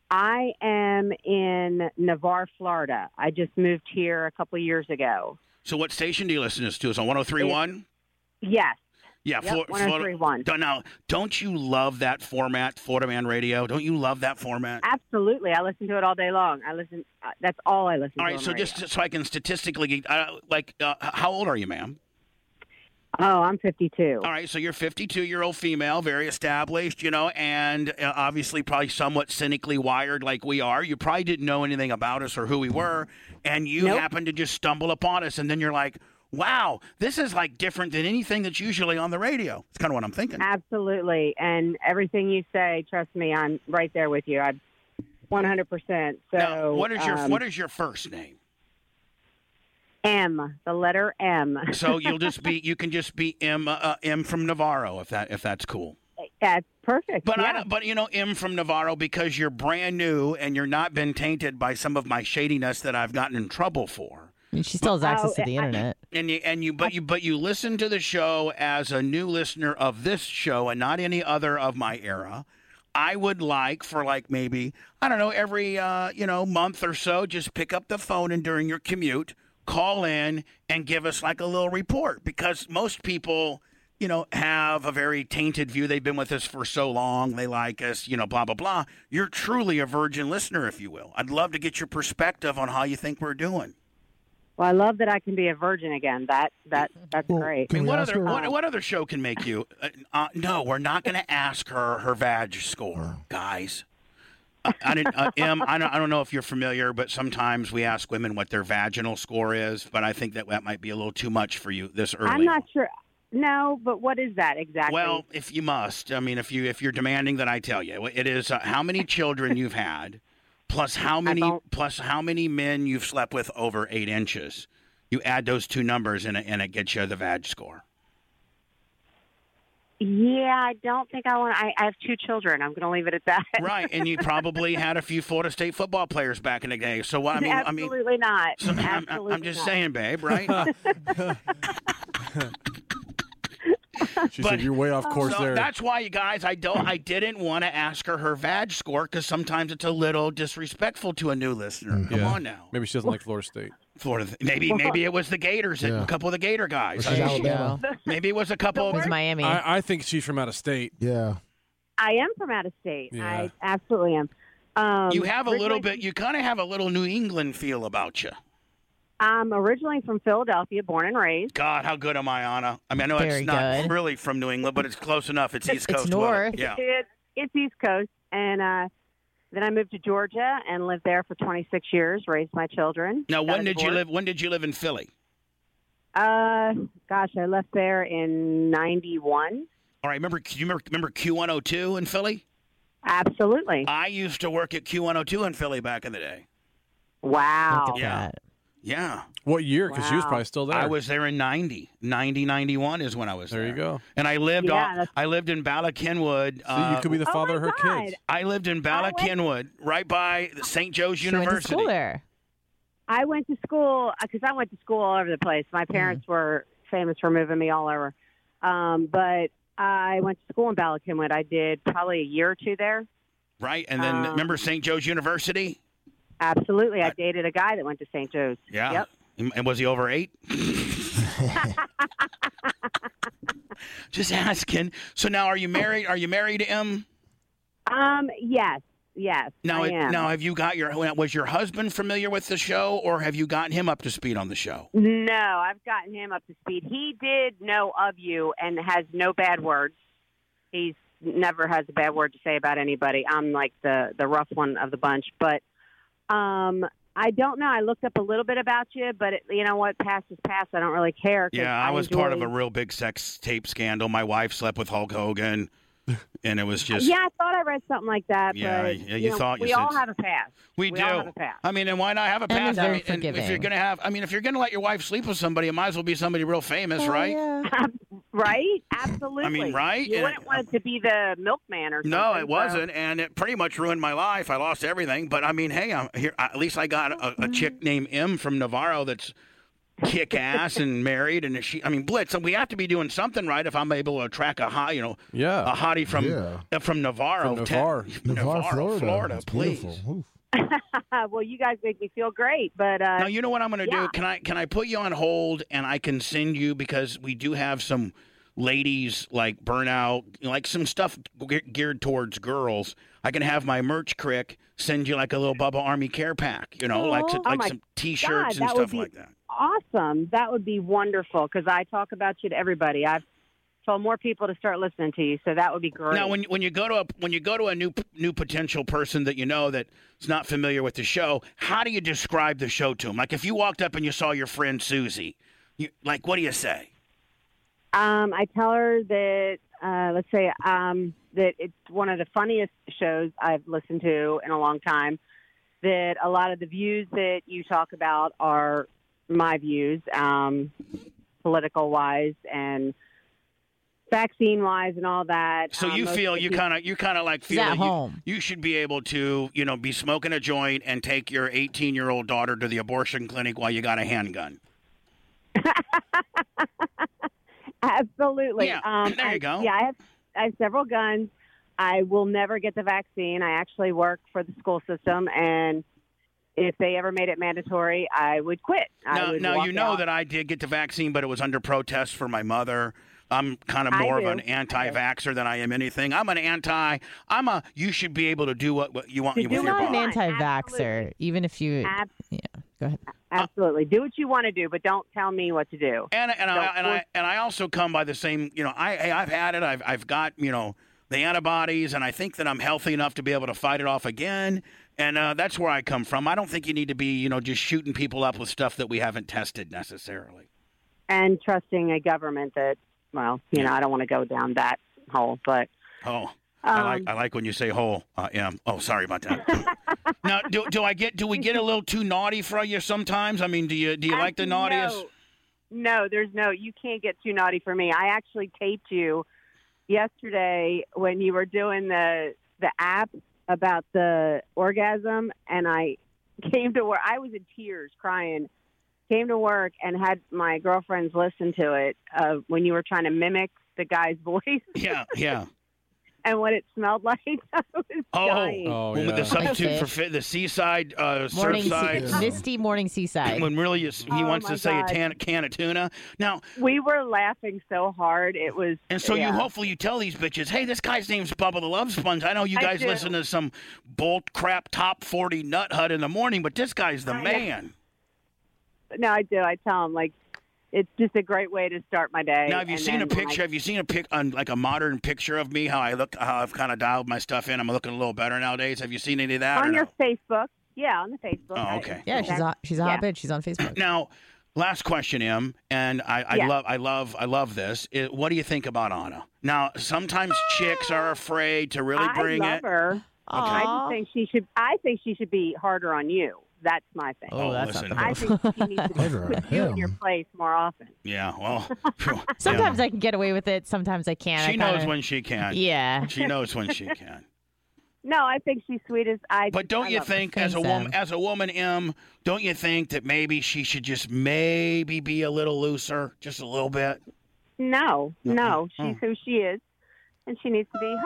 Speaker 23: I am in Navarre, Florida. I just moved here a couple years ago.
Speaker 1: So, what station do you listen to? Is on 103.1?
Speaker 23: Yes.
Speaker 1: Yeah,
Speaker 23: Yep,
Speaker 1: Flo- Florida-
Speaker 23: 103.1.
Speaker 1: Don't- Now, don't you love that format, Florida Man Radio? Don't you love that format?
Speaker 23: Absolutely, I listen to it all day long. I listen. uh, That's all I listen to.
Speaker 1: All right,
Speaker 23: on
Speaker 1: so
Speaker 23: radio.
Speaker 1: just so I can statistically, get- uh, like, uh, h- how old are you, ma'am?
Speaker 23: oh, I'm 52.
Speaker 1: All right, so you're 52 year old female, very established, you know, and uh, obviously probably somewhat cynically wired like we are. You probably didn't know anything about us or who we were, and you happened to just stumble upon us, and then you're like, wow, this is like different than anything that's usually on the radio. It's kind of what I'm thinking.
Speaker 23: Absolutely, and everything you say, trust me, I'm right there with you. I'm 100. percent So,
Speaker 1: What is your
Speaker 23: um,
Speaker 1: What is your first name?
Speaker 23: M? The letter M.
Speaker 1: So you'll just be you can just be M uh, uh, M from Navarro if that if that's cool.
Speaker 23: That's perfect.
Speaker 1: But I
Speaker 23: yeah.
Speaker 1: don't, but you know M from Navarro because you're brand new and you're not been tainted by some of my shadiness that I've gotten in trouble for.
Speaker 10: I mean, she still has access to the internet.
Speaker 1: And you, and you but you but you listen to the show as a new listener of this show and not any other of my era. I would like for like maybe I don't know every uh, you know month or so just pick up the phone and during your commute call in and give us like a little report because most people you know have a very tainted view they've been with us for so long they like us you know blah blah blah you're truly a virgin listener if you will I'd love to get your perspective on how you think we're doing
Speaker 23: Well, I love that I can be a virgin again. That that that's great.
Speaker 1: I mean, what other what, what other show can make you? Uh, uh, no, we're not going to ask her her vag score, guys. Uh, I didn't, uh, Em, I don't, I don't know if you're familiar, but sometimes we ask women what their vaginal score is. But I think that that might be a little too much for you this early.
Speaker 23: I'm not sure. No, but what is that exactly?
Speaker 1: well, if you must, I mean, if you if you're demanding that I tell you, it is uh, how many children you've had, plus how many plus how many men you've slept with over eight inches. You add those two numbers, and it, and it gets you the vag score.
Speaker 23: yeah, I don't think I want. I, I have two children. I'm going to leave it at that.
Speaker 1: Right, and you probably had a few Florida State football players back in the day. So what I mean, I mean,
Speaker 23: absolutely not.
Speaker 1: I'm,
Speaker 23: absolutely
Speaker 1: I'm just
Speaker 23: not.
Speaker 1: saying, babe, right?
Speaker 8: She said, You're way
Speaker 23: Uh,
Speaker 8: off course
Speaker 1: so
Speaker 8: there.
Speaker 1: That's why, you guys, I don't, I didn't want to ask her her vag score because sometimes it's a little disrespectful to a new listener. Come
Speaker 8: Mm-hmm. Yeah.
Speaker 1: on now,
Speaker 8: Maybe she doesn't like Florida State.
Speaker 1: Florida. maybe maybe it was the Gators, and a couple of the Gator guys.
Speaker 8: Or she's
Speaker 1: I-
Speaker 8: Alabama.
Speaker 1: Maybe it was a couple. of
Speaker 10: Miami.
Speaker 8: I, I think she's from out of state.
Speaker 36: Yeah.
Speaker 23: I am from out of state.
Speaker 8: Yeah.
Speaker 23: I absolutely am. Um,
Speaker 1: you have a little
Speaker 23: originally-
Speaker 1: bit. You kind of have a little New England feel about you.
Speaker 23: I'm originally from Philadelphia, born and raised.
Speaker 1: God, how good am I, Anna? I mean, I know
Speaker 23: Very
Speaker 1: it's not
Speaker 23: good.
Speaker 1: really from New England, but it's close enough. It's East Coast. weather. Yeah.
Speaker 23: It's, it's East Coast. And uh, then I moved to Georgia and lived there for 26 years, raised my children.
Speaker 1: Now,
Speaker 23: Got
Speaker 1: when
Speaker 23: a
Speaker 1: did you
Speaker 23: divorce.
Speaker 1: live? When did you live in Philly?
Speaker 23: Uh, gosh, I left there in 91.
Speaker 1: All right, remember? Do you remember, remember Q102 in Philly?
Speaker 23: Absolutely.
Speaker 1: I used to work at Q102 in Philly back in the day.
Speaker 23: Wow.
Speaker 1: yeah. Yeah.
Speaker 8: What year? Because she was
Speaker 1: Wow.
Speaker 8: probably still there.
Speaker 1: I was there in 90. 90, 91 is when I was there. There you go. And I lived
Speaker 8: Yeah,
Speaker 1: on, I lived in Bala Kenwood.
Speaker 8: See, you could be the Oh father of my her God. kids.
Speaker 1: I lived in Bala Kenwood, right by St. Joe's University.
Speaker 23: there. I went to school because I went to school all over the place. My
Speaker 1: Mm-hmm.
Speaker 23: parents were famous for moving me all over, um, but I went to school in Ballackinwood. I did probably a year or two there.
Speaker 1: Right, and then
Speaker 23: Um,
Speaker 1: remember St. Joe's University?
Speaker 23: Absolutely, I dated a guy that went to St. Joe's.
Speaker 1: Yeah.
Speaker 23: Yep.
Speaker 1: And was he over eight? Just asking. So now, are you married? Are you married to him?
Speaker 23: Um. Yes. Yes.
Speaker 1: Now,
Speaker 23: I am.
Speaker 1: now, have you got your? Was your husband familiar with the show, or have you gotten him up to speed on the show?
Speaker 23: No, I've gotten him up to speed. He did know of you and has no bad words. He's never has a bad word to say about anybody. I'm like the the rough one of the bunch, but um I don't know. I looked up a little bit about you, but it, you know what? Past is past. I don't really care. 'cause
Speaker 1: Yeah, I was part of a
Speaker 23: enjoy-
Speaker 1: real big sex tape scandal. My wife slept with Hulk Hogan, and it was just
Speaker 23: yeah, I thought I read something like that.
Speaker 1: Yeah,
Speaker 23: but,
Speaker 1: yeah,
Speaker 23: you
Speaker 1: you
Speaker 23: know,
Speaker 1: thought you
Speaker 23: we all
Speaker 1: said-
Speaker 23: have a past.
Speaker 1: we, do.
Speaker 23: all have a past.
Speaker 1: I mean, and why not have
Speaker 23: And
Speaker 1: a past?
Speaker 23: they're
Speaker 1: I
Speaker 23: very
Speaker 1: mean, and if you're
Speaker 23: forgiving.
Speaker 1: gonna have, I mean, if you're gonna let your wife sleep with somebody, it might as well be somebody real famous,
Speaker 23: Oh,
Speaker 1: right?
Speaker 23: right? Absolutely.
Speaker 1: right?
Speaker 23: You
Speaker 1: And-
Speaker 23: wouldn't want it to be the milkman or something.
Speaker 1: No,
Speaker 23: so-
Speaker 1: it wasn't, and it pretty much ruined my life. I lost everything, but I mean, hey, I'm here. At least I got a, a
Speaker 23: Mm-hmm.
Speaker 1: chick named M from Navarro that's kick ass and married, and she. I mean, Blitz, and we have to be doing something right if I'm able to attract a hot, you know,
Speaker 8: Yeah.
Speaker 1: a hottie from
Speaker 8: Yeah.
Speaker 1: uh, from Navarro,
Speaker 8: From
Speaker 1: Te-
Speaker 8: Navarre.
Speaker 1: Navarro,
Speaker 8: Navarre,
Speaker 1: Florida,
Speaker 8: Florida.
Speaker 7: It's
Speaker 1: please.
Speaker 23: well, you guys make me feel great, but uh,
Speaker 1: Now you know what I'm going to
Speaker 23: yeah.
Speaker 1: do. Can I can I put you on hold and I can send you because we do have some ladies like burnout, like some stuff ge- geared towards girls. I can have my merch crick send you like a little Bubba Army care pack, you know, like
Speaker 23: Aw.
Speaker 1: to,
Speaker 23: Oh
Speaker 1: like
Speaker 23: my
Speaker 1: some T-shirts
Speaker 23: God,
Speaker 1: and
Speaker 23: that would
Speaker 1: stuff
Speaker 23: be
Speaker 1: like that.
Speaker 23: Awesome. That would be wonderful because I talk about you to everybody. I've told more people to start listening to you, so that would be great.
Speaker 1: Now, when you- when you go to a when you go to a new p- new potential person that you know that's not familiar with the show, how do you describe the show to them? Like if you walked up and you saw your friend Susie, you like what do you say?
Speaker 23: um, I tell her that, uh, let's say, um, that it's one of the funniest shows I've listened to in a long time. That a lot of the views that you talk about are my views, um, political wise and vaccine wise, and all that.
Speaker 1: So
Speaker 23: Um,
Speaker 1: you
Speaker 23: most
Speaker 1: feel
Speaker 23: the
Speaker 1: you
Speaker 23: people-
Speaker 1: kind of you kind of like feel
Speaker 23: at
Speaker 1: that you-
Speaker 23: home.
Speaker 1: You, should be able to you know be smoking a joint and take your 18 year old daughter to the abortion clinic while you got a handgun.
Speaker 23: Absolutely.
Speaker 1: Yeah,
Speaker 23: Um,
Speaker 1: there you
Speaker 23: I-
Speaker 1: go.
Speaker 23: Yeah, I have, I have several guns. I will never get the vaccine. I actually work for the school system, and if they ever made it mandatory, I would quit. I
Speaker 1: Now,
Speaker 23: would
Speaker 1: now
Speaker 23: walk
Speaker 1: you know
Speaker 23: out.
Speaker 1: that I did get the vaccine, but it was under protest for my mother. I'm kind of
Speaker 23: I
Speaker 1: more of
Speaker 23: do.
Speaker 1: an anti-vaxxer than I am anything. I'm an anti. I'm a. You should be able to do what, what you want
Speaker 23: To
Speaker 1: with your
Speaker 23: do what
Speaker 1: body.
Speaker 23: you
Speaker 10: an anti-vaxer, even if you.
Speaker 23: Ab-
Speaker 10: yeah, go ahead.
Speaker 23: Absolutely, do what you want to do, but don't tell me what to do.
Speaker 1: And and I,
Speaker 23: Don't
Speaker 1: and
Speaker 23: force-
Speaker 1: I and I also come by the same. You know, I hey, I've had it. I've I've got you know the antibodies, and I think that I'm healthy enough to be able to fight it off again. And uh, that's where I come from. I don't think you need to be you know just shooting people up with stuff that we haven't tested necessarily.
Speaker 23: and trusting a government that, well, you know, I don't want to go down that hole, but um,
Speaker 1: Oh. I like I like when you say whole. Uh, yeah. Oh, sorry about that. now, do, do I get do we get a little too naughty for you sometimes? I mean, do you do you like the naughtiest?
Speaker 23: No. No, there's no. You can't get too naughty for me. I actually taped you yesterday when you were doing the the app about the orgasm, and I came to work. I was in tears, crying. Came to work and had my girlfriends listen to it uh, when you were trying to mimic the guy's voice
Speaker 1: Yeah, yeah.
Speaker 23: and what it smelled like. I was
Speaker 1: Oh,
Speaker 23: dying.
Speaker 1: when with
Speaker 10: yeah.
Speaker 1: the substitute
Speaker 10: Like
Speaker 1: for
Speaker 10: fish.
Speaker 1: fit, the seaside, uh,
Speaker 10: Morning,
Speaker 1: surfside,
Speaker 10: sea- misty morning seaside.
Speaker 1: when really you, he
Speaker 23: Oh,
Speaker 1: wants
Speaker 23: my
Speaker 1: to say a
Speaker 23: God.
Speaker 1: tan, can of tuna. Now,
Speaker 23: We were laughing so hard it was.
Speaker 1: and so
Speaker 23: yeah.
Speaker 1: you hopefully you tell these bitches, hey, this guy's name's Bubba the Love Sponge. I know you
Speaker 23: I
Speaker 1: guys
Speaker 23: do.
Speaker 1: listen to some bolt crap top forty nut hut in the morning, but this guy's the
Speaker 23: I know.
Speaker 1: man.
Speaker 23: No, I do. I tell them like it's just a great way to start my day.
Speaker 1: Now, have you
Speaker 23: And
Speaker 1: seen a
Speaker 23: then when I-
Speaker 1: picture? Have you seen a pic, on, like a modern picture of me? How I look? How I've kind of dialed my stuff in. I'm looking a little better nowadays. Have you seen any of that? or
Speaker 23: on
Speaker 1: no?
Speaker 23: your Facebook? Yeah, on the Facebook.
Speaker 1: Oh, okay.
Speaker 10: Yeah, she's a, she's a hot bitch. She's on Facebook.
Speaker 1: Now, last question, Em, and I, I
Speaker 10: Yeah.
Speaker 1: love, I love, I love this. It- what do you think about Anna? Now, sometimes chicks are afraid to really
Speaker 23: I
Speaker 1: bring
Speaker 23: love
Speaker 1: it.
Speaker 23: her. I
Speaker 1: Aw.
Speaker 23: just think she should. I think she should be harder on you. That's my thing.
Speaker 1: Oh, Oh, that's not listen. the
Speaker 23: I think she needs to
Speaker 1: Harder
Speaker 23: put you in your place more often.
Speaker 1: Yeah, well,
Speaker 10: Sometimes I can get away with it. Sometimes I can't. I
Speaker 1: she knows
Speaker 10: kinda-
Speaker 1: when she can.
Speaker 10: Yeah.
Speaker 1: she knows when she can.
Speaker 23: No, I think she's sweet as I.
Speaker 1: But don't
Speaker 23: I
Speaker 1: you
Speaker 23: love her.
Speaker 1: think, as a woman, as a woman, Em, don't you think that maybe she should just maybe be a little looser, just a little bit?
Speaker 23: No, no,
Speaker 1: Mm.
Speaker 23: she's who she is, and she needs to be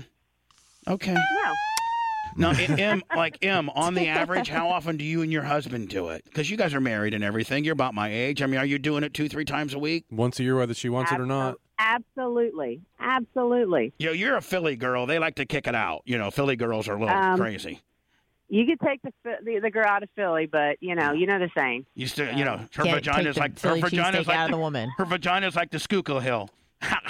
Speaker 23: her.
Speaker 1: Okay.
Speaker 23: No.
Speaker 1: Now, I- Em, like Em, on the average, how often do you and your husband do it? Because you guys are married and everything. You're about my age. I mean, are you doing it two, three times a week?
Speaker 8: Once a year, whether she wants it or not.
Speaker 23: Absolutely, absolutely.
Speaker 1: You know, you're a Philly girl. They like to kick it out. You know, Philly girls are a little
Speaker 23: Um,
Speaker 1: crazy.
Speaker 23: You could take the, Phi- the the girl out of Philly, but you know, you know the saying.
Speaker 1: You still, you know, her
Speaker 23: Can't take
Speaker 1: vagina's
Speaker 23: the
Speaker 1: like her
Speaker 23: Philly
Speaker 1: vagina's
Speaker 23: cheesesteak
Speaker 1: like
Speaker 23: out of
Speaker 1: the
Speaker 23: the woman.
Speaker 1: Her vagina's like the Schuylkill Hill.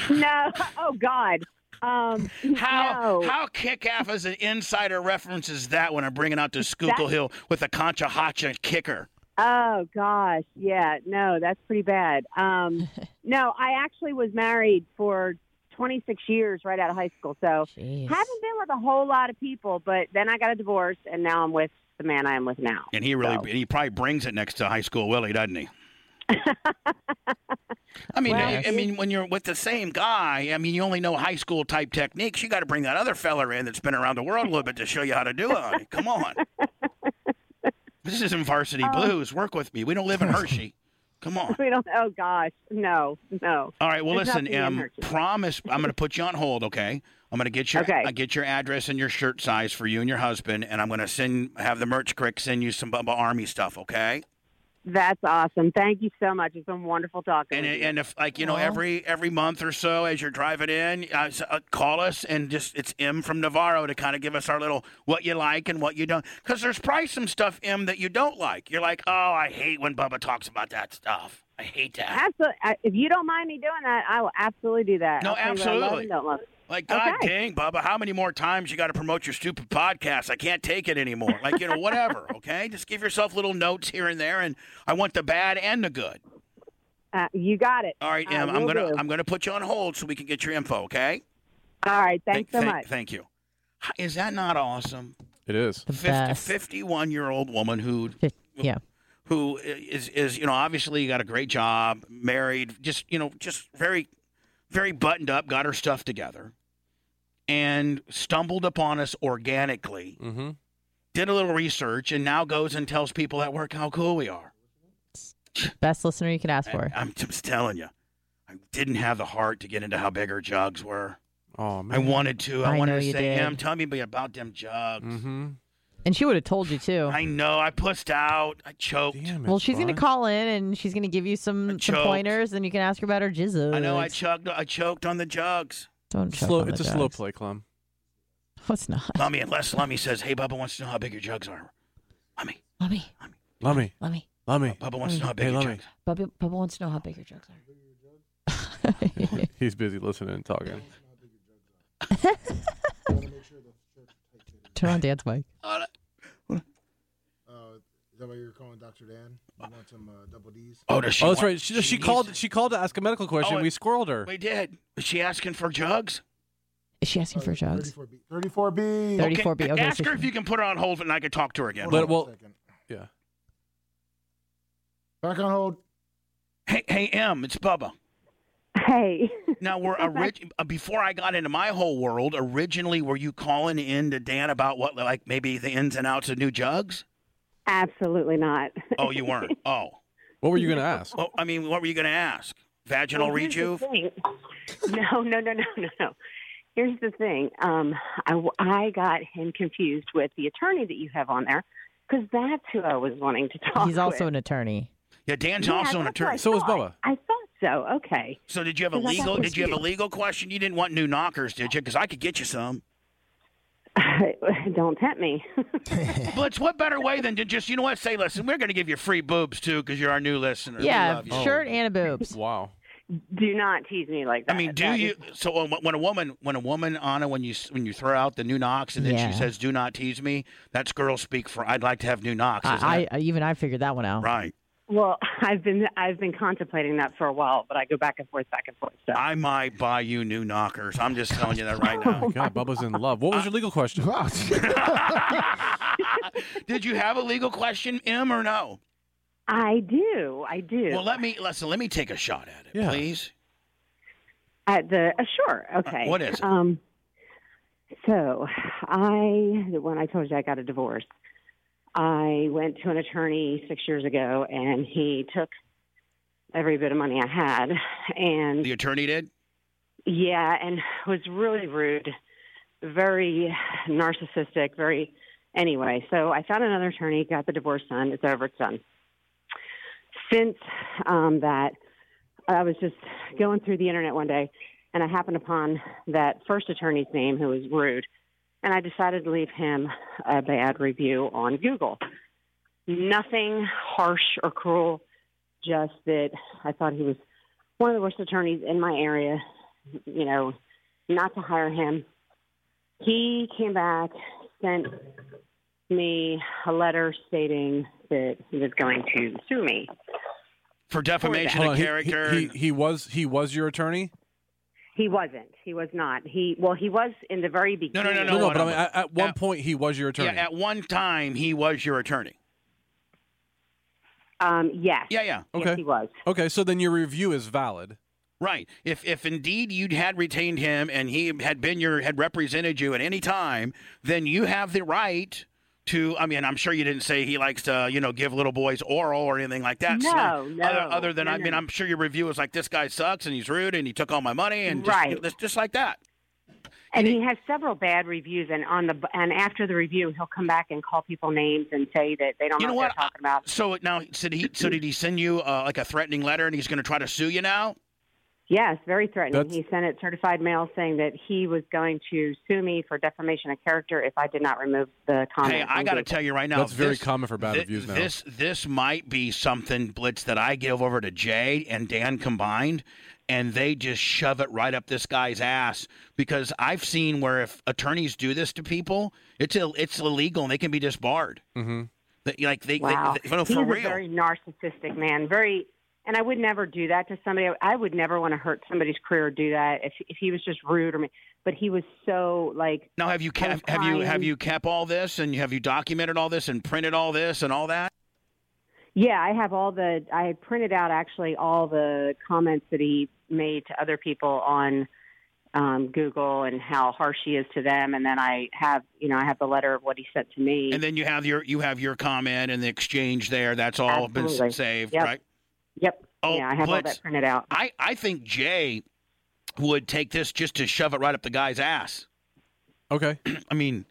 Speaker 23: no, oh God, Um,
Speaker 1: How
Speaker 23: no.
Speaker 1: how kick ass as an insider references that when I'm bringing out to Schuylkill
Speaker 23: That-
Speaker 1: Hill with a Conchahacha kicker?
Speaker 23: Oh gosh, yeah, no, that's pretty bad. Um, no, I actually was married for 26 years right out of high school, so haven't been with a whole lot of people. But then I got a divorce, and now I'm with the man I am with now.
Speaker 1: And he really he probably brings it next to high school Willie, doesn't he? I mean,
Speaker 23: Well,
Speaker 1: I, I mean, when you're with the same guy, I mean, you only know high school type techniques. You got to bring that other fella in that's been around the world a little bit to show you how to do it. honey. Come on, this isn't
Speaker 23: Uh,
Speaker 1: varsity blues. Work with me. We don't live in Hershey. Come on.
Speaker 23: We don't. Oh gosh, no, no.
Speaker 1: All right. Well,
Speaker 23: There's
Speaker 1: listen, um,
Speaker 23: nothing in
Speaker 1: Em.
Speaker 23: her.
Speaker 1: Promise, I'm going to put you on hold. Okay. I'm going to get your I get your address and your shirt size for you and your husband, and I'm going to send have the merch crick send you some Bubba Army stuff. Okay.
Speaker 23: That's awesome. Thank you so much. It's been wonderful talking.
Speaker 1: And
Speaker 23: with you.
Speaker 1: and if like you know every every month or so as you're driving in, uh, s- uh, call us and just it's M from Navarro to kind of give us our little what you like and what you don't because there's probably some stuff M that you don't like. You're like, oh, I hate when Bubba talks about that stuff. I hate that.
Speaker 23: Absolutely. uh, If you don't mind me doing that, I will absolutely do that.
Speaker 1: No,
Speaker 23: I'll tell you what I love
Speaker 1: absolutely.
Speaker 23: and don't love.
Speaker 1: Like God dang, Bubba, how many more times you got to promote your stupid podcast? I can't take it anymore. Like you know, whatever. Okay, just give yourself little notes here and there, and I want the bad and the good.
Speaker 23: Uh, you got it.
Speaker 1: All right,
Speaker 23: I
Speaker 1: Em, I'm
Speaker 23: will
Speaker 1: gonna
Speaker 23: do.
Speaker 1: I'm gonna put you on hold so we can get your info. Okay.
Speaker 23: All right. Thanks
Speaker 1: Thank-
Speaker 23: so
Speaker 1: thank-
Speaker 23: much.
Speaker 1: Thank you. Hi- Is that not awesome?
Speaker 8: It is.
Speaker 1: 50, 51 year old woman who
Speaker 10: Yeah.
Speaker 1: who is is you know obviously got a great job, married, just you know just very very buttoned up, got her stuff together, and stumbled upon us organically.
Speaker 8: Mm-hmm.
Speaker 1: Did a little research and now goes and tells people at work how cool we are.
Speaker 10: Best listener you could ask for.
Speaker 1: I'm just telling you, I didn't have the heart to get into how big her jugs were.
Speaker 8: Oh
Speaker 1: I wanted to. I,
Speaker 10: I
Speaker 1: wanted
Speaker 10: know
Speaker 1: to
Speaker 10: you
Speaker 1: say,
Speaker 10: did.
Speaker 1: "Em, tell me about them jugs." Mm-hmm.
Speaker 10: And she would have told you too.
Speaker 1: I know. I pussed out. I choked.
Speaker 10: well, she's gonna call in and she's gonna give you some, some
Speaker 1: choked.
Speaker 10: pointers, and you can ask her about her jizzes.
Speaker 1: I know. I chugged. I choked on the jugs.
Speaker 10: Don't choke
Speaker 8: slow,
Speaker 10: on the
Speaker 8: It's a slow
Speaker 10: dogs.
Speaker 8: play, Clem.
Speaker 10: No, it's not.
Speaker 1: Lummy, unless Lummy says, "Hey, Bubba wants to know how big your jugs are."
Speaker 24: Lummy,
Speaker 8: Lummy.
Speaker 24: Lummy.
Speaker 8: Lummy.
Speaker 1: Bubba wants to know how big
Speaker 8: Hey,
Speaker 1: your
Speaker 8: Lummy.
Speaker 1: jugs.
Speaker 24: Bubba, Bubba wants to know how big your jugs are.
Speaker 8: He's busy listening and talking.
Speaker 10: Turn on dance mic.
Speaker 7: Uh, is that why you're calling Dr. Dan? You want some uh, double D's?
Speaker 1: Oh, does she
Speaker 8: oh, that's
Speaker 1: want-
Speaker 8: right. She, she,
Speaker 1: she needs
Speaker 8: called. She called to ask a medical question.
Speaker 1: Oh,
Speaker 8: we squirreled her.
Speaker 1: We did. Is she asking for jugs?
Speaker 10: Is she asking for jugs?
Speaker 7: 34B.
Speaker 1: Okay, Ask her if you can put her on hold, and I can talk to her again.
Speaker 7: Hold on Well- a
Speaker 8: yeah.
Speaker 7: Back on hold.
Speaker 1: Hey, hey, M, it's Bubba.
Speaker 23: Hey.
Speaker 1: Now we're orig- uh, before I got into my whole world. Originally, were you calling in to Dan about what, like maybe the ins and outs of new jugs?
Speaker 23: Absolutely not.
Speaker 1: Oh, you weren't. Oh,
Speaker 8: What were you gonna ask?
Speaker 1: Well, I mean, what were you going to ask? Vaginal
Speaker 23: Well, here's the
Speaker 1: rejuve?
Speaker 23: thing. No, no, no, no, no, no. Here's the thing. Um, I, I got him confused with the attorney that you have on there because that's who I was wanting to talk
Speaker 10: He's also
Speaker 23: with.
Speaker 10: an attorney.
Speaker 1: Yeah, Dan's
Speaker 23: Yeah,
Speaker 1: also an
Speaker 23: that's what I
Speaker 1: attorney.
Speaker 23: So is thought. Bubba. I thought so. Okay.
Speaker 1: So did you have a
Speaker 23: 'Cause I got
Speaker 1: legal? Did you have a
Speaker 23: confused.
Speaker 1: legal question? You didn't want new knockers, did you? Because I could get you some.
Speaker 23: Don't tempt me.
Speaker 1: Blitz, what better way than to just you know what? Say, listen, we're going to give you free boobs too because you're our new listener. We
Speaker 10: Yeah,
Speaker 1: love you.
Speaker 10: shirt and a boobs.
Speaker 8: Wow.
Speaker 23: Do not tease me like that.
Speaker 1: I mean, do you? So uh, when a woman, when a woman, Anna, when you s- when you throw out the new knocks and then
Speaker 10: Yeah.
Speaker 1: she says, "Do not tease me," that's girl speak for "I'd like to have new knocks." isn't
Speaker 10: I,
Speaker 1: it?
Speaker 10: I even I figured that one out.
Speaker 1: right.
Speaker 23: Well, I've been I've been contemplating that for a while, but I go back and forth, back and forth. So.
Speaker 1: I might buy you new knockers. I'm just telling you that right now.
Speaker 8: Oh my God, Bubba's in love. What was your legal question?
Speaker 1: Did you have a legal question, M, or no?
Speaker 23: I do. I do.
Speaker 1: Well, let me listen. Let me take a shot at it, please.
Speaker 23: At the uh, sure, okay.
Speaker 1: what is it?
Speaker 23: Um, so, I when I told you I got a divorce, I went to an attorney six years ago, and he took every bit of money I had, and
Speaker 1: The attorney did.
Speaker 23: yeah, and was really rude, very narcissistic, very anyway. So I found another attorney, got the divorce done. It's over, it's done. Since um, that, I was just going through the internet one day, and I happened upon that first attorney's name who was rude, and I decided to leave him a bad review on Google. Nothing harsh or cruel, just that I thought he was one of the worst attorneys in my area you know, not to hire him. He came back, sent me a letter stating that he was going to sue me.
Speaker 6: for defamation
Speaker 8: Hold
Speaker 6: of
Speaker 8: on, he-
Speaker 6: character.
Speaker 8: He, he, he was he was your attorney.
Speaker 23: He wasn't. He was not. He well, he was in the very beginning.
Speaker 8: no, but I mean, at, at one point he was your attorney.
Speaker 1: Yeah, at one time he was your attorney.
Speaker 23: Um, yes.
Speaker 1: Yeah, yeah.
Speaker 8: Okay.
Speaker 23: he was.
Speaker 8: Okay, so then your review is valid.
Speaker 1: Right. If if indeed you had retained him and he had been your had represented you at any time, then you have the right to. I mean, I'm sure you didn't say he likes to, you know, give little boys oral or anything like that.
Speaker 23: No, no,
Speaker 1: Other, other than
Speaker 23: no,
Speaker 1: I
Speaker 23: no,
Speaker 1: mean,
Speaker 23: no.
Speaker 1: I'm sure your review was like this guy sucks and he's rude and he took all my money and just-
Speaker 23: Right.
Speaker 1: just, just like that.
Speaker 23: And he has several bad reviews, and on the and after the review, he'll come back and call people names and say that they don't
Speaker 1: You know
Speaker 23: know what
Speaker 1: what?
Speaker 23: they're talking about.
Speaker 1: So now, so did he, so did he send you uh, like a threatening letter and he's going to try to sue you now?
Speaker 23: Yes, very threatening.
Speaker 1: That's-
Speaker 23: He sent it certified mail saying that he was going to sue me for defamation of character if I did not remove the comment.
Speaker 1: Hey, I got
Speaker 23: to
Speaker 1: to tell you right now,
Speaker 8: That's very
Speaker 1: this-
Speaker 8: common for bad
Speaker 1: thi-
Speaker 8: reviews now.
Speaker 1: This this might be something Blitz that I give over to Jay and Dan combined, and they just shove it right up this guy's ass because I've seen where if attorneys do this to people, it's Ill, it's illegal and they can be disbarred.
Speaker 8: Mm-hmm.
Speaker 1: Like they,
Speaker 23: Wow,
Speaker 1: they, they no,
Speaker 23: he's
Speaker 1: for
Speaker 23: a
Speaker 1: real.
Speaker 23: very narcissistic man. Very, and I would never do that to somebody. I would never want to hurt somebody's career or do that if if he was just rude or me. But he was so like.
Speaker 1: now have you
Speaker 23: I was
Speaker 1: kept, have you have
Speaker 23: crying.
Speaker 1: you kept all this and have you documented all this and printed all this and all that?
Speaker 23: Yeah, I have all the. I had printed out actually all the comments that he made to other people on um, Google and how harsh he is to them, and then I have, you know, I have the letter of what he sent to me.
Speaker 1: And then you have your you have your comment and the exchange there. That's all been
Speaker 23: Absolutely.
Speaker 1: s- saved,
Speaker 23: Yep.
Speaker 1: right?
Speaker 23: Yep.
Speaker 1: Oh,
Speaker 23: yeah, I have all
Speaker 1: Blitz.
Speaker 23: that printed out.
Speaker 1: I, I think Jay would take this just to shove it right up the guy's ass.
Speaker 8: Okay.
Speaker 1: I mean,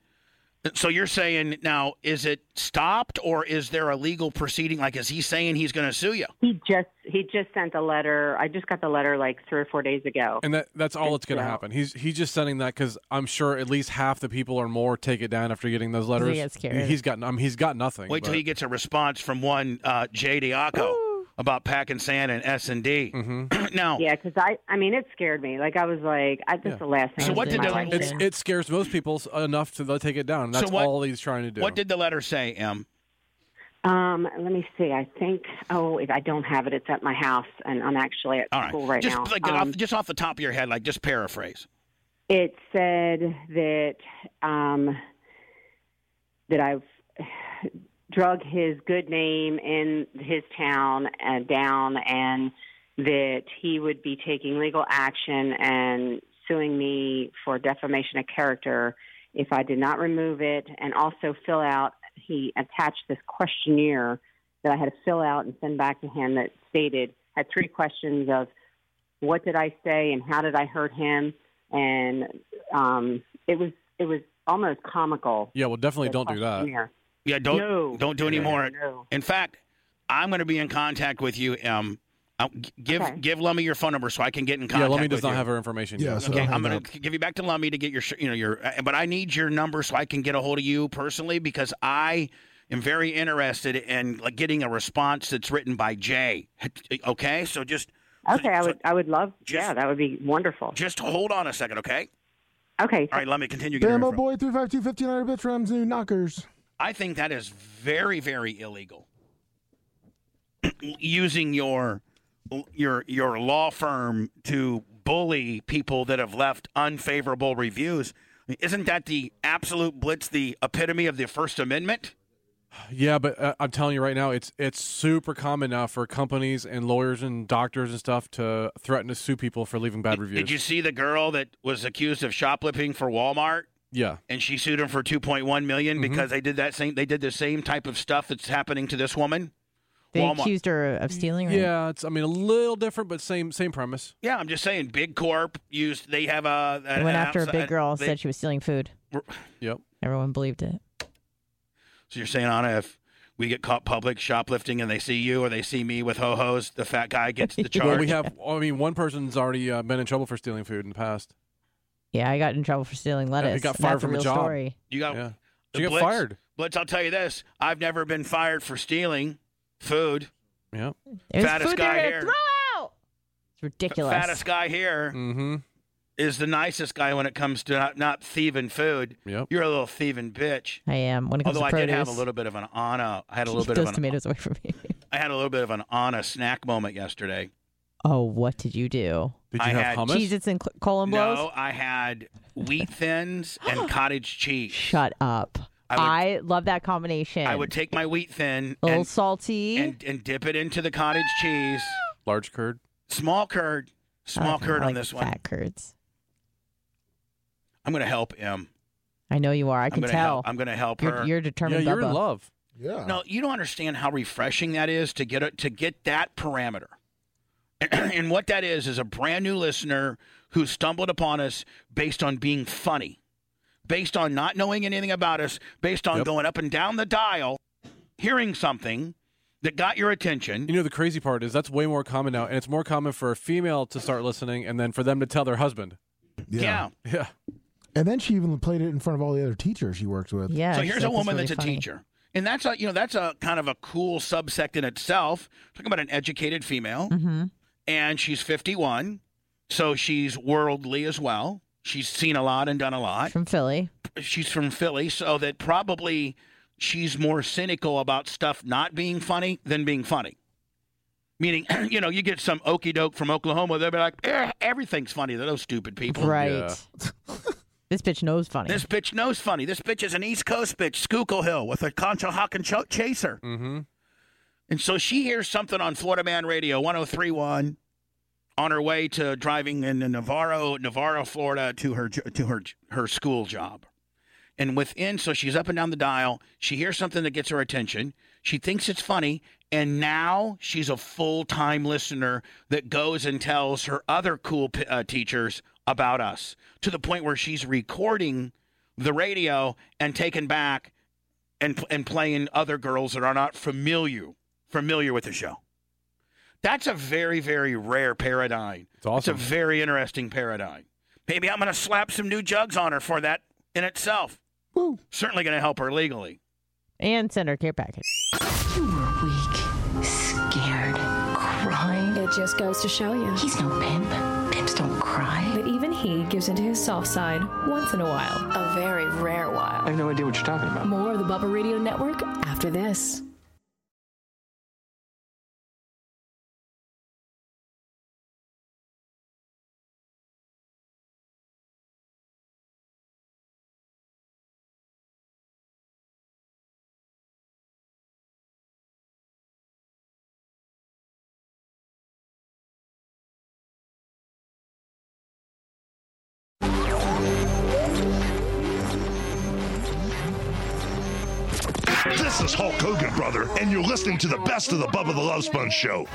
Speaker 1: so you're saying now, is it stopped or is there a legal proceeding? Like, is he saying he's going to sue you?
Speaker 23: He just he just sent a letter. I just got the letter like three or four days ago.
Speaker 8: And that that's all that's going to happen. He's he's just sending that because I'm sure at least half the people or more take it down after getting those letters.
Speaker 1: gets scared.
Speaker 8: He's got I mean, he's got nothing.
Speaker 1: Wait till
Speaker 8: but-
Speaker 1: he gets a response from one uh, Jay Diaco about packing sand and S and D.
Speaker 23: Mm-hmm.
Speaker 1: Now,
Speaker 23: yeah, because I I mean it scared me. Like I was like, I this is the last thing.
Speaker 1: So what
Speaker 23: in
Speaker 1: did
Speaker 23: my
Speaker 1: the-
Speaker 23: life.
Speaker 8: It's, it scares most people s- enough to they'll take it down. That's
Speaker 1: So what-
Speaker 8: all he's trying to do.
Speaker 1: What did the letter say, Em?
Speaker 23: Um, let me see. I think. Oh, if I don't have it, it's at my house, and I'm actually at
Speaker 1: All right,
Speaker 23: school right
Speaker 1: just
Speaker 23: now.
Speaker 1: like, get
Speaker 23: Um,
Speaker 1: off, just off the top of your head, like just paraphrase.
Speaker 23: It said that um, that I've drug his good name in his town uh, down, and that he would be taking legal action and suing me for defamation of character if I did not remove it, and also fill out. He attached this questionnaire that I had to fill out and send back to him that stated had three questions of what did I say and how did I hurt him, and um, it was it was almost comical.
Speaker 8: Yeah, well, definitely don't do that.
Speaker 23: questionnaire.
Speaker 1: Yeah, don't
Speaker 23: No.
Speaker 1: don't do any
Speaker 23: No,
Speaker 1: more.
Speaker 23: no.
Speaker 1: In fact, I'm going to be in contact with you. Um, I'll g- give give Lummy your phone number so I can get in
Speaker 8: Yeah,
Speaker 1: contact.
Speaker 8: Lummy does
Speaker 1: with
Speaker 8: not
Speaker 1: you.
Speaker 8: have her information.
Speaker 1: Yeah,
Speaker 8: yet.
Speaker 1: okay, I'm going to give you back to Lummy to get your sh- you know your, uh, but I need your number so I can get a hold of you personally because I am very interested in like, getting a response that's written by Jay. Okay, so just
Speaker 23: Okay, I would I would love. yeah, that would be wonderful.
Speaker 1: just hold on a second, okay?
Speaker 23: Okay.
Speaker 1: All right, let me continue. getting your
Speaker 7: Bama
Speaker 1: info.
Speaker 7: boy three five two fifteen hundred bitch rams new knockers.
Speaker 1: I think that is very, very illegal. Using your your your law firm to bully people that have left unfavorable reviews. Isn't that the absolute blitz, the epitome of the First Amendment?
Speaker 8: Yeah, but uh, I'm telling you right now, it's it's super common now for companies and lawyers and doctors and stuff to threaten to sue people for leaving bad reviews.
Speaker 1: Did you see the girl that was accused of shoplifting for Walmart?
Speaker 8: yeah.
Speaker 1: And she sued him for 2.1 million because they did that same they did the same type of stuff that's happening to this woman.
Speaker 10: They
Speaker 1: Walmart.
Speaker 10: accused her of stealing. Right?
Speaker 8: Yeah, it's I mean a little different, but same same premise.
Speaker 1: Yeah, I'm just saying. Big Corp used. They have a.
Speaker 10: They went after a big girl,
Speaker 1: they-
Speaker 10: said she was stealing food.
Speaker 8: Yep.
Speaker 10: Everyone believed it.
Speaker 1: So you're saying, Anna, if we get caught public shoplifting and they see you or they see me with ho hos, the fat guy gets the charge.
Speaker 8: Well, we have. I mean, one person's already uh, been in trouble for stealing food in the past.
Speaker 10: Yeah, I got in trouble for stealing lettuce.
Speaker 8: Yeah, got
Speaker 10: and
Speaker 8: fired
Speaker 10: that's
Speaker 8: from a
Speaker 10: a real
Speaker 8: job.
Speaker 10: story.
Speaker 1: You got.
Speaker 8: Yeah. She got
Speaker 1: Blitz-
Speaker 8: fired.
Speaker 1: Blitz, I'll tell you this: I've never been fired for stealing food.
Speaker 8: Yeah.
Speaker 10: There's
Speaker 1: fattest
Speaker 10: food
Speaker 1: guy
Speaker 10: there to
Speaker 1: here.
Speaker 10: throw out. It's ridiculous.
Speaker 1: Fattest guy here.
Speaker 8: Mm-hmm.
Speaker 1: is the nicest guy when it comes to not, not thieving food. You're a little thieving bitch.
Speaker 10: I am. When it comes
Speaker 1: Although I
Speaker 10: to
Speaker 1: did
Speaker 10: produce,
Speaker 1: have a little bit of an Anna. I had a
Speaker 10: keep
Speaker 1: little bit
Speaker 10: those
Speaker 1: of an
Speaker 10: tomatoes away from me.
Speaker 1: I had a little bit of an Anna snack moment yesterday.
Speaker 10: Oh, what did you do?
Speaker 1: Did you I have had- hummus?
Speaker 10: Cheez-Its and cl- colon blows?
Speaker 1: No, I had wheat thins and cottage cheese.
Speaker 10: Shut up.
Speaker 1: I
Speaker 10: I,
Speaker 1: would-
Speaker 10: love that combination.
Speaker 1: I would take my wheat thin,
Speaker 10: a little
Speaker 1: and-
Speaker 10: salty.
Speaker 1: and, and dip it into the cottage cheese.
Speaker 8: Large curd.
Speaker 1: Small curd. Small
Speaker 10: Okay, I
Speaker 1: curd on
Speaker 10: like
Speaker 1: this one.
Speaker 10: Fat curds.
Speaker 1: I'm gonna help him.
Speaker 10: I know you are. I
Speaker 1: I'm
Speaker 10: can
Speaker 1: gonna
Speaker 10: tell.
Speaker 1: help- I'm gonna help
Speaker 10: you're,
Speaker 1: her.
Speaker 10: You're determined. Bubba.
Speaker 7: Yeah.
Speaker 1: No, you don't understand how refreshing that is to get a, to get that parameter. and what that is is a brand new listener who stumbled upon us based on being funny, based on not knowing anything about us, based on going up and down the dial, hearing something that got your attention.
Speaker 8: You know, the crazy part is that's way more common now, and it's more common for a female to start listening and then for them to tell their husband.
Speaker 1: Yeah.
Speaker 8: Yeah.
Speaker 7: And then she even played it in front of all the other teachers she worked with.
Speaker 1: So here's a woman that's a teacher. And that's a you know that's a kind of a cool subsect in itself. Talking about an educated female, and she's 51, so she's worldly as well. She's seen a lot and done a lot.
Speaker 10: From Philly.
Speaker 1: She's from Philly, so that probably she's more cynical about stuff not being funny than being funny. Meaning, you know, you get some okey doke from Oklahoma, they'll be like, "Eh, everything's funny to those stupid people.
Speaker 10: Right. This bitch knows funny.
Speaker 1: This bitch knows funny. This bitch is an East Coast bitch, Schuylkill Hill, with a Concho Hawk and Cho- Chaser. Mm-hmm. And so she hears something on Florida Man Radio 1031 on her way to driving in Navarro, Navarro, Florida to her jo- to her her school job. And within so she's up and down the dial, she hears something that gets her attention. She thinks it's funny, and now she's a full-time listener that goes and tells her other cool p- uh, teachers about us to the point where she's recording the radio and taking back and and playing other girls that are not familiar familiar with the show. That's a very very rare paradigm. It's
Speaker 8: awesome.
Speaker 1: It's a very interesting paradigm. Maybe I'm going to slap some new jugs on her for that in itself. Woo. Certainly going to help her legally.
Speaker 10: And send her care package.
Speaker 5: You were weak, scared, crying. It just goes to show you. He's no pimp. Pimps don't cry.
Speaker 18: But even he gives into his soft side once in a while. A very rare while.
Speaker 5: I have
Speaker 18: no idea what you're talking about. More of the Bubba Radio Network after this.
Speaker 25: This is Hulk Hogan, brother, and you're listening to the best of the Bubba the Love Sponge show.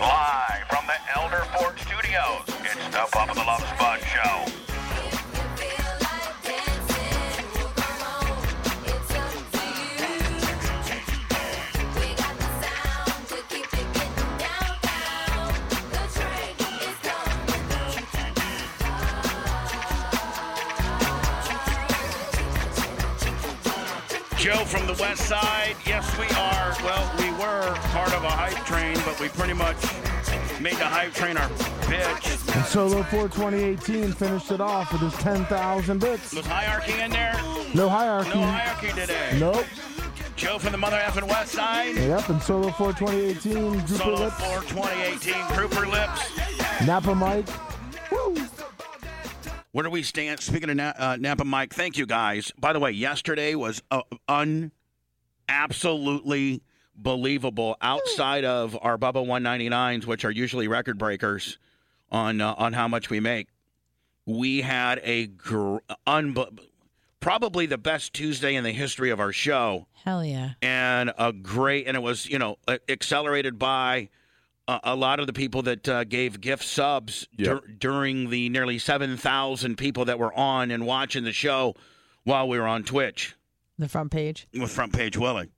Speaker 17: Live from the Elder Fort Studios, it's the Bubba the Love Sponge Show.
Speaker 1: Joe from the West Side. Yes, we are. Well, we were part of a hype train, but we pretty much made the hype train our bitch.
Speaker 7: And Solo 4 2018 finished it off with his 10,000 bits.
Speaker 1: Was hierarchy in there?
Speaker 7: No hierarchy.
Speaker 1: No hierarchy today.
Speaker 7: Nope.
Speaker 1: Joe from the mother effing West Side.
Speaker 7: Yep, and Solo 4 2018, Drooper
Speaker 1: Solo
Speaker 7: Lips,
Speaker 1: 4 2018, Grouper Lips.
Speaker 7: Napa Mike.
Speaker 1: Where do we stand? Speaking of Na- uh, Napa Mike, thank you guys. By the way, yesterday was uh, un absolutely believable outside of our Bubba 199s, which are usually record breakers on uh, on how much we make. We had a gr- unbe- probably the best Tuesday in the history of our show
Speaker 24: Hell yeah.
Speaker 1: and a great and it was you know a- accelerated by a, a lot of the people that uh, gave gift subs dur- during the nearly 7000 people that were on and watching the show while we were on twitch
Speaker 10: The front page.
Speaker 1: with front page willing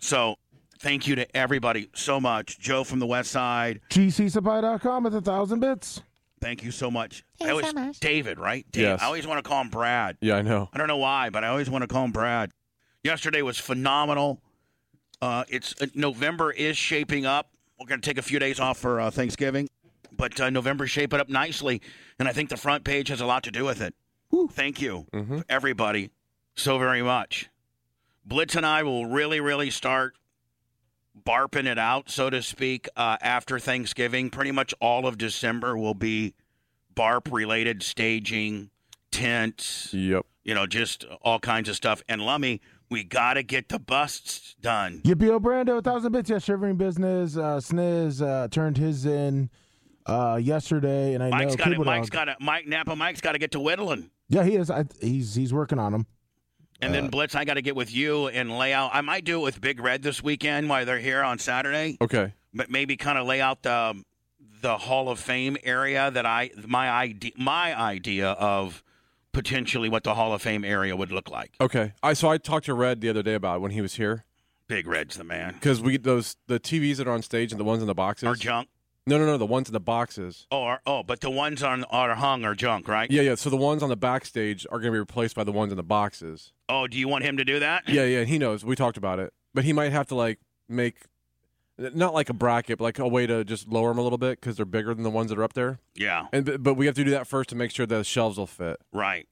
Speaker 1: so thank you to everybody so much joe from the west side
Speaker 7: GCsupply.com with a 1,000 bits.
Speaker 1: thank you so much i always david right Dave,
Speaker 7: Yes.
Speaker 1: i always want to call him brad
Speaker 8: Yeah, I know.
Speaker 1: i don't know why but i always want to call him brad Yesterday was phenomenal. Uh, it's uh, November is shaping up. We're going to take a few days off for uh, Thanksgiving, but uh, November's shaping up nicely, and I think the front page has a lot to do with it. Thank you, everybody, so very much. Blitz and I will really, really start barping it out, so to speak, uh, after Thanksgiving. Pretty much all of December will be barp related staging, tents.
Speaker 8: Yep.
Speaker 1: You know, just all kinds of stuff. And Lummy, we got to get the busts done.
Speaker 7: Yippee Brando, thousand bits. Yeah, shivering business. Uh, Sniz uh, turned his in uh, yesterday, and I
Speaker 1: Mike's
Speaker 7: know
Speaker 1: got it.
Speaker 7: Cable
Speaker 1: Mike's
Speaker 7: Dog-
Speaker 1: got it. Mike Napa. Mike's got to get to whittling.
Speaker 7: Yeah, he is. I, he's he's working on him.
Speaker 1: And
Speaker 8: Uh,
Speaker 1: then Blitz, I got to get with you and lay out. I might do it with Big Red this weekend while they're here on Saturday.
Speaker 8: Okay.
Speaker 1: but maybe kind of lay out the the Hall of Fame area that I my idea my idea of potentially what the Hall of Fame area would look like.
Speaker 8: Okay. I so I talked to Red the other day about it when he was here
Speaker 1: Big Red's the man.
Speaker 8: because we those the TVs that are on stage and the ones in the boxes
Speaker 1: Are junk.
Speaker 8: No, no, no. The ones in the boxes.
Speaker 1: Oh, are, oh, but the ones on are hung are junk, right?
Speaker 8: Yeah, yeah. So the ones on the backstage are going to be replaced by the ones in the boxes.
Speaker 1: Oh, do you want him to do that?
Speaker 8: Yeah, yeah, he knows. We talked about it, but he might have to like make not like a bracket, but like a way to just lower them a little bit because they're bigger than the ones that are up there.
Speaker 1: Yeah.
Speaker 8: And but- but we have to do that first to make sure the shelves will fit.
Speaker 1: Right.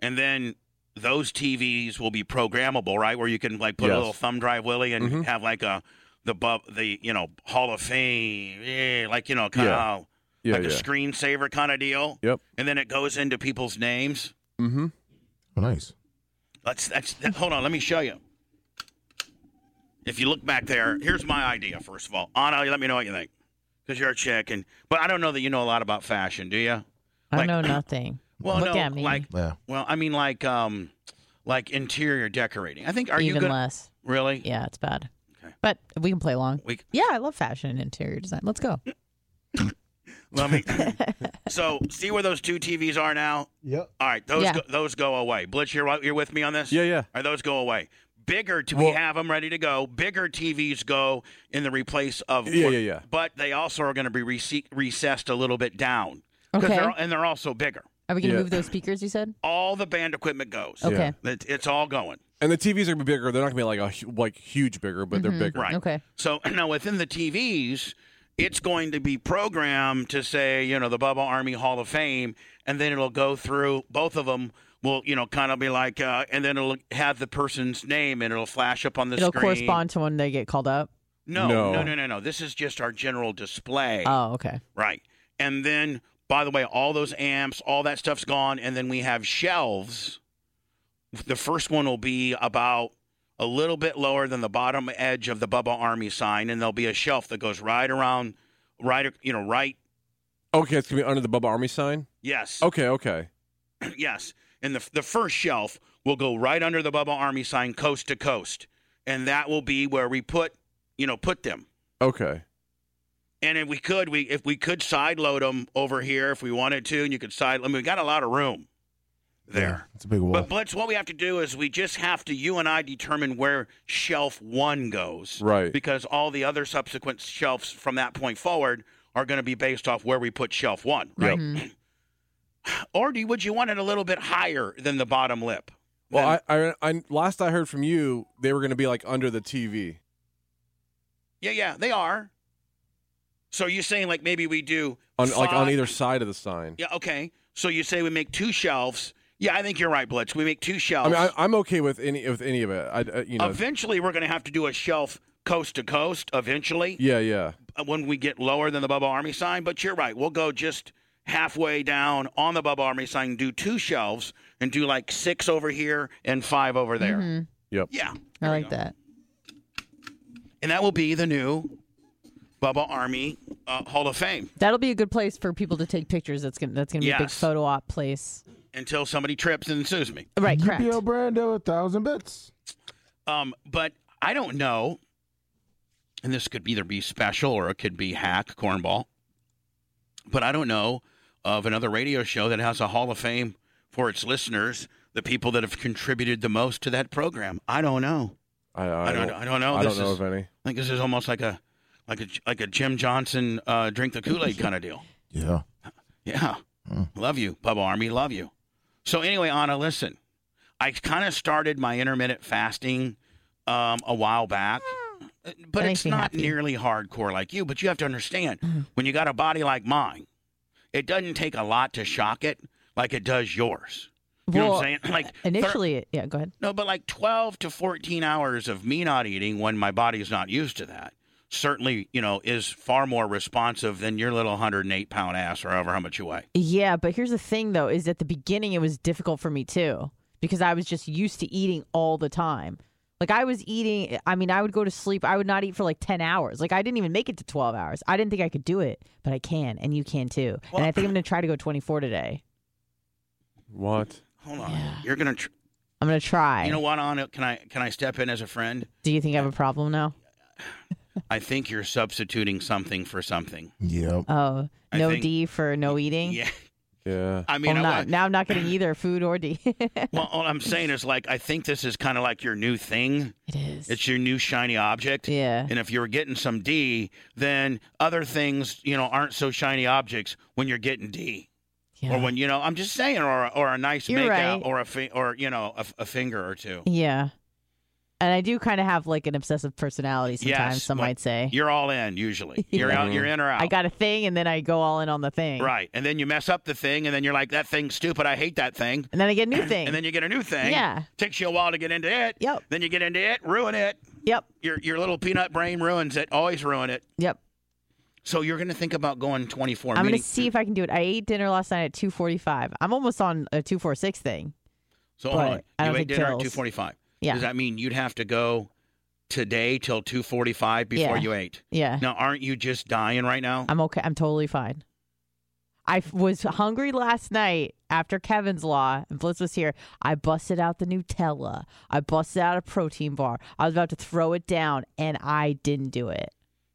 Speaker 1: And then those TVs will be programmable, right? Where you can like put
Speaker 8: Yes.
Speaker 1: a little thumb drive Willie and
Speaker 8: Mhm.
Speaker 1: have like a the bub the you know Hall of Fame, yeah, like you know kind
Speaker 8: Yeah.
Speaker 1: of
Speaker 8: Yeah,
Speaker 1: like a
Speaker 8: yeah.
Speaker 1: screensaver kind of deal.
Speaker 8: Yep.
Speaker 1: And then it goes into people's names.
Speaker 8: Mm-hmm.
Speaker 7: Oh, nice.
Speaker 1: Let's that's that, hold on. Let me show you. If you look back there, here's my idea. First of all, Anna, you let me know what you think because you're a chick, and but I don't know that you know a lot about fashion, do you?
Speaker 10: I know nothing.
Speaker 1: Well,
Speaker 10: Look
Speaker 1: no,
Speaker 10: at me.
Speaker 1: like
Speaker 7: yeah.
Speaker 1: Well, I mean, like um, like interior decorating. I think are you
Speaker 10: Even
Speaker 1: gonna-
Speaker 10: less.
Speaker 1: Really?
Speaker 10: Yeah, it's bad. But we can play along.
Speaker 1: We-
Speaker 10: yeah, I love fashion and interior design. Let's go.
Speaker 1: Let me. so see where those two TVs are now.
Speaker 7: Yep.
Speaker 1: All right, those
Speaker 10: Yeah.
Speaker 1: go, those go away. Blitz, you're right- you're with me on this.
Speaker 8: Yeah, yeah.
Speaker 1: Are those go away? Bigger, t- we have them ready to go. Bigger TVs go in the replace of.
Speaker 8: Yeah, yeah, yeah.
Speaker 1: But they also are going to be rece- recessed a little bit down. 'Cause
Speaker 10: Okay.
Speaker 1: They're, and they're also bigger.
Speaker 10: Are we going to move those speakers you said?
Speaker 1: All the band equipment goes.
Speaker 10: Okay.
Speaker 1: It- it's all going.
Speaker 8: And the TVs are going to be bigger. They're not going to be like a hu- like huge bigger, but they're bigger.
Speaker 1: Right. So now within the TVs, it's going to be programmed to say, you know, the Bubba Army Hall of Fame, and then it'll go through both of them. Will you know, kind of be like, uh, and then it'll have the person's name, and it'll flash up on the
Speaker 10: It'll
Speaker 1: screen.
Speaker 10: correspond to when they get called up.
Speaker 1: No, no, no, no, no, This is just our general display.
Speaker 10: Oh, okay.
Speaker 1: Right. And then, by the way, all those amps, all that stuff's gone. And then we have shelves. The first one will be about a little bit lower than the bottom edge of the Bubba Army sign, and there'll be a shelf that goes right around, right, you know, right.
Speaker 8: Okay, it's going to be under the Bubba Army sign.
Speaker 1: Yes.
Speaker 8: Okay, okay.
Speaker 1: yes. And the the first shelf will go right under the Bubba Army sign, coast to coast, and that will be where we put, you know, put them.
Speaker 8: Okay.
Speaker 1: And if we could, we if we could side load them over here if we wanted to, and you could side. I mean, we got a lot of room. There.
Speaker 7: It's a big wall.
Speaker 1: But Blitz, what we have to do is we just have to you and I determine where shelf one goes,
Speaker 8: Right.
Speaker 1: Because all the other subsequent shelves from that point forward are going to be based off where we put shelf one, right?
Speaker 10: Mm-hmm.
Speaker 1: Or do you, would you want it a little bit higher than the bottom lip?
Speaker 8: Well, I, I, I last I heard from you, they were going to be like under the TV.
Speaker 1: Yeah, yeah, they are. So you're saying like maybe we do
Speaker 8: On, like on
Speaker 1: five-
Speaker 8: either side of the sign.
Speaker 1: Yeah, okay. So you say we make two shelves. Yeah, I think you're right, Blitz. We make two
Speaker 8: I
Speaker 1: shelves.
Speaker 8: mean, I, I'm okay with any with any of it. I, I- you know,
Speaker 1: Eventually, we're going to have to do a shelf coast to coast. Eventually,
Speaker 8: yeah, yeah.
Speaker 1: uh, when we get lower than the Bubba Army sign. But you're right. We'll go just halfway down on the Bubba Army sign, do two shelves, and do like six over here and five over there.
Speaker 10: Mhm.
Speaker 8: Yep.
Speaker 1: Yeah.
Speaker 10: I like that.
Speaker 1: And that will be the new Bubba Army uh, Hall of Fame
Speaker 10: That'll be a good place for people to take pictures. That's gonna that's gonna be a big
Speaker 1: Yes.
Speaker 10: photo op place.
Speaker 1: until somebody trips and sues me.
Speaker 10: Right, correct.
Speaker 7: Yippee Brando, a thousand bits.
Speaker 1: Um, but I don't know. And this could either be special or it could be hack cornball. But I don't know of another radio show that has a Hall of Fame for its listeners, the people that have contributed the most to that program. I don't know.
Speaker 8: I, I,
Speaker 1: I don't. I don't know.
Speaker 8: I
Speaker 1: This
Speaker 8: don't know
Speaker 1: is-
Speaker 8: of any.
Speaker 1: I think this is almost like a, like a, like a Jim Johnson uh, drink the Kool Aid kind of deal.
Speaker 7: Yeah.
Speaker 1: Yeah. Love you, Bubba Army. Love you. So anyway, Anna, listen. I kind of started my intermittent fasting um, a while back, but
Speaker 10: makes
Speaker 1: it's
Speaker 10: me
Speaker 1: not
Speaker 10: happy.
Speaker 1: nearly hardcore like you. But you have to understand when you got a body like mine, it doesn't take a lot to shock it like it does yours. You know what I'm saying? Like thir-
Speaker 10: initially, yeah. Go ahead.
Speaker 1: no, but like 12 to 14 hours of me not eating when my body is not used to that certainly, you know, is far more responsive than your little 108 pound ass or however how much you weigh.
Speaker 10: Yeah, but here's the thing though: is at the beginning it was difficult for me too because I was just used to eating all the time. Like I was eating. I mean, I would go to sleep. I would not eat for like ten hours. Like I didn't even make it to twelve hours. I didn't think I could do it, but I can, and you can too. and I think I'm gonna try to go twenty four today.
Speaker 8: What?
Speaker 1: Hold on. You're going to tr-
Speaker 10: I'm gonna try.
Speaker 1: You know what on it? Can I can I step in as a friend?
Speaker 10: Do you think I have a problem now?
Speaker 1: I think you're substituting something for something.
Speaker 7: Yep.
Speaker 10: Oh,
Speaker 1: I
Speaker 10: no
Speaker 1: think-
Speaker 10: D for no eating.
Speaker 1: Yeah.
Speaker 8: Yeah.
Speaker 1: I mean,
Speaker 10: Well,
Speaker 1: I
Speaker 10: not-
Speaker 1: wa-
Speaker 10: now I'm not getting either food or D.
Speaker 1: Well, all I'm saying is like I think this is kind of like your new thing. It
Speaker 10: is.
Speaker 1: It's your new shiny object.
Speaker 10: Yeah.
Speaker 1: And if you were getting some D, then other things, you know, aren't so shiny objects when you're getting D. Or when you know, I'm just saying, or or a nice
Speaker 10: You're
Speaker 1: makeout,
Speaker 10: right.
Speaker 1: or a fi- or you know, a, f- a finger or two.
Speaker 10: yeah, and I do kind of have like an obsessive personality sometimes.
Speaker 1: Yes,
Speaker 10: some
Speaker 1: well,
Speaker 10: might say.
Speaker 1: You're all in usually. You're
Speaker 8: Mm-hmm.
Speaker 1: out. You're in or out.
Speaker 10: I got a thing, and then I go all in on the thing.
Speaker 1: Right. And then you mess up the thing, and then you're like, that thing's stupid. I hate that thing.
Speaker 10: And then I get a new thing.
Speaker 1: And then you get a new thing.
Speaker 10: Yeah.
Speaker 1: Takes you a while to get into it.
Speaker 10: Yep.
Speaker 1: Then you get into it, ruin it.
Speaker 10: Yep.
Speaker 1: Your your little peanut brain ruins it. Always ruin it.
Speaker 10: Yep.
Speaker 1: So you're gonna think about going 24.
Speaker 10: I'm
Speaker 1: meaning-
Speaker 10: gonna see if I can do it. I ate dinner last night at 2:45. I'm almost on a 2:46 thing.
Speaker 1: So hold
Speaker 10: but
Speaker 1: on.
Speaker 10: I
Speaker 1: you
Speaker 10: don't
Speaker 1: ate
Speaker 10: think
Speaker 1: dinner at
Speaker 10: pills.
Speaker 1: 2:45.
Speaker 10: Yeah.
Speaker 1: Does that mean you'd have to go today till 2:45 before
Speaker 10: Yeah.
Speaker 1: you ate?
Speaker 10: Yeah.
Speaker 1: Now aren't you just dying right now?
Speaker 10: I'm okay. I'm totally fine. I f- was hungry last night after Kevin's Law and Blitz was here. I busted out the Nutella. I busted out a protein bar. I was about to throw it down, and I didn't do it.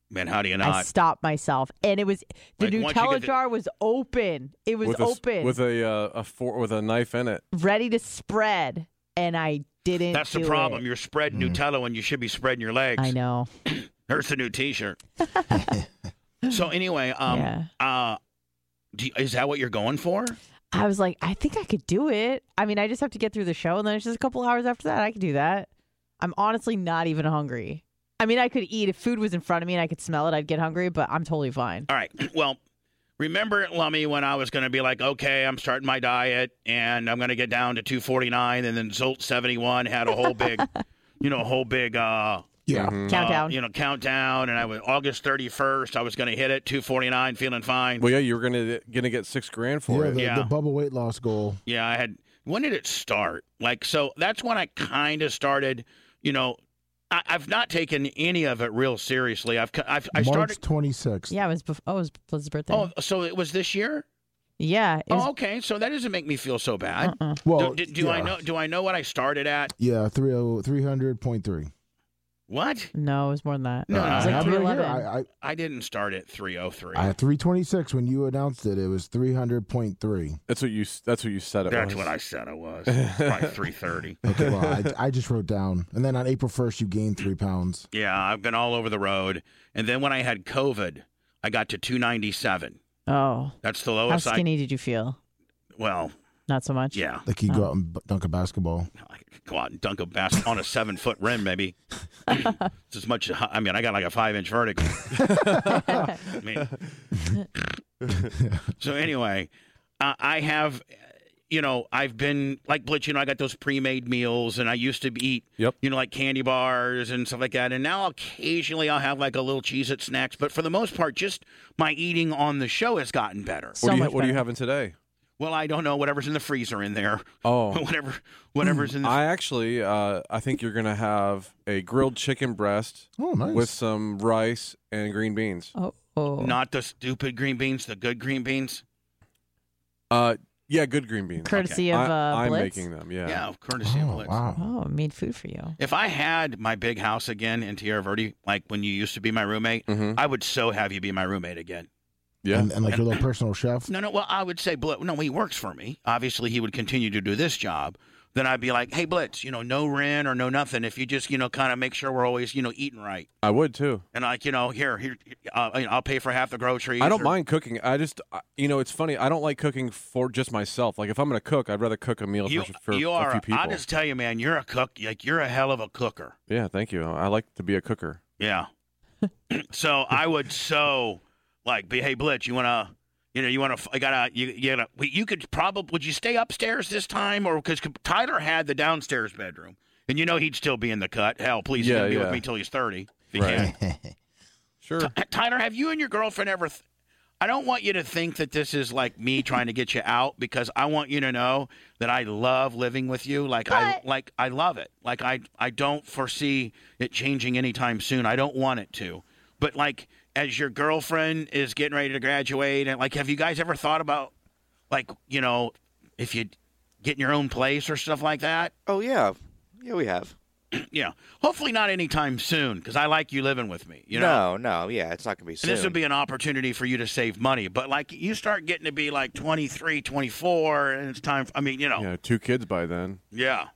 Speaker 1: Man, how do you
Speaker 10: I
Speaker 1: not?
Speaker 10: stopped myself, and it was the
Speaker 1: Like, once you
Speaker 10: Nutella
Speaker 1: get the-
Speaker 10: jar was open. It was
Speaker 8: with a, s-
Speaker 10: open,
Speaker 8: with a uh, a fork with a knife in it.
Speaker 10: ready to spread, and I didn't.
Speaker 1: That's the
Speaker 10: do
Speaker 1: problem.
Speaker 10: it.
Speaker 1: You're spreading
Speaker 7: Mm.
Speaker 1: Nutella when you should be spreading your legs.
Speaker 10: I know.
Speaker 1: There's the new T-shirt. so anyway, um, uh, do you- is that what you're going for?
Speaker 10: I was like, I think I could do it. I mean, I just have to get through the show, and then it's just a couple hours after that. I could do that. I'm honestly not even hungry. I mean, I could eat if food was in front of me and I could smell it. I'd get hungry, but I'm totally fine.
Speaker 1: All right. Well, remember Lummy when I was going to be like, okay, I'm starting my diet and I'm going to get down to 249, and then Zolt 71 had a whole big, you know, a whole big. Uh,
Speaker 7: Yeah.
Speaker 1: uh,
Speaker 10: Mm-hmm. Countdown.
Speaker 1: you know, countdown, and I was August 31st. I was going to hit it 249, feeling fine.
Speaker 8: Well, yeah, you were gonna gonna get six grand for
Speaker 7: Yeah,
Speaker 8: it.
Speaker 7: the, the bubble weight loss goal.
Speaker 1: Yeah, I had. When did it start? Like, so that's when I kind of started. You know, I, I've not taken any of it real seriously. I've, c- I've I
Speaker 7: March
Speaker 1: started.
Speaker 7: 26th.
Speaker 10: Yeah, it was before. Oh, it was Blizz's birthday.
Speaker 1: Oh, so it was this year.
Speaker 10: yeah. it was- Uh-uh.
Speaker 1: Oh, okay. So that doesn't make me feel so bad.
Speaker 7: Well,
Speaker 1: do, do, do I
Speaker 7: yeah.
Speaker 1: know? Do I know what I started at?
Speaker 7: Yeah, oh, 30 300.3.
Speaker 1: What?
Speaker 10: No, it was more than that.
Speaker 1: No,
Speaker 7: Uh,
Speaker 1: no,
Speaker 7: I
Speaker 1: no.
Speaker 7: have it right here. I, I,
Speaker 1: I didn't start at 303.
Speaker 7: I had 326 when you announced it. It was 300.3.
Speaker 8: That's what you. s- That's what you said. It
Speaker 1: That's
Speaker 8: was.
Speaker 1: what I said it was. Probably 330.
Speaker 7: Okay, well, I, I just wrote down. And then on April 1st, you gained three pounds.
Speaker 1: Yeah, I've been all over the road. And then when I had COVID, I got to 297.
Speaker 10: Oh.
Speaker 1: That's the
Speaker 10: How
Speaker 1: lowest
Speaker 10: skinny did you feel?
Speaker 1: I. Well,
Speaker 10: Not so much. Oh.
Speaker 1: yeah.
Speaker 7: Like you go out and b- dunk a basketball.
Speaker 1: go out and dunk a basket on a seven foot rim, maybe. it's as much. I mean, I got like a five inch vertical. I mean, so anyway, uh, I have, you know, I've been like Blitz. You know, I got those pre made meals, and I used to eat, yep. you know, like candy bars and stuff like that. And now occasionally I'll have like a little cheese at snacks, but for the most part, just my eating on the show has gotten better.
Speaker 8: What, do you, what are you having today?
Speaker 1: Well, I don't know. Whatever's in the freezer in there.
Speaker 8: Oh. Hmm.
Speaker 1: whatever, whatever's in the
Speaker 8: I actually, uh, I think you're gonna have a grilled chicken breast
Speaker 7: Oh, nice.
Speaker 8: with some rice and green beans.
Speaker 10: Oh, oh.
Speaker 1: Not the stupid green beans, the good green beans.
Speaker 8: Uh, yeah, good green beans.
Speaker 10: Courtesy of, uh,
Speaker 8: I, am
Speaker 10: Blitz?
Speaker 8: making them. Yeah.
Speaker 1: Yeah, courtesy of Blitz.
Speaker 10: Oh, made food for you.
Speaker 1: If I had my big house again in Tierra Verde, like when you used to be my roommate, I would so have you be my roommate again.
Speaker 8: Mm-hmm. Yeah.
Speaker 7: And, and like your little personal chef.
Speaker 1: No, no. Well, I would say, Blit- no, he works for me. Obviously, he would continue to do this job, then I'd be like, hey, Blitz, you know, no rent or no nothing. If you just, you know, kind of make sure we're always, you know, eating right.
Speaker 8: I would too.
Speaker 1: And like, you know, here, here, uh, you know, I'll pay for half the groceries.
Speaker 8: I don't
Speaker 1: or-
Speaker 8: mind cooking. I just, I- you know, it's funny. I don't like cooking for just myself. Like if I'm going to cook, I'd rather cook a meal
Speaker 1: You,
Speaker 8: for, for
Speaker 1: you
Speaker 8: a
Speaker 1: are.
Speaker 8: few people.
Speaker 1: I just tell you, man, you're a cook. Like you're a hell of a cooker.
Speaker 8: yeah, thank you. I like to be a cooker.
Speaker 1: Yeah. so I would so like be hey Blitz, you wanna you know you wanna I gotta you, you gotta well, you could probably would you stay upstairs this time or because Tyler had the downstairs bedroom and you know he'd still be in the cut. Hell, please he's
Speaker 8: Yeah,
Speaker 1: gonna be
Speaker 8: yeah.
Speaker 1: with me till he's thirty. If he
Speaker 8: Right.
Speaker 1: can.
Speaker 8: sure.
Speaker 1: Tyler, have you and your girlfriend ever? Th- I don't want you to think that this is like me trying to get you out because I want you to know that I love living with you. Like I like I love it. Like I I don't foresee it changing anytime soon. I don't want it to. But like as your girlfriend is getting ready to graduate and like have you guys ever thought about like, you know, if you get in your own place or stuff like that?
Speaker 26: Oh yeah, yeah we have.
Speaker 1: yeah. Hopefully not anytime soon because I like you living with me, you know.
Speaker 26: no, no, yeah, it's not gonna be
Speaker 1: And
Speaker 26: soon.
Speaker 1: this would be an opportunity for you to save money. But like you start getting to be like 23, 24, and it's time. I mean, you know,
Speaker 8: Yeah, two kids by then.
Speaker 1: yeah,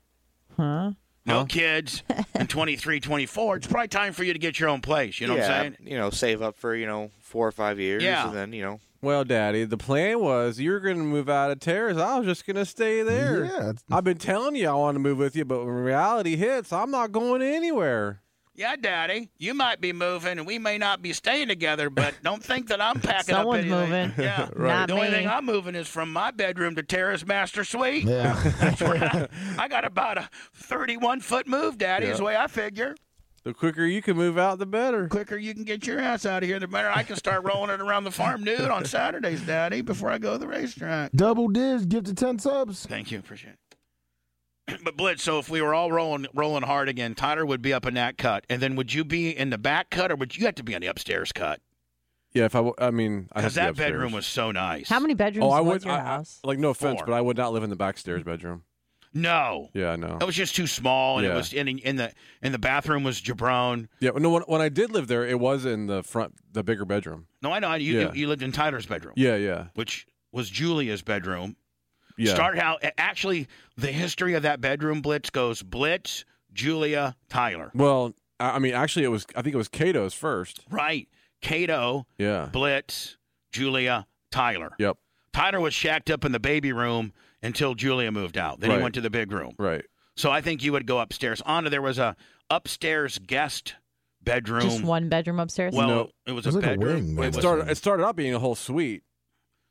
Speaker 10: Huh?
Speaker 1: no kids and 23, 24. It's probably time for you to get your own place. You know
Speaker 26: yeah,
Speaker 1: what I'm saying?
Speaker 26: You know, save up for you know four or five years,
Speaker 1: Yeah.
Speaker 26: and then you know.
Speaker 8: Well, Daddy, the plan was you were going to move out of Terrace. I was just going to stay there. Yeah. I've been telling you I want to move with you, but when reality hits, I'm not going anywhere.
Speaker 1: Yeah, Daddy, you might be moving, and we may not be staying together. But don't think that I'm packing
Speaker 10: Someone's
Speaker 1: up anything.
Speaker 10: moving.
Speaker 1: Yeah,
Speaker 10: Right. Not
Speaker 1: the only
Speaker 10: me.
Speaker 1: thing I'm moving is from my bedroom to Terrace Master Suite.
Speaker 7: Yeah.
Speaker 1: That's where I, I got about a 31 foot move, Daddy. Is
Speaker 8: Yeah.
Speaker 1: the way I figure.
Speaker 8: The quicker you can move out, the better.
Speaker 1: quicker you can get your ass out of here, the better I can start rolling it around the farm nude on Saturdays, Daddy, before I go to the racetrack.
Speaker 7: Double dibs, give to ten subs.
Speaker 1: Thank you, appreciate it. But Blitz, so if we were all rolling rolling hard again, Tyler would be up in that cut, and then would you be in the back cut, or would you have to be on the upstairs cut?
Speaker 8: Yeah, if I, w- I mean, I have
Speaker 1: Because
Speaker 8: to be
Speaker 1: that
Speaker 8: upstairs.
Speaker 1: bedroom was so nice.
Speaker 10: How many bedrooms
Speaker 8: oh, I would.
Speaker 10: was your
Speaker 8: I- I-
Speaker 10: house?
Speaker 8: like, no offense,
Speaker 1: Four.
Speaker 8: but I would not live in the backstairs bedroom.
Speaker 1: No,
Speaker 8: Yeah, I know.
Speaker 1: that was just too small, and it
Speaker 8: Yeah.
Speaker 1: was in in the in the bathroom was Jabron.
Speaker 8: Yeah, no. When, when I did live there, it was in the front, the bigger bedroom.
Speaker 1: No, I know you
Speaker 8: Yeah.
Speaker 1: you lived in Tyler's bedroom.
Speaker 8: Yeah, yeah,
Speaker 1: which was Julia's bedroom.
Speaker 8: yeah.
Speaker 1: Start how actually the history of that bedroom blitz goes Blitz, Julia, Tyler.
Speaker 8: Well, I, I mean, actually, it was. I think it was Cato's first.
Speaker 1: Right. Cato,
Speaker 8: Yeah.
Speaker 1: Blitz, Julia, Tyler.
Speaker 8: Yep.
Speaker 1: Tyler was shacked up in the baby room until Julia moved out. Then he
Speaker 8: Right.
Speaker 1: went to the big room.
Speaker 8: Right.
Speaker 1: So I think you would go upstairs. Anna, there was a upstairs guest bedroom.
Speaker 10: Just one bedroom upstairs?
Speaker 1: Well, it was, a bedroom.
Speaker 8: It
Speaker 1: was-
Speaker 8: started. It started out being a whole suite.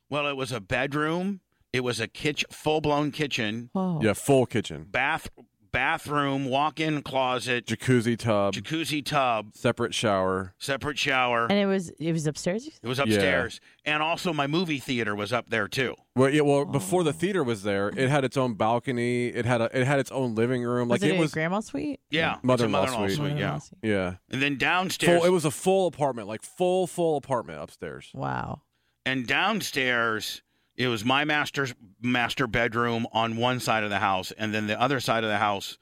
Speaker 1: well, it was a bedroom. It was a kitchen, full blown kitchen,
Speaker 10: Oh.
Speaker 8: Yeah, full kitchen,
Speaker 1: bath, bathroom, walk in closet,
Speaker 8: jacuzzi tub,
Speaker 1: jacuzzi tub,
Speaker 8: separate shower.
Speaker 1: separate shower.
Speaker 10: And it was it was upstairs. you said?
Speaker 1: It was
Speaker 8: Yeah.
Speaker 1: upstairs. And also my movie theater was up there too.
Speaker 8: Well, yeah. Well, before
Speaker 1: Oh.
Speaker 8: the theater was there, it had its own balcony. It had a. It had its own living room. Like
Speaker 10: was it,
Speaker 8: it
Speaker 10: a
Speaker 8: was. Mm,
Speaker 10: grandma suite?
Speaker 1: Yeah.
Speaker 8: Mother-in-law
Speaker 1: it's a mother-in-law
Speaker 8: suite.
Speaker 1: suite. Yeah.
Speaker 8: yeah.
Speaker 1: And then downstairs
Speaker 8: Full, it was a full apartment, like full, full apartment upstairs.
Speaker 10: Wow.
Speaker 1: and downstairs it was my master's master bedroom on one side of the house and then the other side of the house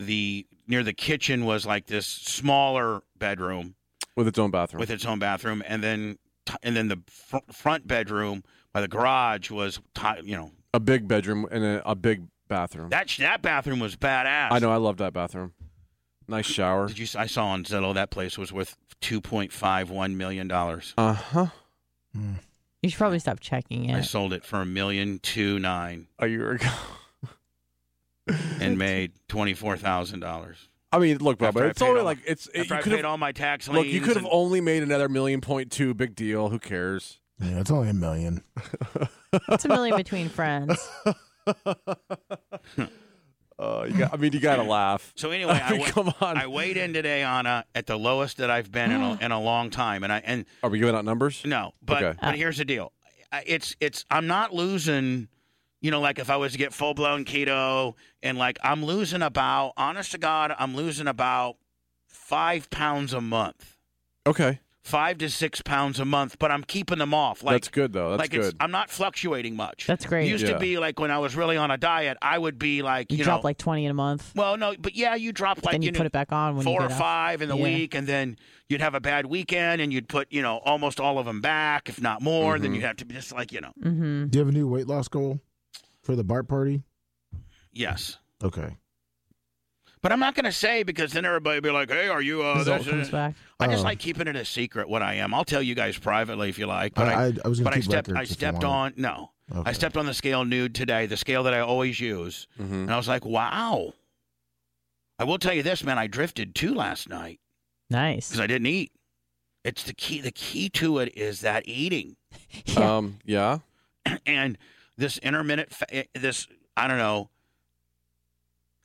Speaker 1: the near the kitchen was like this smaller bedroom
Speaker 8: With its own bathroom.
Speaker 1: with its own bathroom and then and then the fr- front bedroom by the garage was ti you know
Speaker 8: a big bedroom and a, a big bathroom.
Speaker 1: that sh- that bathroom was badass
Speaker 8: I know. I love that bathroom. Nice shower.
Speaker 1: did you s- I saw on Zillow that place was worth 2.51 million dollars
Speaker 8: Uh huh.
Speaker 10: Mm. You should probably stop checking
Speaker 1: I
Speaker 10: it.
Speaker 1: sold it for a million two nine
Speaker 8: A year ago.
Speaker 1: and made twenty four thousand dollars.
Speaker 8: I mean, look,
Speaker 1: After
Speaker 8: Bubba,
Speaker 1: I
Speaker 8: it's
Speaker 1: paid
Speaker 8: only
Speaker 1: all-
Speaker 8: like it's. It,
Speaker 1: after
Speaker 8: you
Speaker 1: I
Speaker 8: could've-
Speaker 1: paid all my tax
Speaker 8: Look, you
Speaker 1: liens
Speaker 8: could have
Speaker 1: and-
Speaker 8: only made another million point two. Big deal. Who cares?
Speaker 7: Yeah, it's only a million.
Speaker 10: It's a million between friends.
Speaker 8: Uh, you got, I mean, you got to laugh.
Speaker 1: So anyway, I,
Speaker 8: mean,
Speaker 1: wa-
Speaker 8: come on.
Speaker 1: I weighed in today, Anna, at the lowest that I've been in a, in a long time, and I and
Speaker 8: Are we giving out numbers?
Speaker 1: no, but
Speaker 8: Okay.
Speaker 1: but here's the deal: I- it's it's I'm not losing. You know, like if I was to get full blown keto, and like I'm losing about, honest to God, I'm losing about five pounds a month,
Speaker 8: Okay,
Speaker 1: five to six pounds a month, but I'm keeping them off. Like
Speaker 8: that's good though. That's
Speaker 1: like It's,
Speaker 8: good.
Speaker 1: I'm not fluctuating much.
Speaker 10: That's great.
Speaker 1: Used
Speaker 8: Yeah.
Speaker 1: to be like when I was really on a diet, I would be like,
Speaker 10: You,
Speaker 1: you, know,
Speaker 10: drop like twenty in a month.
Speaker 1: well, no, but yeah, you drop like
Speaker 10: then you,
Speaker 1: know,
Speaker 10: put it back on when you
Speaker 1: four or
Speaker 10: get out.
Speaker 1: five in the
Speaker 10: Yeah.
Speaker 1: week, and then you'd have a bad weekend, and you'd put you know almost all of them back, if not more. Then
Speaker 7: Mhm.
Speaker 1: you'd have to be just like you know,
Speaker 10: Mm-hmm.
Speaker 7: Do you have a new weight loss goal for the BART party?
Speaker 1: Yes.
Speaker 7: Okay.
Speaker 1: But I'm not going to say because then everybody will be like, "Hey, are you?" Uh,
Speaker 7: This all
Speaker 1: this,
Speaker 7: comes
Speaker 1: uh,
Speaker 7: back.
Speaker 1: I just
Speaker 7: Oh.
Speaker 1: like keeping it a secret what I am. I'll tell you guys privately if you like. But
Speaker 7: I-
Speaker 1: I,
Speaker 7: I- I was gonna
Speaker 1: but I
Speaker 7: keep
Speaker 1: stepped. I
Speaker 7: records if you
Speaker 1: stepped on.
Speaker 7: wanted.
Speaker 1: No, I
Speaker 7: Okay.
Speaker 1: stepped on the scale nude today, the scale that I always use,
Speaker 8: Mm-hmm.
Speaker 1: and I was like, "Wow." I will tell you this, man. I drifted too last night
Speaker 10: Nice.
Speaker 1: because I didn't eat. It's the key. The key to it is that eating.
Speaker 8: Um, yeah.
Speaker 1: and this intermittent, fa- eh, this I don't know,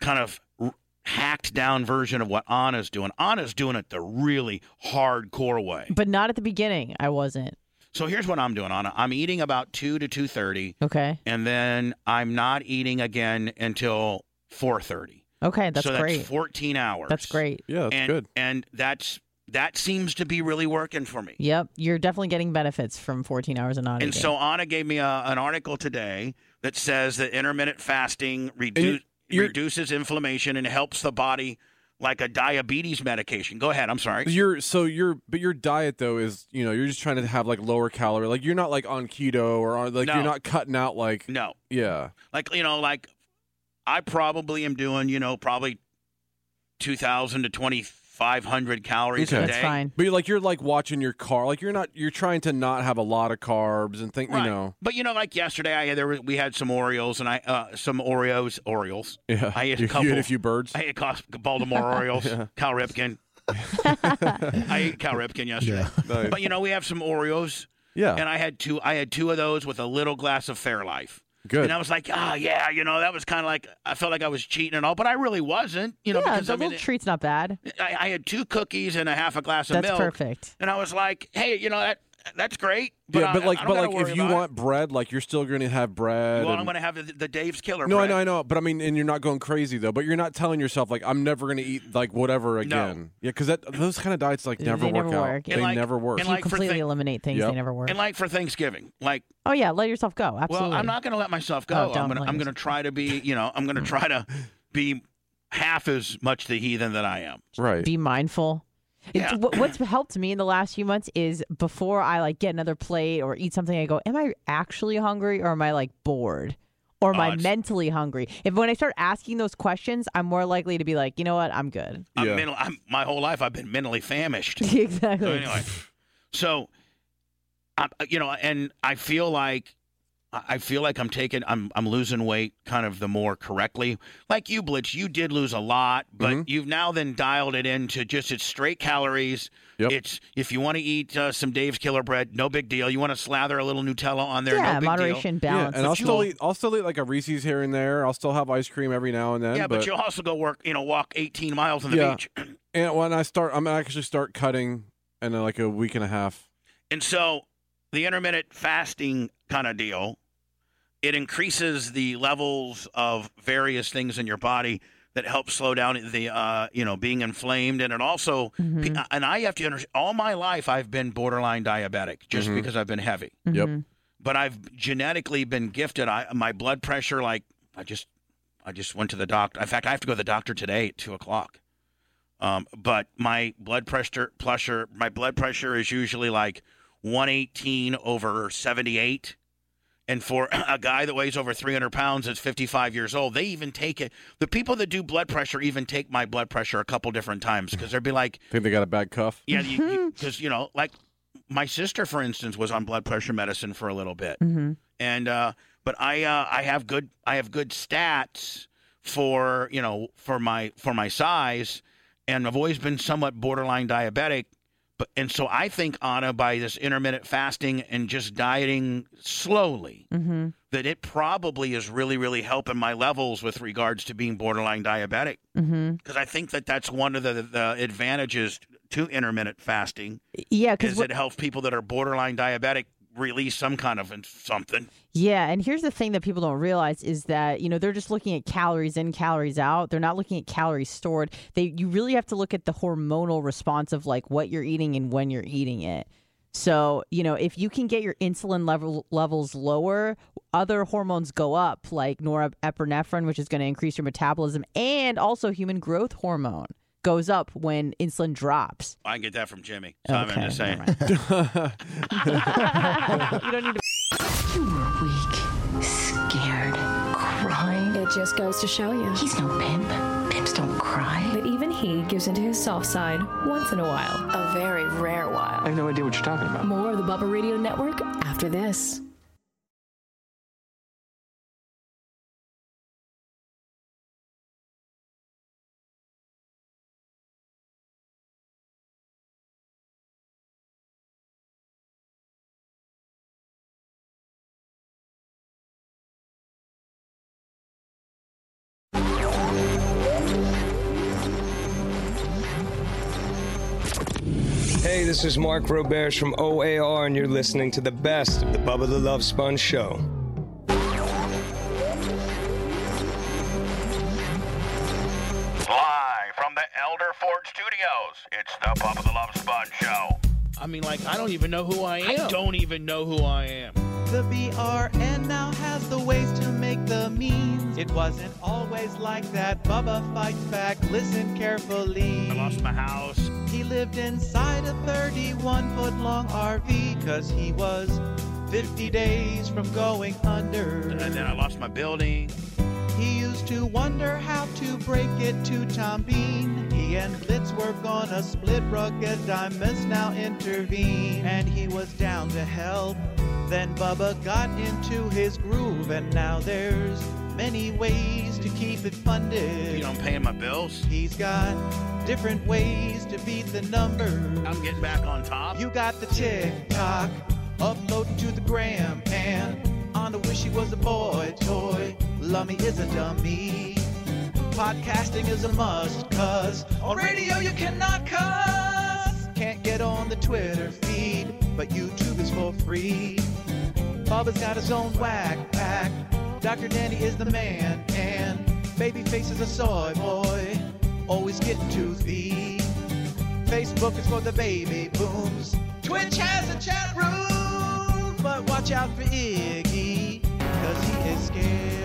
Speaker 1: kind of r- hacked down version of what Anna's doing. Anna's doing it the really hardcore way.
Speaker 10: But not at the beginning. I wasn't.
Speaker 1: So here's what I'm doing, Anna. I'm eating about two to two thirty,
Speaker 10: Okay.
Speaker 1: and then I'm not eating again until four thirty.
Speaker 10: Okay, that's
Speaker 1: so that's
Speaker 10: great.
Speaker 1: 14 hours.
Speaker 10: That's great.
Speaker 8: Yeah, that's
Speaker 1: and,
Speaker 8: good.
Speaker 1: And that's that seems to be really working for me.
Speaker 10: Yep, you're definitely getting benefits from 14 hours of not
Speaker 1: And
Speaker 10: eating.
Speaker 1: so Anna gave me a, an article today that says that intermittent fasting redu-
Speaker 8: And you're-
Speaker 1: reduces inflammation and helps the body like a diabetes medication. Go ahead. I'm sorry.
Speaker 8: Your so your but your diet though is you know you're just trying to have like lower calorie like you're not like on keto or on like
Speaker 1: No.
Speaker 8: you're not cutting out like
Speaker 1: no
Speaker 8: yeah
Speaker 1: Like you know, like I probably am doing you know probably two thousand to twenty five hundred calories a day.
Speaker 8: But you're like you're like watching your car like you're not you're trying to not have a lot of carbs and think
Speaker 1: Right.
Speaker 8: you know
Speaker 1: But you know, like yesterday, I had there was- we had some Orioles and I uh, some Oreos, Orioles.
Speaker 8: Yeah.
Speaker 1: I ate
Speaker 8: You-
Speaker 1: a
Speaker 8: you
Speaker 1: couple.
Speaker 8: ate a few birds.
Speaker 1: I ate cos- Baltimore Orioles.
Speaker 8: Yeah.
Speaker 1: Cal Ripken. I ate Cal Ripken yesterday.
Speaker 8: Oh, Yeah. Nice.
Speaker 1: But you know, we have some Oreos.
Speaker 8: Yeah.
Speaker 1: And I had two. I had two of those with a little glass of Fairlife.
Speaker 8: Good.
Speaker 1: And I was like, ah, yeah, you know, that was kind of like I felt like I was cheating and all, but I really wasn't. You know,
Speaker 10: yeah,
Speaker 1: because
Speaker 10: the
Speaker 1: I mean,
Speaker 10: little treat's not bad.
Speaker 1: I, I had two cookies and a half a glass of
Speaker 10: That's
Speaker 1: milk.
Speaker 10: perfect.
Speaker 1: And I was like, hey, you know that that's great. But
Speaker 8: yeah
Speaker 1: I-
Speaker 8: but
Speaker 1: I
Speaker 8: like
Speaker 1: don't
Speaker 8: but
Speaker 1: gotta
Speaker 8: like
Speaker 1: worry
Speaker 8: if you
Speaker 1: about it.
Speaker 8: want bread like you're still going to have bread
Speaker 1: Well,
Speaker 8: and-
Speaker 1: I'm going to have the, the Dave's Killer.
Speaker 8: no I
Speaker 1: bread.
Speaker 8: know I know but I mean and you're not going crazy though but you're not telling yourself like I'm never going to eat like whatever again yeah because that those kind of diets like never
Speaker 10: they
Speaker 8: work
Speaker 10: never
Speaker 8: out
Speaker 10: work.
Speaker 8: they never work
Speaker 10: You completely eliminate things.
Speaker 8: Yep.
Speaker 10: They never work.
Speaker 1: And like for Thanksgiving, like
Speaker 10: oh yeah, let yourself go. Absolutely.
Speaker 1: well, I'm not going to let myself go.
Speaker 10: Oh,
Speaker 1: I'm
Speaker 10: don't
Speaker 1: going to
Speaker 10: blame
Speaker 1: I'm going to try to be, you know, I'm going to try to be half as much the heathen that I am.
Speaker 8: right
Speaker 10: be mindful It's-
Speaker 1: Yeah.
Speaker 10: what- what's helped me in the last few months is before i like get another plate or eat something i go am i actually hungry or am i like bored or am
Speaker 1: Oh,
Speaker 10: i
Speaker 1: it's-
Speaker 10: mentally hungry if when i start asking those questions i'm more likely to be like you know what i'm good
Speaker 1: I'm mental, I'm, my whole life I've been mentally famished.
Speaker 10: exactly
Speaker 1: So anyway, so I, you know, and I feel like I I feel like I'm taking I'm I'm losing weight kind of the more correctly. Like you, Blitz, you did lose a lot, but you've now then dialed it into just it's straight calories. It's if you want to eat uh, some Dave's Killer Bread, no big deal. You want to slather a little Nutella on there, no big deal.
Speaker 8: Yeah, and I'll still eat. I'll still eat like a Reese's here and there. I'll still have ice cream every now and then.
Speaker 1: Yeah, but, you'll also go work, you know, walk 18 miles on the
Speaker 8: yeah.
Speaker 1: beach.
Speaker 8: And when I start, I'm gonna actually start cutting in uh, like a week and a half.
Speaker 1: And so the intermittent fasting kind of deal, it increases the levels of various things in your body that help slow down the uh, you know being inflamed and it also
Speaker 14: Mm-hmm.
Speaker 1: and I have to understand all my life I've been borderline diabetic just
Speaker 8: Mhm.
Speaker 1: because I've been heavy.
Speaker 8: Yep.
Speaker 10: Mm-hmm.
Speaker 1: But I've genetically been gifted I my blood pressure like I just I just went to the doctor. In fact, I have to go to the doctor today at two o'clock. Um, but my blood pressure, pressure, my blood pressure is usually like 118 over 78. And for a guy that weighs over 300 pounds, that's 55 years old. They even take it. The people that do blood pressure even take my blood pressure a couple different times because they'd be like,
Speaker 8: Think they got a bad cuff.
Speaker 1: yeah, because you, 'cause, you know, like my sister, for instance, was on blood pressure medicine for a little bit
Speaker 10: Mm-hmm.
Speaker 1: and uh, but I uh, I have good I have good stats for you know for my for my size, and I've always been somewhat borderline diabetic, but and so I think Anna by this intermittent fasting and just dieting slowly
Speaker 10: mm-hmm.
Speaker 1: that it probably is really really helping my levels with regards to being borderline diabetic
Speaker 10: Mm-hmm.
Speaker 1: because I think that that's one of the, the advantages to intermittent fasting
Speaker 10: yeah because
Speaker 1: is it helps people that are borderline diabetic release some kind of something.
Speaker 10: Yeah, and here's the thing that people don't realize is that, you know, they're just looking at calories in, calories out. They're not looking at calories stored. They you really have to look at the hormonal response of like what you're eating and when you're eating it. So, you know, if you can get your insulin level levels lower, other hormones go up like norepinephrine, which is going to increase your metabolism, and also human growth hormone goes up when insulin drops.
Speaker 1: I can get that from Jimmy. So I'm just saying.
Speaker 10: you don't need to
Speaker 5: You were weak, scared, crying. It just goes to show you. He's no pimp. Pimps don't cry. But even he gives into his soft side once in a while. A very rare while.
Speaker 11: I have no idea what you're talking about.
Speaker 5: More of the Bubba Radio Network after this.
Speaker 16: Hey, this is Mark Roberge from OAR, and you're listening to the best of the Bubba the Love Sponge show.
Speaker 17: Live from the Elder Ford Studios, it's the Pop of the Love Sponge Show.
Speaker 1: I mean, like, I don't even know who I am.
Speaker 14: I
Speaker 1: don't even know who I am.
Speaker 14: The BRN now has the ways to make the means. It wasn't always like that. Bubba fights back. Listen carefully. I lost my house. He lived inside a 31 foot long RV because he was 50 days from going under. And then I lost my building. He used to wonder how to break it to Tom Bean. He and Blitz were gonna split rugged diamonds, now intervene. And he was down to help. Then Bubba got into his groove, and now there's many ways to keep it funded.
Speaker 1: You know, I'm paying my bills.
Speaker 14: He's got different ways to beat the numbers. I'm getting back on top. You got the TikTok, upload to the gram, and on the wish he was a boy toy. Lummy is a dummy. Podcasting is a must, cuz on radio you cannot cuss. Can't get on the Twitter feed, but YouTube is for free. Bubba's got his own whack pack. Dr. Danny is the man, and Babyface is a soy boy. Always getting to the Facebook is for the baby booms. Twitch has a chat room, but watch out for Iggy, cause he is scary.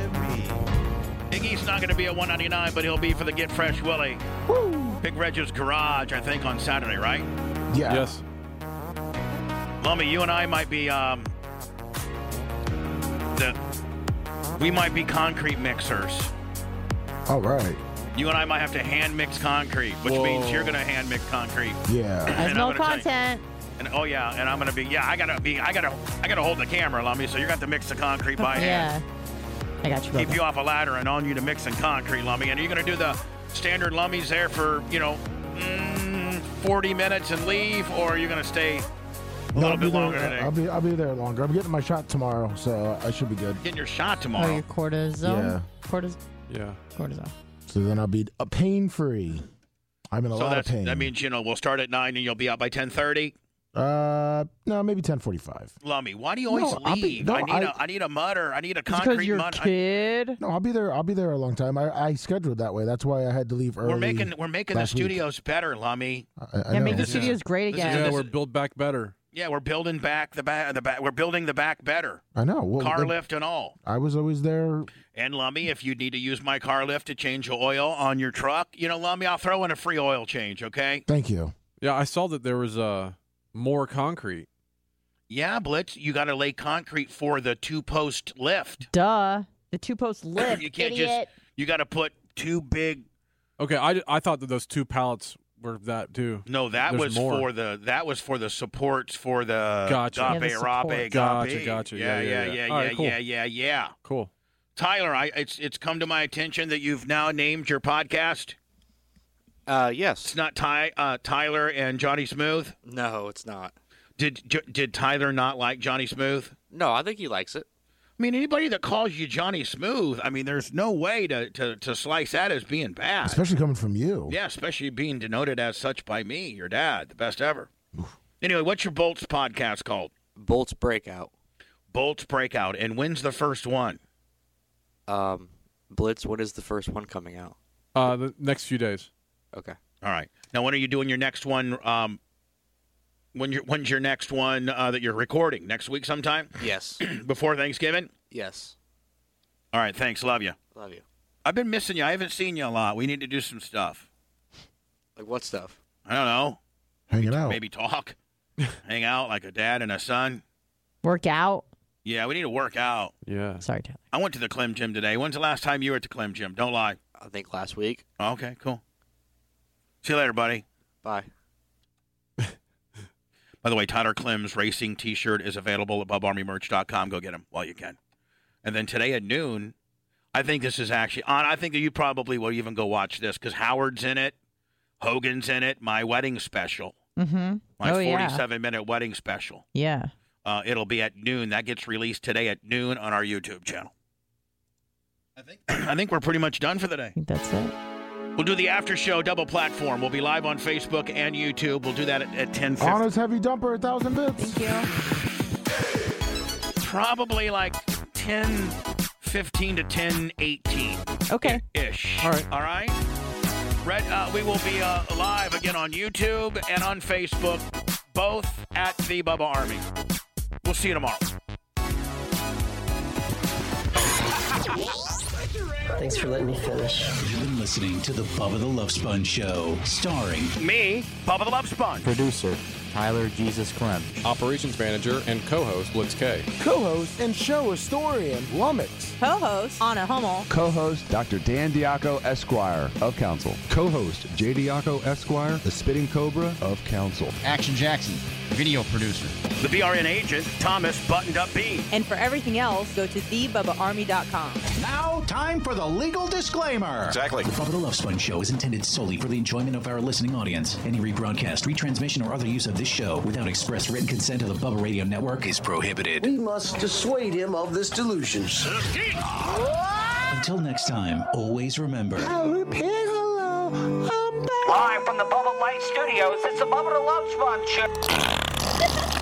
Speaker 1: Iggy's not going to be at 199, but he'll be for the Get Fresh Willie. Big Reggie's Garage, I think, on Saturday, right?
Speaker 7: Yeah. Yes.
Speaker 1: Lummy, you and I might be um, the we might be concrete mixers.
Speaker 7: All right.
Speaker 1: You and I might have to hand mix concrete, which
Speaker 7: Whoa.
Speaker 1: means you're going to hand mix concrete.
Speaker 7: Yeah.
Speaker 1: And I'm gonna tell you- and oh yeah, and I'm going to be yeah, I got to be I got to I got to hold the camera, Lummy, so you're going to have to mix the concrete by hand.
Speaker 10: yeah. I got you.
Speaker 1: keep you off a ladder and on you to mix and concrete lummy. And you're going to do the standard lummies there for, you know, mm, 40 minutes and leave, or you're going to stay a
Speaker 7: Well,
Speaker 1: little bit
Speaker 7: be there-
Speaker 1: longer today?
Speaker 7: I'll be I'll be there longer. I'm getting my shot tomorrow, so I should be good.
Speaker 1: Getting your shot tomorrow.
Speaker 10: Oh, your cortisone.
Speaker 7: Yeah.
Speaker 10: Cortis-
Speaker 7: Yeah.
Speaker 10: Cortisone.
Speaker 7: So then I'll be uh, pain free. I'm in a
Speaker 1: so
Speaker 7: lot of
Speaker 1: that's,
Speaker 7: pain.
Speaker 1: that means, you know, we'll start at 9 and you'll be out by 10.30.
Speaker 7: uh, no, maybe ten forty five.
Speaker 1: Lummy, why do you always
Speaker 7: No, I'll be-
Speaker 1: leave?
Speaker 7: no,
Speaker 1: I need
Speaker 7: I-
Speaker 1: a I need a mutter. I need a concrete mud. I-
Speaker 10: kid.
Speaker 7: No, I'll be there. I'll be there a long time. I, I scheduled that way. That's why I had to leave early.
Speaker 1: we're making we're making the
Speaker 7: last week.
Speaker 1: studios better, Lummy.
Speaker 7: I Yeah, make know. the
Speaker 1: This is-
Speaker 10: studio's great
Speaker 1: this is-
Speaker 10: again.
Speaker 1: this
Speaker 8: Yeah,
Speaker 1: is-
Speaker 8: we're built back better.
Speaker 1: yeah, we're building back the back the back. We're building the back better.
Speaker 7: I know. Well,
Speaker 1: Car
Speaker 7: the-
Speaker 1: lift and all.
Speaker 7: I was always there.
Speaker 1: And Lummy, if you need to use my car lift to change the oil on your truck, you know, Lummy, I'll throw in a free oil change, okay?
Speaker 7: Thank you.
Speaker 8: Yeah, I saw that there was uh, more concrete.
Speaker 1: Yeah, Blitz, you got to lay concrete for the two post lift.
Speaker 10: Duh. The two post lift.
Speaker 1: you can't
Speaker 10: idiot.
Speaker 1: just, you got to put two big.
Speaker 8: Okay, I, I thought that those two pallets were that too.
Speaker 1: No, that
Speaker 8: There's
Speaker 1: was
Speaker 8: more.
Speaker 1: for the that was for the supports for the
Speaker 8: Gotcha. Yeah, the
Speaker 1: Gabe,
Speaker 8: support.
Speaker 1: Rabe,
Speaker 8: Gotcha,
Speaker 1: Gabe.
Speaker 8: gotcha.
Speaker 1: Yeah, yeah, yeah, yeah, yeah,
Speaker 8: All right, cool.
Speaker 1: yeah, yeah,
Speaker 8: Cool.
Speaker 1: Tyler, I it's it's come to my attention that you've now named your podcast.
Speaker 26: Uh, yes.
Speaker 1: It's not Ty uh, Tyler and Johnny Smooth.
Speaker 26: No, it's not.
Speaker 1: Did J- did Tyler not like Johnny Smooth?
Speaker 26: No, I think he likes it.
Speaker 1: I mean, anybody that calls you Johnny Smooth, I mean, there's no way to, to, to slice that as being bad.
Speaker 7: Especially coming from you.
Speaker 1: yeah, especially being denoted as such by me, your dad, the best ever. Anyway, what's your Bolts podcast called?
Speaker 26: Bolts Breakout.
Speaker 1: Bolts Breakout. And when's the first one?
Speaker 26: Um, Blitz, when is the first one coming out?
Speaker 8: Uh, the next few days.
Speaker 26: Okay.
Speaker 1: All right. Now, when are you doing your next one? Um, when your when's your next one uh, that you're recording? Next week sometime?
Speaker 26: Yes.
Speaker 1: Before Thanksgiving?
Speaker 26: Yes.
Speaker 1: All right. Thanks. Love you.
Speaker 26: Love you.
Speaker 1: I've been missing you. I haven't seen you a lot. We need to do some stuff.
Speaker 26: Like what stuff?
Speaker 1: I don't know.
Speaker 10: Oh.
Speaker 7: Hanging out.
Speaker 1: Maybe talk, hang out like a dad and a son.
Speaker 10: Work out.
Speaker 1: Yeah, we need to work out.
Speaker 37: Yeah.
Speaker 10: Sorry, Taylor.
Speaker 1: I went to the Clem Gym today. When's the last time you were at the Clem Gym? Don't lie.
Speaker 38: I think last week.
Speaker 1: Okay, cool. See you later, buddy.
Speaker 38: Bye.
Speaker 1: By the way, Tyler Clem's racing t shirt is available at bubarmymerch.com. Go get them while you can. And then today at noon, I think this is actually on. I think that you probably will even go watch this because Howard's in it, Hogan's in it, my wedding special,
Speaker 10: Mm-hmm.
Speaker 1: my
Speaker 10: oh
Speaker 1: 47 minute wedding special.
Speaker 10: yeah.
Speaker 1: Uh, it'll be at noon. That gets released today at noon on our YouTube channel. I think I think we're pretty much done for the day.
Speaker 10: that's it.
Speaker 1: We'll do the after show double platform. We'll be live on Facebook and YouTube. We'll do that at, at ten fifteen.
Speaker 7: Honest heavy dumper, a thousand bits. Thank you.
Speaker 1: Probably like 10, 15 to 10, 18.
Speaker 10: Okay.
Speaker 1: Ish. All right. All right. Red, uh, we will be uh, live again on YouTube and on Facebook, both at the Bubba Army. We'll see you tomorrow.
Speaker 14: Thanks for letting me finish. You've been listening to the Bubba the Love Sponge Show, starring
Speaker 1: Me, Bubba the Love Sponge.
Speaker 8: Producer, Tyler Jesus Clem. Operations manager and co-host, Blitz K.
Speaker 7: Co-host and show historian Lummox.
Speaker 10: Co-host Anna Hummel.
Speaker 20: Co-host Dr. Dan Diaco Esquire of Council. Co-host J. Diaco Esquire, the Spitting Cobra of Council.
Speaker 39: Action Jackson, video producer.
Speaker 1: The BRN agent, Thomas Buttoned Up Bean.
Speaker 14: And for everything else, go to thebubbaarmy.com. Now, time for the legal disclaimer. Exactly. The Bubba the Love Sponge Show is intended solely for the enjoyment of our listening audience. Any rebroadcast, retransmission, or other use of this show without express written consent of the Bubba Radio Network is prohibited.
Speaker 40: We must dissuade him of this delusion.
Speaker 14: Until next time, always remember.
Speaker 2: Live from the Bubble Light Studios, it's the Bubble to Love Sponge Show.